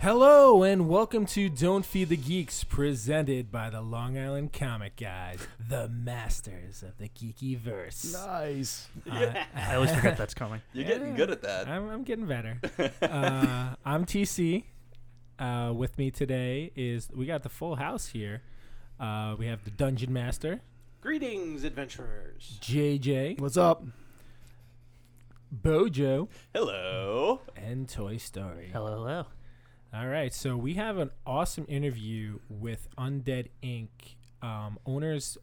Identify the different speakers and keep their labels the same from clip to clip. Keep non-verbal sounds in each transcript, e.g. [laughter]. Speaker 1: Hello and welcome to Don't Feed the Geeks, presented by the Long Island Comic Guys, the masters of the geeky verse.
Speaker 2: Nice.
Speaker 3: I always forget that's coming.
Speaker 4: You're getting good at that.
Speaker 1: I'm, I'm getting
Speaker 5: [laughs]
Speaker 1: better. uh, I'm TC. Uh, with me today is we got the full house here. Uh, we have the Dungeon Master,
Speaker 5: Greetings, adventurers.
Speaker 1: JJ,
Speaker 2: [laughs] What's up?
Speaker 1: Bojo,
Speaker 4: Hello.
Speaker 1: and Toy Story.
Speaker 3: Hello, hello.
Speaker 1: All right, so we have an awesome interview with Undead Inc. Um, owners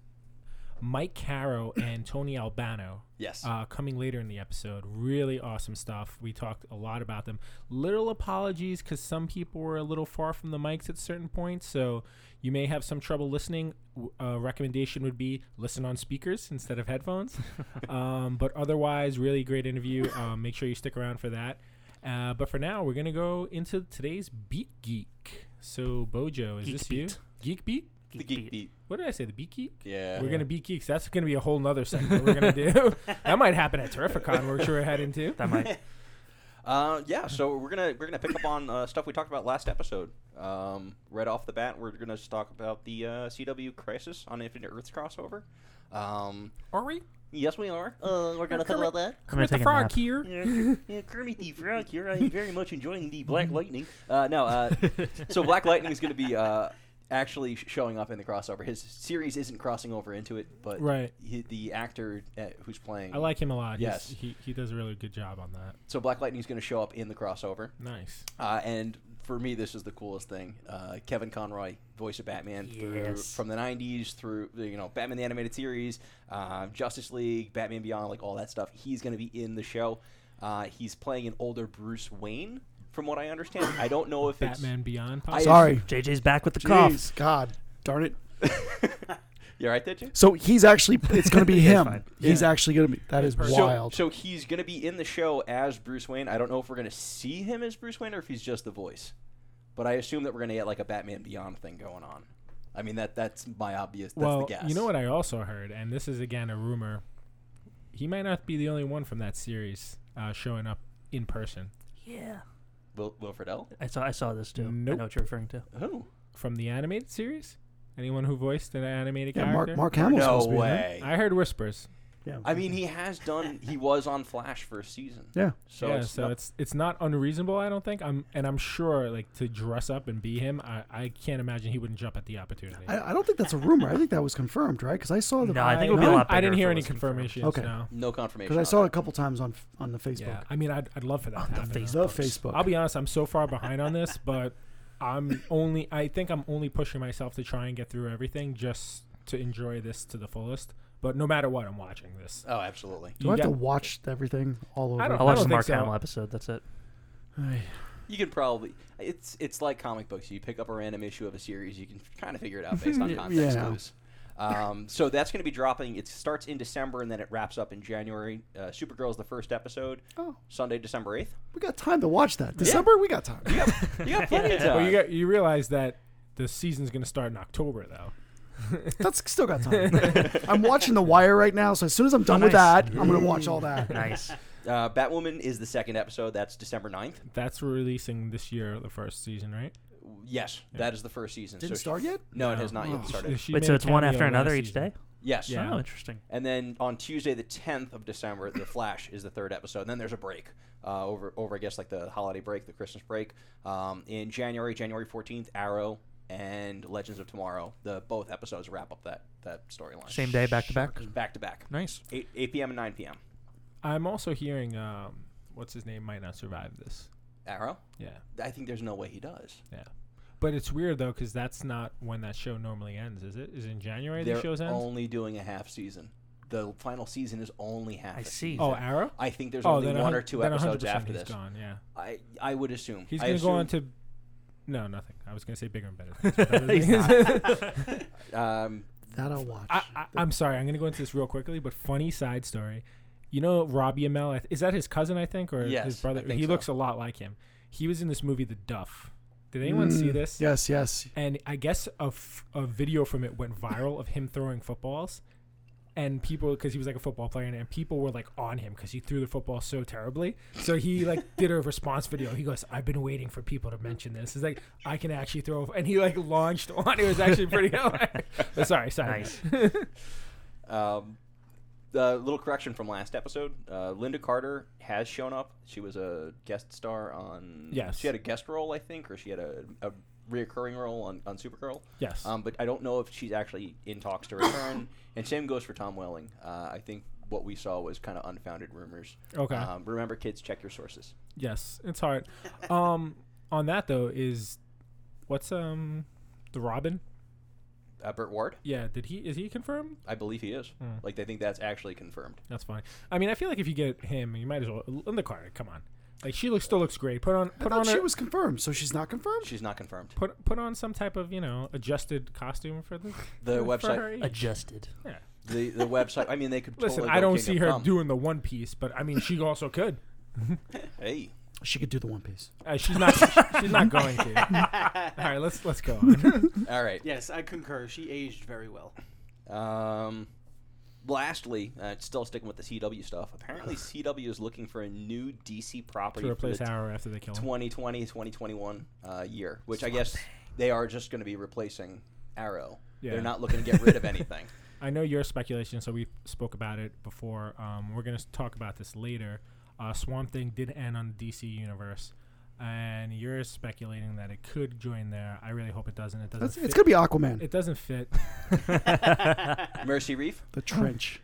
Speaker 1: Mike Caro and Tony Albano
Speaker 4: Yes.
Speaker 1: uh, coming later in the episode. Really awesome stuff. We talked a lot about them. Little apologies because some people were a little far from the mics at certain points, so you may have some trouble listening. W- A recommendation would be listen on speakers instead of headphones.
Speaker 3: [laughs]
Speaker 1: um, but otherwise, really great interview. Um, make sure you stick around for that. Uh, but for now, we're gonna go into today's beat geek. So Bojo, is
Speaker 3: Geek
Speaker 1: this you?
Speaker 3: beat.
Speaker 1: Geek beat?
Speaker 4: the geek beat.
Speaker 1: What did I say? The beat geek?
Speaker 4: Yeah.
Speaker 1: We're gonna be geeks. That's gonna be a whole nother segment we're gonna [laughs] do. that might happen at Terrificon. We're sure we're heading to.
Speaker 3: That might.
Speaker 4: Uh, yeah. So we're gonna we're gonna pick up on uh, stuff we talked about last episode. Um, right off the bat, we're gonna just talk about the uh, CW Crisis on Infinite Earths crossover. Um,
Speaker 1: Are we?
Speaker 4: yes, we are. Uh, we're gonna talk about that.
Speaker 3: I'm gonna
Speaker 1: Kermit the
Speaker 3: take a
Speaker 1: Frog
Speaker 3: nap.
Speaker 1: here.
Speaker 4: Yeah, yeah, Kermit the Frog here. I am uh, very much enjoying the Black Lightning. Uh,
Speaker 1: [laughs]
Speaker 4: no, uh, so Black Lightning is going to be uh, actually sh- showing up in the crossover. His series isn't crossing over into it, but
Speaker 1: Right.
Speaker 4: he, the actor uh, who's playing.
Speaker 1: I like him a lot. He's-
Speaker 4: Yes.
Speaker 1: he he does a really good job on that.
Speaker 4: So Black Lightning is going to show up in the crossover,
Speaker 1: Nice.
Speaker 4: uh, and for me, this is the coolest thing. Uh, Kevin Conroy, voice of Batman, through,
Speaker 3: Yes.
Speaker 4: from the '90s through you know Batman the animated series, uh, Justice League, Batman Beyond, like all that stuff. He's going to be in the show. Uh, he's playing an older Bruce Wayne, from what I understand. I don't know if it's
Speaker 1: Batman Beyond.
Speaker 4: I-
Speaker 1: possibly?
Speaker 2: Sorry.
Speaker 3: JJ's back with the cough.
Speaker 2: Jeez, God, darn it.
Speaker 4: [laughs] You all right there, Jim?
Speaker 2: So he's actually. It's gonna
Speaker 3: [laughs]
Speaker 2: be
Speaker 3: Yeah,
Speaker 2: him.
Speaker 3: fine.
Speaker 2: He's actually gonna be. That is
Speaker 1: So-
Speaker 2: wild.
Speaker 4: So, so he's going to be in the show as Bruce Wayne. I don't know if we're going to see him as Bruce Wayne or if he's just the voice. But I assume that we're going to get like a Batman Beyond thing going on. I mean that that's my obvious that's
Speaker 1: well,
Speaker 4: the guess.
Speaker 1: you know what I also heard, and this is again a rumor. He might not be the only one from that series uh, showing up in person
Speaker 3: Yeah.
Speaker 4: Wil- Wilfred L?
Speaker 3: I saw. I saw this too. I
Speaker 1: Nope.
Speaker 3: know what you're referring to.
Speaker 4: Who?
Speaker 1: from the animated series. Anyone who voiced an animated
Speaker 2: yeah,
Speaker 1: character?
Speaker 2: Mark Mark Hamill's
Speaker 4: No
Speaker 2: supposed to be in it.
Speaker 4: way.
Speaker 1: I heard whispers.
Speaker 2: Yeah.
Speaker 4: I mean he has done he was on Flash for a season.
Speaker 2: [laughs] yeah.
Speaker 4: So
Speaker 1: yeah,
Speaker 4: it's
Speaker 1: so
Speaker 4: not-
Speaker 1: it's it's not unreasonable, I don't think. I'm and I'm sure like to dress up and be him, I, I can't imagine he wouldn't jump at the opportunity.
Speaker 2: I, I don't think that's a rumor. I think that was confirmed, right? Because I saw the.
Speaker 3: No, I think it would be a
Speaker 2: no?
Speaker 3: lot better.
Speaker 1: I didn't
Speaker 3: if
Speaker 1: hear
Speaker 3: it
Speaker 1: any
Speaker 3: was confirmed.
Speaker 1: confirmations.
Speaker 2: Okay.
Speaker 1: No.
Speaker 4: no confirmation.
Speaker 2: Because I
Speaker 4: on
Speaker 2: saw
Speaker 4: that.
Speaker 2: a couple times on on the Facebook.
Speaker 1: Yeah. I mean, I'd, I'd love for that. to
Speaker 3: the
Speaker 1: happen.
Speaker 3: Facebook.
Speaker 2: The Facebook.
Speaker 1: I'll be honest. I'm so far behind on this, but I'm only. I think I'm only pushing myself to try and get through everything just to enjoy this to the fullest. But no matter what, I'm watching this.
Speaker 4: Oh, absolutely.
Speaker 2: Do I have
Speaker 1: You
Speaker 2: to
Speaker 1: got-
Speaker 2: watch everything all over?
Speaker 1: I don't-
Speaker 3: I'll watch the
Speaker 1: think
Speaker 3: Mark
Speaker 1: so.
Speaker 3: Hamill episode. That's
Speaker 1: [laughs]
Speaker 3: it.
Speaker 2: Ay,
Speaker 4: You can probably it's it's like comic books. You pick up a random issue of a series, you can kind of figure it out based
Speaker 2: [laughs]
Speaker 4: on
Speaker 2: Yeah.
Speaker 4: context
Speaker 2: Yeah.
Speaker 4: clues. Um, so that's going to be dropping. It starts in December and then it wraps up in January. Uh, Supergirl is the first episode,
Speaker 2: Oh,
Speaker 4: Sunday, December eighth.
Speaker 2: we got time to watch that. December, we got time.
Speaker 4: [laughs] You got plenty [laughs] of time.
Speaker 1: Well, you got, you realize that the season's going to start in October, though.
Speaker 2: That's still got time. [laughs] I'm watching The Wire right now, so as soon as I'm done with
Speaker 3: nice.
Speaker 2: that, I'm gonna watch all that.
Speaker 3: Nice.
Speaker 4: uh, Batwoman is the second episode. That's December 9th.
Speaker 1: That's releasing this year, the first season, right?
Speaker 4: Yes, that is the first season.
Speaker 2: Didn't
Speaker 4: so she-
Speaker 2: start yet.
Speaker 4: No, it has not
Speaker 2: Oh.
Speaker 4: yet started.
Speaker 1: She
Speaker 3: Wait,
Speaker 1: made
Speaker 3: so
Speaker 1: a
Speaker 3: it's one
Speaker 1: cameo
Speaker 3: after
Speaker 1: last
Speaker 3: another each
Speaker 1: season.
Speaker 3: day.
Speaker 4: Yes.
Speaker 1: Yeah.
Speaker 3: Oh, interesting.
Speaker 4: And then on Tuesday, the 10th of December, The Flash is the third episode. And then there's a break uh, over, over, I guess, like the holiday break, the Christmas break. Um, in January, January 14th, Arrow and Legends of Tomorrow, the both episodes wrap up that, that storyline.
Speaker 3: Same day, back to back.
Speaker 4: Back to back.
Speaker 3: Nice.
Speaker 4: 8, 8 p.m. and 9 p.m.
Speaker 1: I'm also hearing, um, what's his name might not survive this.
Speaker 4: Arrow?
Speaker 1: Yeah,
Speaker 4: I think there's no way he does.
Speaker 1: yeah. But it's weird though, because that's not when that show normally ends, is it? Is it in January the
Speaker 4: They're
Speaker 1: show's ends?
Speaker 4: only doing a half seson. The final season is only half.
Speaker 3: I
Speaker 4: a
Speaker 3: see.
Speaker 4: season.
Speaker 1: oh, Arrow.
Speaker 4: I think there's
Speaker 1: oh,
Speaker 4: only
Speaker 1: then a
Speaker 4: one
Speaker 1: hun-
Speaker 4: or two
Speaker 1: then a
Speaker 4: episodes
Speaker 1: 100%
Speaker 4: after
Speaker 1: he's
Speaker 4: this.
Speaker 1: Gone. Yeah,
Speaker 4: I I would assume
Speaker 1: he's
Speaker 4: I
Speaker 1: gonna go on
Speaker 4: assume-
Speaker 1: to. No, nothing. I was gonna say bigger and better.
Speaker 4: [laughs]
Speaker 1: things, but that doesn't-
Speaker 4: Um,
Speaker 2: That I'll watch.
Speaker 1: [laughs] I, I, I'm sorry. I'm gonna go into this real quickly, but funny side story. You know, Robbie Amell I th- is that his cousin? I think, or his
Speaker 4: Yes,
Speaker 1: brother?
Speaker 4: I think
Speaker 1: he
Speaker 4: so.
Speaker 1: looks a lot like him. He was in this movie, The Duff. Did anyone see
Speaker 4: Hmm.
Speaker 2: Mm,
Speaker 1: this?
Speaker 2: Yes, yes.
Speaker 1: and I guess a, f- a video from it went viral of him throwing footballs. and people because he was like a football player, and, and people were like on him because he threw the football so terribly. So he like did a response video. He goes, "I've been waiting for people to mention this. It's like I can actually throw," and he like launched [laughs] on. It was actually pretty hilarious. But sorry, sorry.
Speaker 3: Nice.
Speaker 4: Um, a little correction from last episode. Uh, Linda Carter has shown up. She was a guest star on.
Speaker 1: Yes.
Speaker 4: She had a guest role, I think, or she had a, a reoccurring role on, on Supergirl.
Speaker 1: Yes.
Speaker 4: Um, but I don't know if she's actually in talks to
Speaker 1: [coughs]
Speaker 4: return. and same goes for Tom Welling. Uh, I think what we saw was kind of unfounded rumors.
Speaker 1: Okay.
Speaker 4: Um, remember, kids, check your sources.
Speaker 1: Yes, it's hard. Um, on that though is what's um the Robin?
Speaker 4: Uh, Burt Ward,
Speaker 1: Yeah, did he is he confirmed?
Speaker 4: I believe he is.
Speaker 1: Hmm.
Speaker 4: Like, they think that's actually confirmed.
Speaker 1: That's fine. I mean, I feel like if you get him, you might as well Linda Carter. Come on, like she looks still looks great. Put on put
Speaker 2: But
Speaker 1: on
Speaker 2: she
Speaker 1: a,
Speaker 2: was confirmed, so she's not confirmed.
Speaker 4: She's not confirmed.
Speaker 1: put put on some type of you know adjusted costume for the
Speaker 4: The
Speaker 1: for
Speaker 4: website-
Speaker 1: her age.
Speaker 3: Adjusted.
Speaker 4: [laughs]
Speaker 3: [laughs]
Speaker 1: Yeah.
Speaker 4: The the website. I mean, they could.
Speaker 1: [laughs] Listen,
Speaker 4: totally
Speaker 1: I
Speaker 4: go
Speaker 1: don't
Speaker 4: King
Speaker 1: see
Speaker 4: of
Speaker 1: her
Speaker 4: Thumb.
Speaker 1: doing the One Piece, but I mean, she also could.
Speaker 4: Hey,
Speaker 2: She could do the One Piece.
Speaker 1: Uh, she's not. she's not going
Speaker 4: [laughs]
Speaker 1: to. All right, let's let's go on.
Speaker 4: all right.
Speaker 5: Yes, I concur. She aged very well.
Speaker 4: Um, lastly, uh, still sticking with the CW stuff. Apparently, CW is looking for a new DC property
Speaker 1: to replace
Speaker 4: for the
Speaker 1: Arrow after they kill him.
Speaker 4: 2020 2021 uh, year, which I guess they are just going to be replacing Arrow.
Speaker 1: Yeah.
Speaker 4: They're not looking to
Speaker 1: [laughs]
Speaker 4: get rid of anything.
Speaker 1: I know your speculation, so we spoke about it before. Um, we're going to talk about this later. Uh, Swamp Thing did end on the DC universe, and you're speculating that it could join there. I really hope it doesn't. It doesn't.
Speaker 2: That's,
Speaker 1: fit.
Speaker 2: it's gonna be Aquaman.
Speaker 1: it doesn't fit.
Speaker 4: Mercy Reef.
Speaker 1: [laughs]
Speaker 2: the trench.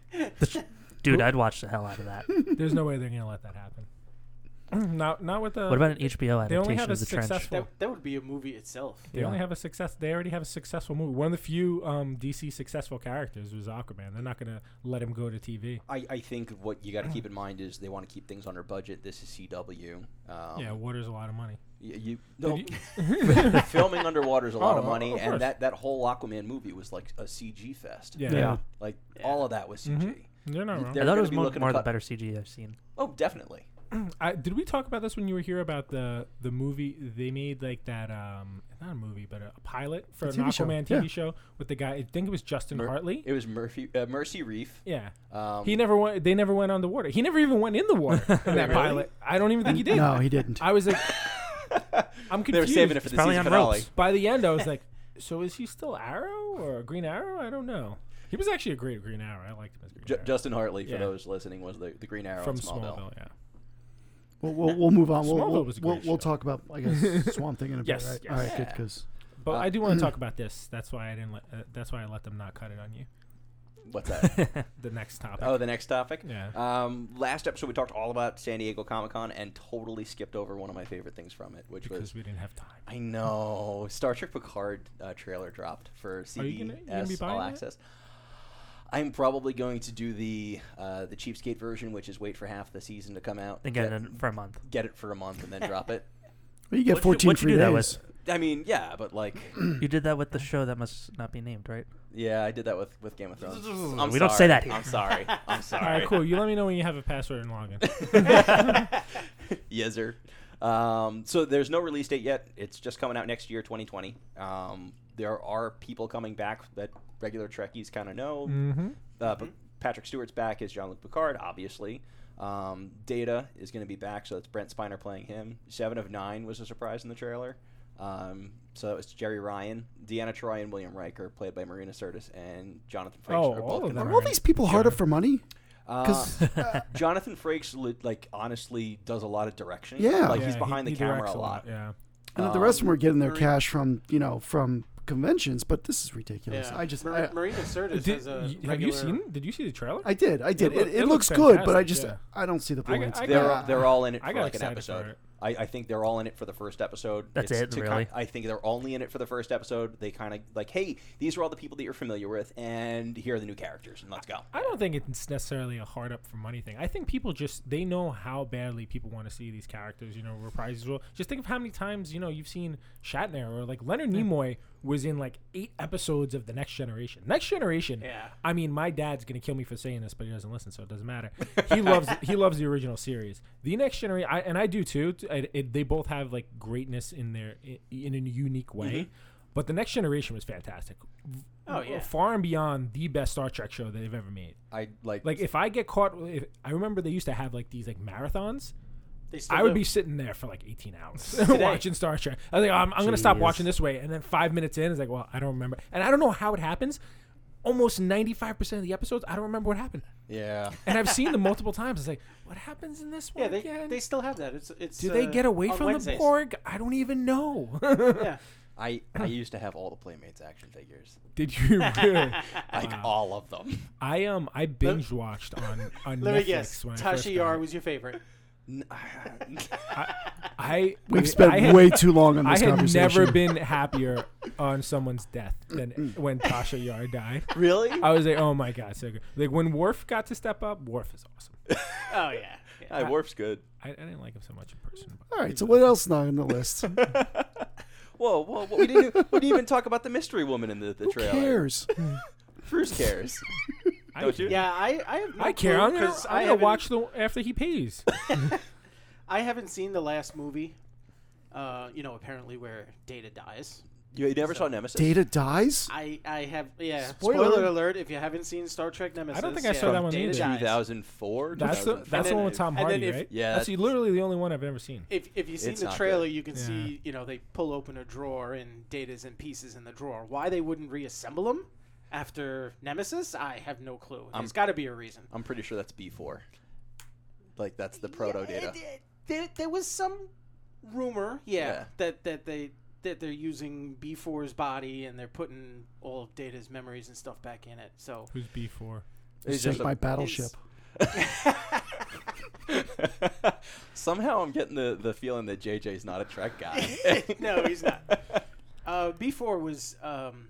Speaker 3: Dude, I'd watch the hell out of that. what
Speaker 1: There's no way they're going to let that happen. [clears throat] not not with the.
Speaker 3: about an E HBO adaptation
Speaker 1: they only have a
Speaker 3: of The Trench?
Speaker 1: successful.
Speaker 5: That, that would be a movie itself.
Speaker 1: They only have a success. They already have a successful movie. One of the few um, DC successful characters was Aquaman. They're not going to let him go to TV.
Speaker 4: I, I think what you got to keep in mind is they want to keep things under budget. This is CW. Um,
Speaker 2: Oh.
Speaker 1: yeah, water's a lot of money.
Speaker 4: You, you, no, [laughs]
Speaker 1: you- [laughs]
Speaker 4: filming underwater is a lot
Speaker 1: Oh,
Speaker 4: of money,
Speaker 1: of course.
Speaker 4: and that, that whole Aquaman movie was like a CG fest.
Speaker 1: Yeah, Mm-hmm.
Speaker 2: Yeah.
Speaker 4: Like all of that was CG.
Speaker 1: you're not wrong.
Speaker 3: I
Speaker 4: They're
Speaker 3: thought
Speaker 4: gonna
Speaker 3: it was
Speaker 4: be
Speaker 3: more,
Speaker 4: looking to
Speaker 3: more of the
Speaker 4: cut-
Speaker 3: better CG I've seen.
Speaker 4: Oh, definitely.
Speaker 1: I, did we talk about this when you were here about the the movie they made like that um not a movie but a, a pilot for
Speaker 2: A
Speaker 1: an
Speaker 2: TV show,
Speaker 1: Aquaman
Speaker 2: yeah.
Speaker 1: TV show with the guy I think it was Justin
Speaker 4: Mer-
Speaker 1: Hartley
Speaker 4: It was Murphy uh, Mercy Reef.
Speaker 1: yeah
Speaker 4: Um,
Speaker 1: he never went they never went on the water he never even went in the
Speaker 4: [laughs]
Speaker 1: water in that pilot I don't even think he did
Speaker 2: No, he didn't.
Speaker 1: I was like I'm confused
Speaker 4: they were saving it for the
Speaker 3: probably
Speaker 4: season
Speaker 3: on
Speaker 4: finale.
Speaker 3: ropes.
Speaker 1: by the end I
Speaker 4: [laughs]
Speaker 1: was like so is he still Arrow or Green Arrow I don't know he was actually a great Green Arrow I liked him as Green
Speaker 4: Ju-
Speaker 1: Arrow
Speaker 4: Justin Hartley, for
Speaker 1: Yeah.
Speaker 4: those listening, was the, the Green Arrow
Speaker 1: from
Speaker 4: in Smallville.
Speaker 1: Smallville yeah
Speaker 2: We'll, we'll, we'll move on. We'll,
Speaker 1: Smallville
Speaker 2: we'll,
Speaker 1: was a
Speaker 2: we'll,
Speaker 1: great
Speaker 2: we'll
Speaker 1: show.
Speaker 2: talk about
Speaker 1: [laughs]
Speaker 2: I guess Swamp Thing in a bit.
Speaker 1: Yes,
Speaker 2: right?
Speaker 1: yes.
Speaker 2: All right, good. Because
Speaker 1: but I do want to [clears throat] talk about this that's why I didn't let, uh, that's why I let them not cut it on you [laughs]
Speaker 4: What's that?
Speaker 1: the next topic
Speaker 4: oh, the next topic.
Speaker 1: Yeah.
Speaker 4: Um, last episode we talked all about San Diego Comic Con and totally skipped over one of my favorite things from it, which was
Speaker 1: because we didn't have time.
Speaker 4: I know Star Trek Picard uh, trailer dropped for
Speaker 1: Are you gonna- you gonna be
Speaker 4: CBS All
Speaker 1: buying it?
Speaker 4: Access. I'm probably going to do the uh, the cheapskate version, which is wait for half the season to come out,
Speaker 3: Again,
Speaker 4: get,
Speaker 3: in- for a
Speaker 4: [clears throat]
Speaker 3: month.
Speaker 4: get it for a month, and then drop it. [laughs]
Speaker 2: you get
Speaker 3: What'd you-
Speaker 2: 14
Speaker 3: what'd you
Speaker 2: free
Speaker 3: do that
Speaker 2: days.
Speaker 4: I mean, yeah, but like,
Speaker 3: You did that with the show that must not be named, right?
Speaker 4: yeah, I did that with, with Game
Speaker 1: [laughs]
Speaker 4: of Thrones. I'm
Speaker 3: We don't
Speaker 4: sorry.
Speaker 3: say that here.
Speaker 4: I'm sorry. I'm
Speaker 1: [laughs]
Speaker 4: sorry.
Speaker 1: All right, cool. You let me know when you have a password and [laughs] login.
Speaker 4: [laughs] yes, sir. Um, so there's no release date yet. It's just coming out next year, 2020. Um, there are people coming back that regular Trekkies kind of know.
Speaker 1: Mm. Mm-hmm.
Speaker 4: Uh, but Patrick Stewart's back as Jean-Luc Picard, obviously. Um, Data is going to be back, so it's Brent Spiner playing him. Seven of Nine was a surprise in the trailer. Um, so that was Jerry Ryan, Deanna Troy, and William Riker, played by Marina Sirtis and Jonathan Frakes.
Speaker 1: Oh,
Speaker 4: are both
Speaker 1: all of them.
Speaker 2: Are
Speaker 4: confirmed.
Speaker 2: all these people hard up for money?
Speaker 4: Uh,
Speaker 2: 'Cause-
Speaker 4: Jonathan Frakes, li- like honestly, does a lot of direction.
Speaker 2: Yeah.
Speaker 4: like
Speaker 1: Yeah,
Speaker 4: he's
Speaker 1: he-
Speaker 4: behind
Speaker 1: he
Speaker 4: the camera
Speaker 1: directs
Speaker 4: a lot.
Speaker 1: Yeah.
Speaker 2: And
Speaker 3: uh,
Speaker 2: the rest of them are getting their cash from you know from conventions, but this is ridiculous. I just
Speaker 5: Mar-
Speaker 2: I,
Speaker 5: Marina Sirtis
Speaker 1: Did-
Speaker 5: has a.
Speaker 1: y- have you
Speaker 5: regular-
Speaker 1: seen? Did you see the trailer?
Speaker 2: I did, I did.
Speaker 1: It
Speaker 2: It,
Speaker 1: look-
Speaker 2: it,
Speaker 1: it
Speaker 2: looks
Speaker 1: looks
Speaker 2: good, but I
Speaker 1: fantastic,
Speaker 2: just
Speaker 1: yeah.
Speaker 2: I don't see the
Speaker 1: I got-
Speaker 2: points.
Speaker 1: I
Speaker 4: They're
Speaker 1: got-
Speaker 2: Uh,
Speaker 4: they're all in it
Speaker 1: I
Speaker 4: for
Speaker 1: got
Speaker 4: like an
Speaker 1: excited for
Speaker 4: episode.
Speaker 1: it.
Speaker 4: I, I think they're all in it for the first episode.
Speaker 3: That's it,
Speaker 4: to
Speaker 3: really?
Speaker 4: Kind I think they're only in it for the first episode. They kind of like, hey, these are all the people that you're familiar with, and here are the new characters, and let's go.
Speaker 1: I don't think it's necessarily a hard up for money thing. I think people just they know how badly people want to see these characters, you know, reprised as well. Just think of how many times you know you've seen Shatner or like Leonard Nimoy was in like eight episodes of the Next Generation. Next Generation.
Speaker 5: Yeah.
Speaker 1: I mean, my dad's gonna kill me for saying this, but he doesn't listen, so it doesn't matter. He loves he loves the original series. The Next Generation, I, and I do too. t- I- it- they both have like greatness in their in, in a unique way. But the Next Generation was fantastic.
Speaker 5: Oh, yeah.
Speaker 1: far and beyond the best Star Trek show that they've ever made.
Speaker 4: I like
Speaker 1: Like if I get caught, if, I remember they used to have like these like marathons.
Speaker 5: They still
Speaker 1: I would
Speaker 5: do.
Speaker 1: be sitting there for like 18 hours
Speaker 5: Uh-huh. [laughs]
Speaker 1: [laughs]
Speaker 5: Today.
Speaker 1: watching Star Trek. I was like, oh, I'm, I'm going to stop
Speaker 3: Jeez.
Speaker 1: watching this way. And then five minutes in, it's like, well, I don't remember. And I don't know how it happens. Almost 95% of the episodes, I don't remember what happened. [laughs]
Speaker 4: yeah.
Speaker 1: And I've seen them multiple times. It's like, what happens in this one
Speaker 5: Yeah, they,
Speaker 1: again?
Speaker 5: they still have that. It's it's.
Speaker 1: Do they
Speaker 5: uh,
Speaker 1: get away
Speaker 5: on
Speaker 1: from
Speaker 5: Wednesdays.
Speaker 1: the Borg? I don't even know. [laughs]
Speaker 5: Yeah.
Speaker 4: I I used to have all the Playmates action figures,
Speaker 1: Did you
Speaker 5: [laughs]
Speaker 1: really?
Speaker 4: like all of [laughs] them.
Speaker 1: I um I binge watched on on
Speaker 5: [laughs] Let
Speaker 1: Netflix
Speaker 5: me guess.
Speaker 1: when I first
Speaker 5: Tasha
Speaker 1: got
Speaker 5: Yar
Speaker 1: it.
Speaker 5: was your favorite.
Speaker 1: I
Speaker 2: We've spent
Speaker 1: I had-
Speaker 2: way too long on
Speaker 1: [laughs] I
Speaker 2: this
Speaker 1: had
Speaker 2: conversation.
Speaker 1: never been happier on someone's death than when Tasha Yar died.
Speaker 5: Really?
Speaker 1: I was like, oh my god, so good. Like when Worf got to step up, Worf is awesome.
Speaker 5: [laughs] Oh yeah. yeah.
Speaker 4: I Warp's good.
Speaker 1: I, I didn't like him so much in person. But
Speaker 2: All right, so what else is not on the list?
Speaker 1: [laughs]
Speaker 2: Who
Speaker 4: Whoa, whoa, what, we didn't even- we didn't even talk about the mystery woman in the, the trailer.
Speaker 2: cares?
Speaker 4: Bruce cares. Don't you?
Speaker 5: Yeah, I I have no
Speaker 1: I care.
Speaker 5: clue
Speaker 1: I'm gonna,
Speaker 5: 'cause
Speaker 1: I'm gonna
Speaker 5: haven't-
Speaker 1: watch the after he
Speaker 5: [laughs]
Speaker 1: pays.
Speaker 5: I haven't seen the last movie. Uh, you know, apparently where Data dies.
Speaker 4: You, you never saw Nemesis.
Speaker 2: Data dies.
Speaker 5: I I have yeah.
Speaker 2: Spoiler.
Speaker 5: Spoiler, alert! If you haven't seen Star Trek Nemesis,
Speaker 1: think I
Speaker 5: yeah,
Speaker 1: saw that one
Speaker 5: Data
Speaker 1: either.
Speaker 5: dies.
Speaker 4: 2004.
Speaker 1: That's the
Speaker 4: 2005.
Speaker 1: that's the one with Tom
Speaker 5: And then
Speaker 1: Hardy,
Speaker 5: if-
Speaker 1: right?
Speaker 4: Yeah,
Speaker 1: that's
Speaker 4: that's-
Speaker 1: literally the only one I've ever seen.
Speaker 5: If if you've seen
Speaker 4: It's
Speaker 5: the
Speaker 4: not
Speaker 5: trailer, you can
Speaker 1: Yeah.
Speaker 5: see you know they pull open a drawer and Data's in pieces in the drawer. Why they wouldn't reassemble them after Nemesis, I have no clue. There's got to be a reason.
Speaker 4: I'm pretty sure that's B4. Like that's the proto
Speaker 5: Yeah,
Speaker 4: data.
Speaker 5: it- it- there, there was some rumor, yeah,
Speaker 4: Yeah.
Speaker 5: that that they that they're using B4's body and they're putting all of Data's memories and stuff back in it.
Speaker 4: [laughs]
Speaker 5: So [laughs]
Speaker 1: Who's B four?
Speaker 4: It's
Speaker 2: Take
Speaker 4: just
Speaker 2: my
Speaker 4: a-
Speaker 2: battleship.
Speaker 4: Somehow I'm getting the, the feeling that JJ's not a Trek
Speaker 5: [laughs]
Speaker 4: guy. [laughs]
Speaker 5: no, he's not. Uh, B4 was, um,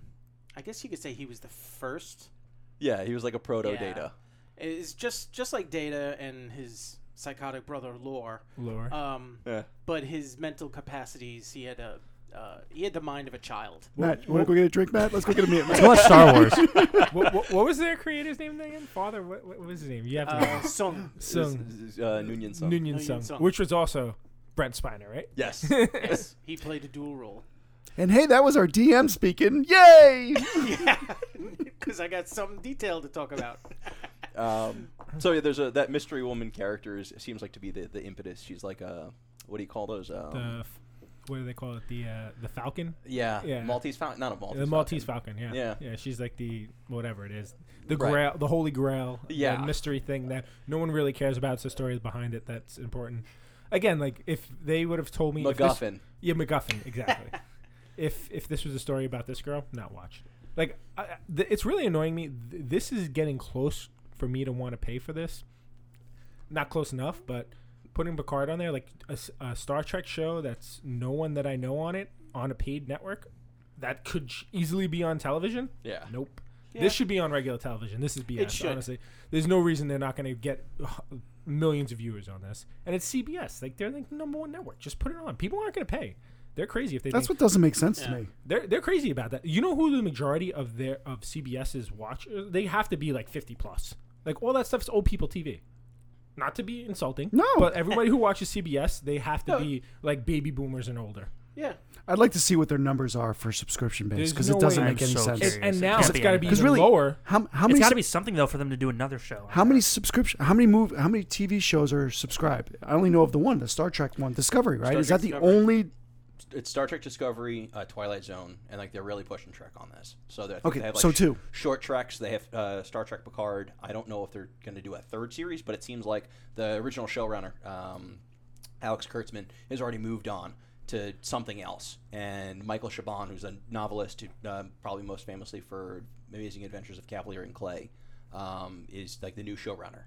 Speaker 5: I guess you could say he was the first.
Speaker 4: yeah, he was like a proto
Speaker 5: Yeah.
Speaker 4: data.
Speaker 5: It's just just like Data and his psychotic brother Lore.
Speaker 1: Lore.
Speaker 5: Um,
Speaker 4: Yeah.
Speaker 5: but his mental capacities, he had a uh, he had the mind of a child.
Speaker 2: Matt, you want to go get a drink, Matt? Let's go get
Speaker 1: [laughs]
Speaker 2: a meal.
Speaker 3: Let's watch Star Wars.
Speaker 1: what, what, what was their creator's name again? Father, what, what was his name? You have to [laughs]
Speaker 5: Uh, Sung.
Speaker 1: Sung
Speaker 4: This is, uh, Noonien Sung.
Speaker 1: Nguyen
Speaker 5: Nguyen
Speaker 1: Sung,
Speaker 5: Sung.
Speaker 1: which was also Brent Spiner, right? [laughs]
Speaker 4: Yes.
Speaker 5: Yes, he played a dual role.
Speaker 2: [laughs] And hey, that was our DM speaking. Yay!
Speaker 5: yeah, because I got some detail to talk about.
Speaker 4: um, so yeah, there's a that mystery woman character is, seems like to be the, the impetus. She's like a what do you call those? Um,
Speaker 1: The f- what do they call it? The uh, the Falcon,
Speaker 4: yeah,
Speaker 1: yeah.
Speaker 4: Maltese Falcon, not a Maltese.
Speaker 1: the Maltese
Speaker 4: Falcon.
Speaker 1: Falcon. Yeah.
Speaker 4: Yeah.
Speaker 1: yeah, She's like the whatever it is, the
Speaker 4: Right.
Speaker 1: Grail, the Holy Grail, that
Speaker 4: Yeah.
Speaker 1: mystery thing that no one really cares about. It's the story behind it that's important. Again, like if they would have told me if this-
Speaker 4: MacGuffin.
Speaker 1: yeah, MacGuffin, exactly. [laughs] if if this was a story about this girl, not watched. it. Like, I, I- th- it's really annoying me. Th- this is getting close for me to want to pay for this. Not close enough, but putting Picard on there, like a, s- a Star Trek show that's no one that I know on it on a paid network, that could sh- easily be on television.
Speaker 4: Yeah.
Speaker 1: Nope.
Speaker 5: Yeah.
Speaker 1: This should be on regular television. This is BS.
Speaker 5: should.
Speaker 1: Honestly, there's no reason they're not going to get ugh, millions of viewers on this. And it's CBS. Like they're like the number one network. Just put it on. People aren't going to pay. They're crazy if they.
Speaker 2: That's
Speaker 1: think,
Speaker 2: what doesn't make sense to
Speaker 5: Yeah.
Speaker 2: me.
Speaker 1: they're they're crazy about that. You know who the majority of their of CBS's watch? uh, They have to be like 50 plus. Like all that stuff's old people TV. Not to be insulting.
Speaker 2: No.
Speaker 1: But everybody who watches CBS, they have to
Speaker 5: No.
Speaker 1: be like baby boomers and older.
Speaker 5: Yeah,
Speaker 2: I'd like to see what their numbers are for subscription
Speaker 1: There's
Speaker 2: base because
Speaker 1: no
Speaker 2: it doesn't
Speaker 1: way.
Speaker 2: make
Speaker 1: I'm
Speaker 2: any
Speaker 3: so
Speaker 2: sense.
Speaker 3: curious.
Speaker 1: And, and
Speaker 3: It
Speaker 1: now
Speaker 3: can't
Speaker 1: it's
Speaker 3: be
Speaker 1: got to be
Speaker 3: anything.
Speaker 1: even
Speaker 2: Because really-
Speaker 1: lower.
Speaker 2: How, how
Speaker 3: it's
Speaker 2: many
Speaker 3: got
Speaker 2: sub-
Speaker 3: to be something though for them to do another show. on
Speaker 2: how
Speaker 3: that.
Speaker 2: many subscription how many move how many TV shows are subscribed? I only know of the one, the Star Trek one, Discovery, right?
Speaker 4: Star
Speaker 2: Is
Speaker 4: Trek
Speaker 2: that the
Speaker 4: Discovery.
Speaker 2: only
Speaker 4: It's Star Trek Discovery, uh, Twilight Zone, and like they're really pushing Trek on this. So they're- I think
Speaker 2: Okay,
Speaker 4: they have like
Speaker 2: so
Speaker 4: sh-
Speaker 2: two.
Speaker 4: short treks. They have uh, Star Trek Picard. I don't know if they're going to do a third series, but it seems like the original showrunner, um, Alex Kurtzman, has already moved on to something else. And Michael Chabon, who's a novelist, who, uh, probably most famously for Amazing Adventures of Cavalier and Clay, um, is like the new showrunner.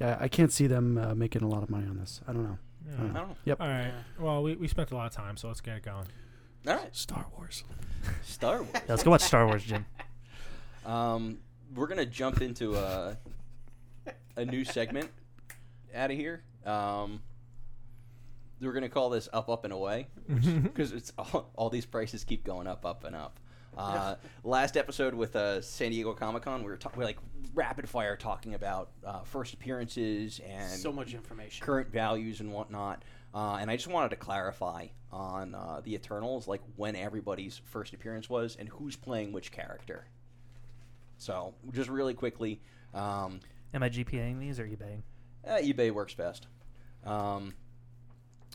Speaker 2: Yeah, I can't see them uh, making a lot of money on this. I don't know. I don't
Speaker 4: I
Speaker 2: know.
Speaker 4: don't know.
Speaker 2: Yep.
Speaker 1: All right. Well, we, we spent a lot of time, so let's get it going.
Speaker 4: All right,
Speaker 2: Star Wars.
Speaker 4: Star Wars.
Speaker 3: Yeah, let's go watch Star Wars, Jim. [laughs]
Speaker 4: Um, we're gonna jump into a a new segment out of here. Um, we're gonna call this "Up, Up and Away" because it's all, all these prices keep going up, up and up. Uh, last episode with uh, San Diego Comic Con, we were, ta- we were like rapid fire talking about uh, first appearances and
Speaker 5: so much information.
Speaker 4: current values and whatnot. Uh, and I just wanted to clarify on uh, the Eternals, like when everybody's first appearance was and who's playing which character. So just really quickly, um,
Speaker 3: Am I GPAing these or eBaying?
Speaker 4: uh, eBay works best. Um,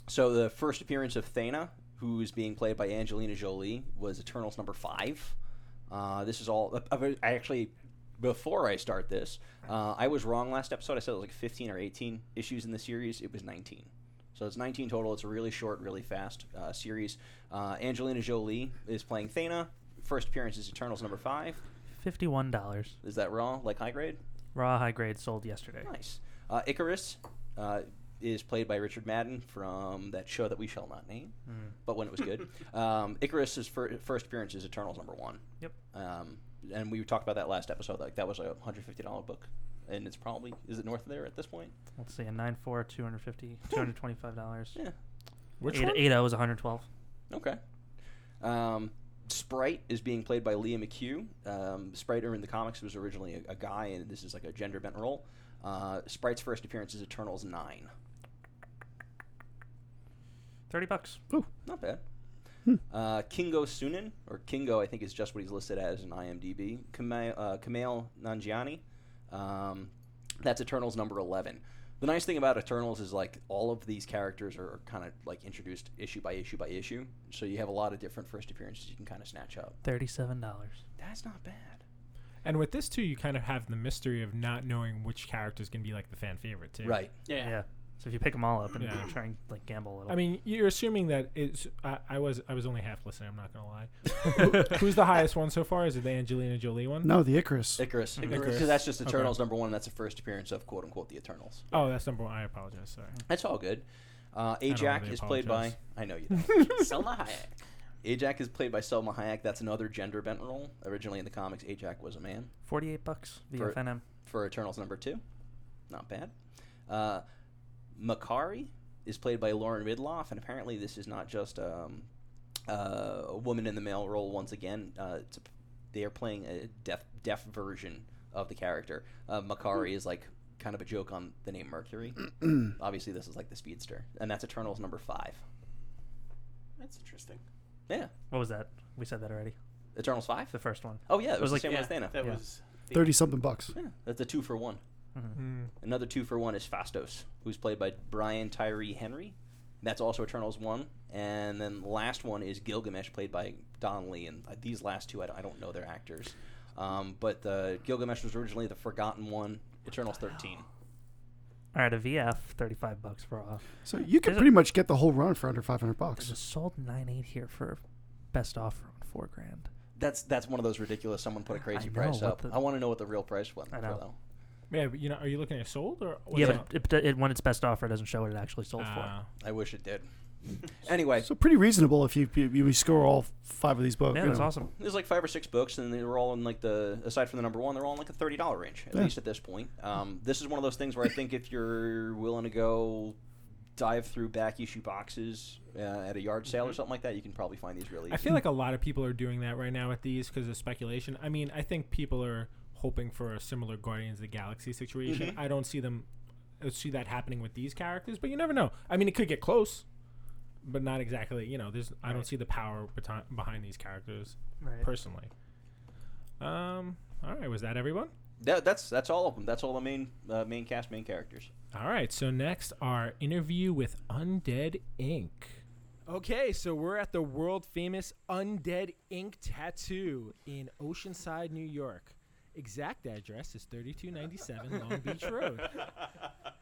Speaker 4: so the first appearance of Thana, who's being played by Angelina Jolie, was Eternals number five. Uh, this is all. I- I I actually, before I start this, uh, I was wrong last episode. I said it was like 15 or 18 issues in the series. It was 19. So it's 19 total. It's a really short, really fast uh, series. Uh, Angelina Jolie is playing Thana. First appearance is Eternals number five.
Speaker 3: Fifty-one dollars.
Speaker 4: Is that raw? Like high grade?
Speaker 3: Raw high grade sold yesterday.
Speaker 4: Nice. Uh, Icarus uh, is played by Richard Madden from that show that we shall not name,
Speaker 3: Hmm.
Speaker 4: but when it was good. um, Icarus's fir- first appearance is Eternals number one.
Speaker 3: Yep.
Speaker 4: Um, and we talked about that last episode. Like that was a hundred fifty dollar book, and it's probably is it north of there at this point?
Speaker 3: Let's see, a nine four, two hundred fifty, two hundred twenty-five [laughs] dollars.
Speaker 4: Yeah.
Speaker 1: Which
Speaker 3: eight,
Speaker 1: one?
Speaker 3: eight O is one hundred twelve.
Speaker 4: Okay. Um, Sprite is being played by Liam McHugh. Um, Sprite, in the comics, was originally a, a guy, and this is like a gender bent role. Uh, Sprite's first appearance is Eternals nine.
Speaker 3: Thirty bucks.
Speaker 4: Not bad.
Speaker 1: Hmm.
Speaker 4: Uh, Kingo Sunin, or Kingo, I think is just what he's listed as in IMDb. Kamail, uh, Kamail Nanjiani. Um, that's Eternals number 11. The nice thing about Eternals is like all of these characters are kind of like introduced issue by issue by issue. So you have a lot of different first appearances you can kind of snatch up.
Speaker 3: Thirty-seven dollars.
Speaker 4: That's not bad.
Speaker 1: And with this too, you kind of have the mystery of not knowing which character is going to be like the fan favorite too.
Speaker 4: Right.
Speaker 5: Yeah.
Speaker 3: Yeah. So if you pick them all up and
Speaker 1: Yeah.
Speaker 3: try and like gamble a little,
Speaker 1: I mean, you're assuming that it's. I, I was. I was only half listening. I'm not
Speaker 3: [laughs]
Speaker 1: gonna lie. Who's the highest one so far? Is it the Angelina Jolie one?
Speaker 2: No, the Icarus.
Speaker 4: Icarus. Because
Speaker 1: Hmm. Icarus.
Speaker 4: that's just
Speaker 1: Okay.
Speaker 4: Eternals number one. That's the first appearance of quote unquote the Eternals.
Speaker 1: Oh, that's number one. I apologize. Sorry.
Speaker 4: That's all good. Uh,
Speaker 1: don't
Speaker 4: Ajak
Speaker 1: really
Speaker 4: is played by.
Speaker 1: apologize.
Speaker 4: I know you don't.
Speaker 5: Selma Hayek.
Speaker 4: Ajak is played by Selma Hayek. That's another gender bent role. Originally in the comics, Ajak was a man.
Speaker 3: forty-eight bucks
Speaker 4: For-
Speaker 3: via FNM.
Speaker 4: For Eternals number two, not bad. Uh, Makari is played by Lauren Ridloff, and apparently this is not just um, uh, a woman in the male role once again. Uh, it's a, they are playing a deaf deaf version of the character. Uh, Makari is like kind of a joke on the name Mercury. Obviously, this is like the speedster, and that's Eternals number five.
Speaker 5: That's interesting.
Speaker 4: Yeah,
Speaker 3: What was that? We said that already.
Speaker 4: Eternals five.
Speaker 3: The first one.
Speaker 4: Oh
Speaker 3: It
Speaker 4: yeah, it
Speaker 3: was
Speaker 4: was, the
Speaker 3: like-
Speaker 4: same
Speaker 5: yeah,
Speaker 4: one as Thana.
Speaker 5: That
Speaker 3: Yeah.
Speaker 5: was the-
Speaker 2: Thirty something bucks.
Speaker 4: Yeah, that's a two for one.
Speaker 3: Mm-hmm. Hmm.
Speaker 1: Mm.
Speaker 4: Another two for one is Fastos, who's played by Brian Tyree Henry. That's also Eternals one. And then the last one is Gilgamesh, played by Don Lee. And uh, these last two, I don't, I don't know their actors. Um, but uh, Gilgamesh was originally the Forgotten One, Eternals thirteen.
Speaker 3: All right, a VF, thirty-five bucks raw.
Speaker 2: So you can
Speaker 3: There's a-
Speaker 2: pretty much get the whole run for under five hundred
Speaker 3: There's a
Speaker 2: bucks.
Speaker 3: sold nine eight here for best offer on four grand.
Speaker 4: That's that's one of those ridiculous. Someone put a crazy
Speaker 3: I know,
Speaker 4: price
Speaker 3: what
Speaker 4: up.
Speaker 3: the-
Speaker 4: I want to know what the real price was.
Speaker 3: I
Speaker 4: for,
Speaker 3: know.
Speaker 4: though.
Speaker 1: Yeah, but you know, are you looking at sold or?
Speaker 3: yeah,
Speaker 1: what's up?
Speaker 3: but it, it, when it's best offer, it doesn't show what it actually sold
Speaker 1: Ah.
Speaker 4: I
Speaker 3: [laughs]
Speaker 4: wish it did. anyway,
Speaker 2: So pretty reasonable if you you, you score all five of these books.
Speaker 3: for. Yeah,
Speaker 2: you
Speaker 3: that's
Speaker 2: know.
Speaker 3: awesome.
Speaker 4: there's like five or six books, and they were all in like the aside from the number one, they're all in like a thirty dollar range at
Speaker 2: Yeah.
Speaker 4: least at this point. Um, this is one of those things where I think if you're willing to go dive through back issue boxes uh, at a yard sale or something like that, you can probably find these really.
Speaker 1: I
Speaker 4: easy.
Speaker 1: feel like a lot of people are doing that right now with these because of speculation. I mean, I think people are hoping for a similar Guardians of the Galaxy situation. I don't see them I see that happening with these characters, but you never know. I mean, it could get close, but not exactly. You know, there's I don't see the power beti- behind these characters
Speaker 3: Right.
Speaker 1: personally. Um. All right. Was that everyone?
Speaker 4: that, that's that's all of them. That's all the main uh, main cast, main characters.
Speaker 1: All right, so next our interview with Undead Inc. Okay, so we're at the world famous Undead Ink Tattoo in Oceanside, New York. Exact address is 3297 Long [laughs] Beach Road.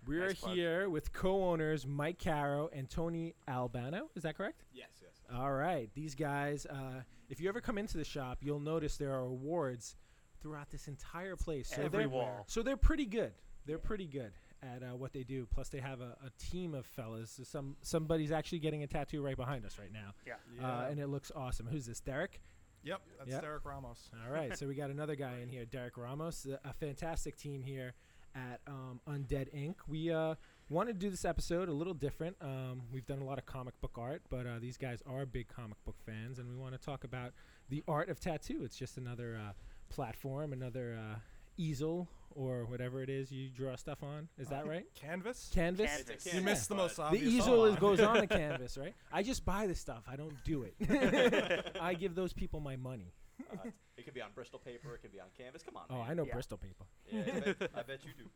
Speaker 1: We are here with co-owners Mike Caro and Tony Albano. Is that correct?
Speaker 6: Yes, yes.
Speaker 1: All right, these guys. Uh, if you ever come into the shop, you'll notice there are awards throughout this entire place. So
Speaker 3: Every
Speaker 1: they're-
Speaker 3: wall.
Speaker 1: So they're pretty good. They're pretty good at uh, what they do. Plus, they have a, a team of fellas. So some somebody's actually getting a tattoo right behind us right now,
Speaker 3: Yeah.
Speaker 1: uh, and it looks awesome. Who's this, Derek?
Speaker 6: Yep, that's
Speaker 1: Yep.
Speaker 6: Derek Ramos.
Speaker 1: All right,
Speaker 6: [laughs]
Speaker 1: so we got another guy in here, Derek Ramos, a- a fantastic team here at um, Undead Inc. We uh, wanted to do this episode a little different. Um, we've done a lot of comic book art, but uh, these guys are big comic book fans, and we want to talk about the art of tattoo. It's just another uh, platform, another uh, easel or whatever it is you draw stuff on. Is that right?
Speaker 6: Canvas?
Speaker 1: Canvas.
Speaker 5: Canvas.
Speaker 6: you
Speaker 5: Yeah.
Speaker 6: missed the most
Speaker 1: The
Speaker 6: obvious.
Speaker 1: easel
Speaker 6: one.
Speaker 1: is, goes
Speaker 6: [laughs]
Speaker 1: on the canvas, right? I just buy the stuff. I don't do it.
Speaker 6: [laughs]
Speaker 1: [laughs] I give those people my money.
Speaker 4: Uh, it could be on Bristol paper. It could be on canvas. Come on.
Speaker 1: Oh,
Speaker 4: man.
Speaker 1: I know
Speaker 5: Yeah.
Speaker 1: Bristol people.
Speaker 4: Yeah, I, bet, I bet you do.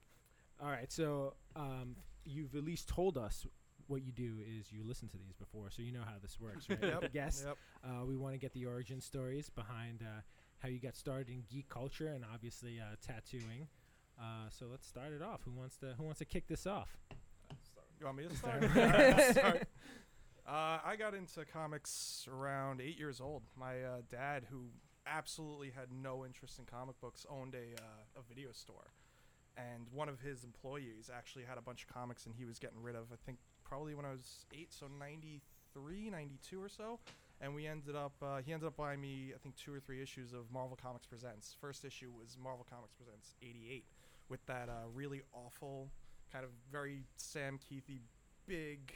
Speaker 1: All right, so um, you've at least told us what you do is you listen to these before, so you know how this works, right?
Speaker 6: [laughs] Yep,
Speaker 1: The guests.
Speaker 6: Yep.
Speaker 1: Uh, we want to get the origin stories behind uh, how you got started in geek culture and obviously uh, tattooing. Uh, so let's start it off. Who wants to Who wants to kick this off?
Speaker 6: You want me to [laughs] start? All right, I'll start. Uh, I got into comics around eight years old. My uh, dad, who absolutely had no interest in comic books, owned a, uh, a video store. And one of his employees actually had a bunch of comics and he was getting rid of, I think, probably when I was eight, so 93, 92 or so. And we ended up, uh, he ended up buying me, I think, two or three issues of Marvel Comics Presents. First issue was Marvel Comics Presents 88 with that uh, really awful, kind of very Sam Keithy, big,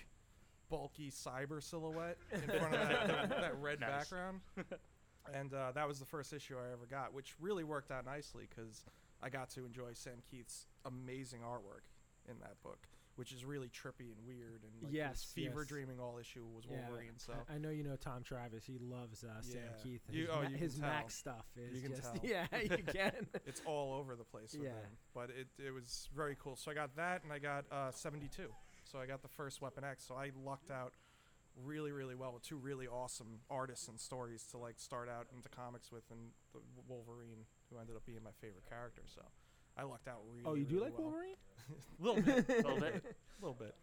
Speaker 6: bulky cyber silhouette in front of that, that, red
Speaker 3: Nice.
Speaker 6: background. And uh, that was the first issue I ever got, which really worked out nicely because I got to enjoy Sam Keith's amazing artwork in that book, which is really trippy and weird. And like,
Speaker 1: Yes,
Speaker 6: his fever
Speaker 1: yes.
Speaker 6: dreaming all issue was Wolverine.
Speaker 1: [laughs]
Speaker 6: So
Speaker 1: I, I know you know Tom Travis. He loves uh, Sam
Speaker 6: Yeah.
Speaker 1: Keith. His,
Speaker 6: You- oh,
Speaker 1: ma-
Speaker 6: you can
Speaker 1: his
Speaker 6: tell.
Speaker 1: Mac stuff is
Speaker 6: You can
Speaker 1: just
Speaker 6: tell.
Speaker 1: [laughs] yeah, you
Speaker 6: [laughs]
Speaker 1: can.
Speaker 6: it's all over the place with
Speaker 1: Yeah.
Speaker 6: him. But it, it was very cool. So I got that, and I got uh, 72. So I got the first Weapon X. So I lucked out really, really well with two really awesome artists and stories to like start out into comics with, and the Wolverine, who ended up being my favorite character. So I lucked out really.
Speaker 1: oh, you do
Speaker 6: really
Speaker 1: like
Speaker 6: well.
Speaker 1: Wolverine?
Speaker 6: little bit,
Speaker 5: Build it.
Speaker 6: a little bit.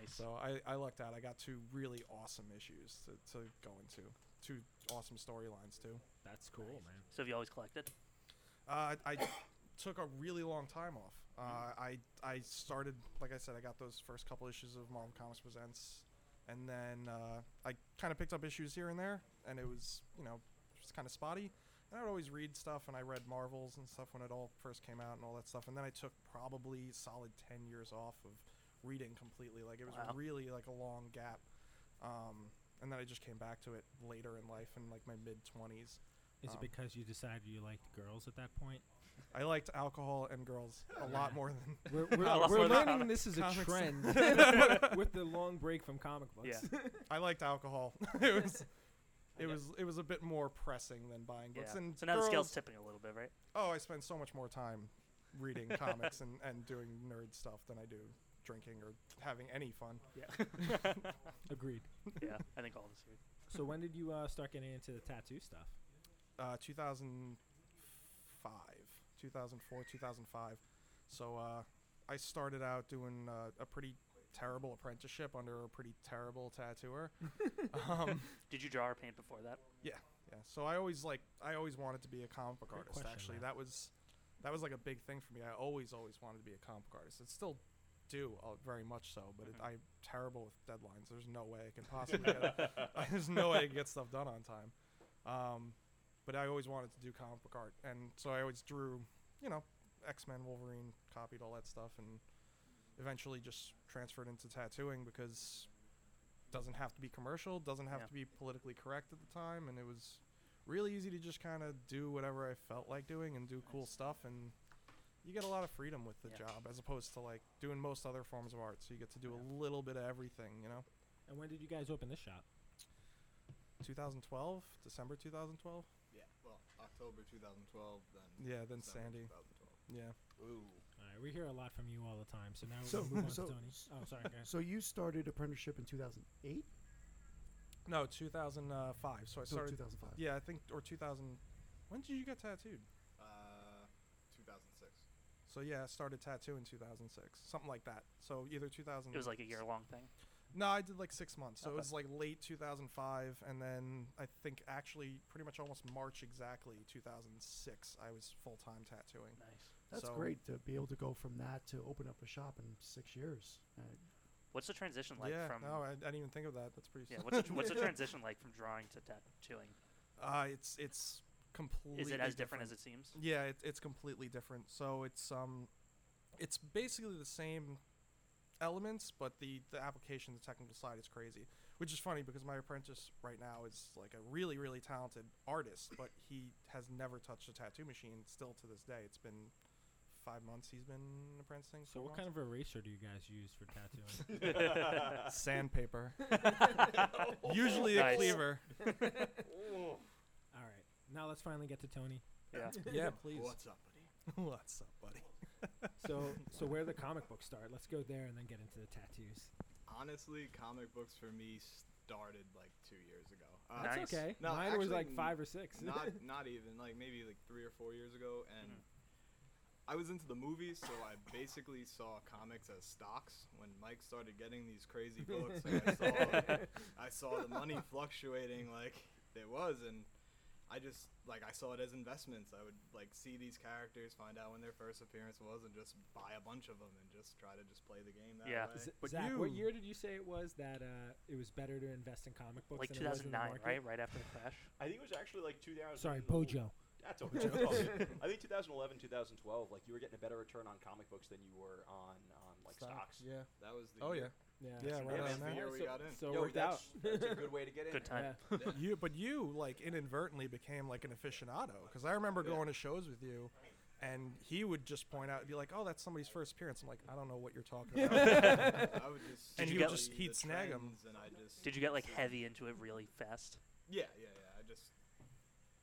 Speaker 5: Nice.
Speaker 6: So I, I lucked out. I got two really awesome issues to, to go into. Two awesome storylines too.
Speaker 1: That's cool, man.
Speaker 7: So have you always collected?
Speaker 6: Uh, I took a really long time off. Uh, I I started, like I said, I got those first couple issues of Marvel Comics Presents, and then uh, I kind of picked up issues here and there, and it was you know just kind of spotty. And I would always read stuff, and I read Marvels and stuff when it all first came out and all that stuff. And then I took probably solid ten years off of reading completely. Like it was
Speaker 7: Wow.
Speaker 6: really like a long gap. Um, and then I just came back to it later in life, in like my mid twenties.
Speaker 1: Is
Speaker 6: Um,
Speaker 1: it because you decided you liked girls at that point?
Speaker 6: I liked alcohol and girls a lot more than
Speaker 1: We're,
Speaker 6: [laughs]
Speaker 1: we're,
Speaker 7: I love
Speaker 1: we're
Speaker 7: where that-
Speaker 1: learning this is a
Speaker 6: comics.
Speaker 1: trend
Speaker 6: [laughs]
Speaker 1: with the long break from comic books.
Speaker 7: Yeah.
Speaker 6: I liked alcohol. it was it was it was a bit more pressing than buying
Speaker 7: Yeah.
Speaker 6: books. And
Speaker 7: so now the scale's
Speaker 6: girls-
Speaker 7: tipping a little bit, right?
Speaker 6: Oh, I spend so much more time reading comics and, and doing nerd stuff than I do drinking or having any fun.
Speaker 1: [laughs] Agreed.
Speaker 7: Yeah, I think all this year.
Speaker 1: So when did you uh, start getting into the tattoo stuff?
Speaker 6: Uh, 2005, 2004, 2005. So uh, I started out doing uh, a pretty terrible apprenticeship under a pretty terrible tattooer. um,
Speaker 7: Did you draw or paint before that?
Speaker 6: Yeah. So I always like I always wanted to be a comic book
Speaker 1: Great
Speaker 6: artist.
Speaker 1: question,
Speaker 6: actually,
Speaker 1: Matt.
Speaker 6: that was that was like a big thing for me. I always always wanted to be a comic book artist. It still do uh, very much so, but it,
Speaker 1: Mm-hmm.
Speaker 7: Mhm.
Speaker 6: I'm terrible with deadlines. There's no way I can possibly get
Speaker 1: [laughs]
Speaker 6: it. [laughs] there's no way I can get stuff done on time. Um, but I always wanted to do comic book art, and so I always drew, you know, X Men, Wolverine, copied all that stuff, and eventually just transferred into tattooing because doesn't have to be commercial, doesn't have
Speaker 7: Yeah.
Speaker 6: to be politically correct at the time, and it was really easy to just kind of do whatever I felt like doing and do cool stuff, and you get a lot of freedom with the
Speaker 7: Yeah.
Speaker 6: job as opposed to like doing most other forms of art. So you get to do a little bit of everything, you know.
Speaker 1: And when did you guys open this shop?
Speaker 6: 2012, December 2012.
Speaker 8: Yeah, well, October 2012, then.
Speaker 6: Yeah, then Sandy.
Speaker 8: December 2012.
Speaker 6: Yeah.
Speaker 4: Ooh.
Speaker 1: All right, we hear a lot from you all the time, so now
Speaker 2: So-
Speaker 1: we'll move on
Speaker 2: so-
Speaker 1: to Tony. Oh, sorry,
Speaker 2: [laughs]
Speaker 1: guys.
Speaker 2: So you started apprenticeship in 2008?
Speaker 6: No, 2005. So I
Speaker 2: So
Speaker 6: started.
Speaker 2: 2005.
Speaker 6: Yeah, I think or 2000. When did you get tattooed?
Speaker 8: Uh, 2006.
Speaker 6: So yeah, I started tattoo in 2006, something like that. So either 2000.
Speaker 7: It was like a year long thing.
Speaker 6: No, I did like six months. So
Speaker 7: Okay.
Speaker 6: it was like late 2005, and then I think actually pretty much almost March exactly 2006, I was full time tattooing.
Speaker 7: Nice.
Speaker 2: That's
Speaker 6: So-
Speaker 2: great to be able to go from that to open up a shop in six years. Uh,
Speaker 7: What's the transition like
Speaker 6: yeah.
Speaker 7: from?
Speaker 6: No, I, I didn't even think of that. That's pretty.
Speaker 7: yeah. What's the,
Speaker 6: [laughs]
Speaker 7: tr- what's the transition like from drawing to tattooing?
Speaker 6: uh, it's it's completely.
Speaker 7: Is it as different as it seems?
Speaker 6: Yeah, it, it's completely different. So it's um, it's basically the same elements, but the the application, the technical side is crazy. which is funny because my apprentice right now is like a really really talented artist, but he has never touched a tattoo machine still to this day. It's been five months he's been apprenticing.
Speaker 1: So, what kind of eraser do you guys use for
Speaker 2: [laughs]
Speaker 1: tattooing?
Speaker 6: of sandpaper? Usually a
Speaker 7: Nice.
Speaker 6: cleaver. [laughs]
Speaker 1: All right, now let's finally get to Tony. [laughs]
Speaker 7: Yeah.
Speaker 6: Yeah, please.
Speaker 8: What's up, buddy?
Speaker 6: What's up, buddy?
Speaker 1: So, so where the comic books start? Let's go there and then get into the tattoos.
Speaker 8: Honestly, comic books for me started like two years ago. Uh,
Speaker 7: Nice.
Speaker 1: That's okay.
Speaker 8: No,
Speaker 1: Mine was
Speaker 8: actually
Speaker 1: like
Speaker 8: n-
Speaker 1: five or six. [laughs]
Speaker 8: [laughs] not not even like maybe like three or four years ago, and
Speaker 7: Mm-hmm.
Speaker 8: I was into the movies, so I basically saw comics as stocks. When Mike started getting these crazy books, and I saw
Speaker 7: [laughs]
Speaker 8: I saw the money fluctuating like it was, and I just like I saw it as investments. I would like see these characters, find out when their first appearance was, and just buy a bunch of them and just try to just play the game that
Speaker 7: Yeah.
Speaker 8: way.
Speaker 1: Z-
Speaker 6: But
Speaker 1: Zach, what
Speaker 6: you-
Speaker 1: year did you say it was that uh, it was better to invest in comic books?
Speaker 7: Like
Speaker 1: than it was in the
Speaker 7: 2009,
Speaker 1: market?
Speaker 7: right? Right after the crash.
Speaker 4: I think it was actually like 2000.
Speaker 1: Sorry, Bojo.
Speaker 4: That's [laughs] okay. I think 2011, 2012, like you were getting a better return on comic books than you were on on like stocks.
Speaker 6: Yeah.
Speaker 8: That was the
Speaker 6: Oh yeah.
Speaker 8: year.
Speaker 6: Yeah, right
Speaker 8: that's
Speaker 6: on
Speaker 8: the
Speaker 6: that.
Speaker 8: year we
Speaker 1: so,
Speaker 8: got in.
Speaker 1: so it
Speaker 4: Yo,
Speaker 1: worked out. [laughs]
Speaker 4: that's, [laughs] that's a good way to get in.
Speaker 7: Good time.
Speaker 1: Yeah.
Speaker 6: you but you like inadvertently became like an aficionado because i remember going to shows with you and he would just point out be like oh that's somebody's first appearance i'm like i don't know what you're talking about
Speaker 7: [laughs]
Speaker 8: I would just
Speaker 6: And
Speaker 8: see
Speaker 7: you get-
Speaker 8: the
Speaker 6: just- he'd snag 'em.
Speaker 8: trends, and I just
Speaker 7: Did you get like heavy into it really fast?
Speaker 8: Yeah, yeah, yeah. I just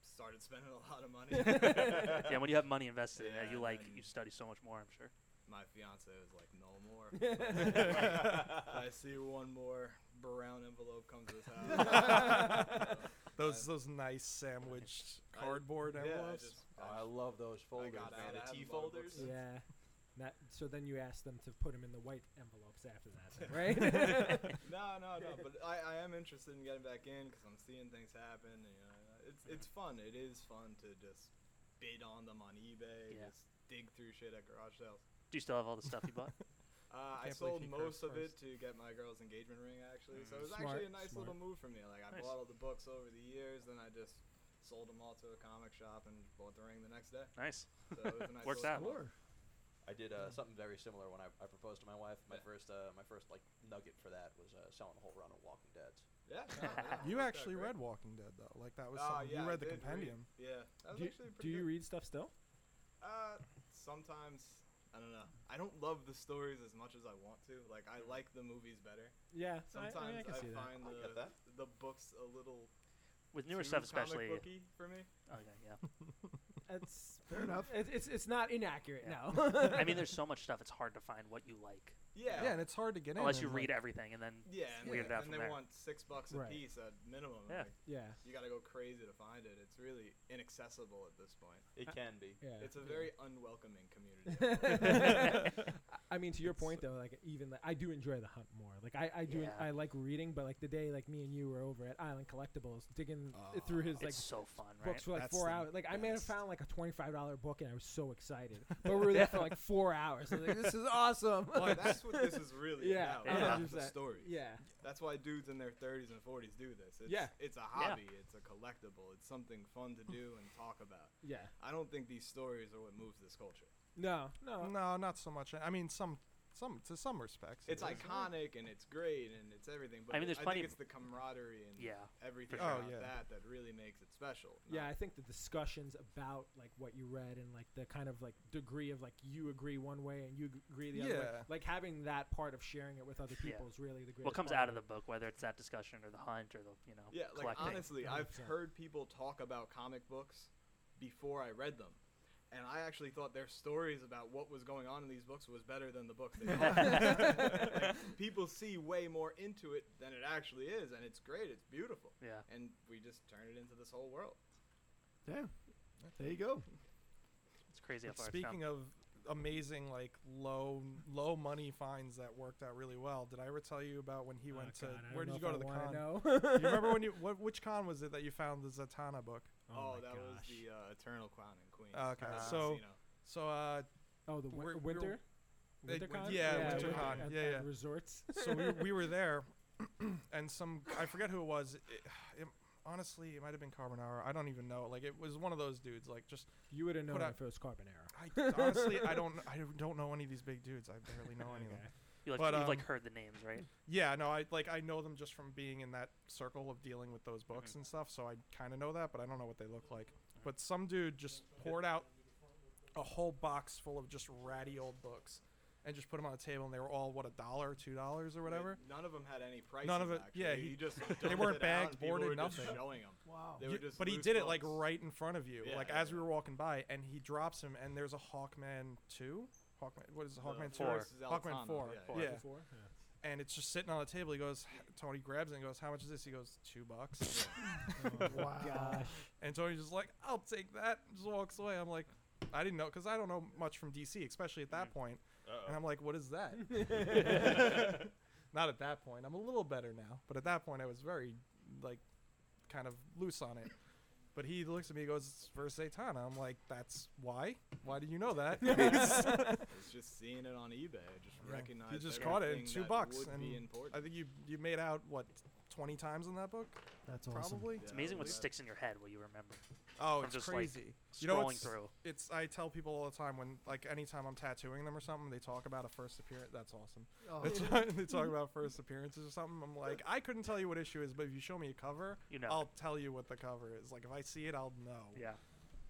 Speaker 8: started spending a lot of money.
Speaker 7: yeah. When you have money invested in it,
Speaker 8: Yeah,
Speaker 7: you
Speaker 8: and
Speaker 7: like
Speaker 8: then-
Speaker 7: you study so much more. I'm sure.
Speaker 8: My fiance was like, "No more." [laughs] I see one more brown envelope come to this
Speaker 1: [laughs]
Speaker 8: house.
Speaker 6: those those nice sandwiched
Speaker 8: I-
Speaker 6: cardboard
Speaker 8: yeah, I
Speaker 6: envelopes
Speaker 8: just,
Speaker 4: Oh, I love those folders,
Speaker 8: got out.
Speaker 4: man.
Speaker 8: I
Speaker 4: The T
Speaker 8: have a lot of
Speaker 4: folders.
Speaker 8: books.
Speaker 1: Yeah. That, so then you asked them to put them in the white envelopes after that, then, right? [laughs]
Speaker 8: no, no, no. But I, I am interested in getting back in because I'm seeing things happen. And, you know, it's it's fun. It is fun to just bid on them on eBay.
Speaker 7: Yeah.
Speaker 8: Just dig through shit at garage sales.
Speaker 7: Do you still have all the stuff you bought?
Speaker 8: Uh, I
Speaker 6: can't believe
Speaker 8: sold
Speaker 6: he
Speaker 8: most
Speaker 6: cursed
Speaker 8: of
Speaker 6: first.
Speaker 8: it to get my girl's engagement ring, actually. So it was
Speaker 1: Mm-hmm. Smart,
Speaker 8: actually a nice
Speaker 1: smart.
Speaker 8: little move for me. Like I
Speaker 7: Nice.
Speaker 8: bought all the books over the years, then I just sold them all to a comic shop and bought the ring the next day.
Speaker 7: nice.
Speaker 8: So it was a nice
Speaker 7: [laughs] Works
Speaker 8: little
Speaker 7: out.
Speaker 8: move.
Speaker 4: I did uh, something very similar when I, I proposed to my wife. My
Speaker 8: Yeah.
Speaker 4: first uh, my first like nugget for that was uh, selling a whole run of Walking Dead's.
Speaker 8: Yeah. no, no,
Speaker 1: [laughs]
Speaker 8: it
Speaker 6: you
Speaker 8: worked out
Speaker 6: actually
Speaker 8: great.
Speaker 6: read walking dead though like that was
Speaker 8: Ah,
Speaker 6: something
Speaker 8: yeah,
Speaker 6: you
Speaker 8: I
Speaker 6: read the
Speaker 8: did read.
Speaker 6: compendium
Speaker 8: Yeah. That was
Speaker 1: do,
Speaker 8: actually
Speaker 1: do
Speaker 8: pretty
Speaker 1: you
Speaker 8: good.
Speaker 1: read stuff still?
Speaker 8: Uh, sometimes I don't know. I don't love the stories as much as I want to. Like I like the movies better.
Speaker 1: Yeah, I,
Speaker 8: Sometimes
Speaker 1: I, mean, I can see that.
Speaker 8: find
Speaker 4: I
Speaker 8: the
Speaker 4: get that.
Speaker 8: the books a little
Speaker 7: With newer
Speaker 8: too
Speaker 7: stuff,
Speaker 8: comic
Speaker 7: especially. Oh
Speaker 8: booky for me.
Speaker 7: yeah, yeah.
Speaker 1: It's fair enough. It's it's, it's not inaccurate.
Speaker 7: Yeah.
Speaker 1: No.
Speaker 7: I mean, there's so much stuff. It's hard to find what you like
Speaker 8: Yeah.
Speaker 6: yeah and it's hard to get in
Speaker 7: unless
Speaker 6: and,
Speaker 7: you
Speaker 6: like,
Speaker 7: read
Speaker 8: [laughs]
Speaker 7: everything and then
Speaker 8: Yeah, and,
Speaker 7: weird
Speaker 8: they,
Speaker 7: out from
Speaker 8: and they
Speaker 7: there.
Speaker 8: want six bucks a
Speaker 1: Right.
Speaker 8: piece at minimum.
Speaker 7: Yeah.
Speaker 8: Like,
Speaker 1: [laughs] yeah.
Speaker 8: you got to go crazy to find it. It's really inaccessible at this point.
Speaker 4: It can be.
Speaker 1: Yeah.
Speaker 8: It's a very unwelcoming
Speaker 1: [laughs]
Speaker 8: community.
Speaker 7: [laughs]
Speaker 8: [laughs]
Speaker 1: I mean, to your point though, like even like, I do enjoy the hunt more. Like I, I do en-
Speaker 7: Yeah.
Speaker 1: I like reading, but like the day like me and you were over at Island Collectibles digging through his like
Speaker 7: Oh, it's so fun, right?
Speaker 1: books for like
Speaker 6: That's
Speaker 1: four
Speaker 6: the
Speaker 1: hours. Like I may have
Speaker 6: best.
Speaker 1: found like a twenty five dollar book and I was so
Speaker 7: [laughs]
Speaker 1: excited, but we were there for like four hours. I was like this
Speaker 6: [laughs]
Speaker 1: is awesome.
Speaker 8: Well, that's what this is really
Speaker 1: Yeah,
Speaker 8: about.
Speaker 7: yeah.
Speaker 8: not the
Speaker 1: 100%.
Speaker 8: stories.
Speaker 1: yeah,
Speaker 8: That's why dudes in their 30s and 40s do this. It's,
Speaker 1: Yeah.
Speaker 8: It's a hobby. It's a collectible. It's something fun to do and talk about.
Speaker 1: yeah.
Speaker 8: I don't think these stories are what moves this culture.
Speaker 1: No, no.
Speaker 6: no not so much i mean some some to some respects it
Speaker 8: It's
Speaker 6: is.
Speaker 8: iconic and it's great and it's everything. But
Speaker 7: I mean, there's
Speaker 8: I
Speaker 7: plenty
Speaker 8: think
Speaker 7: of-
Speaker 8: it's the camaraderie and
Speaker 7: Yeah,
Speaker 8: everything
Speaker 6: sure. Oh,
Speaker 8: about
Speaker 6: yeah.
Speaker 8: that that really makes it special.
Speaker 1: Yeah,
Speaker 8: Not-
Speaker 1: I think the discussions about like what you read and like the kind of like degree of like you agree one way and you g- agree the other way.
Speaker 6: Yeah.
Speaker 1: Like having that part of sharing it with other
Speaker 7: Yeah.
Speaker 1: people is really the greatest.
Speaker 7: what comes
Speaker 1: part
Speaker 7: out of the book, whether it's that discussion or the hunt or the you know
Speaker 8: Yeah, like
Speaker 7: collecting.
Speaker 8: honestly, I've
Speaker 1: 100%.
Speaker 8: heard people talk about comic books before I read them. And I actually thought their stories about what was going on in these books was better than the books they
Speaker 6: [laughs]
Speaker 8: [laughs] read. Like, people see way more into it than it actually is, and it's great. It's beautiful.
Speaker 7: [laughs] yeah.
Speaker 8: And we just turn it into this whole world.
Speaker 2: Yeah. There you go.
Speaker 7: It's crazy how
Speaker 6: But
Speaker 7: far
Speaker 6: speaking of amazing like low low money finds that worked out really well did i ever tell you about when he
Speaker 1: Oh,
Speaker 6: went to
Speaker 1: God, I don't
Speaker 6: where did
Speaker 1: know
Speaker 6: you
Speaker 1: if
Speaker 6: go
Speaker 1: I
Speaker 6: to the
Speaker 1: wanna
Speaker 6: [laughs]
Speaker 1: [laughs]
Speaker 6: con
Speaker 1: know. Oh,
Speaker 6: Do you remember when you what, which con was it that you found the Zatanna book? Ah,
Speaker 8: Oh,
Speaker 1: my
Speaker 8: that was
Speaker 1: gosh.
Speaker 8: the uh, Eternal Clown and Queen.
Speaker 6: Okay,
Speaker 8: uh,
Speaker 6: so-
Speaker 8: Casino.
Speaker 6: So uh,
Speaker 1: Oh, the win-
Speaker 6: We're- we were-
Speaker 1: winter.
Speaker 6: They-
Speaker 1: Winter con?
Speaker 6: yeah,
Speaker 8: Winter
Speaker 1: win-
Speaker 6: con,
Speaker 1: at-
Speaker 6: yeah,
Speaker 1: at
Speaker 6: yeah.
Speaker 1: Resorts.
Speaker 6: [laughs] so we, we were there, [clears throat] and some I forget who it was. It, it, honestly, it might have been Carbonara. I don't even know. Like it was one of those dudes. Like just
Speaker 1: You would have known
Speaker 6: Put out-
Speaker 1: if it was Carbonara.
Speaker 6: I honestly I don't I don't know any of these big dudes. I barely know any of
Speaker 1: [laughs]
Speaker 6: them.
Speaker 1: Okay.
Speaker 7: You like
Speaker 6: But,
Speaker 7: you've like
Speaker 6: um,
Speaker 7: heard the names, right?
Speaker 6: Yeah, no, I like I know them just from being in that circle of dealing with those
Speaker 8: Mm-hmm.
Speaker 6: books and stuff, so I kind of know that, but I don't know what they look like. But some dude just poured out a whole box full of just ratty old books and just put them on the table, and they were all what a dollar, two dollars, or whatever.
Speaker 8: None of them had any price.
Speaker 6: None of it-
Speaker 8: Actually.
Speaker 6: yeah,
Speaker 8: he,
Speaker 6: he-
Speaker 8: just
Speaker 6: [laughs] they
Speaker 8: dumped
Speaker 6: weren't
Speaker 8: it out
Speaker 6: bagged,
Speaker 8: and people
Speaker 6: boarded,
Speaker 8: were just
Speaker 6: nothing.
Speaker 8: Showing 'em.
Speaker 2: Wow.
Speaker 8: They
Speaker 6: You-
Speaker 8: were just
Speaker 6: but he
Speaker 8: loose
Speaker 6: did it like
Speaker 8: books.
Speaker 6: right in front of you,
Speaker 8: Yeah,
Speaker 6: like
Speaker 8: yeah,
Speaker 6: as we
Speaker 8: yeah.
Speaker 6: were walking by, and he drops him, and there's a Hawkman two, Hawkman. What is it,
Speaker 8: The
Speaker 6: Hawkman two?
Speaker 7: Four.
Speaker 8: Forrest is
Speaker 6: Hawkman
Speaker 8: Alitana,
Speaker 6: four.
Speaker 8: yeah,
Speaker 6: yeah.
Speaker 1: [laughs] Four?
Speaker 6: Oh,
Speaker 1: Yeah.
Speaker 6: and it's just sitting on the table. He goes, Tony grabs it and goes, "How much is this?" He goes, two
Speaker 8: [laughs]
Speaker 6: bucks."
Speaker 2: wow.
Speaker 6: and Tony's just like, "I'll take that." and Just walks away. I'm like, I didn't know because I don't know much from DC, especially at
Speaker 7: Mm.
Speaker 6: that point. And I'm like, "What
Speaker 7: [laughs]
Speaker 6: is that?" Not at that point. I'm a little better now, but at that point, I was very like kind of loose on it. But he looks at me, he goes, "It's for Satana." I'm like, "That's why? Why do you know that?"
Speaker 7: [laughs]
Speaker 8: It's just seeing it on eBay. I just
Speaker 6: Yeah.
Speaker 8: recognized.
Speaker 6: You just caught it in
Speaker 8: everything
Speaker 6: two
Speaker 8: that
Speaker 6: bucks,
Speaker 8: would
Speaker 6: and
Speaker 8: be
Speaker 6: I
Speaker 8: important.
Speaker 6: think you you made out what twenty times in that book,
Speaker 2: That's awesome.
Speaker 6: probably.
Speaker 8: Yeah,
Speaker 7: It's amazing what
Speaker 8: yeah.
Speaker 7: sticks in your head, what you remember.
Speaker 6: Oh,
Speaker 7: From
Speaker 6: it's
Speaker 7: just, like,
Speaker 6: crazy.
Speaker 7: Scrolling
Speaker 6: You know what's-
Speaker 7: through.
Speaker 6: it's I tell people all the time when like anytime I'm tattooing them or something, they talk about a first appearance. That's awesome.
Speaker 2: Oh.
Speaker 6: That's why they talk [laughs] about first appearances or something. I'm like, I couldn't tell you what issue is, but if you show me a cover,
Speaker 7: You know.
Speaker 6: I'll tell you what the cover is. Like if I see it, I'll know.
Speaker 7: Yeah.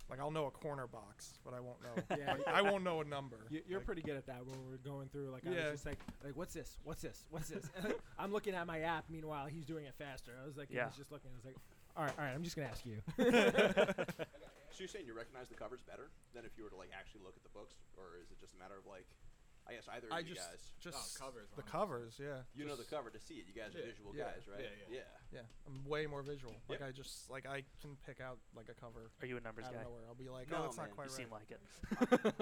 Speaker 6: Like I'll know a corner box, but I won't know.
Speaker 1: Yeah.
Speaker 6: Like, I won't know a number.
Speaker 1: [laughs] You- You're pretty good at that when we're going through. Like I
Speaker 6: Yeah.
Speaker 1: was just like, like what's this? What's this? What's this? [laughs] I'm looking at my app. Meanwhile, he's doing it faster. I was like,
Speaker 7: Yeah.
Speaker 1: he's just looking. I was like, all right, all right. I'm just gonna ask you.
Speaker 6: [laughs]
Speaker 1: [laughs]
Speaker 4: So you're saying you recognize the covers better than if you were to like actually look at the books, or is it just a matter of like, I guess either of
Speaker 6: I
Speaker 4: you
Speaker 6: just
Speaker 4: guys, Oh,
Speaker 6: just
Speaker 8: covers,
Speaker 6: the
Speaker 8: honestly.
Speaker 6: covers, yeah.
Speaker 4: you know the cover to see it. You guys are
Speaker 8: Yeah,
Speaker 4: visual
Speaker 8: yeah,
Speaker 4: guys, right?
Speaker 8: yeah, yeah.
Speaker 6: Yeah, I'm way more visual. Like
Speaker 4: Yep.
Speaker 6: I just like I can pick out like a cover
Speaker 7: Are you a numbers
Speaker 6: out
Speaker 7: guy?
Speaker 6: of nowhere. I'll be like,
Speaker 4: No,
Speaker 6: oh, that's
Speaker 4: man,
Speaker 6: not quite
Speaker 7: You
Speaker 6: right.
Speaker 7: seem like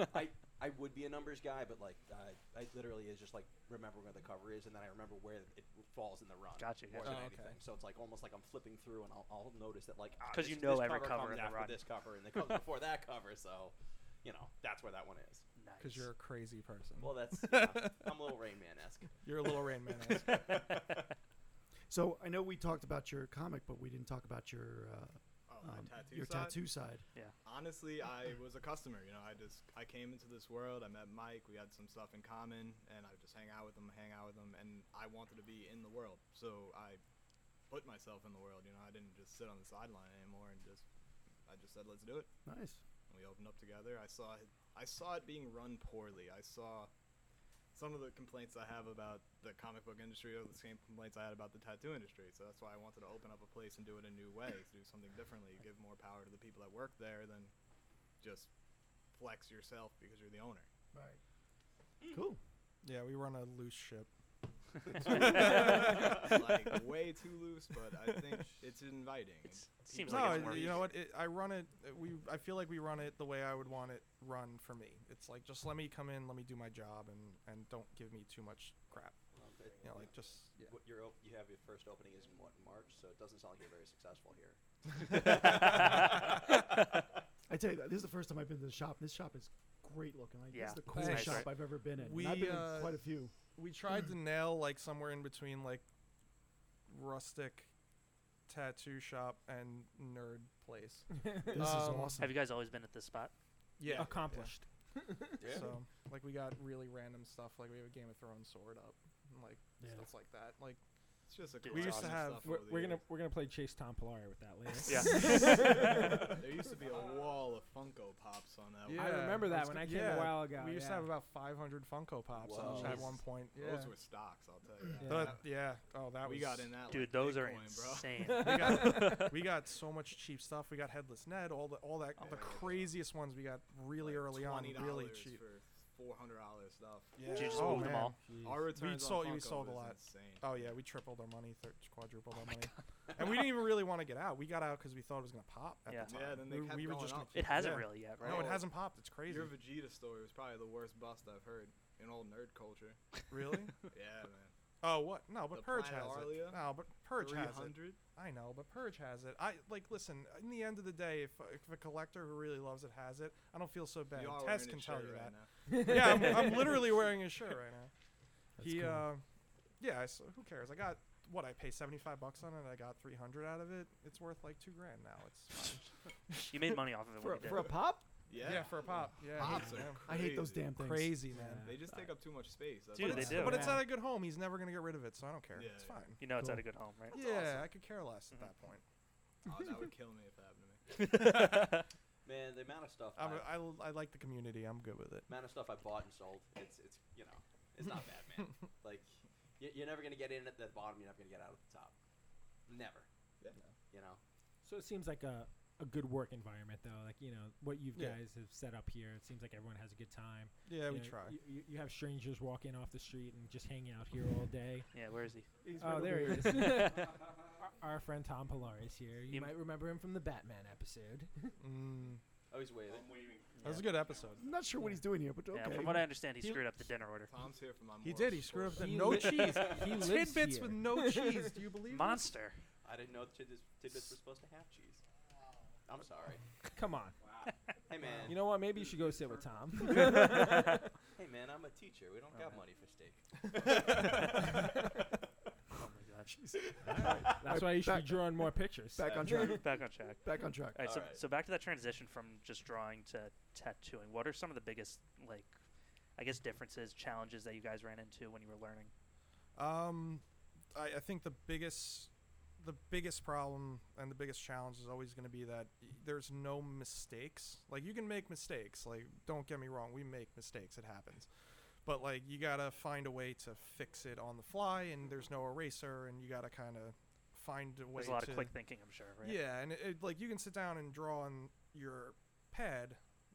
Speaker 6: [laughs]
Speaker 7: it.
Speaker 4: I I would be a numbers guy, but like uh, I literally is just like remember where the cover is, and then I remember where it falls in the run.
Speaker 7: Gotcha,
Speaker 4: More
Speaker 7: gotcha.
Speaker 4: than
Speaker 6: Oh, okay.
Speaker 4: anything. So it's like almost like I'm flipping through, and I'll, I'll notice that like ah,
Speaker 7: 'Cause you
Speaker 4: this-
Speaker 7: know
Speaker 4: this
Speaker 7: every cover
Speaker 4: comes
Speaker 7: in the
Speaker 4: after
Speaker 7: run.
Speaker 4: this cover, and it comes before that cover. So, you know, that's where that one is.
Speaker 6: Because
Speaker 7: Nice.
Speaker 6: you're a crazy person.
Speaker 4: Well,
Speaker 7: [laughs]
Speaker 4: that's yeah, I'm a little Rain Man esque.
Speaker 6: You're a little
Speaker 4: [laughs]
Speaker 6: Rain Man.
Speaker 2: So I know we talked about your comic, but we didn't talk about your uh,
Speaker 8: Oh, my
Speaker 2: um,
Speaker 8: tattoo
Speaker 2: your
Speaker 8: side?
Speaker 2: tattoo side.
Speaker 8: honestly i was a customer you know i just i came into this world i met mike we had some stuff in common and i would just hang out with him hang out with him and i wanted to be in the world so i put myself in the world you know i didn't just sit on the sideline anymore and just i just said let's do it
Speaker 2: Nice.
Speaker 8: and we opened up together i saw it i saw it being run poorly i saw some of the complaints i have about the comic book industry are the same complaints i had about the tattoo industry so that's why i wanted to open up a place and do it a new way do something differently give more power to the people that work there than just flex yourself because you're the owner
Speaker 2: Right. Cool.
Speaker 6: yeah, we run a loose ship.
Speaker 8: [laughs] like way too loose but i think it's inviting and
Speaker 7: It's- seems
Speaker 8: people get
Speaker 7: like
Speaker 6: no,
Speaker 7: it's
Speaker 8: more
Speaker 7: more
Speaker 6: you
Speaker 8: easy.
Speaker 6: know what? It, I run it. uh, We I feel like we run it the way I would want it run for me. It's like just let me come in, let me do my job, and and don't give me too much crap. You know, like just yeah.
Speaker 4: Um, What your op- you have your first opening is in what March, so it doesn't sound like you're very successful here.
Speaker 1: [laughs]
Speaker 2: I tell you, that, this is the first time I've been to the shop. This shop is great looking. Like, this
Speaker 7: Yeah,
Speaker 2: is the
Speaker 7: it's
Speaker 2: coolest
Speaker 6: nice,
Speaker 2: shop
Speaker 7: right?
Speaker 2: I've ever been in. and
Speaker 6: We,
Speaker 2: I've been
Speaker 6: uh,
Speaker 2: in quite a few.
Speaker 6: We tried to nail like somewhere in between like rustic tattoo shop and nerd place.
Speaker 2: [laughs] This is
Speaker 6: Um,
Speaker 2: awesome.
Speaker 7: Have you guys always been at this spot?
Speaker 6: Yeah.
Speaker 1: Accomplished.
Speaker 4: Yeah.
Speaker 6: So like we got really random stuff. Like we have a Game of Thrones sword up, and like
Speaker 2: Yeah.
Speaker 6: stuff like that. Like
Speaker 8: it's just a
Speaker 7: We
Speaker 8: collection
Speaker 6: used to
Speaker 8: of
Speaker 6: have-
Speaker 8: stuff
Speaker 1: We're,
Speaker 8: over the
Speaker 1: we're gonna
Speaker 8: years.
Speaker 1: we're gonna play Chase Tom Pilari with that later.
Speaker 7: Yeah.
Speaker 1: [laughs]
Speaker 8: there used to be a wall of funko pops on Oh, that
Speaker 6: Yeah.
Speaker 1: I remember that
Speaker 6: that's
Speaker 1: when
Speaker 6: good.
Speaker 1: I came
Speaker 6: Yeah,
Speaker 1: a while ago.
Speaker 6: we used
Speaker 1: yeah.
Speaker 6: to
Speaker 1: [laughs]
Speaker 6: have about 500 Funko Pops
Speaker 4: Whoa.
Speaker 6: at one point. Yeah.
Speaker 8: Those were stocks, I'll tell you.
Speaker 6: yeah.
Speaker 8: That.
Speaker 6: That- yeah. Oh, that
Speaker 8: we
Speaker 6: was.
Speaker 8: got in that.
Speaker 7: Dude,
Speaker 8: like
Speaker 7: those are
Speaker 8: Bitcoin, bro.
Speaker 7: insane.
Speaker 6: We [laughs] got, we got so much cheap stuff. We got headless Ned. All the all that
Speaker 8: Oh
Speaker 6: the
Speaker 8: my God.
Speaker 6: craziest ones we got [laughs] really
Speaker 8: Like
Speaker 6: early on,
Speaker 8: $20
Speaker 6: really cheap.
Speaker 8: for four hundred dollars stuff.
Speaker 6: Yeah.
Speaker 7: Did you just
Speaker 6: oh,
Speaker 7: move them
Speaker 6: man.
Speaker 7: all?
Speaker 8: Our returns
Speaker 6: sold-
Speaker 8: on
Speaker 6: we
Speaker 8: Funko
Speaker 6: sold a
Speaker 8: was
Speaker 6: lot.
Speaker 8: Insane.
Speaker 6: Oh yeah, we tripled our money, thir- quadrupled
Speaker 8: Oh
Speaker 6: our money, and we didn't even really want to get out. We got out because we thought it was gonna pop. At
Speaker 7: Yeah.
Speaker 6: the time.
Speaker 8: yeah, then they
Speaker 6: we,
Speaker 8: kept
Speaker 6: we were
Speaker 8: going
Speaker 6: just gonna
Speaker 8: up.
Speaker 7: It hasn't
Speaker 6: Yeah.
Speaker 7: really yet, right?
Speaker 6: no, it hasn't popped. It's crazy.
Speaker 8: Your Vegeta story was probably the worst bust I've heard in old nerd culture.
Speaker 6: [laughs] Really?
Speaker 8: [laughs] yeah, man.
Speaker 6: Oh what? No, but
Speaker 8: The
Speaker 6: Purge has
Speaker 8: Planet
Speaker 6: it.
Speaker 8: Arlia?
Speaker 6: No, but Purge has it.
Speaker 8: 300?
Speaker 6: I know, but Purge has it. I like listen. In the end of the day, if, if a collector who really loves it has it, I don't feel so bad.
Speaker 8: You are
Speaker 6: Tess
Speaker 8: wearing
Speaker 6: can
Speaker 8: his
Speaker 6: tell
Speaker 8: shirt
Speaker 6: you
Speaker 8: right
Speaker 6: that.
Speaker 8: now.
Speaker 6: yeah, I'm,
Speaker 8: [laughs]
Speaker 6: I'm literally wearing his shirt right now.
Speaker 2: That's
Speaker 6: he,
Speaker 2: cool.
Speaker 6: uh, yeah. So who cares? I got what I pay seventy five bucks on it. I got three hundred out of it. It's worth like two grand now. It's fine.
Speaker 7: You made money off of it. when
Speaker 1: for,
Speaker 7: you did.
Speaker 1: for a pop.
Speaker 6: Yeah, [laughs]
Speaker 8: Yeah.
Speaker 6: for a pop. Yeah,
Speaker 8: Pops are
Speaker 6: yeah.
Speaker 2: I hate those
Speaker 8: crazy.
Speaker 2: damn things.
Speaker 6: crazy man.
Speaker 8: They just take up too much space. That's
Speaker 7: Dude,
Speaker 8: what
Speaker 7: they
Speaker 8: I-
Speaker 7: do.
Speaker 6: But it's
Speaker 5: Yeah.
Speaker 6: at a good home. He's never gonna get rid of it, so I don't care.
Speaker 8: Yeah, Mm-hmm.
Speaker 6: it's
Speaker 8: yeah.
Speaker 6: fine.
Speaker 7: You know, it's
Speaker 1: Cool.
Speaker 7: at a good home, right?
Speaker 6: yeah, I could care less at that point.
Speaker 8: Oh, that would kill me if that happened to me.
Speaker 4: Man, the amount of stuff
Speaker 6: I'm,
Speaker 4: I-
Speaker 6: I, l- I like the community. I'm good with it.
Speaker 4: amount of stuff I bought and sold, it's it's you know, it's not bad, man. like, you, you're never gonna get in at the bottom. You're never gonna get out at the top. Never.
Speaker 8: Yeah.
Speaker 4: You know.
Speaker 1: So it seems like a, a good work environment, though. Like, you know, what you
Speaker 6: Yeah.
Speaker 1: guys have set up here, it seems like everyone has a good time.
Speaker 6: Yeah,
Speaker 1: you
Speaker 6: we
Speaker 1: know,
Speaker 6: try.
Speaker 1: You, you- you have strangers walk in off the street and just hang out here all day.
Speaker 7: Yeah, where is he?
Speaker 1: oh, there he is. [laughs] our, our friend Tom Pilaris here. You
Speaker 7: You-
Speaker 1: might remember him from the Batman episode.
Speaker 6: Mm,
Speaker 4: Always waiting.
Speaker 6: that was a good episode.
Speaker 2: I'm not sure what he's doing here, but okay.
Speaker 7: Yeah, from what I understand, he
Speaker 6: He-
Speaker 7: screwed up the dinner order.
Speaker 8: Tom's here for my.
Speaker 6: He
Speaker 8: moral
Speaker 6: did. He screwed up the
Speaker 8: support.
Speaker 1: He
Speaker 6: no
Speaker 1: li-
Speaker 6: cheese.
Speaker 1: [laughs] He lives
Speaker 6: Tidbits
Speaker 1: here.
Speaker 6: with no cheese.
Speaker 1: [laughs]
Speaker 6: Do you believe? this?
Speaker 7: Monster.
Speaker 4: I didn't know the tidbits, tidbits were supposed to have cheese. I'm sorry.
Speaker 1: Come on.
Speaker 4: Hey man.
Speaker 1: You know what? Maybe you should go sit with
Speaker 6: [laughs]
Speaker 1: Tom.
Speaker 4: hey man. I'm a teacher. We don't got money for steak. [laughs]
Speaker 7: Oh my gosh.
Speaker 1: That's why you should be
Speaker 2: Back-
Speaker 1: drawing more pictures.
Speaker 2: Back on track.
Speaker 7: Back on track.
Speaker 2: Back on track.
Speaker 7: All right, so,
Speaker 4: Alright.
Speaker 7: so back to that transition from just drawing to tattooing. What are some of the biggest, like, I guess differences, challenges that you guys ran into when you were learning?
Speaker 6: [laughs] Um, I, I think the biggest the biggest problem and the biggest challenge is always going to be that y- there's no mistakes. Like you can make mistakes. Like don't get me wrong, we make mistakes. It happens. But like you got to find a way to fix it on the fly and there's no eraser and you got to kind of find a way
Speaker 7: There's a lot
Speaker 6: to
Speaker 7: of quick thinking, I'm sure, right?
Speaker 6: yeah, and it, it, like you can sit down and draw on your pad,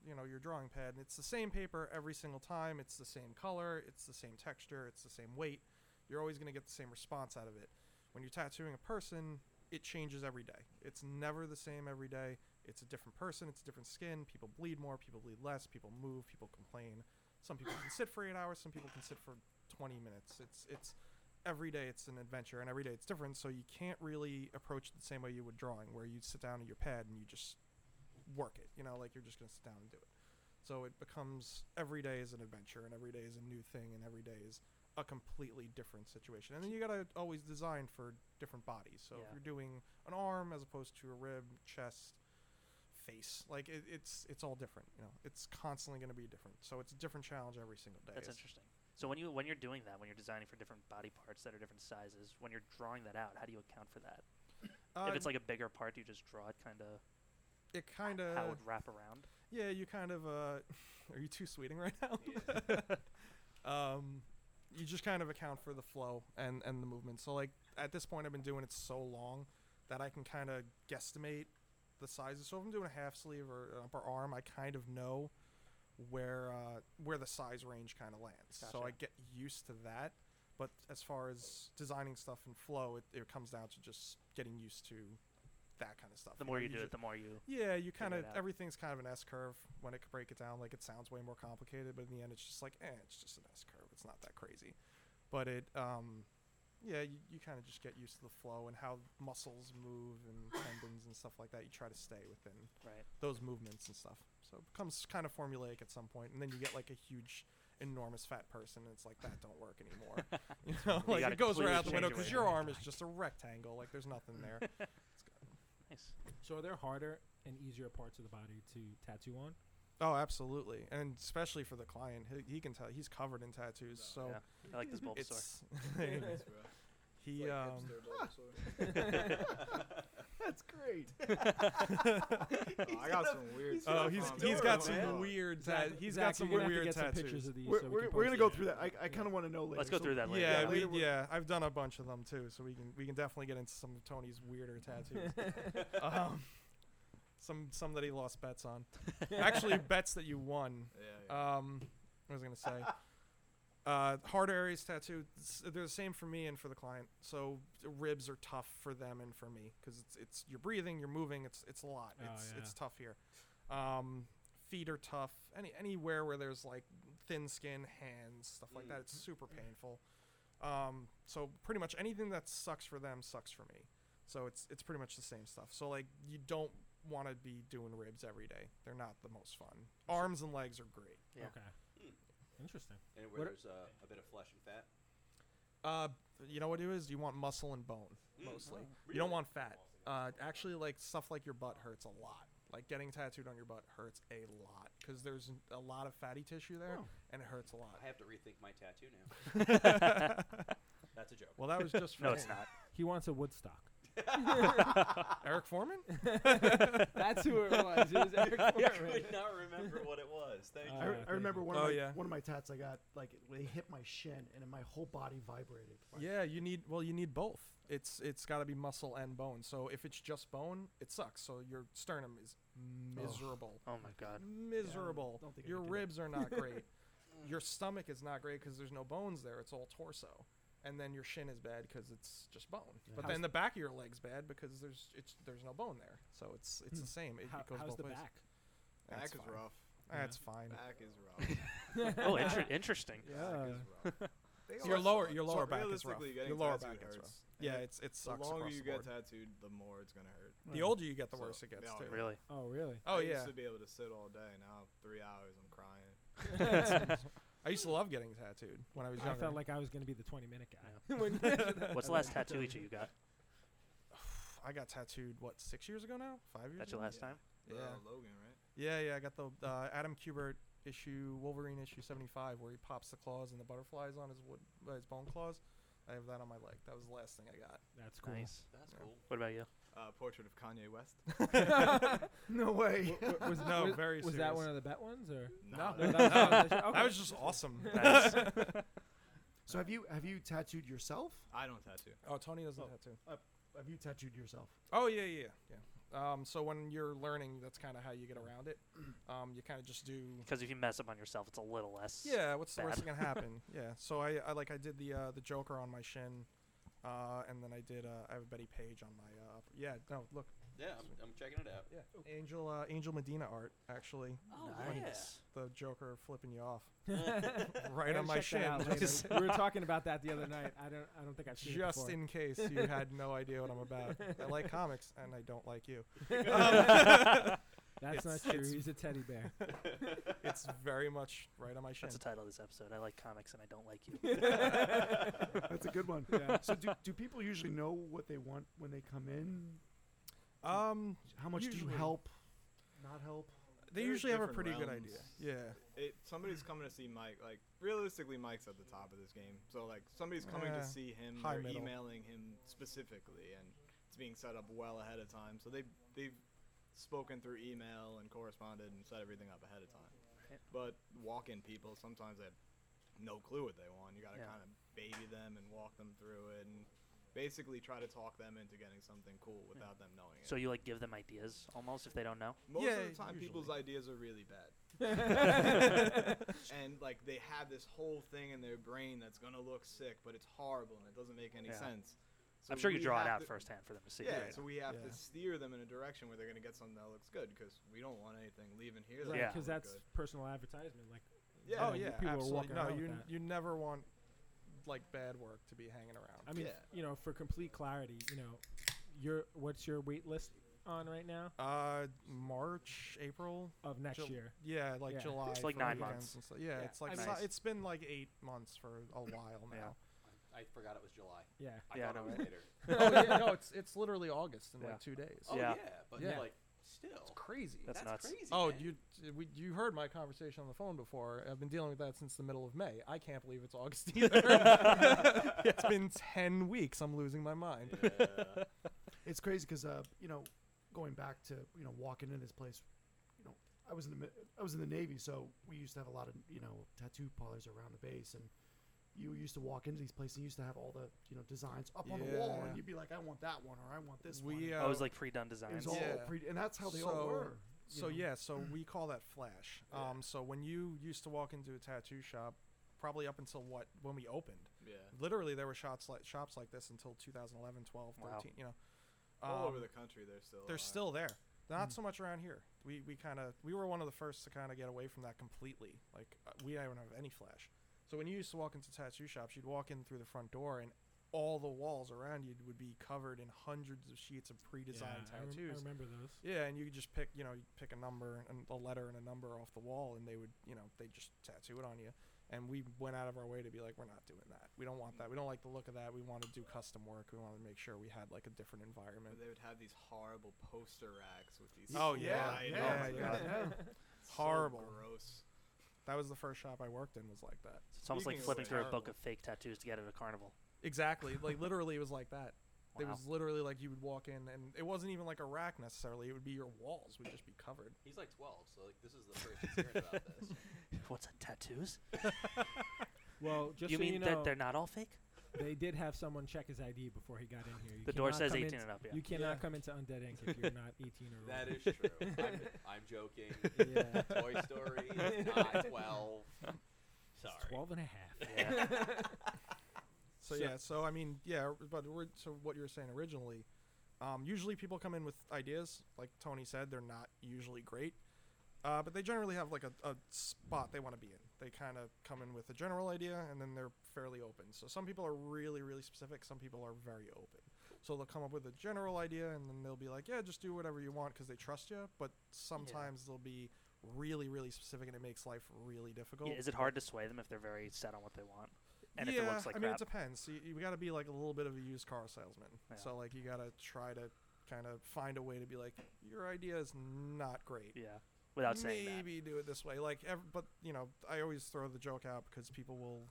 Speaker 6: you know, your drawing pad, and it's the same paper every single time. It's the same color, it's the same texture, it's the same weight. You're always going to get the same response out of it. When you're tattooing a person, it changes every day. It's never the same every day. It's a different person, it's a different skin. People bleed more, people bleed less, people move, people complain. Some people can sit for 8 hours, some people can sit for 20 minutes. It's it's every day it's an adventure and every day it's different so you can't really approach it the same way you would drawing where you sit down at your pad and you just work it you know like you're just going to sit down and do it so it becomes every day is an adventure and every day is a new thing and every day is a completely different situation and then you got to always design for different bodies so if
Speaker 7: Yeah.
Speaker 6: you're doing an arm as opposed to a rib chest face like it, it's it's all different you know it's constantly going to be different so it's a different challenge every single day
Speaker 7: That's
Speaker 6: It's-
Speaker 7: interesting. So when you when you're doing that, when you're designing for different body parts that are different sizes, when you're drawing that out, how do you account for that?
Speaker 6: uh,
Speaker 7: if it's like a bigger part, do you just draw it kind of
Speaker 6: it kind of
Speaker 7: how it would wrap around?
Speaker 6: Yeah, you kind of uh [laughs] are you too sweeting right now? [laughs] um you just kind of account for the flow and and the movement. So like at this point I've been doing it so long that I can kind of guesstimate the sizes. So if I'm doing a half sleeve or an upper arm, I kind of know where uh where the size range kind of lands. So I
Speaker 7: Gotcha.
Speaker 6: get used to that. But as far as designing stuff and flow, it, it comes down to just getting used to that kind of stuff.
Speaker 7: The
Speaker 6: know,
Speaker 7: more you
Speaker 6: ju-
Speaker 7: do it, the more you.
Speaker 6: yeah, you kind
Speaker 7: figure it
Speaker 6: of
Speaker 7: out.
Speaker 6: everything's kind of an S curve when it could break it down. Like it sounds way more complicated, but in the end, it's just like, eh, it's just an S curve. It's not that crazy. But it, um, yeah, you, you kind of just get used to the flow and how muscles move
Speaker 7: [laughs]
Speaker 6: and tendons and stuff like that. You try to stay within
Speaker 7: Right.
Speaker 6: those movements and stuff. So it becomes kind of formulaic at some point, and then you get like a huge, enormous fat person, and it's like that don't work
Speaker 7: [laughs]
Speaker 6: anymore. [laughs] you know,
Speaker 7: You
Speaker 6: like
Speaker 7: gotta
Speaker 6: it goes right
Speaker 7: completely
Speaker 6: out the window
Speaker 7: change
Speaker 6: because
Speaker 7: it.
Speaker 6: your arm is just a rectangle. Like there's
Speaker 7: Mm.
Speaker 6: nothing there.
Speaker 7: Nice.
Speaker 1: [laughs] So are there harder and easier parts of the body to tattoo
Speaker 6: [laughs]
Speaker 1: on?
Speaker 6: Oh, absolutely, and especially for the client, he, he can tell he's covered in tattoos. So
Speaker 7: Yeah. Oh, I
Speaker 6: [laughs]
Speaker 7: like this Bulbasaur.
Speaker 6: it's
Speaker 8: Thanks, [laughs] bro.
Speaker 6: [laughs] he
Speaker 8: Like
Speaker 6: um
Speaker 8: hipster
Speaker 6: [laughs]
Speaker 8: Bulbasaur.
Speaker 2: That's great.
Speaker 8: Oh, I got some weird.
Speaker 6: oh
Speaker 8: stuff
Speaker 6: he's
Speaker 8: on
Speaker 6: he's
Speaker 8: me.
Speaker 6: got
Speaker 8: Oh,
Speaker 6: some
Speaker 8: man.
Speaker 6: weird tat-
Speaker 1: Zach-
Speaker 6: he's
Speaker 1: Zach,
Speaker 6: got some
Speaker 1: you're gonna have to
Speaker 6: weird
Speaker 1: get some
Speaker 6: tattoos.
Speaker 1: pictures of these.
Speaker 2: We're,
Speaker 1: so we
Speaker 2: we're,
Speaker 1: can
Speaker 2: we're gonna
Speaker 1: post
Speaker 2: go
Speaker 1: it.
Speaker 2: through that. I, I kind of want to know later.
Speaker 7: Let's go
Speaker 2: So-
Speaker 7: through that later.
Speaker 6: Yeah,
Speaker 2: Yeah.
Speaker 6: we,
Speaker 2: Later we're-
Speaker 6: yeah, I've done a bunch of them too, so we can we can definitely get into some of Tony's weirder tattoos. um, some some that he lost bets on, actually bets that you won.
Speaker 8: Yeah, yeah.
Speaker 6: Um, what was I gonna say? uh, hard areas tattoo. s- They're the same for me and for the client. So the ribs are tough for them and for me because it's it's you're breathing, you're moving. It's it's a lot.
Speaker 1: Oh,
Speaker 6: It's
Speaker 1: yeah.
Speaker 6: it's tough here. Um, feet are tough. Any anywhere where there's like thin skin, hands, stuff like that.
Speaker 1: Mm.
Speaker 6: It's super painful. Um, so pretty much anything that sucks for them sucks for me. So it's it's pretty much the same stuff. So like you don't want to be doing ribs every day. They're not the most fun. Arms and legs are great.
Speaker 7: Yeah.
Speaker 1: Okay.
Speaker 6: Hmm.
Speaker 1: Interesting.
Speaker 4: Anywhere
Speaker 1: What-
Speaker 4: there's uh, a bit of flesh and fat.
Speaker 6: Uh, you know what it is? You want
Speaker 7: Mm-hmm. Uh-huh.
Speaker 6: muscle and bone mostly. You don't want fat. Uh, actually, like stuff like your butt hurts a lot. like getting tattooed on your butt hurts a lot because there's n- a lot of fatty tissue there,
Speaker 7: Oh.
Speaker 6: and it hurts a lot.
Speaker 4: I have to rethink my tattoo now. That's a
Speaker 6: [laughs]
Speaker 4: joke.
Speaker 6: Well, that
Speaker 7: [laughs]
Speaker 6: was just for
Speaker 7: No, it's
Speaker 6: him.
Speaker 7: not.
Speaker 1: He wants a
Speaker 6: [laughs]
Speaker 1: Woodstock.
Speaker 7: [laughs]
Speaker 6: Eric Foreman.
Speaker 9: That's who it was.
Speaker 6: [laughs]
Speaker 9: It was Eric
Speaker 4: I [laughs]
Speaker 9: Foreman.
Speaker 4: could not remember what it was. Thank
Speaker 1: Uh,
Speaker 4: you.
Speaker 2: I, re- I remember one of
Speaker 6: Oh,
Speaker 2: my
Speaker 6: yeah.
Speaker 2: one of my tats I got like it- they hit my shin and then my whole body vibrated. Like,
Speaker 6: Yeah, you need well, you need both. It's it's got to be muscle and bone. So if it's just bone, it sucks. So your sternum is miserable,
Speaker 3: Oh my god.
Speaker 6: miserable.
Speaker 2: don't think I
Speaker 6: your
Speaker 2: could do that.
Speaker 6: ribs
Speaker 2: [laughs]
Speaker 6: are not great. your stomach is not great because there's no bones there. It's all torso. And then your shin is bad because it's just bone. But
Speaker 2: How's-
Speaker 6: then the back of your leg's bad because there's it's there's no bone there. So it's it's
Speaker 2: Hmm.
Speaker 6: the same. It,
Speaker 1: How,
Speaker 6: it goes
Speaker 1: how's
Speaker 6: both
Speaker 1: the
Speaker 6: ways.
Speaker 1: back?
Speaker 8: Back
Speaker 6: That's
Speaker 8: is
Speaker 6: fine.
Speaker 8: rough.
Speaker 6: That's fine.
Speaker 8: Back
Speaker 9: [laughs]
Speaker 8: is rough.
Speaker 7: Oh, inter- interesting.
Speaker 1: Yeah.
Speaker 8: Back is
Speaker 6: [laughs]
Speaker 8: rough. They
Speaker 6: Uh. Your
Speaker 8: all
Speaker 6: lower
Speaker 8: suck.
Speaker 6: your
Speaker 8: So
Speaker 6: lower back is rough.
Speaker 8: realistically, getting
Speaker 6: Your lower
Speaker 8: tattooed
Speaker 6: back is rough.
Speaker 8: hurts. And
Speaker 6: Yeah,
Speaker 8: it-
Speaker 6: it's it sucks
Speaker 8: the longer
Speaker 6: across
Speaker 8: you
Speaker 6: the
Speaker 8: get
Speaker 6: board.
Speaker 8: tattooed, the more it's gonna hurt.
Speaker 6: The older you get, the
Speaker 8: So,
Speaker 6: worse it gets
Speaker 8: yeah,
Speaker 6: too.
Speaker 7: Really?
Speaker 1: Oh, really?
Speaker 6: Oh
Speaker 8: I
Speaker 6: yeah.
Speaker 8: used to be able to sit all day. Now three hours, I'm crying.
Speaker 1: oh,
Speaker 6: [laughs]
Speaker 1: [laughs]
Speaker 6: I used to love getting tattooed when I was
Speaker 1: I
Speaker 6: younger.
Speaker 1: felt like I was going to be the 20 minute [laughs] guy.
Speaker 6: [laughs]
Speaker 7: What's
Speaker 1: [laughs]
Speaker 7: the
Speaker 8: [laughs]
Speaker 7: last tattoo each of you got?
Speaker 6: I got tattooed what six years ago now? Five years?
Speaker 7: That's your
Speaker 6: ago?
Speaker 7: last time?
Speaker 8: We're
Speaker 6: Yeah.
Speaker 8: all Uh, Logan, right?
Speaker 6: Yeah, yeah. I got the uh, Adam Kubert issue Wolverine issue seventy five where he pops the claws and the butterflies on his wood uh, his bone claws. I have that on my leg. That was the last thing I got.
Speaker 1: That's cool.
Speaker 7: Nice.
Speaker 4: That's
Speaker 6: Yeah.
Speaker 4: cool.
Speaker 7: What about [laughs] you?
Speaker 8: Uh, portrait of Kanye
Speaker 6: [laughs]
Speaker 8: West.
Speaker 2: [laughs] No way.
Speaker 1: W- w- was,
Speaker 6: No,
Speaker 1: was-
Speaker 6: very
Speaker 1: Was that
Speaker 6: serious.
Speaker 1: one of the bet ones
Speaker 6: [laughs]
Speaker 1: or?
Speaker 8: Nah,
Speaker 1: No, that
Speaker 8: that-
Speaker 1: was- that was- okay.
Speaker 6: That was just awesome.
Speaker 7: Nice.
Speaker 2: [laughs] so have you have you tattooed yourself?
Speaker 8: I don't tattoo.
Speaker 6: oh, Tony doesn't
Speaker 2: Oh.
Speaker 6: tattoo.
Speaker 2: Have you tattooed yourself?
Speaker 6: Oh yeah, yeah, yeah. Um, so when you're learning, that's kind of how you get around [clears throat] it. Um, you kind of just do
Speaker 7: Because if you mess up on yourself, it's a little less.
Speaker 6: Yeah, what's the worst
Speaker 7: bad.
Speaker 6: that can [laughs] happen? yeah. So I, I like I did the uh, the Joker on my shin, uh, and then I did uh, I have a Betty Page on my uh, upper- yeah no look
Speaker 4: Yeah, I'm, I'm checking it out.
Speaker 6: [laughs] yeah Angel uh, Angel Medina art actually
Speaker 4: Oh,
Speaker 6: Nice. the Joker flipping
Speaker 1: [laughs]
Speaker 6: you off
Speaker 1: I
Speaker 6: [laughs] right
Speaker 1: gotta
Speaker 6: on my
Speaker 1: check that
Speaker 6: shin
Speaker 1: out later.
Speaker 6: just,
Speaker 1: we were talking about that the other night. I don't. I don't think I've seen it
Speaker 6: just
Speaker 1: before.
Speaker 6: in case
Speaker 1: [laughs]
Speaker 6: you had no idea what I'm about. I like comics and I don't
Speaker 1: [laughs]
Speaker 6: like you. Um,
Speaker 1: That's
Speaker 6: it's-
Speaker 1: not true.
Speaker 6: it's-
Speaker 1: He's a teddy
Speaker 6: [laughs]
Speaker 1: bear.
Speaker 6: It's very much right on my shin.
Speaker 7: That's the title of this episode. I like comics and I don't like
Speaker 1: [laughs]
Speaker 7: you.
Speaker 2: That's a good one.
Speaker 1: Yeah.
Speaker 2: So do, do people usually know what they want when they come in?
Speaker 6: um,
Speaker 2: How much do
Speaker 6: Usually.
Speaker 2: you help? Not help.
Speaker 6: they
Speaker 8: There's
Speaker 6: usually have a
Speaker 8: different
Speaker 6: pretty good
Speaker 8: realms.
Speaker 6: idea. Yeah.
Speaker 8: It, somebody's
Speaker 6: Hmm.
Speaker 8: coming to see Mike. Like realistically, Mike's at the top of this game. So like somebody's coming
Speaker 6: Yeah.
Speaker 8: to see him.
Speaker 6: High
Speaker 8: They're
Speaker 6: middle.
Speaker 8: emailing him specifically, and it's being set up well ahead of time. So they they've spoken through email and corresponded and set everything up ahead of time. But walk-in people sometimes they have no clue what they want. You got to
Speaker 7: Yeah.
Speaker 8: kind of baby them and walk them through it, and basically try to talk them into getting something cool without them knowing it.
Speaker 7: so you like give them ideas almost if they don't know.
Speaker 8: Most
Speaker 6: Yeah,
Speaker 8: of the time, people's ideas are really bad. and like they have this whole thing in their brain that's gonna look sick, but it's horrible and it doesn't make any
Speaker 7: Yeah.
Speaker 8: sense. So
Speaker 7: I'm sure you
Speaker 8: we
Speaker 7: draw it
Speaker 8: have
Speaker 7: out
Speaker 8: to-
Speaker 7: firsthand for them to see.
Speaker 8: Yeah, so we have
Speaker 6: Yeah.
Speaker 8: to steer them in a direction where they're gonna get something that looks good because we don't want anything leaving here. that
Speaker 7: Right,
Speaker 8: doesn't
Speaker 1: Because
Speaker 8: look
Speaker 1: that's
Speaker 8: good.
Speaker 1: personal advertisement. Like,
Speaker 8: yeah.
Speaker 6: Oh
Speaker 1: you-
Speaker 6: yeah,
Speaker 1: people are
Speaker 6: absolutely.
Speaker 1: walking
Speaker 6: no,
Speaker 1: around
Speaker 6: you
Speaker 1: with
Speaker 6: n-
Speaker 1: that.
Speaker 6: you never want like bad work to be hanging around.
Speaker 1: I mean,
Speaker 8: Yeah.
Speaker 1: you know, for complete clarity, you know, your what's your wait list on right now
Speaker 6: Uh, March, April.
Speaker 1: of next
Speaker 6: Jul-
Speaker 1: year?
Speaker 6: Yeah, like
Speaker 1: Yeah.
Speaker 6: July.
Speaker 7: It's like
Speaker 6: for
Speaker 7: nine
Speaker 6: weekends
Speaker 7: months.
Speaker 6: and stuff. Yeah,
Speaker 1: Yeah,
Speaker 6: it's like
Speaker 1: I
Speaker 6: so-
Speaker 7: mean-
Speaker 6: it's been like eight months for a while
Speaker 7: Yeah.
Speaker 6: now.
Speaker 4: I forgot it was July.
Speaker 1: Yeah.
Speaker 4: I
Speaker 7: Yeah, I
Speaker 4: thought it
Speaker 7: know,
Speaker 4: was
Speaker 7: right?
Speaker 4: later.
Speaker 6: oh yeah, no, it's it's literally August in
Speaker 7: Yeah.
Speaker 6: like two days.
Speaker 4: Oh yeah,
Speaker 7: Yeah.
Speaker 4: but
Speaker 6: Yeah.
Speaker 4: like still,
Speaker 6: Crazy.
Speaker 7: That's nuts.
Speaker 4: crazy.
Speaker 6: Oh,
Speaker 4: man.
Speaker 6: you we, you heard my conversation on the phone before. I've been dealing with that since the middle of May. I can't believe it's August
Speaker 7: [laughs]
Speaker 6: [laughs] either. it's been ten weeks. I'm losing my mind.
Speaker 4: Yeah.
Speaker 2: It's crazy because uh, you know, going back to you know walking into this place, you know, I was in the mi- I was in the Navy, so we used to have a lot of you know tattoo parlors around the base, and you used to walk into these places and you used to have all the you know designs up on the wall,
Speaker 6: Yeah.
Speaker 2: and you'd be like, I want that one or I want this
Speaker 6: We
Speaker 2: one.
Speaker 6: uh,
Speaker 7: I Oh, was like pre-done
Speaker 2: it was
Speaker 7: designs.
Speaker 2: all
Speaker 6: Yeah.
Speaker 2: pre- and that's how they all
Speaker 6: So-
Speaker 2: were. you
Speaker 6: So
Speaker 2: know?
Speaker 6: yeah, so we call that flash. Um, so when you used to walk into a tattoo shop, probably up until what when we opened,
Speaker 8: yeah,
Speaker 6: literally there were shots like shops like this until 2011, 12,
Speaker 7: Wow.
Speaker 6: 13. You know,
Speaker 8: all over
Speaker 6: Um,
Speaker 8: the country they're still.
Speaker 6: they're
Speaker 8: are.
Speaker 6: still there. Not so much around here. We we kind of we were one of the first to kind of get away from that completely. Like uh, we don't have any flash. So when you used to walk into tattoo shops, you'd walk in through the front door and all the walls around you would be covered in hundreds of sheets of pre-designed
Speaker 1: I rem-
Speaker 6: tattoos.
Speaker 1: I remember those.
Speaker 6: Yeah, and you could just pick, you know, you pick a number and a letter and a number off the wall, and they would, you know, they just tattoo it on you. and we went out of our way to be like, we're not doing that. We don't want that. We don't like the look of that. We want to do custom work. We want to make sure we had like a different environment.
Speaker 8: But they would have these horrible poster racks with these.
Speaker 6: Oh, yeah.
Speaker 8: slide
Speaker 6: Yeah.
Speaker 8: outs
Speaker 6: Oh,
Speaker 1: [laughs]
Speaker 6: my
Speaker 8: and
Speaker 6: God.
Speaker 8: everything.
Speaker 7: [laughs]
Speaker 8: So
Speaker 6: Horrible.
Speaker 8: gross.
Speaker 6: That was the first shop I worked in was like that.
Speaker 7: It's almost like
Speaker 8: Speaking of
Speaker 7: flipping
Speaker 8: which- uh,
Speaker 7: through a book of fake tattoos to get at a carnival.
Speaker 6: Exactly. Like literally, it was like that. It
Speaker 7: Wow.
Speaker 6: was literally like you would walk in, and it wasn't even like a rack necessarily. It would be your walls would just be covered.
Speaker 4: He's like 12, so like this is the first he's hearing about this.
Speaker 7: [laughs] What's that, tattoos?
Speaker 1: Well, just
Speaker 7: you
Speaker 1: so
Speaker 7: mean
Speaker 1: you know,
Speaker 7: that they're not all fake?
Speaker 1: they did have someone check his ID before he got in here. You
Speaker 7: The door
Speaker 1: cannot
Speaker 7: says
Speaker 1: come
Speaker 7: 18
Speaker 1: in-
Speaker 7: and up, yeah.
Speaker 1: You cannot
Speaker 6: Yeah.
Speaker 1: come into Undead Inc. if
Speaker 6: [laughs]
Speaker 1: you're not 18 or
Speaker 4: That
Speaker 1: older.
Speaker 4: is true. I'm, I'm joking.
Speaker 1: Yeah.
Speaker 4: Toy Story,
Speaker 6: [laughs]
Speaker 4: is not 12. Sorry.
Speaker 1: 12 and a half.
Speaker 6: [laughs]
Speaker 7: Yeah.
Speaker 6: So,
Speaker 1: So-
Speaker 6: yeah, so I mean, yeah, but ori- so what you were saying originally, um, usually people come in with ideas, like Tony said, they're not usually great, uh, but they generally have like a, a spot they want to be in. They kind of come in with a general idea, and then they're fairly open. So some people are really, really specific. Some people are very open. So they'll come up with a general idea, and then they'll be like, yeah, just do whatever you want because they trust you. But sometimes they'll be really, really specific, and it makes life really difficult.
Speaker 7: Yeah, Is it hard to sway them if they're very set on what they want? And if
Speaker 6: yeah,
Speaker 7: it looks like
Speaker 6: I mean
Speaker 7: crap?
Speaker 6: it depends. You, you got to be like a little bit of a used car salesman.
Speaker 7: Yeah.
Speaker 6: So like you got to try to kind of find a way to be like your idea is not great.
Speaker 7: yeah. Without saying that.
Speaker 6: Maybe do it this way. Like ev- but you know, I always throw the joke out because people will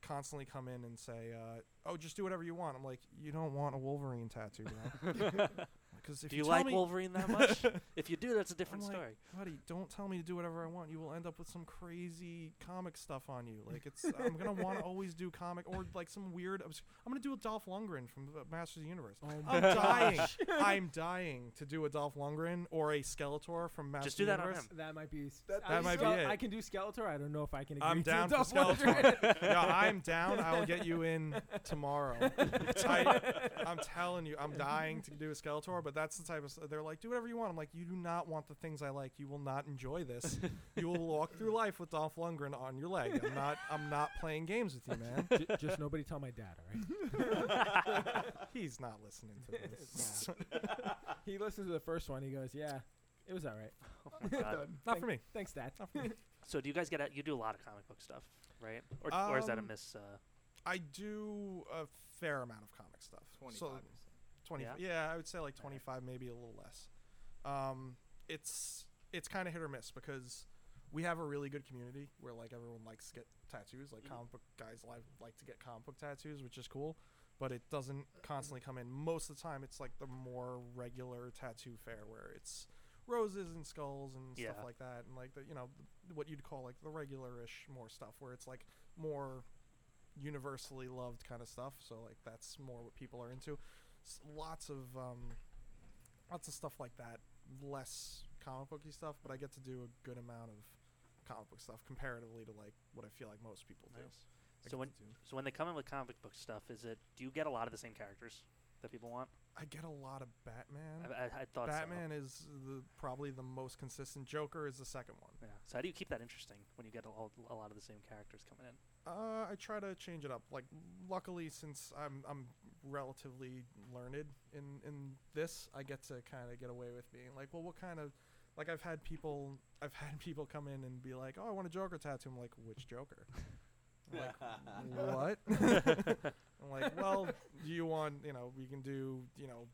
Speaker 6: constantly come in and say, uh, "Oh, just do whatever you want." I'm like, "You don't want a Wolverine tattoo, bro." [laughs]
Speaker 7: [laughs]
Speaker 6: Because if
Speaker 7: Do you,
Speaker 6: tell
Speaker 7: like
Speaker 6: me,
Speaker 7: Wolverine
Speaker 6: [laughs]
Speaker 7: that much? if you do, that's a different
Speaker 6: I'm like,
Speaker 7: story.
Speaker 6: buddy, don't tell me to do whatever I want. You will end up with some crazy comic stuff on you. Like it's, I'm gonna want to always do comic or like some weird. obs- I'm gonna do a Dolph Lundgren from uh, Masters of
Speaker 7: [laughs]
Speaker 6: the Universe.
Speaker 1: Oh my
Speaker 6: I'm dying. I'm dying to do a Dolph Lundgren or a Skeletor from Masters
Speaker 7: Just do that
Speaker 6: of the
Speaker 7: on
Speaker 6: Universe.
Speaker 7: him.
Speaker 1: That might be. s-
Speaker 6: That-
Speaker 1: I
Speaker 6: that
Speaker 1: mean,
Speaker 6: might be
Speaker 1: Skele-
Speaker 6: it.
Speaker 1: I can do Skeletor. I don't know if I can. Agree
Speaker 6: I'm
Speaker 1: to
Speaker 6: down for
Speaker 1: Dolph Lundgren.
Speaker 6: Skeletor. [laughs] no, I'm down. I will get
Speaker 1: [laughs]
Speaker 6: you in tomorrow. I, am telling you, I'm
Speaker 7: [laughs]
Speaker 6: dying to do a Skeletor, but that's the type of. s- They're like, do whatever you want. I'm like, you do not want the things I like. You will not enjoy this. You will walk through life with Dolph Lundgren on your leg. I'm not. I'm not playing games with you, man.
Speaker 1: J- just nobody tell my dad. All right.
Speaker 6: [laughs] He's not listening to
Speaker 1: [laughs]
Speaker 6: this.
Speaker 1: He listens to the first one. He goes, "Yeah, it was all right.
Speaker 6: [laughs]
Speaker 7: Oh my God.
Speaker 6: not for me.
Speaker 1: Thanks, Dad." [laughs]
Speaker 7: so do you guys get out? You do a lot of comic book stuff, right? Or, or is that a
Speaker 6: Um,
Speaker 7: miss? Uh,
Speaker 6: I do a fair amount of comic stuff. So-
Speaker 8: 25%.
Speaker 6: 20
Speaker 7: Yeah?
Speaker 6: yeah. i would say like 25 maybe a little less um, it's it's kind of hit or miss because we have a really good community where like everyone likes to get tattoos
Speaker 7: Mm-hmm.
Speaker 6: like comic book guys like like to get comic book tattoos which is cool but it doesn't constantly come in most of the time it's like the more regular tattoo fair where it's roses and skulls and
Speaker 7: Yeah.
Speaker 6: stuff like that and like the you know th- what you'd call like the regularish more stuff where it's like more universally loved kind of stuff so like that's more what people are into s- lots of um, lots of stuff like that, less comic booky stuff. But I get to do a good amount of comic book stuff comparatively to like what I feel like most people do.
Speaker 7: Nice.
Speaker 6: I
Speaker 7: So
Speaker 6: get
Speaker 7: when-
Speaker 6: to do-
Speaker 7: so when they come in with comic book stuff, is it? Do you get a lot of the same characters that people want?
Speaker 6: I get a lot of Batman.
Speaker 7: I, I, I thought
Speaker 6: Mm, Batman is the probably the most consistent. Joker is the second one.
Speaker 7: so. Yeah. So how do you keep that interesting when you get a, lo- a lot of the same characters coming in?
Speaker 6: Uh, I try to change it up. Like, luckily, since I'm I'm relatively learned in in this, I get to kind of get away with being like, well, what kind of like I've had people I've [laughs] had people come in and be like, oh, I want a Joker tattoo. I'm like, which Joker? I'm like,
Speaker 7: [laughs]
Speaker 6: what? I'm like, well, do you want, you know, we can do, you know,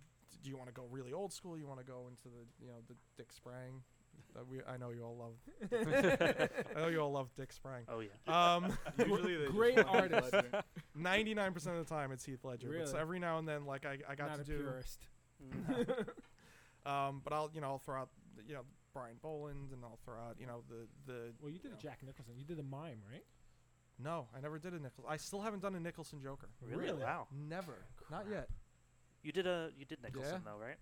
Speaker 6: do you want to go really old school? You want to go into the, you know, the Dick Sprang? That we, I know you all love. I know you all love Dick Sprang.
Speaker 7: Oh yeah.
Speaker 6: Um,
Speaker 8: Usually they just
Speaker 1: Great
Speaker 8: want to
Speaker 1: artist.
Speaker 8: let me-
Speaker 6: Ninety-nine percent of the time, it's Heath Ledger. But so
Speaker 1: Really?
Speaker 6: every now and then, like I, I got
Speaker 1: Not
Speaker 6: to
Speaker 1: a
Speaker 6: do.
Speaker 1: purist.
Speaker 6: [laughs]
Speaker 7: Mm,
Speaker 6: Um, but I'll you know I'll throw out the- you know Brian Boland and I'll throw out you know the the.
Speaker 1: Well, you did a Jack Nicholson. You did a mime, right?
Speaker 6: No, I never did a Nicholson. I still haven't done a Nicholson Joker.
Speaker 7: Really?
Speaker 1: Really?
Speaker 7: Wow.
Speaker 6: Never. Not yet.
Speaker 7: You did a you did Nicholson though, right?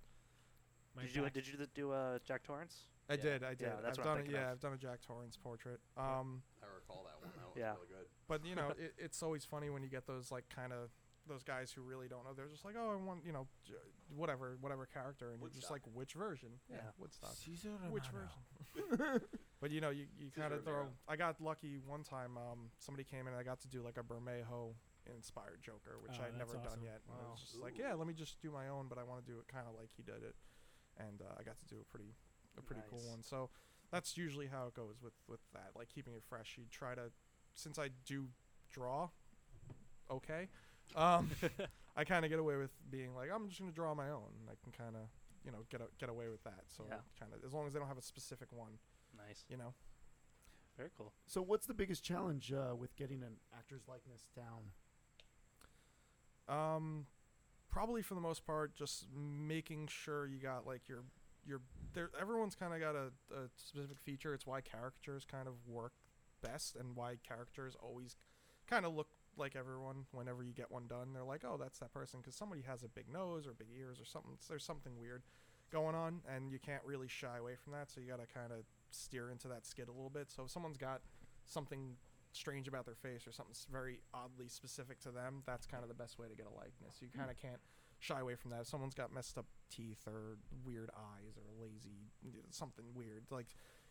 Speaker 1: My
Speaker 7: did you do a,
Speaker 1: Jack-
Speaker 7: did you th- do a Jack Torrance?
Speaker 6: I
Speaker 4: Yeah.
Speaker 6: did. I did.
Speaker 7: that's what
Speaker 6: I've
Speaker 7: I'm
Speaker 6: done. it.
Speaker 7: thinking
Speaker 6: yeah,
Speaker 7: of.
Speaker 6: I've done a Jack Torrance portrait. Um,
Speaker 4: I recall that one. That was
Speaker 7: Yeah.
Speaker 4: really good.
Speaker 6: but you know it, it's always funny when you get those like kind of those guys who really don't know. They're just like, oh, I want you know, j- whatever, whatever character, and you're just like,
Speaker 4: Woodstock.
Speaker 6: which version?
Speaker 7: Yeah.
Speaker 6: Woodstock.
Speaker 1: Cesar
Speaker 6: Which
Speaker 1: Romano.
Speaker 6: version? But you know, you, you
Speaker 4: Cesar
Speaker 6: kind of throw.
Speaker 4: Romero.
Speaker 6: I got lucky one time. Um, somebody came in and I got to do like a Bermejo inspired Joker, which
Speaker 1: Oh,
Speaker 6: I'd never
Speaker 1: that's awesome.
Speaker 6: done yet. And I
Speaker 1: Wow.
Speaker 6: was just like, yeah, let me just do my own, but I want to do it kind of like he did it, and uh, I got to do a pretty, a pretty cool
Speaker 7: Nice.
Speaker 6: one. So that's usually how it goes with with that. Like keeping it fresh, you try to since I do draw, okay,
Speaker 1: [laughs]
Speaker 6: um, I kind of get away with being like, I'm just gonna draw my own. and I can kind of, you know, get a, get away with that. So
Speaker 7: Yeah.
Speaker 6: kind of as long as they don't have a specific one,
Speaker 7: Nice.
Speaker 6: you know.
Speaker 7: Very cool.
Speaker 2: So, what's the biggest challenge uh, with getting an actor's likeness
Speaker 6: [laughs]
Speaker 2: down?
Speaker 6: Um, probably for the most part, just making sure you got like your your there. Everyone's kind of got a, a specific feature. It's why caricatures kind of work best, and why characters always kind of look like everyone. Whenever you get one done, they're like, oh, that's that person, because somebody has a big nose or big ears or something. There's something weird going on, and you can't really shy away from that. So you got to kind of steer into that skid a little bit. So if someone's got something strange about their face or something s- very oddly specific to them, that's kind of the best way to get a likeness. You kind of can't shy away from that. If someone's got messed up teeth or weird eyes or lazy you know, something weird, like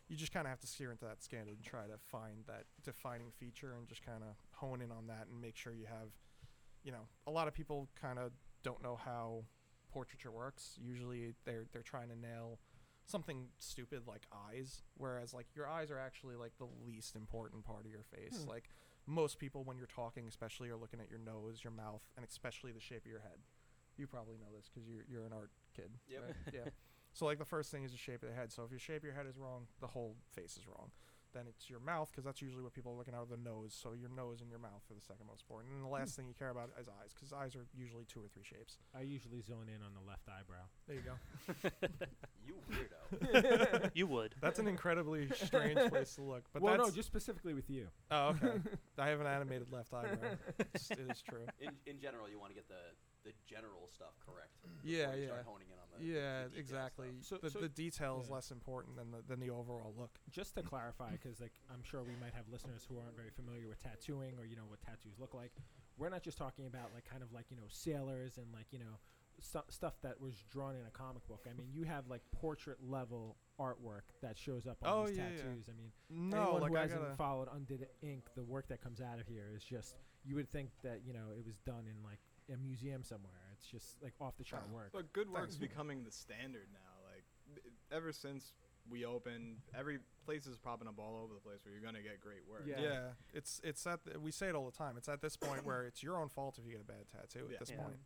Speaker 6: you just kind of have to steer into that skin and try to find that defining feature and just kind of hone in on that and make sure you have, you know, a lot of people kind of don't know how portraiture works. Usually they're they're trying to nail something stupid like eyes whereas like your eyes are actually like the least important part of your face like most people when you're talking especially are looking at your nose your mouth and especially the shape of your head you probably know this because you're, you're an art kid
Speaker 4: Yep.
Speaker 6: right? yeah so like the first thing is the shape of the head so if your shape of your head is wrong the whole face is wrong then it's your mouth because that's usually what people are looking at are the nose so your nose and your mouth are the second most important and the last thing you care about is eyes because eyes are usually two or three shapes
Speaker 1: I usually zone in on the left eyebrow.
Speaker 6: there you go
Speaker 4: You [laughs] weirdo.
Speaker 7: you
Speaker 6: [laughs]
Speaker 7: would.
Speaker 6: that's an incredibly strange place to look but
Speaker 1: well,
Speaker 6: that's
Speaker 1: no, just specifically with you. [laughs]
Speaker 6: Oh, okay. I have an animated left [laughs] eyebrow. It's, it is
Speaker 8: [laughs]
Speaker 6: true.
Speaker 4: In, in general, you want to get the, the general stuff correct. before
Speaker 6: Yeah,
Speaker 4: you
Speaker 6: yeah.
Speaker 4: Start honing in on the- the
Speaker 6: Yeah,
Speaker 4: detail
Speaker 6: exactly.
Speaker 4: stuff.
Speaker 1: So-
Speaker 6: the,
Speaker 1: so-
Speaker 6: the detail is
Speaker 1: yeah.
Speaker 6: less important than the than the overall look.
Speaker 1: [laughs] Just to clarify, because like I'm sure we might have listeners who aren't very familiar with tattooing or you know what tattoos look like. We're not just talking about like kind of like you know sailors and like you know stu- stuff that was drawn in a comic book. I mean, you have like portrait level artwork that shows up on
Speaker 6: Oh,
Speaker 1: these
Speaker 6: yeah, yeah.
Speaker 1: tattoos. I mean,
Speaker 6: No,
Speaker 1: anyone
Speaker 6: like
Speaker 1: who
Speaker 6: I
Speaker 1: hasn't
Speaker 6: gotta.
Speaker 1: followed Undid Ink, the work that comes out of here is just you would think that you know it was done in like a museum somewhere. It's just like off the chart
Speaker 6: Oh.
Speaker 1: work.
Speaker 8: But good work's
Speaker 6: Thanks.
Speaker 8: becoming the standard now. Like th- ever since we opened, every place is popping up all over the place where you're gonna get great work.
Speaker 6: yeah.
Speaker 1: Yeah.
Speaker 6: it's it's at the, we say it all the time. It's at this point where it's your own fault if you get a bad tattoo.
Speaker 8: Yeah.
Speaker 6: At this
Speaker 7: Yeah.
Speaker 6: point,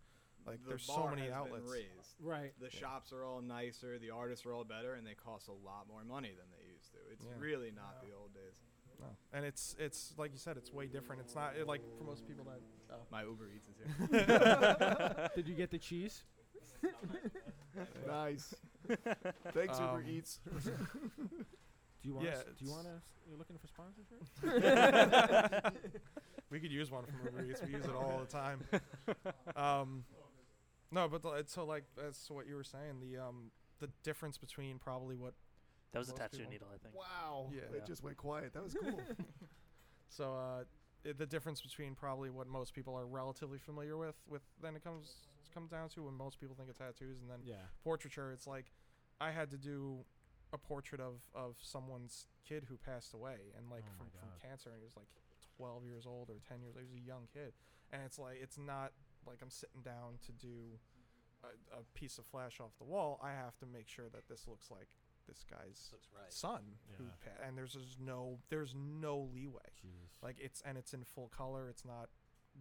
Speaker 6: like
Speaker 8: The
Speaker 6: there's so
Speaker 8: bar
Speaker 6: many
Speaker 8: has been
Speaker 6: outlets.
Speaker 8: raised.
Speaker 1: Right.
Speaker 8: The shops are all nicer, the artists are all better, and they cost a lot more money than they used to. It's
Speaker 6: Yeah.
Speaker 8: really not the old days.
Speaker 6: No. And it's it's like you said, it's way different. It's not it, like for most people that
Speaker 8: My Uber
Speaker 6: [laughs]
Speaker 8: Eats is here.
Speaker 1: Did you get the cheese?
Speaker 2: Nice. [laughs] Thanks,
Speaker 6: Um,
Speaker 2: Eats.
Speaker 6: [laughs]
Speaker 1: Do you want?
Speaker 6: Yeah,
Speaker 1: us do you
Speaker 6: it's-
Speaker 1: want to? You're looking for sponsorship? [laughs]
Speaker 6: we could use one from Uber Eats. We use it all the time. Um, no, but the, so like that's what you were saying. The um, the difference between probably what
Speaker 7: That was a
Speaker 6: Most
Speaker 7: tattoo
Speaker 6: people-
Speaker 7: needle, I think.
Speaker 2: Wow.
Speaker 6: Yeah.
Speaker 2: It just went quiet. That was
Speaker 6: [laughs]
Speaker 2: cool.
Speaker 6: so uh, i the difference between probably what most people are relatively familiar with with then it comes comes down to when most people think of tattoos and then
Speaker 1: yeah.
Speaker 6: portraiture it's like i had to do a portrait of of someone's kid who passed away and like
Speaker 1: Oh
Speaker 6: from,
Speaker 1: my
Speaker 6: from
Speaker 1: God.
Speaker 6: cancer and he was like 12 years old or 10 years old he was a young kid and it's like it's not like i'm sitting down to do a, a piece of flash off the wall i have to make sure that this looks like this guy's
Speaker 4: Looks right.
Speaker 6: son who
Speaker 1: Yeah.
Speaker 6: pa- and there's just no there's no leeway
Speaker 1: Jeez.
Speaker 6: like it's and it's in full color. It's not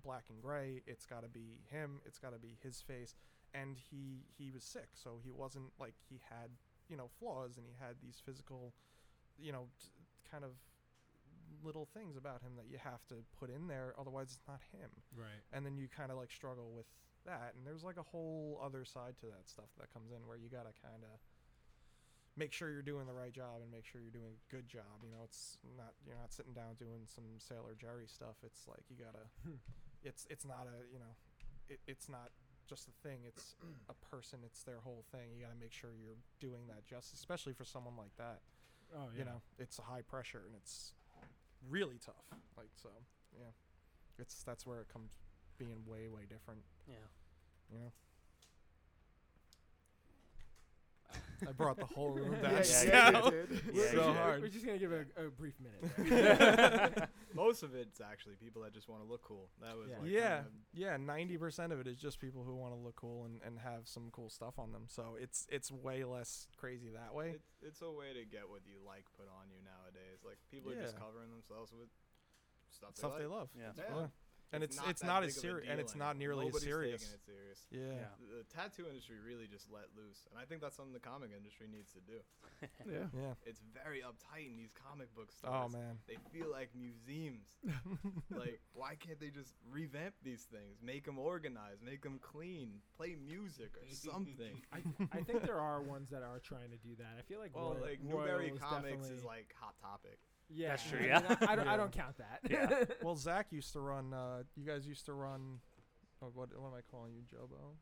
Speaker 6: black and gray. It's got to be him. It's got to be his face. And he he was sick, so he wasn't like he had you know flaws and he had these physical, you know, t- kind of little things about him that you have to put in there. Otherwise, it's not him.
Speaker 1: right.
Speaker 6: And then you kind of like struggle with that. And there's like a whole other side to that stuff that comes in where you gotta kind of make sure you're doing the right job and make sure you're doing a good job. You know, it's not you're not sitting down doing some Sailor Jerry stuff. It's like you gotta. it's it's not a you know, it, it's not just a thing. It's a person. It's their whole thing. You gotta make sure you're doing that justice, especially for someone like that.
Speaker 1: Oh yeah.
Speaker 6: You know, it's a high pressure and it's really tough. Like so, yeah. It's that's where it comes being way way different.
Speaker 7: Yeah.
Speaker 6: You know. I brought the
Speaker 1: [laughs]
Speaker 6: whole room down.
Speaker 7: yeah,
Speaker 2: you did.
Speaker 7: Yeah, you
Speaker 6: so
Speaker 7: did.
Speaker 6: hard.
Speaker 1: We're just gonna give it a, a brief minute.
Speaker 8: Most of it's actually people that just want to look cool. That was
Speaker 1: Yeah.
Speaker 8: like
Speaker 6: Yeah,
Speaker 8: kinda-
Speaker 6: yeah. Ninety percent of it is just people who want to look cool and, and have some cool stuff on them. So it's it's way less crazy that way.
Speaker 8: It, it's a way to get what you like put on you nowadays. Like people are just
Speaker 6: Yeah.
Speaker 8: covering themselves with stuff,
Speaker 6: stuff
Speaker 8: they
Speaker 6: they
Speaker 8: like.
Speaker 6: love.
Speaker 7: Yeah.
Speaker 8: Yeah.
Speaker 6: Yeah. And it's it's
Speaker 8: that
Speaker 6: not
Speaker 8: big
Speaker 6: as
Speaker 8: of a
Speaker 6: serious and
Speaker 8: deal
Speaker 6: it's not nearly as
Speaker 8: Nobody's taking
Speaker 6: serious.
Speaker 8: it serious.
Speaker 6: Yeah.
Speaker 1: Yeah.
Speaker 8: The tattoo industry really just let loose, and I think that's something the comic industry needs to do.
Speaker 2: Yeah.
Speaker 6: Yeah.
Speaker 8: It's very uptight in these comic book stores.
Speaker 6: Oh
Speaker 8: [laughs]
Speaker 6: man.
Speaker 8: They feel like
Speaker 6: [laughs]
Speaker 8: museums. like, why can't they just revamp these things? Make them organized, make them clean, play music or
Speaker 6: [laughs]
Speaker 8: something.
Speaker 1: I, I think there are ones that are trying to do that. I feel like
Speaker 8: well,
Speaker 1: Royal-
Speaker 8: Oh, like
Speaker 1: Royal
Speaker 8: Newberry
Speaker 1: is
Speaker 8: Comics is
Speaker 1: definitely-
Speaker 8: like hot topic.
Speaker 1: yeah,
Speaker 7: That's true,
Speaker 1: I mean,
Speaker 7: yeah.
Speaker 1: I, I don't,
Speaker 6: Yeah.
Speaker 1: I don't count that. [laughs]
Speaker 7: Yeah.
Speaker 6: Well, Zach used to run. Uh, you guys used to run. Oh, what what am I calling you, Jobo?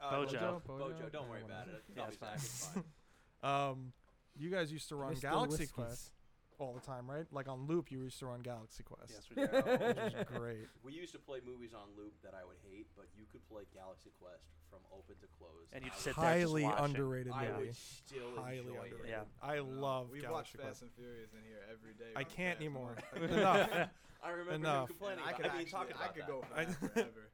Speaker 7: Bojo.
Speaker 6: Bojo?
Speaker 4: Uh, Bojo, don't worry
Speaker 6: Whatever.
Speaker 4: about it.
Speaker 7: Yeah, it's
Speaker 4: It's fine. It's fine.
Speaker 6: Um, you guys used to run
Speaker 1: Mr.
Speaker 6: Galaxy
Speaker 1: Whiskies.
Speaker 6: Quest all the time, right? Like on loop, you used to run Galaxy Quest.
Speaker 4: Yes,
Speaker 1: [laughs]
Speaker 4: we did.
Speaker 6: Which is great.
Speaker 4: [laughs] We used to play movies on loop that I would hate, but you could play Galaxy Quest from open to close.
Speaker 7: And
Speaker 4: I
Speaker 7: you'd
Speaker 4: would-
Speaker 7: sit there just
Speaker 6: Highly
Speaker 7: watching.
Speaker 6: underrated
Speaker 4: I
Speaker 6: movie.
Speaker 4: would still
Speaker 6: Highly
Speaker 4: enjoy
Speaker 6: underrated.
Speaker 4: it.
Speaker 7: Yeah.
Speaker 6: I love
Speaker 8: We've watched
Speaker 6: Galaxy
Speaker 8: Fast
Speaker 6: Quest.
Speaker 8: and Furious in here every day.
Speaker 6: I
Speaker 8: with
Speaker 6: can't
Speaker 8: Fast
Speaker 6: anymore. [laughs]
Speaker 8: and
Speaker 7: [laughs]
Speaker 8: Furious.
Speaker 6: Enough.
Speaker 4: I remember
Speaker 6: Enough.
Speaker 4: you complaining.
Speaker 8: I
Speaker 4: about,
Speaker 8: could
Speaker 4: I mean,
Speaker 8: actually-
Speaker 4: talking
Speaker 8: I
Speaker 4: about
Speaker 8: could
Speaker 4: that.
Speaker 8: go for
Speaker 6: I-
Speaker 8: that
Speaker 6: [laughs]
Speaker 8: forever.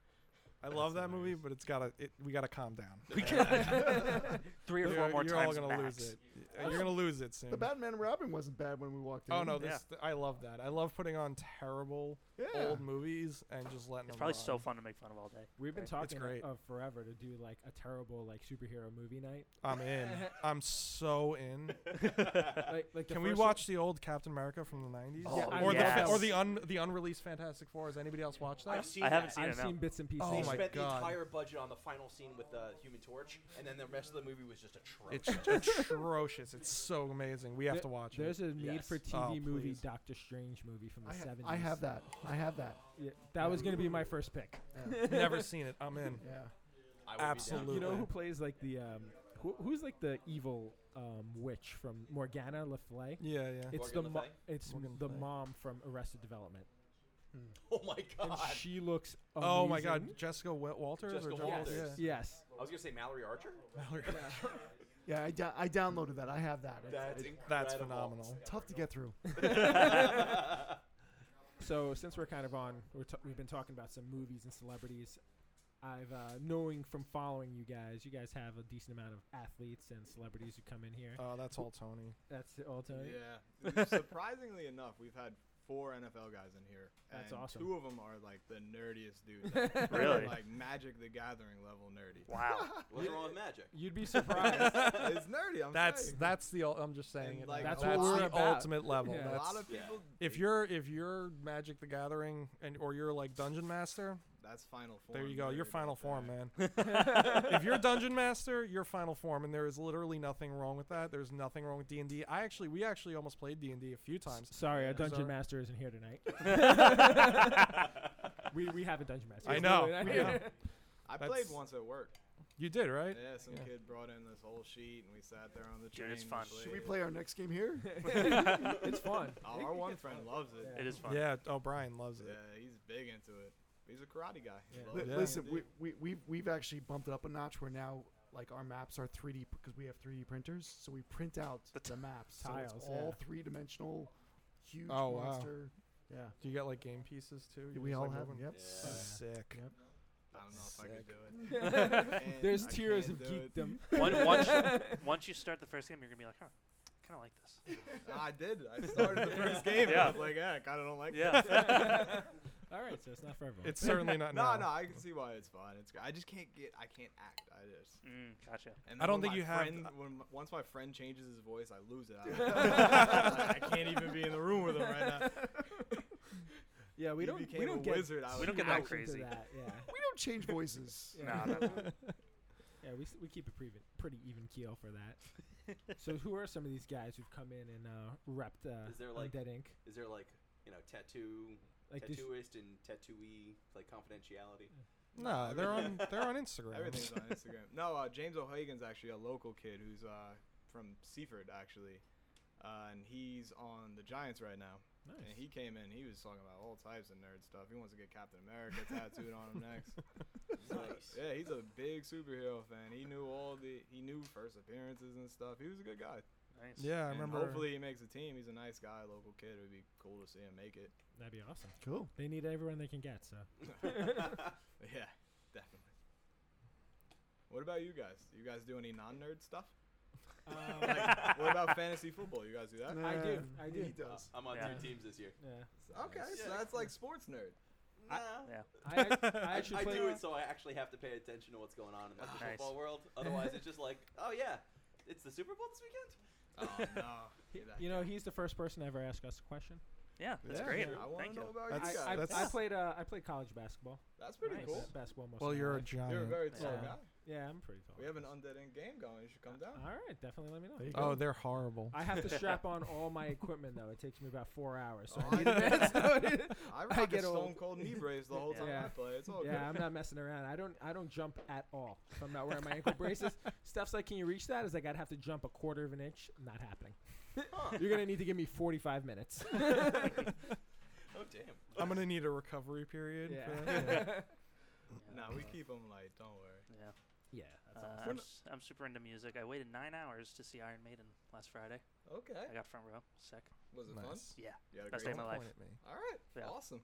Speaker 6: I love that movie, but it's gotta. It, we gotta calm down. [laughs]
Speaker 7: Three or
Speaker 6: you're
Speaker 7: 4 more
Speaker 6: you're all
Speaker 7: times
Speaker 6: gonna
Speaker 7: max.
Speaker 6: lose it. Uh, You're gonna lose it soon.
Speaker 2: The Batman and Robin wasn't bad when we walked in.
Speaker 6: Oh no,
Speaker 7: Yeah.
Speaker 6: this I love that. I love putting on terrible
Speaker 2: yeah.
Speaker 6: old movies and just letting
Speaker 7: It's
Speaker 6: them
Speaker 7: probably
Speaker 6: run.
Speaker 7: so fun to make fun of all day.
Speaker 1: We've been
Speaker 7: It's
Speaker 1: talking
Speaker 6: great.
Speaker 1: of forever to do like a terrible like superhero movie night.
Speaker 7: [laughs]
Speaker 6: I'm in. I'm so in.
Speaker 1: Like, like the
Speaker 6: Can we
Speaker 1: first one-
Speaker 6: watch the old Captain America from the 90s?
Speaker 1: Yeah, Oh,
Speaker 6: or
Speaker 7: yes.
Speaker 6: the or the un, the unreleased Fantastic Four. Has anybody else watched that?
Speaker 4: I've seen
Speaker 7: I haven't
Speaker 4: that.
Speaker 7: seen
Speaker 1: I've
Speaker 7: it now.
Speaker 1: seen bits and pieces.
Speaker 6: Oh
Speaker 4: they
Speaker 6: my
Speaker 4: spent
Speaker 6: God.
Speaker 4: the entire budget on the final scene with the Human Torch, and then the rest of the movie was just atrocious.
Speaker 6: It's atrocious. It's so amazing. We have
Speaker 1: There-
Speaker 6: to watch it.
Speaker 1: There's a need
Speaker 4: Yes.
Speaker 1: for TV
Speaker 6: Oh,
Speaker 1: movie
Speaker 6: please.
Speaker 1: Doctor Strange movie from the
Speaker 2: I, ha-
Speaker 1: 70s.
Speaker 2: I have that. I have that.
Speaker 1: Yeah, that was going to be my first pick. [laughs]
Speaker 6: Never seen it. I'm in.
Speaker 2: Yeah.
Speaker 4: I would be down.
Speaker 6: absolutely.
Speaker 1: You know who plays like the um, who, who's like the evil um, witch from Morgana Le Fay?
Speaker 6: Yeah, yeah.
Speaker 1: It's
Speaker 4: Morgan
Speaker 1: the
Speaker 4: Le
Speaker 1: mo-
Speaker 4: Fay?
Speaker 1: it's
Speaker 6: Morgan Le
Speaker 1: the
Speaker 6: Fay.
Speaker 1: mom from Arrested Development,
Speaker 4: [laughs] Oh my
Speaker 1: and
Speaker 4: god!
Speaker 1: she looks. Amazing.
Speaker 6: oh my God, Jessica Wa- Walters or
Speaker 4: Jessica
Speaker 6: Joel-
Speaker 4: Walters.
Speaker 6: Yeah.
Speaker 1: Yes,
Speaker 4: I was gonna say Mallory Archer.
Speaker 2: Yeah, I, da- I downloaded that. I have that. It's
Speaker 4: That's incredible.
Speaker 6: [laughs] That's phenomenal.
Speaker 2: tough to get through.
Speaker 1: [laughs] So since we're kind of on, we're t- we've been talking about some movies and celebrities. I've uh, knowing from following you guys, you guys have a decent amount of athletes and celebrities who come in here.
Speaker 6: [laughs] Oh, that's all Tony.
Speaker 1: That's all, Tony.
Speaker 6: [laughs]
Speaker 8: Yeah. Surprisingly enough, we've had four NFL guys in here.
Speaker 1: That's
Speaker 8: and
Speaker 1: awesome.
Speaker 8: Two of them are like the nerdiest
Speaker 6: [laughs]
Speaker 8: dudes. ever.
Speaker 7: Really?
Speaker 8: Like Magic the Gathering level nerdy. [laughs]
Speaker 7: Wow.
Speaker 4: What's wrong with Magic?
Speaker 1: You'd be [laughs] surprised.
Speaker 8: it's nerdy. I'm
Speaker 6: That's
Speaker 8: saying.
Speaker 6: that's the. ul- I'm just saying
Speaker 8: And,
Speaker 6: it.
Speaker 8: like,
Speaker 6: that's
Speaker 8: That's what we're
Speaker 6: the
Speaker 1: about.
Speaker 6: ultimate level.
Speaker 1: Yeah.
Speaker 8: a
Speaker 6: That's,
Speaker 8: lot of
Speaker 4: yeah.
Speaker 8: people.
Speaker 6: if you're if you're Magic the Gathering and or you're like Dungeon Master,
Speaker 8: that's final form.
Speaker 6: There you go. Your
Speaker 8: nerd
Speaker 6: final
Speaker 8: right
Speaker 6: form,
Speaker 8: there.
Speaker 6: man.
Speaker 8: [laughs]
Speaker 6: if you're dungeon master, your final form, and there is literally nothing wrong with that. There's nothing wrong with D and D. I actually, we actually almost played D and D a few times.
Speaker 1: Sorry, our dungeon
Speaker 6: Sorry.
Speaker 1: master isn't here
Speaker 8: [laughs]
Speaker 1: tonight. we we have a dungeon master.
Speaker 6: I
Speaker 1: There's
Speaker 6: know.
Speaker 1: no way
Speaker 6: we
Speaker 1: that-
Speaker 6: know.
Speaker 8: I
Speaker 6: That's-
Speaker 8: played once at work.
Speaker 6: You did right.
Speaker 8: Yeah, some
Speaker 6: Yeah.
Speaker 8: kid brought in this whole sheet, and we sat there on the
Speaker 7: Dude,
Speaker 8: train.
Speaker 7: it's
Speaker 8: and
Speaker 7: fun.
Speaker 2: Should we
Speaker 8: played.
Speaker 2: play our next game [laughs] here?
Speaker 1: [laughs] it's
Speaker 8: [laughs]
Speaker 1: fun.
Speaker 8: Oh, our one friend loves it.
Speaker 7: It is fun.
Speaker 6: Yeah. Oh, Brian loves it.
Speaker 8: Yeah, he's big into it. He's a karate guy. He
Speaker 1: Yeah.
Speaker 8: loves
Speaker 2: Li-
Speaker 6: Yeah.
Speaker 2: Listen,
Speaker 8: D&D.
Speaker 2: we, we, we've, we've actually bumped it up a notch where now like our maps are 3D because we have 3D printers. So we print out the, maps. So
Speaker 1: tiles,
Speaker 2: it's all
Speaker 1: yeah.
Speaker 2: three dimensional, huge
Speaker 6: Oh, wow.
Speaker 2: monster. Yeah.
Speaker 6: Do you get like game pieces too? You
Speaker 2: we
Speaker 6: just,
Speaker 2: all
Speaker 6: like,
Speaker 2: have
Speaker 6: move
Speaker 2: them.
Speaker 6: 'em?
Speaker 2: Yep.
Speaker 4: Yeah.
Speaker 6: Sick.
Speaker 1: Yeah.
Speaker 8: I don't know if I
Speaker 6: Sick.
Speaker 8: could do it. And
Speaker 1: There's
Speaker 8: I
Speaker 1: tears of
Speaker 8: can't do it. [laughs]
Speaker 1: geekdom.
Speaker 7: One- once, once you start the first game, you're gonna be like, huh, kind of like
Speaker 8: [laughs]
Speaker 7: this.
Speaker 8: I did. I started
Speaker 6: [laughs]
Speaker 8: the first game. and
Speaker 7: Yeah.
Speaker 8: I was like, yeah, I kind of don't like
Speaker 7: Yeah.
Speaker 1: [laughs] All right, so it's not for everyone.
Speaker 6: It's
Speaker 8: [laughs]
Speaker 6: certainly not.
Speaker 8: that. No,
Speaker 6: now.
Speaker 8: no, I can see why it's fun. It's great. I just can't get. I can't act. I just.
Speaker 7: [laughs] Mm, gotcha.
Speaker 8: And
Speaker 6: I
Speaker 8: then
Speaker 6: don't
Speaker 8: when
Speaker 6: think
Speaker 8: my
Speaker 6: you have- uh,
Speaker 8: friend, When, my- once my friend changes his voice, I lose it.
Speaker 6: [laughs]
Speaker 8: I, I can't even be in the room with him right now.
Speaker 1: [laughs] yeah, we
Speaker 8: he
Speaker 1: don't
Speaker 8: became
Speaker 1: we
Speaker 8: a
Speaker 1: don't get
Speaker 8: wizard. I
Speaker 7: We
Speaker 8: was
Speaker 7: don't get
Speaker 8: like,
Speaker 7: that
Speaker 1: too much into
Speaker 7: crazy.
Speaker 1: that, Yeah,
Speaker 2: We don't change voices.
Speaker 1: [laughs]
Speaker 7: [laughs]
Speaker 1: Yeah.
Speaker 7: No, no, no.
Speaker 1: yeah, we s- we keep a pretty pretty even keel for that.
Speaker 7: [laughs]
Speaker 1: so who are some of these guys who've come in and uh, repped uh,
Speaker 4: Is there, like-
Speaker 1: Dead Ink?
Speaker 4: Is there like you know tattoo,
Speaker 1: Like this,
Speaker 4: tattooist and tattooee like confidentiality?
Speaker 6: No, they're on. They're on Instagram.
Speaker 8: Everything's
Speaker 6: [laughs]
Speaker 8: on Instagram. No, uh, James O'Hagan's actually a local kid who's uh, from Seaford, actually. Uh, and he's on the Giants right now. And he came in, he was talking about all types of nerd stuff. He wants to get Captain America
Speaker 6: [laughs]
Speaker 8: tattooed on him next.
Speaker 4: Nice.
Speaker 8: Yeah, he's a big superhero fan. He knew all the, he knew first appearances and stuff. He was a good guy.
Speaker 7: Nice.
Speaker 6: Yeah, I
Speaker 8: And
Speaker 6: remember.
Speaker 8: Hopefully he makes a team. He's a nice guy, local kid. It would be cool to see him make it. [laughs]
Speaker 1: That'd be awesome.
Speaker 2: Cool.
Speaker 1: They need everyone they can get. So
Speaker 8: yeah, definitely. What about you guys? You guys do any non-nerd stuff?
Speaker 1: [laughs]
Speaker 4: [laughs]
Speaker 1: Um,
Speaker 8: Like, what
Speaker 6: [laughs]
Speaker 8: about fantasy football? You guys do that?
Speaker 9: I do. I do.
Speaker 2: He does.
Speaker 10: I'm on
Speaker 7: Yeah.
Speaker 10: two teams this year.
Speaker 9: Yeah.
Speaker 8: Okay, so that's like sports nerd. Nah.
Speaker 7: Yeah.
Speaker 9: I, act-
Speaker 8: [laughs]
Speaker 9: I
Speaker 10: I,
Speaker 9: actually
Speaker 10: I
Speaker 9: play.
Speaker 10: do it so I actually have to pay attention to what's going on in like, the
Speaker 7: Nice.
Speaker 10: football world. Otherwise, it's just like, oh yeah, it's the Super Bowl this weekend.
Speaker 8: Oh no.
Speaker 1: he-
Speaker 8: Get that
Speaker 1: you know, he's the first person to ever ask us a question.
Speaker 7: Yeah, that's
Speaker 2: Yeah.
Speaker 7: great.
Speaker 8: I want
Speaker 7: Thank
Speaker 8: to
Speaker 7: you.
Speaker 8: know about
Speaker 2: That's-
Speaker 8: you
Speaker 1: I, I,
Speaker 8: guys.
Speaker 2: that's-
Speaker 1: I played. Uh, I played college basketball.
Speaker 8: That's pretty
Speaker 7: Nice.
Speaker 8: cool.
Speaker 1: Ba- Basketball. Most
Speaker 6: Well,
Speaker 1: of my
Speaker 6: you're a
Speaker 1: life.
Speaker 8: You're a
Speaker 6: giant.
Speaker 8: very tall
Speaker 1: Yeah.
Speaker 8: guy.
Speaker 1: yeah, I'm pretty tall.
Speaker 8: We have an undead end game going. You should come down.
Speaker 1: All right, definitely let me know.
Speaker 2: There you
Speaker 6: Oh,
Speaker 2: go.
Speaker 6: they're horrible.
Speaker 1: [laughs] I have to strap on all my equipment though. It takes me about four hours. So
Speaker 8: Oh,
Speaker 1: I [laughs] need advance notice.
Speaker 8: I rock
Speaker 1: get
Speaker 8: a stone
Speaker 1: old.
Speaker 8: cold knee brace the whole time
Speaker 1: Yeah.
Speaker 8: I play. It's all
Speaker 1: Yeah, I'm
Speaker 8: Oh, good.
Speaker 1: not messing around. I don't. I don't jump at all. If I'm not wearing my ankle braces, stuff's like, can you reach that? Is like, I'd have to jump a quarter of an inch. Not happening. [laughs] You're gonna need to give me 45 minutes.
Speaker 10: Oh damn.
Speaker 6: I'm gonna need a recovery period.
Speaker 1: yeah.
Speaker 6: For that.
Speaker 1: yeah.
Speaker 8: Nah, we keep them light. Don't worry.
Speaker 7: Yeah.
Speaker 1: that's
Speaker 7: Uh,
Speaker 1: awesome.
Speaker 7: I'm, s- I'm super into music. I waited nine hours to see Iron Maiden last Friday.
Speaker 8: Okay.
Speaker 7: I got front row. Sick.
Speaker 8: Was it fun?
Speaker 6: Nice.
Speaker 7: Yeah.
Speaker 8: You had a
Speaker 7: Best
Speaker 8: great
Speaker 7: day of my
Speaker 6: Don't
Speaker 8: time?
Speaker 7: life.
Speaker 6: point at me.
Speaker 8: All right.
Speaker 7: Yeah.
Speaker 8: Awesome.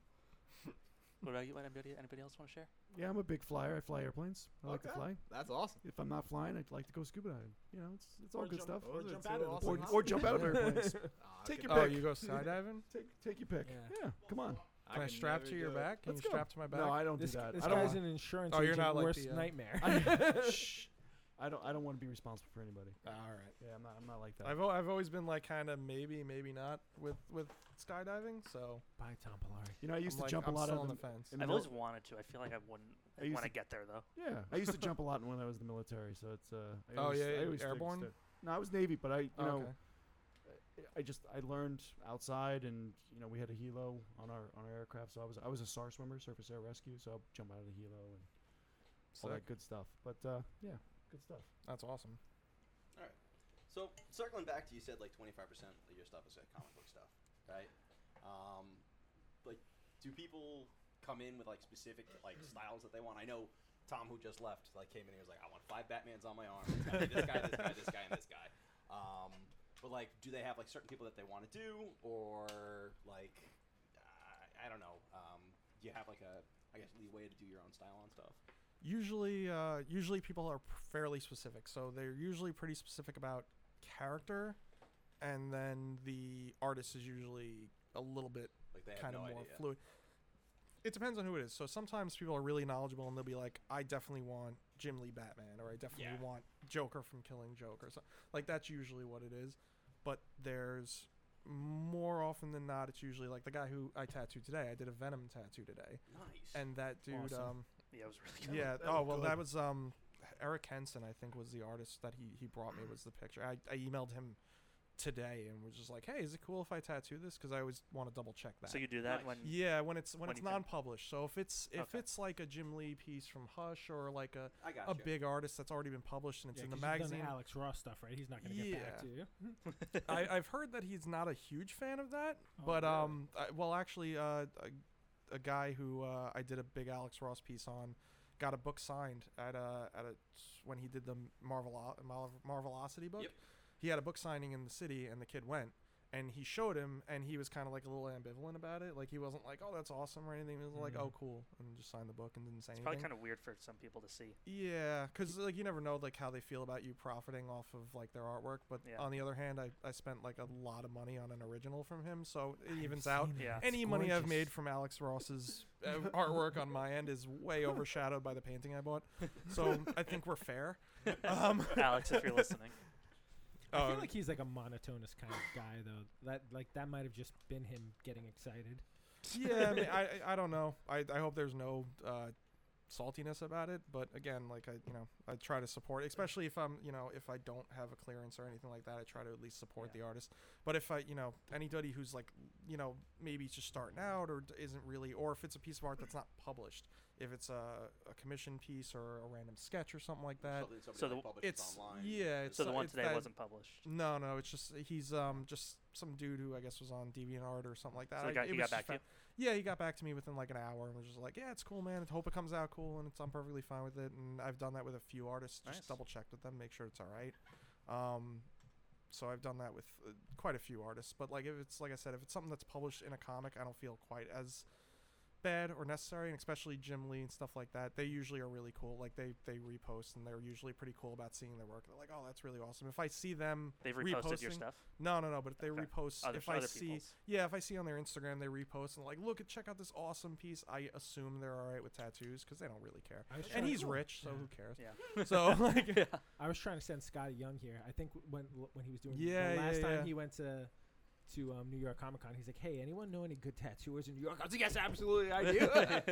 Speaker 7: What about you? What anybody, anybody else want to share?
Speaker 2: Yeah, I'm a big flyer. I fly airplanes. I like to
Speaker 8: Okay.
Speaker 2: fly.
Speaker 8: That's awesome.
Speaker 2: If I'm not flying, I'd like to go scuba diving. You know, it's it's all
Speaker 1: Or
Speaker 2: good
Speaker 1: jump-
Speaker 2: stuff.
Speaker 1: or
Speaker 8: Those are
Speaker 1: jump
Speaker 8: two
Speaker 1: out of the
Speaker 8: awesome
Speaker 2: Or,
Speaker 1: plane.
Speaker 2: or
Speaker 8: hobbies.
Speaker 2: jump
Speaker 1: [laughs]
Speaker 2: out of airplanes.
Speaker 8: Ah, I
Speaker 2: Take
Speaker 8: could
Speaker 2: your
Speaker 6: Oh,
Speaker 8: never-
Speaker 2: back.
Speaker 6: you
Speaker 7: [laughs]
Speaker 6: go skydiving?
Speaker 2: Take take your pick.
Speaker 1: Yeah.
Speaker 2: Yeah, come on.
Speaker 8: I
Speaker 6: Can I,
Speaker 8: could
Speaker 6: strap
Speaker 8: never
Speaker 6: to your
Speaker 8: do it.
Speaker 6: back? Can
Speaker 2: Let's
Speaker 6: you
Speaker 2: go.
Speaker 6: strap to my back?
Speaker 2: No, I don't
Speaker 1: This,
Speaker 2: do that.
Speaker 1: this
Speaker 2: I don't
Speaker 1: guy's [laughs]
Speaker 2: want,
Speaker 1: an insurance
Speaker 6: Oh, you're
Speaker 1: agent.
Speaker 6: not like
Speaker 1: worst
Speaker 6: the, uh,
Speaker 1: nightmare.
Speaker 2: [laughs] I don't I don't want to be responsible for anybody.
Speaker 6: All right.
Speaker 2: Yeah, I'm not I'm not like that.
Speaker 6: I've, al- I've always been like kind of maybe maybe not with with skydiving, so
Speaker 1: Bye, Tom Pilari.
Speaker 2: you know, I used
Speaker 6: I'm
Speaker 2: to
Speaker 6: like,
Speaker 2: jump
Speaker 6: I'm
Speaker 2: a lot
Speaker 6: still
Speaker 2: of
Speaker 6: on the
Speaker 2: them. [laughs]
Speaker 6: fence.
Speaker 2: in the
Speaker 7: I've
Speaker 2: mil-
Speaker 7: always wanted to. I feel like I wouldn't
Speaker 2: I used
Speaker 7: when I
Speaker 2: to-
Speaker 7: get there though.
Speaker 2: yeah, I used to jump a lot when I was in the military. So it's uh. I
Speaker 6: Oh,
Speaker 2: always-
Speaker 6: yeah,
Speaker 2: I
Speaker 6: yeah,
Speaker 2: always stick-
Speaker 6: airborne?
Speaker 2: stick- No, I was Navy, but I you
Speaker 6: Oh,
Speaker 2: know
Speaker 6: okay.
Speaker 2: I just I learned outside, and you know we had a helo on our on our aircraft, so I was I was a SAR swimmer, surface air rescue, so I'll jump out of the helo and all
Speaker 6: Sick.
Speaker 2: that good stuff. But uh, yeah, good stuff.
Speaker 6: That's awesome.
Speaker 10: So circling back to you said like 25 percent of your stuff is like comic book stuff, right? Um, like, do people come in with like specific like styles that they want? I know Tom, who just left, like came in and was like, I want five Batmans on my arm. It's gotta be this guy, this guy, this guy, and this guy. Um, but like, do they have like certain people that they want to do, or like, uh, I don't know. Um, do you have like a I guess leeway to do your own style on stuff?
Speaker 6: Usually, uh, usually people are p- fairly specific, so they're usually pretty specific about character, and then the artist is usually a little bit
Speaker 10: Like they have
Speaker 6: kind of
Speaker 10: no
Speaker 6: more
Speaker 10: idea.
Speaker 6: fluid. It depends on who it is. So sometimes people are really knowledgeable and they'll be like, "I definitely want Jim Lee Batman," or "I definitely
Speaker 10: Yeah.
Speaker 6: want Joker from Killing Joke," or so. Like that's usually what it is. But there's more often than not, it's usually like the guy who I tattooed today. I did a Venom tattoo today,
Speaker 10: nice.
Speaker 6: and that dude.
Speaker 1: Awesome.
Speaker 6: Um,
Speaker 7: Yeah, it was really good.
Speaker 6: yeah.
Speaker 2: that
Speaker 6: Oh
Speaker 2: looked
Speaker 6: well, that
Speaker 2: good.
Speaker 6: was um, Eric Henson. I think was the artist that he he brought me was the picture. I, I emailed him today and was just like, "Hey, is it cool if I tattoo this?" Because I always want to double check that.
Speaker 7: So you do that
Speaker 10: Nice.
Speaker 7: when
Speaker 6: Yeah, when it's when,
Speaker 7: When
Speaker 6: it's
Speaker 7: you can.
Speaker 6: non-published. So if it's if
Speaker 7: Okay.
Speaker 6: it's like a Jim Lee piece from Hush or like a,
Speaker 10: I got
Speaker 6: a big artist that's already been published and it's
Speaker 1: Yeah,
Speaker 6: in the
Speaker 1: 'cause you've done
Speaker 6: magazine.
Speaker 1: Alex Ross stuff, right? He's not gonna get back
Speaker 6: Yeah.
Speaker 1: to you.
Speaker 6: I, I've heard that he's not a huge fan of that,
Speaker 1: Oh,
Speaker 6: but
Speaker 1: really?
Speaker 6: um, I, well, actually, uh, a, a guy who uh, I did a big Alex Ross piece on got a book signed at a at a when he did the Marvel Marvel Marvelosity book.
Speaker 10: Yep.
Speaker 6: He had a book signing in the city, and the kid went. And he showed him, and he was kind of like a little ambivalent about it. Like he wasn't like, "Oh, that's awesome" or anything. He was like,
Speaker 1: Mhm.
Speaker 6: "Oh, cool," and just signed the book and didn't say
Speaker 7: it's
Speaker 6: anything.
Speaker 7: probably kind of weird for some people to see.
Speaker 6: Yeah, because like you never know like how they feel about you profiting off of like their artwork. But
Speaker 7: Yeah.
Speaker 6: on the other hand, I, I spent like a lot of money on an original from him, so it
Speaker 1: I've
Speaker 6: evens
Speaker 1: seen
Speaker 6: out.
Speaker 1: that.
Speaker 7: Yeah.
Speaker 1: It's
Speaker 6: Any money I've made
Speaker 1: gorgeous.
Speaker 6: from Alex Ross's uh,
Speaker 1: [laughs]
Speaker 6: artwork on my end is way overshadowed by the painting I bought. So I think
Speaker 1: [laughs]
Speaker 6: we're fair. [laughs] Um,
Speaker 7: [laughs] Alex, if you're
Speaker 6: [laughs]
Speaker 7: listening,
Speaker 1: I
Speaker 6: uh,
Speaker 1: feel like he's like a monotonous kind of guy, though. That like that might have just been him getting excited.
Speaker 6: yeah, I, mean, I I- I don't know. I, I hope there's no uh, saltiness about it. But again, like I you know I try to support, especially if I'm you know if I don't have a clearance or anything like that, I try to at least support
Speaker 1: Yeah.
Speaker 6: the artist. But if I you know anybody who's like you know maybe just starting out or d- isn't really, or if it's a piece of art that's not published, if it's a, a commission piece or a random sketch or something like that,
Speaker 10: Something somebody,
Speaker 7: so
Speaker 10: like,
Speaker 7: the-
Speaker 10: publishes
Speaker 6: it's
Speaker 10: online.
Speaker 6: yeah. It's
Speaker 7: so the
Speaker 6: so-
Speaker 7: one
Speaker 6: it's
Speaker 7: today
Speaker 6: that-
Speaker 7: wasn't published.
Speaker 6: No, no, it's just he's um just some dude who I guess was on DeviantArt or something like that.
Speaker 7: So
Speaker 6: I-
Speaker 7: he got,
Speaker 6: it
Speaker 7: he
Speaker 6: was
Speaker 7: got back
Speaker 6: just
Speaker 7: to
Speaker 6: fa-
Speaker 7: you.
Speaker 6: yeah, he got back to me within like an hour and was just like, "Yeah, it's cool, man. I hope it comes out cool, and it's, I'm perfectly fine with it." And I've done that with a few artists, just
Speaker 7: Nice.
Speaker 6: double checked with them, make sure it's all right. Um, so I've done that with uh, quite a few artists, but like if it's like I said, if it's something that's published in a comic, I don't feel quite as bad or necessary, and especially Jim Lee and stuff like that, they usually are really cool. Like they they repost and they're usually pretty cool about seeing their work. They're like, oh, that's really awesome. If I see them,
Speaker 7: They've reposted your
Speaker 6: reposting-
Speaker 7: stuff?
Speaker 6: No, no, no. But if they
Speaker 7: Okay.
Speaker 6: repost,
Speaker 7: Other-
Speaker 6: if I
Speaker 7: other
Speaker 6: see, [laughs]
Speaker 7: people's.
Speaker 6: yeah, if I see on their Instagram they repost and like, look at check out this awesome piece. I assume they're all right with tattoos because they don't really care.
Speaker 1: [laughs] I was
Speaker 6: And
Speaker 1: trying-
Speaker 6: he's rich, so
Speaker 1: Yeah.
Speaker 6: who cares?
Speaker 7: Yeah.
Speaker 6: So like,
Speaker 1: I was trying to send Scotty Young here. I think when when he was doing
Speaker 6: Yeah,
Speaker 1: the last
Speaker 6: yeah,
Speaker 1: time
Speaker 6: yeah.
Speaker 1: he went to to um, New York Comic Con, he's like, "Hey, anyone know any good tattooers in New York?" I was like, "Yes, absolutely, I do." [laughs]
Speaker 6: [laughs] that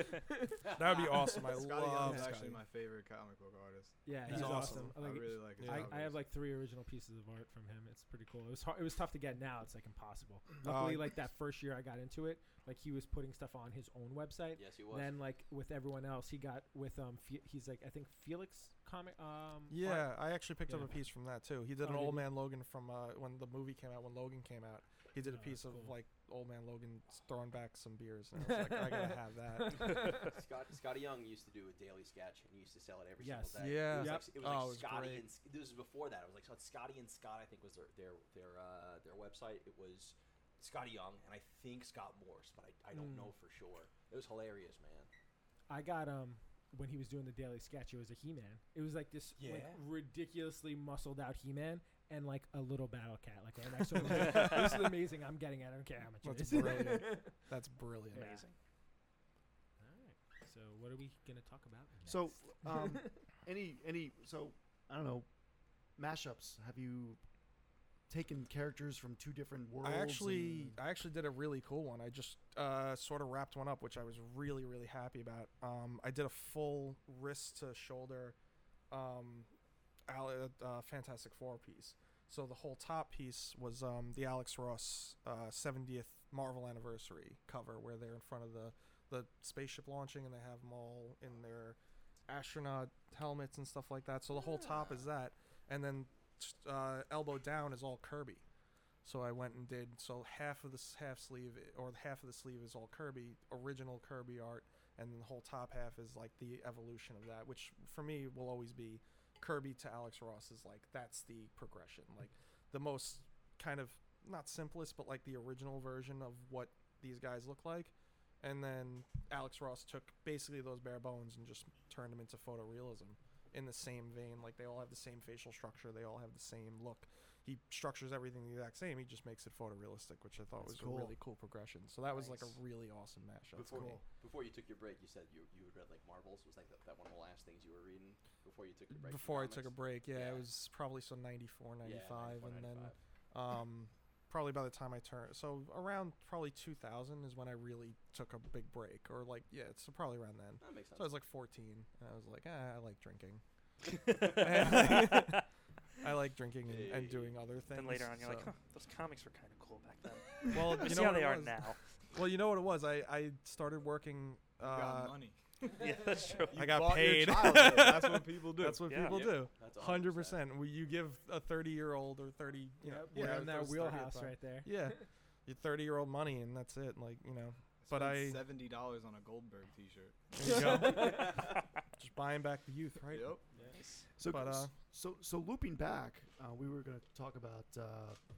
Speaker 6: would be awesome. I
Speaker 8: Scotty
Speaker 6: love
Speaker 8: Young's
Speaker 6: Scotty.
Speaker 8: actually my favorite comic book artist.
Speaker 1: yeah,
Speaker 6: He's
Speaker 1: he's awesome.
Speaker 6: awesome.
Speaker 1: Like,
Speaker 8: I really like his
Speaker 1: I,
Speaker 8: comics.
Speaker 1: I have like three original pieces of art from him. It's pretty cool. It was hard, it was tough to get now. It's like impossible.
Speaker 6: Uh,
Speaker 1: Luckily, like that first year I got into it, like he was putting stuff on his own website.
Speaker 10: Yes, he was.
Speaker 1: Then like with everyone else, he got with um Fe- he's like I think Felix comic um art.
Speaker 6: Yeah, I actually picked
Speaker 1: Yeah.
Speaker 6: up a piece from that too. He did
Speaker 1: Oh,
Speaker 6: an
Speaker 1: did
Speaker 6: Old
Speaker 1: he?
Speaker 6: Man Logan from uh, when the movie came out, when Logan came out. He did a
Speaker 1: Oh,
Speaker 6: piece
Speaker 1: that's cool.
Speaker 6: of like Old Man Logan s- throwing back some beers, and I was like,
Speaker 1: [laughs]
Speaker 6: I gotta have [laughs]
Speaker 10: [laughs]
Speaker 6: that.
Speaker 10: Scott, Scotty Young used to do a daily sketch, and he used to sell it every
Speaker 1: Yes.
Speaker 10: single day.
Speaker 6: Yeah.
Speaker 10: it was
Speaker 6: Yep.
Speaker 10: like, it was
Speaker 6: Oh, it
Speaker 10: like
Speaker 6: was
Speaker 10: Scotty
Speaker 6: great.
Speaker 10: and S- this was before that. It was like so it's Scotty and Scott. I think was their their their uh, their website. It was Scotty Young and I think Scott Morse, but I, I don't
Speaker 1: Mm.
Speaker 10: know for sure. It was hilarious, man.
Speaker 1: I got um when he was doing the daily sketch, it was a He-Man. It was like this like,
Speaker 10: Yeah.
Speaker 1: ridiculously muscled out He-Man and like a little battle cat like right next to
Speaker 6: [laughs]
Speaker 1: him. I was like, this is amazing. I'm getting it. I don't care how much it
Speaker 6: That's
Speaker 1: is.
Speaker 6: brilliant. That's brilliant.
Speaker 7: Amazing.
Speaker 1: Alright, So what are we gonna talk
Speaker 9: [laughs]
Speaker 1: about? Next?
Speaker 2: So, [laughs] um, any any so I don't know mashups. Have you taken characters from two different worlds?
Speaker 6: I actually,
Speaker 2: and-
Speaker 6: I actually did a really cool one. I just uh, sort of wrapped one up, which I was really, really happy about. Um, I did a full wrist to shoulder, um, Ale- uh, Fantastic Four piece. So the whole top piece was um, the Alex Ross uh, 70th Marvel anniversary cover, where they're in front of the the spaceship launching, and they have them all in their astronaut helmets and stuff like that. So the whole top is that, and then uh, elbow down is all Kirby. So I went and did so half of this half sleeve i- or half of the sleeve is all Kirby original Kirby art, and then the whole top half is like the evolution of that, which for me will always be Kirby to Alex Ross is like that's the progression, like the most kind of not simplest but like the original version of what these guys look like. And then Alex Ross took basically those bare bones and just turned them into photorealism in the same vein. Like they all have the same facial structure, they all have the same look he structures everything the exact same. He just makes it photorealistic, which I thought
Speaker 2: That's
Speaker 6: was
Speaker 2: cool.
Speaker 6: a really cool progression. So that was like
Speaker 10: Nice.
Speaker 6: a really awesome mashup.
Speaker 10: before
Speaker 6: for me.
Speaker 10: you, before you took your break, you said you you had read like Marvels. Was like that, that one of the last things you were reading before you took your break? from
Speaker 6: Before I took a
Speaker 10: comics?
Speaker 6: break, yeah,
Speaker 10: Yeah.
Speaker 6: it was probably so 94, 95,
Speaker 10: yeah, 94, 95.
Speaker 6: and then um, probably by the time I turned, so around probably 2000 is when I really took a big break, or like yeah, it's probably around then.
Speaker 10: that makes sense.
Speaker 6: So I [laughs] was like 14, and I was like, ah, I like drinking. [laughs]
Speaker 10: [laughs]
Speaker 6: I like drinking and, and doing other things.
Speaker 7: Then later on, you're like,
Speaker 6: so-
Speaker 7: huh, those comics were kind of cool back then. [laughs]
Speaker 6: well,
Speaker 7: You
Speaker 6: [laughs] you
Speaker 7: see
Speaker 6: know
Speaker 7: how
Speaker 6: what
Speaker 7: they
Speaker 6: it
Speaker 7: are
Speaker 6: was? [laughs]
Speaker 7: now.
Speaker 6: Well, you know what it was. I, I started working.
Speaker 8: You got
Speaker 6: Uh,
Speaker 8: money.
Speaker 7: yeah, that's true.
Speaker 6: I got
Speaker 8: Bought your
Speaker 7: [laughs]
Speaker 6: paid.
Speaker 8: childhood,
Speaker 6: [laughs]
Speaker 8: that's what people do.
Speaker 6: That's what
Speaker 7: Yeah.
Speaker 6: people
Speaker 10: Yeah.
Speaker 6: do.
Speaker 10: That's awesome,
Speaker 6: Hundred
Speaker 10: Zach.
Speaker 6: percent. Well, you give a thirty-year-old or thirty, you know,
Speaker 1: Yep, we're
Speaker 6: yeah,
Speaker 1: in
Speaker 6: those
Speaker 1: that
Speaker 6: 30
Speaker 1: wheelhouse
Speaker 6: at the-
Speaker 1: right there.
Speaker 6: Yeah, your thirty-year-old money, and that's it. Like you know, But
Speaker 8: spent
Speaker 6: I-
Speaker 8: seventy dollars on a Goldberg T-shirt.
Speaker 6: there you go. just buying back the youth, right?
Speaker 8: Yep.
Speaker 2: so
Speaker 6: but,
Speaker 2: s-
Speaker 6: uh,
Speaker 2: so so looping back, uh, we were going to talk about uh,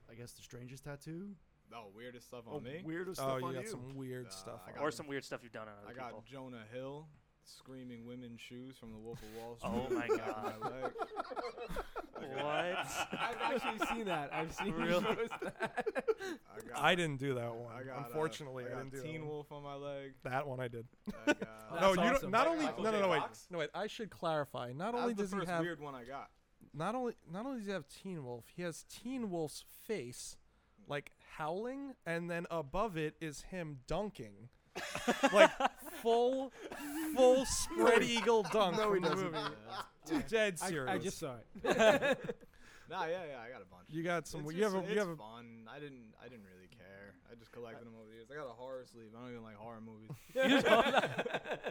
Speaker 2: I guess the strangest tattoo.
Speaker 8: Oh, weirdest stuff on
Speaker 2: Oh,
Speaker 8: me.
Speaker 2: weirdest
Speaker 6: Oh,
Speaker 2: stuff
Speaker 6: you
Speaker 2: on
Speaker 6: got
Speaker 2: you.
Speaker 6: some weird
Speaker 8: Uh,
Speaker 6: stuff.
Speaker 8: I
Speaker 6: on
Speaker 8: got
Speaker 7: Or
Speaker 6: you.
Speaker 8: it.
Speaker 7: some weird stuff you've done on other
Speaker 8: I got
Speaker 7: people.
Speaker 8: Jonah Hill screaming women's shoes from The Wolf
Speaker 7: [laughs]
Speaker 8: of Wall Street.
Speaker 7: Oh my
Speaker 8: on the back of
Speaker 7: god.
Speaker 8: my leg. [laughs]
Speaker 7: what?
Speaker 9: [laughs] I've actually seen that. I've seen
Speaker 7: Really?
Speaker 9: those.
Speaker 1: [laughs]
Speaker 9: that.
Speaker 8: I got.
Speaker 6: I didn't do that one.
Speaker 8: I got, uh,
Speaker 6: Unfortunately,
Speaker 8: I
Speaker 6: I,
Speaker 8: got
Speaker 6: didn't do
Speaker 8: Teen
Speaker 6: that one.
Speaker 8: Wolf on my leg.
Speaker 6: That one I did.
Speaker 8: [laughs]
Speaker 6: [laughs]
Speaker 8: I got,
Speaker 9: That's
Speaker 6: no, you
Speaker 9: awesome.
Speaker 6: don't, not
Speaker 8: Like
Speaker 6: only
Speaker 8: Michael
Speaker 6: no no
Speaker 8: J.
Speaker 6: no wait
Speaker 8: Fox?
Speaker 6: no wait I should clarify. Not
Speaker 8: That's
Speaker 6: only
Speaker 8: the
Speaker 6: does he
Speaker 8: first
Speaker 6: have
Speaker 8: weird one I got.
Speaker 6: not only not only does he have Teen Wolf, he has Teen Wolf's face, like howling, and then above it is him
Speaker 8: [laughs]
Speaker 6: dunking, like full, full spread eagle dunk from the movie. Dead
Speaker 1: I,
Speaker 6: serious.
Speaker 1: I just
Speaker 6: [laughs]
Speaker 1: saw it.
Speaker 8: Nah, yeah, yeah, I got a bunch.
Speaker 6: you got some.
Speaker 8: It's
Speaker 6: you have
Speaker 8: just-
Speaker 6: a. You have a.
Speaker 8: it's fun. I didn't. I didn't really care. I just collected them over the years. I got a horror sleeve. I don't even like horror
Speaker 6: [laughs]
Speaker 8: movies. [laughs]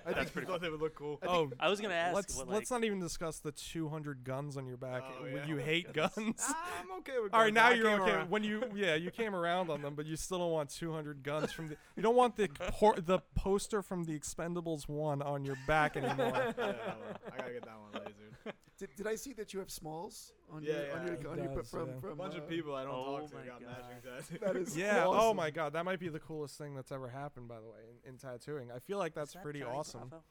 Speaker 8: I just thought they would look cool.
Speaker 6: Oh,
Speaker 7: [laughs] I was gonna ask.
Speaker 6: let's
Speaker 7: what,
Speaker 6: let's
Speaker 7: like,
Speaker 6: not even discuss the 200 guns on your back.
Speaker 8: Oh,
Speaker 6: Would
Speaker 8: yeah.
Speaker 6: You
Speaker 8: Oh, my
Speaker 6: hate
Speaker 7: goodness.
Speaker 6: [laughs] guns.
Speaker 8: Ah, I'm okay with.
Speaker 6: All right,
Speaker 8: guns.
Speaker 6: now
Speaker 8: I
Speaker 6: you're
Speaker 8: came
Speaker 6: okay.
Speaker 8: around.
Speaker 6: When you, yeah, you came around on them, but you still don't want 200 guns from the. You don't want the por- the
Speaker 8: [laughs]
Speaker 6: poster from the Expendables one on your back anymore.
Speaker 8: Yeah, I gotta get that one lasered.
Speaker 2: Did, did I see that you have smalls on
Speaker 8: Yeah,
Speaker 2: your
Speaker 8: yeah,
Speaker 2: on your,
Speaker 8: he
Speaker 2: on your
Speaker 8: does,
Speaker 2: from,
Speaker 8: yeah.
Speaker 2: from
Speaker 8: Bunch of
Speaker 2: uh,
Speaker 8: people I don't talk
Speaker 7: Oh
Speaker 8: to
Speaker 7: my
Speaker 8: got
Speaker 7: God.
Speaker 8: matching tattoos.
Speaker 2: That is
Speaker 6: yeah. Oh
Speaker 2: awesome.
Speaker 6: my god, that might be the coolest thing that's ever happened. By the way, in, in tattooing, I feel like that's
Speaker 7: that
Speaker 6: pretty
Speaker 7: Johnny
Speaker 6: awesome. um,
Speaker 7: Bravo?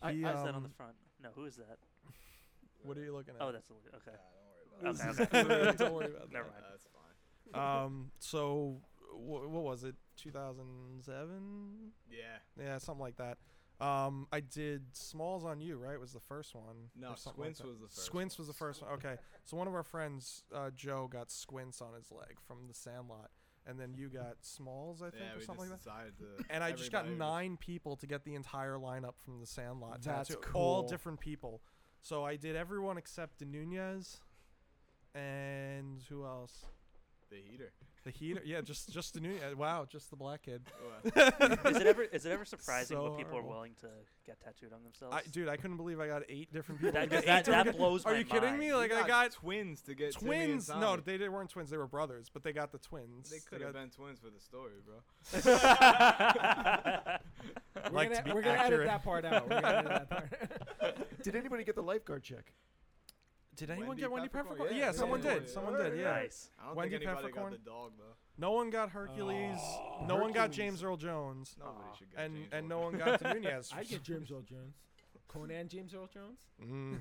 Speaker 6: I,
Speaker 7: Why is that
Speaker 8: um,
Speaker 7: on the front? No, who is that?
Speaker 6: What are you looking at?
Speaker 7: Oh, that's the lead. Okay.
Speaker 8: [laughs] Nah, don't worry about
Speaker 7: Okay,
Speaker 8: that.
Speaker 7: okay.
Speaker 2: [laughs]
Speaker 6: Don't worry about
Speaker 7: Never
Speaker 6: [laughs] that.
Speaker 7: mind.
Speaker 8: That's fine.
Speaker 6: um. So, wh- what was it? 2007.
Speaker 8: Yeah.
Speaker 6: Yeah, something like that. Um, I did Smalls on You, right? Was the first one.
Speaker 8: No,
Speaker 6: or something like
Speaker 8: Squints
Speaker 6: that.
Speaker 8: was the first
Speaker 6: Squints was the first one. Okay, so one of our friends, uh, Joe, got Squints on his leg from The Sandlot, and then you got Smalls, I think, or
Speaker 8: Yeah, we just
Speaker 6: something like that.
Speaker 8: decided to.
Speaker 6: And I just got
Speaker 8: everybody was-
Speaker 6: nine people to get the entire lineup from The Sandlot.
Speaker 9: That's
Speaker 6: tattoo, All
Speaker 9: cool.
Speaker 6: different people. So I did everyone except De Nunez, and who else?
Speaker 8: The heater.
Speaker 6: The Heater. yeah, just just De Nunez. Wow, just the black
Speaker 8: [laughs]
Speaker 6: kid.
Speaker 8: Well,
Speaker 7: is it ever is it ever surprising
Speaker 6: So
Speaker 7: what people
Speaker 6: horrible.
Speaker 7: are willing to get tattooed on themselves?
Speaker 6: I, dude, I couldn't believe I got eight different people.
Speaker 7: That-
Speaker 6: to get
Speaker 7: that-
Speaker 6: eight different
Speaker 7: that
Speaker 6: ki-
Speaker 7: blows
Speaker 6: Are
Speaker 7: my
Speaker 6: you kidding me?
Speaker 7: [laughs] mind.
Speaker 6: Like
Speaker 8: we
Speaker 6: I got
Speaker 8: twins to get Timmy and
Speaker 6: twins. No,
Speaker 8: Sonic.
Speaker 6: they didn't weren't twins. They were brothers, but they got the twins.
Speaker 8: They could
Speaker 6: got-
Speaker 8: have been twins for the story, bro.
Speaker 9: We're
Speaker 6: like
Speaker 9: gonna,
Speaker 6: to be
Speaker 9: we're gonna edit
Speaker 6: accurate.
Speaker 9: that part out. We're gonna edit that part.
Speaker 2: Did anybody get the lifeguard check?
Speaker 6: Did anyone
Speaker 8: Wendy
Speaker 6: get Wendy
Speaker 8: Peppercorn?
Speaker 6: Peppercorn? Yeah,
Speaker 8: Yeah, yeah,
Speaker 6: someone
Speaker 8: yeah,
Speaker 6: did.
Speaker 8: yeah.
Speaker 6: Someone did. Yeah.
Speaker 7: Nice.
Speaker 8: I don't
Speaker 6: Wendy
Speaker 8: think anybody
Speaker 6: Peppercorn?
Speaker 8: got the dog though.
Speaker 6: No one got Oh. Hercules. no one got James Earl Jones.
Speaker 8: Nobody should get
Speaker 6: And
Speaker 8: James
Speaker 6: and no
Speaker 8: Earl
Speaker 6: one got De
Speaker 1: [laughs]
Speaker 6: [laughs] [laughs] Nunez.
Speaker 1: I get James Earl Jones.
Speaker 9: Conan James Earl
Speaker 6: [laughs]
Speaker 9: Jones.
Speaker 6: Mm.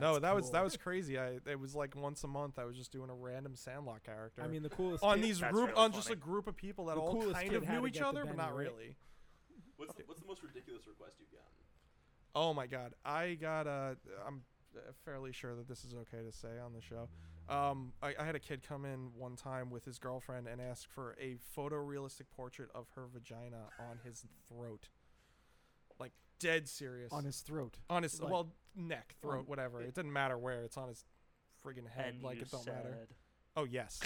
Speaker 6: no, that was that
Speaker 9: cool.
Speaker 6: was crazy. I it was like once a month I was just doing a random Sandlot character.
Speaker 1: I mean, the coolest.
Speaker 6: on
Speaker 1: kid-
Speaker 6: these
Speaker 7: That's
Speaker 6: group
Speaker 7: really
Speaker 6: on just a
Speaker 7: funny.
Speaker 6: group of people that
Speaker 9: The
Speaker 6: all
Speaker 9: coolest
Speaker 6: kind
Speaker 9: kid
Speaker 6: of
Speaker 9: had
Speaker 6: knew
Speaker 9: to
Speaker 6: each
Speaker 9: get the
Speaker 6: other,
Speaker 9: Benny,
Speaker 6: but not
Speaker 9: right?
Speaker 6: really.
Speaker 10: What's the, what's the most ridiculous request you've gotten?
Speaker 6: Oh my god, I got a. I'm uh, fairly sure that this is okay to say on the show. Um, I, I had a kid come in one time with his girlfriend and ask for a photorealistic portrait of her vagina on his throat. Like dead serious.
Speaker 2: On his throat.
Speaker 6: on his
Speaker 2: like-
Speaker 6: well neck, throat, whatever. It didn't matter where. It's on his friggin' head.
Speaker 7: And
Speaker 6: like
Speaker 7: you
Speaker 6: it don't
Speaker 7: said,
Speaker 6: matter. Oh yes.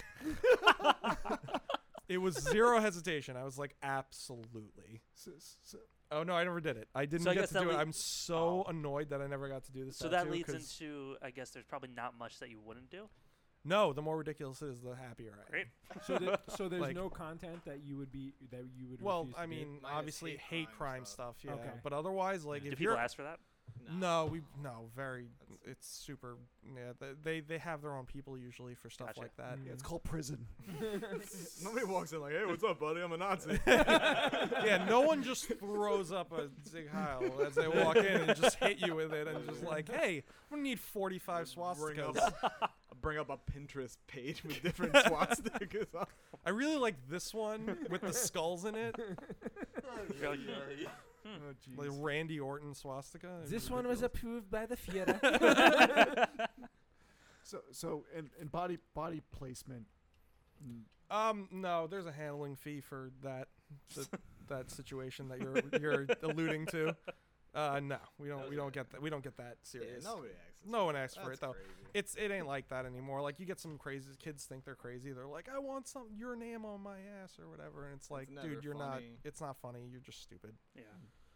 Speaker 6: [laughs] it was zero hesitation. I was like, absolutely.
Speaker 2: S- s- s-
Speaker 6: Oh no, I never did it. I didn't
Speaker 7: So I
Speaker 6: get
Speaker 7: guess
Speaker 6: to
Speaker 7: that
Speaker 6: do it.
Speaker 7: lea-
Speaker 6: I'm so
Speaker 7: Oh.
Speaker 6: annoyed that I never got to do this.
Speaker 7: So that
Speaker 6: tattoo,
Speaker 7: leads
Speaker 6: 'cause-
Speaker 7: into I guess there's probably not much that you wouldn't do.
Speaker 6: no. The more ridiculous it is, the happier I am.
Speaker 7: Great.
Speaker 1: So, there- so there's
Speaker 6: [laughs] Like-
Speaker 1: no content that you would be that you would.
Speaker 6: Well,
Speaker 1: refuse to
Speaker 6: I
Speaker 1: do?
Speaker 6: mean,
Speaker 8: Minus
Speaker 6: obviously hate,
Speaker 8: hate
Speaker 6: crime
Speaker 8: crime
Speaker 6: stuff, yeah.
Speaker 1: Okay.
Speaker 6: But otherwise, like
Speaker 8: Yeah.
Speaker 7: Do
Speaker 6: if
Speaker 7: people
Speaker 6: you're
Speaker 7: ask for
Speaker 6: [laughs]
Speaker 7: that?
Speaker 8: Jones.
Speaker 6: no, we no very.
Speaker 8: That's-
Speaker 6: It's super. Yeah, th- they they have their own people usually for stuff
Speaker 7: Gotcha.
Speaker 6: like that.
Speaker 2: yeah,
Speaker 1: Hmm.
Speaker 2: it's called prison.
Speaker 8: Nobody walks in like, hey, what's up, buddy? I'm a Nazi.
Speaker 6: [laughs] yeah, no one just throws up a Zig Heil as they walk in and just hit you with it and just like, hey, I'm gonna need 45
Speaker 8: Bring up-
Speaker 6: swastikas.
Speaker 8: Bring up a Pinterest page
Speaker 6: [laughs]
Speaker 8: with different swastikas. on.
Speaker 6: I really like this one with the skulls in it, uh,
Speaker 7: [laughs] You're like,
Speaker 8: Oh,
Speaker 6: like
Speaker 8: jeez.
Speaker 6: Randy Orton swastika. It'd
Speaker 3: This
Speaker 6: be
Speaker 3: one was
Speaker 6: ridiculous.
Speaker 3: approved by the
Speaker 6: [laughs]
Speaker 3: Fiera.
Speaker 2: So so and, and body body placement. Mm,
Speaker 6: Um, no, there's a handling fee for that that, that situation that you're you're alluding to. Uh, no, we don't we don't get that we don't get that
Speaker 8: Yeah,
Speaker 6: serious.
Speaker 8: nobody asks.
Speaker 6: No one asks for
Speaker 8: That's
Speaker 6: it though.
Speaker 8: crazy.
Speaker 6: It's it ain't like that anymore. Like you get some crazy kids think they're crazy. They're like, I want some your name on my ass or whatever, and it's like,
Speaker 8: never
Speaker 6: dude, you're not.
Speaker 8: funny.
Speaker 6: It's not funny. You're just stupid.
Speaker 7: yeah.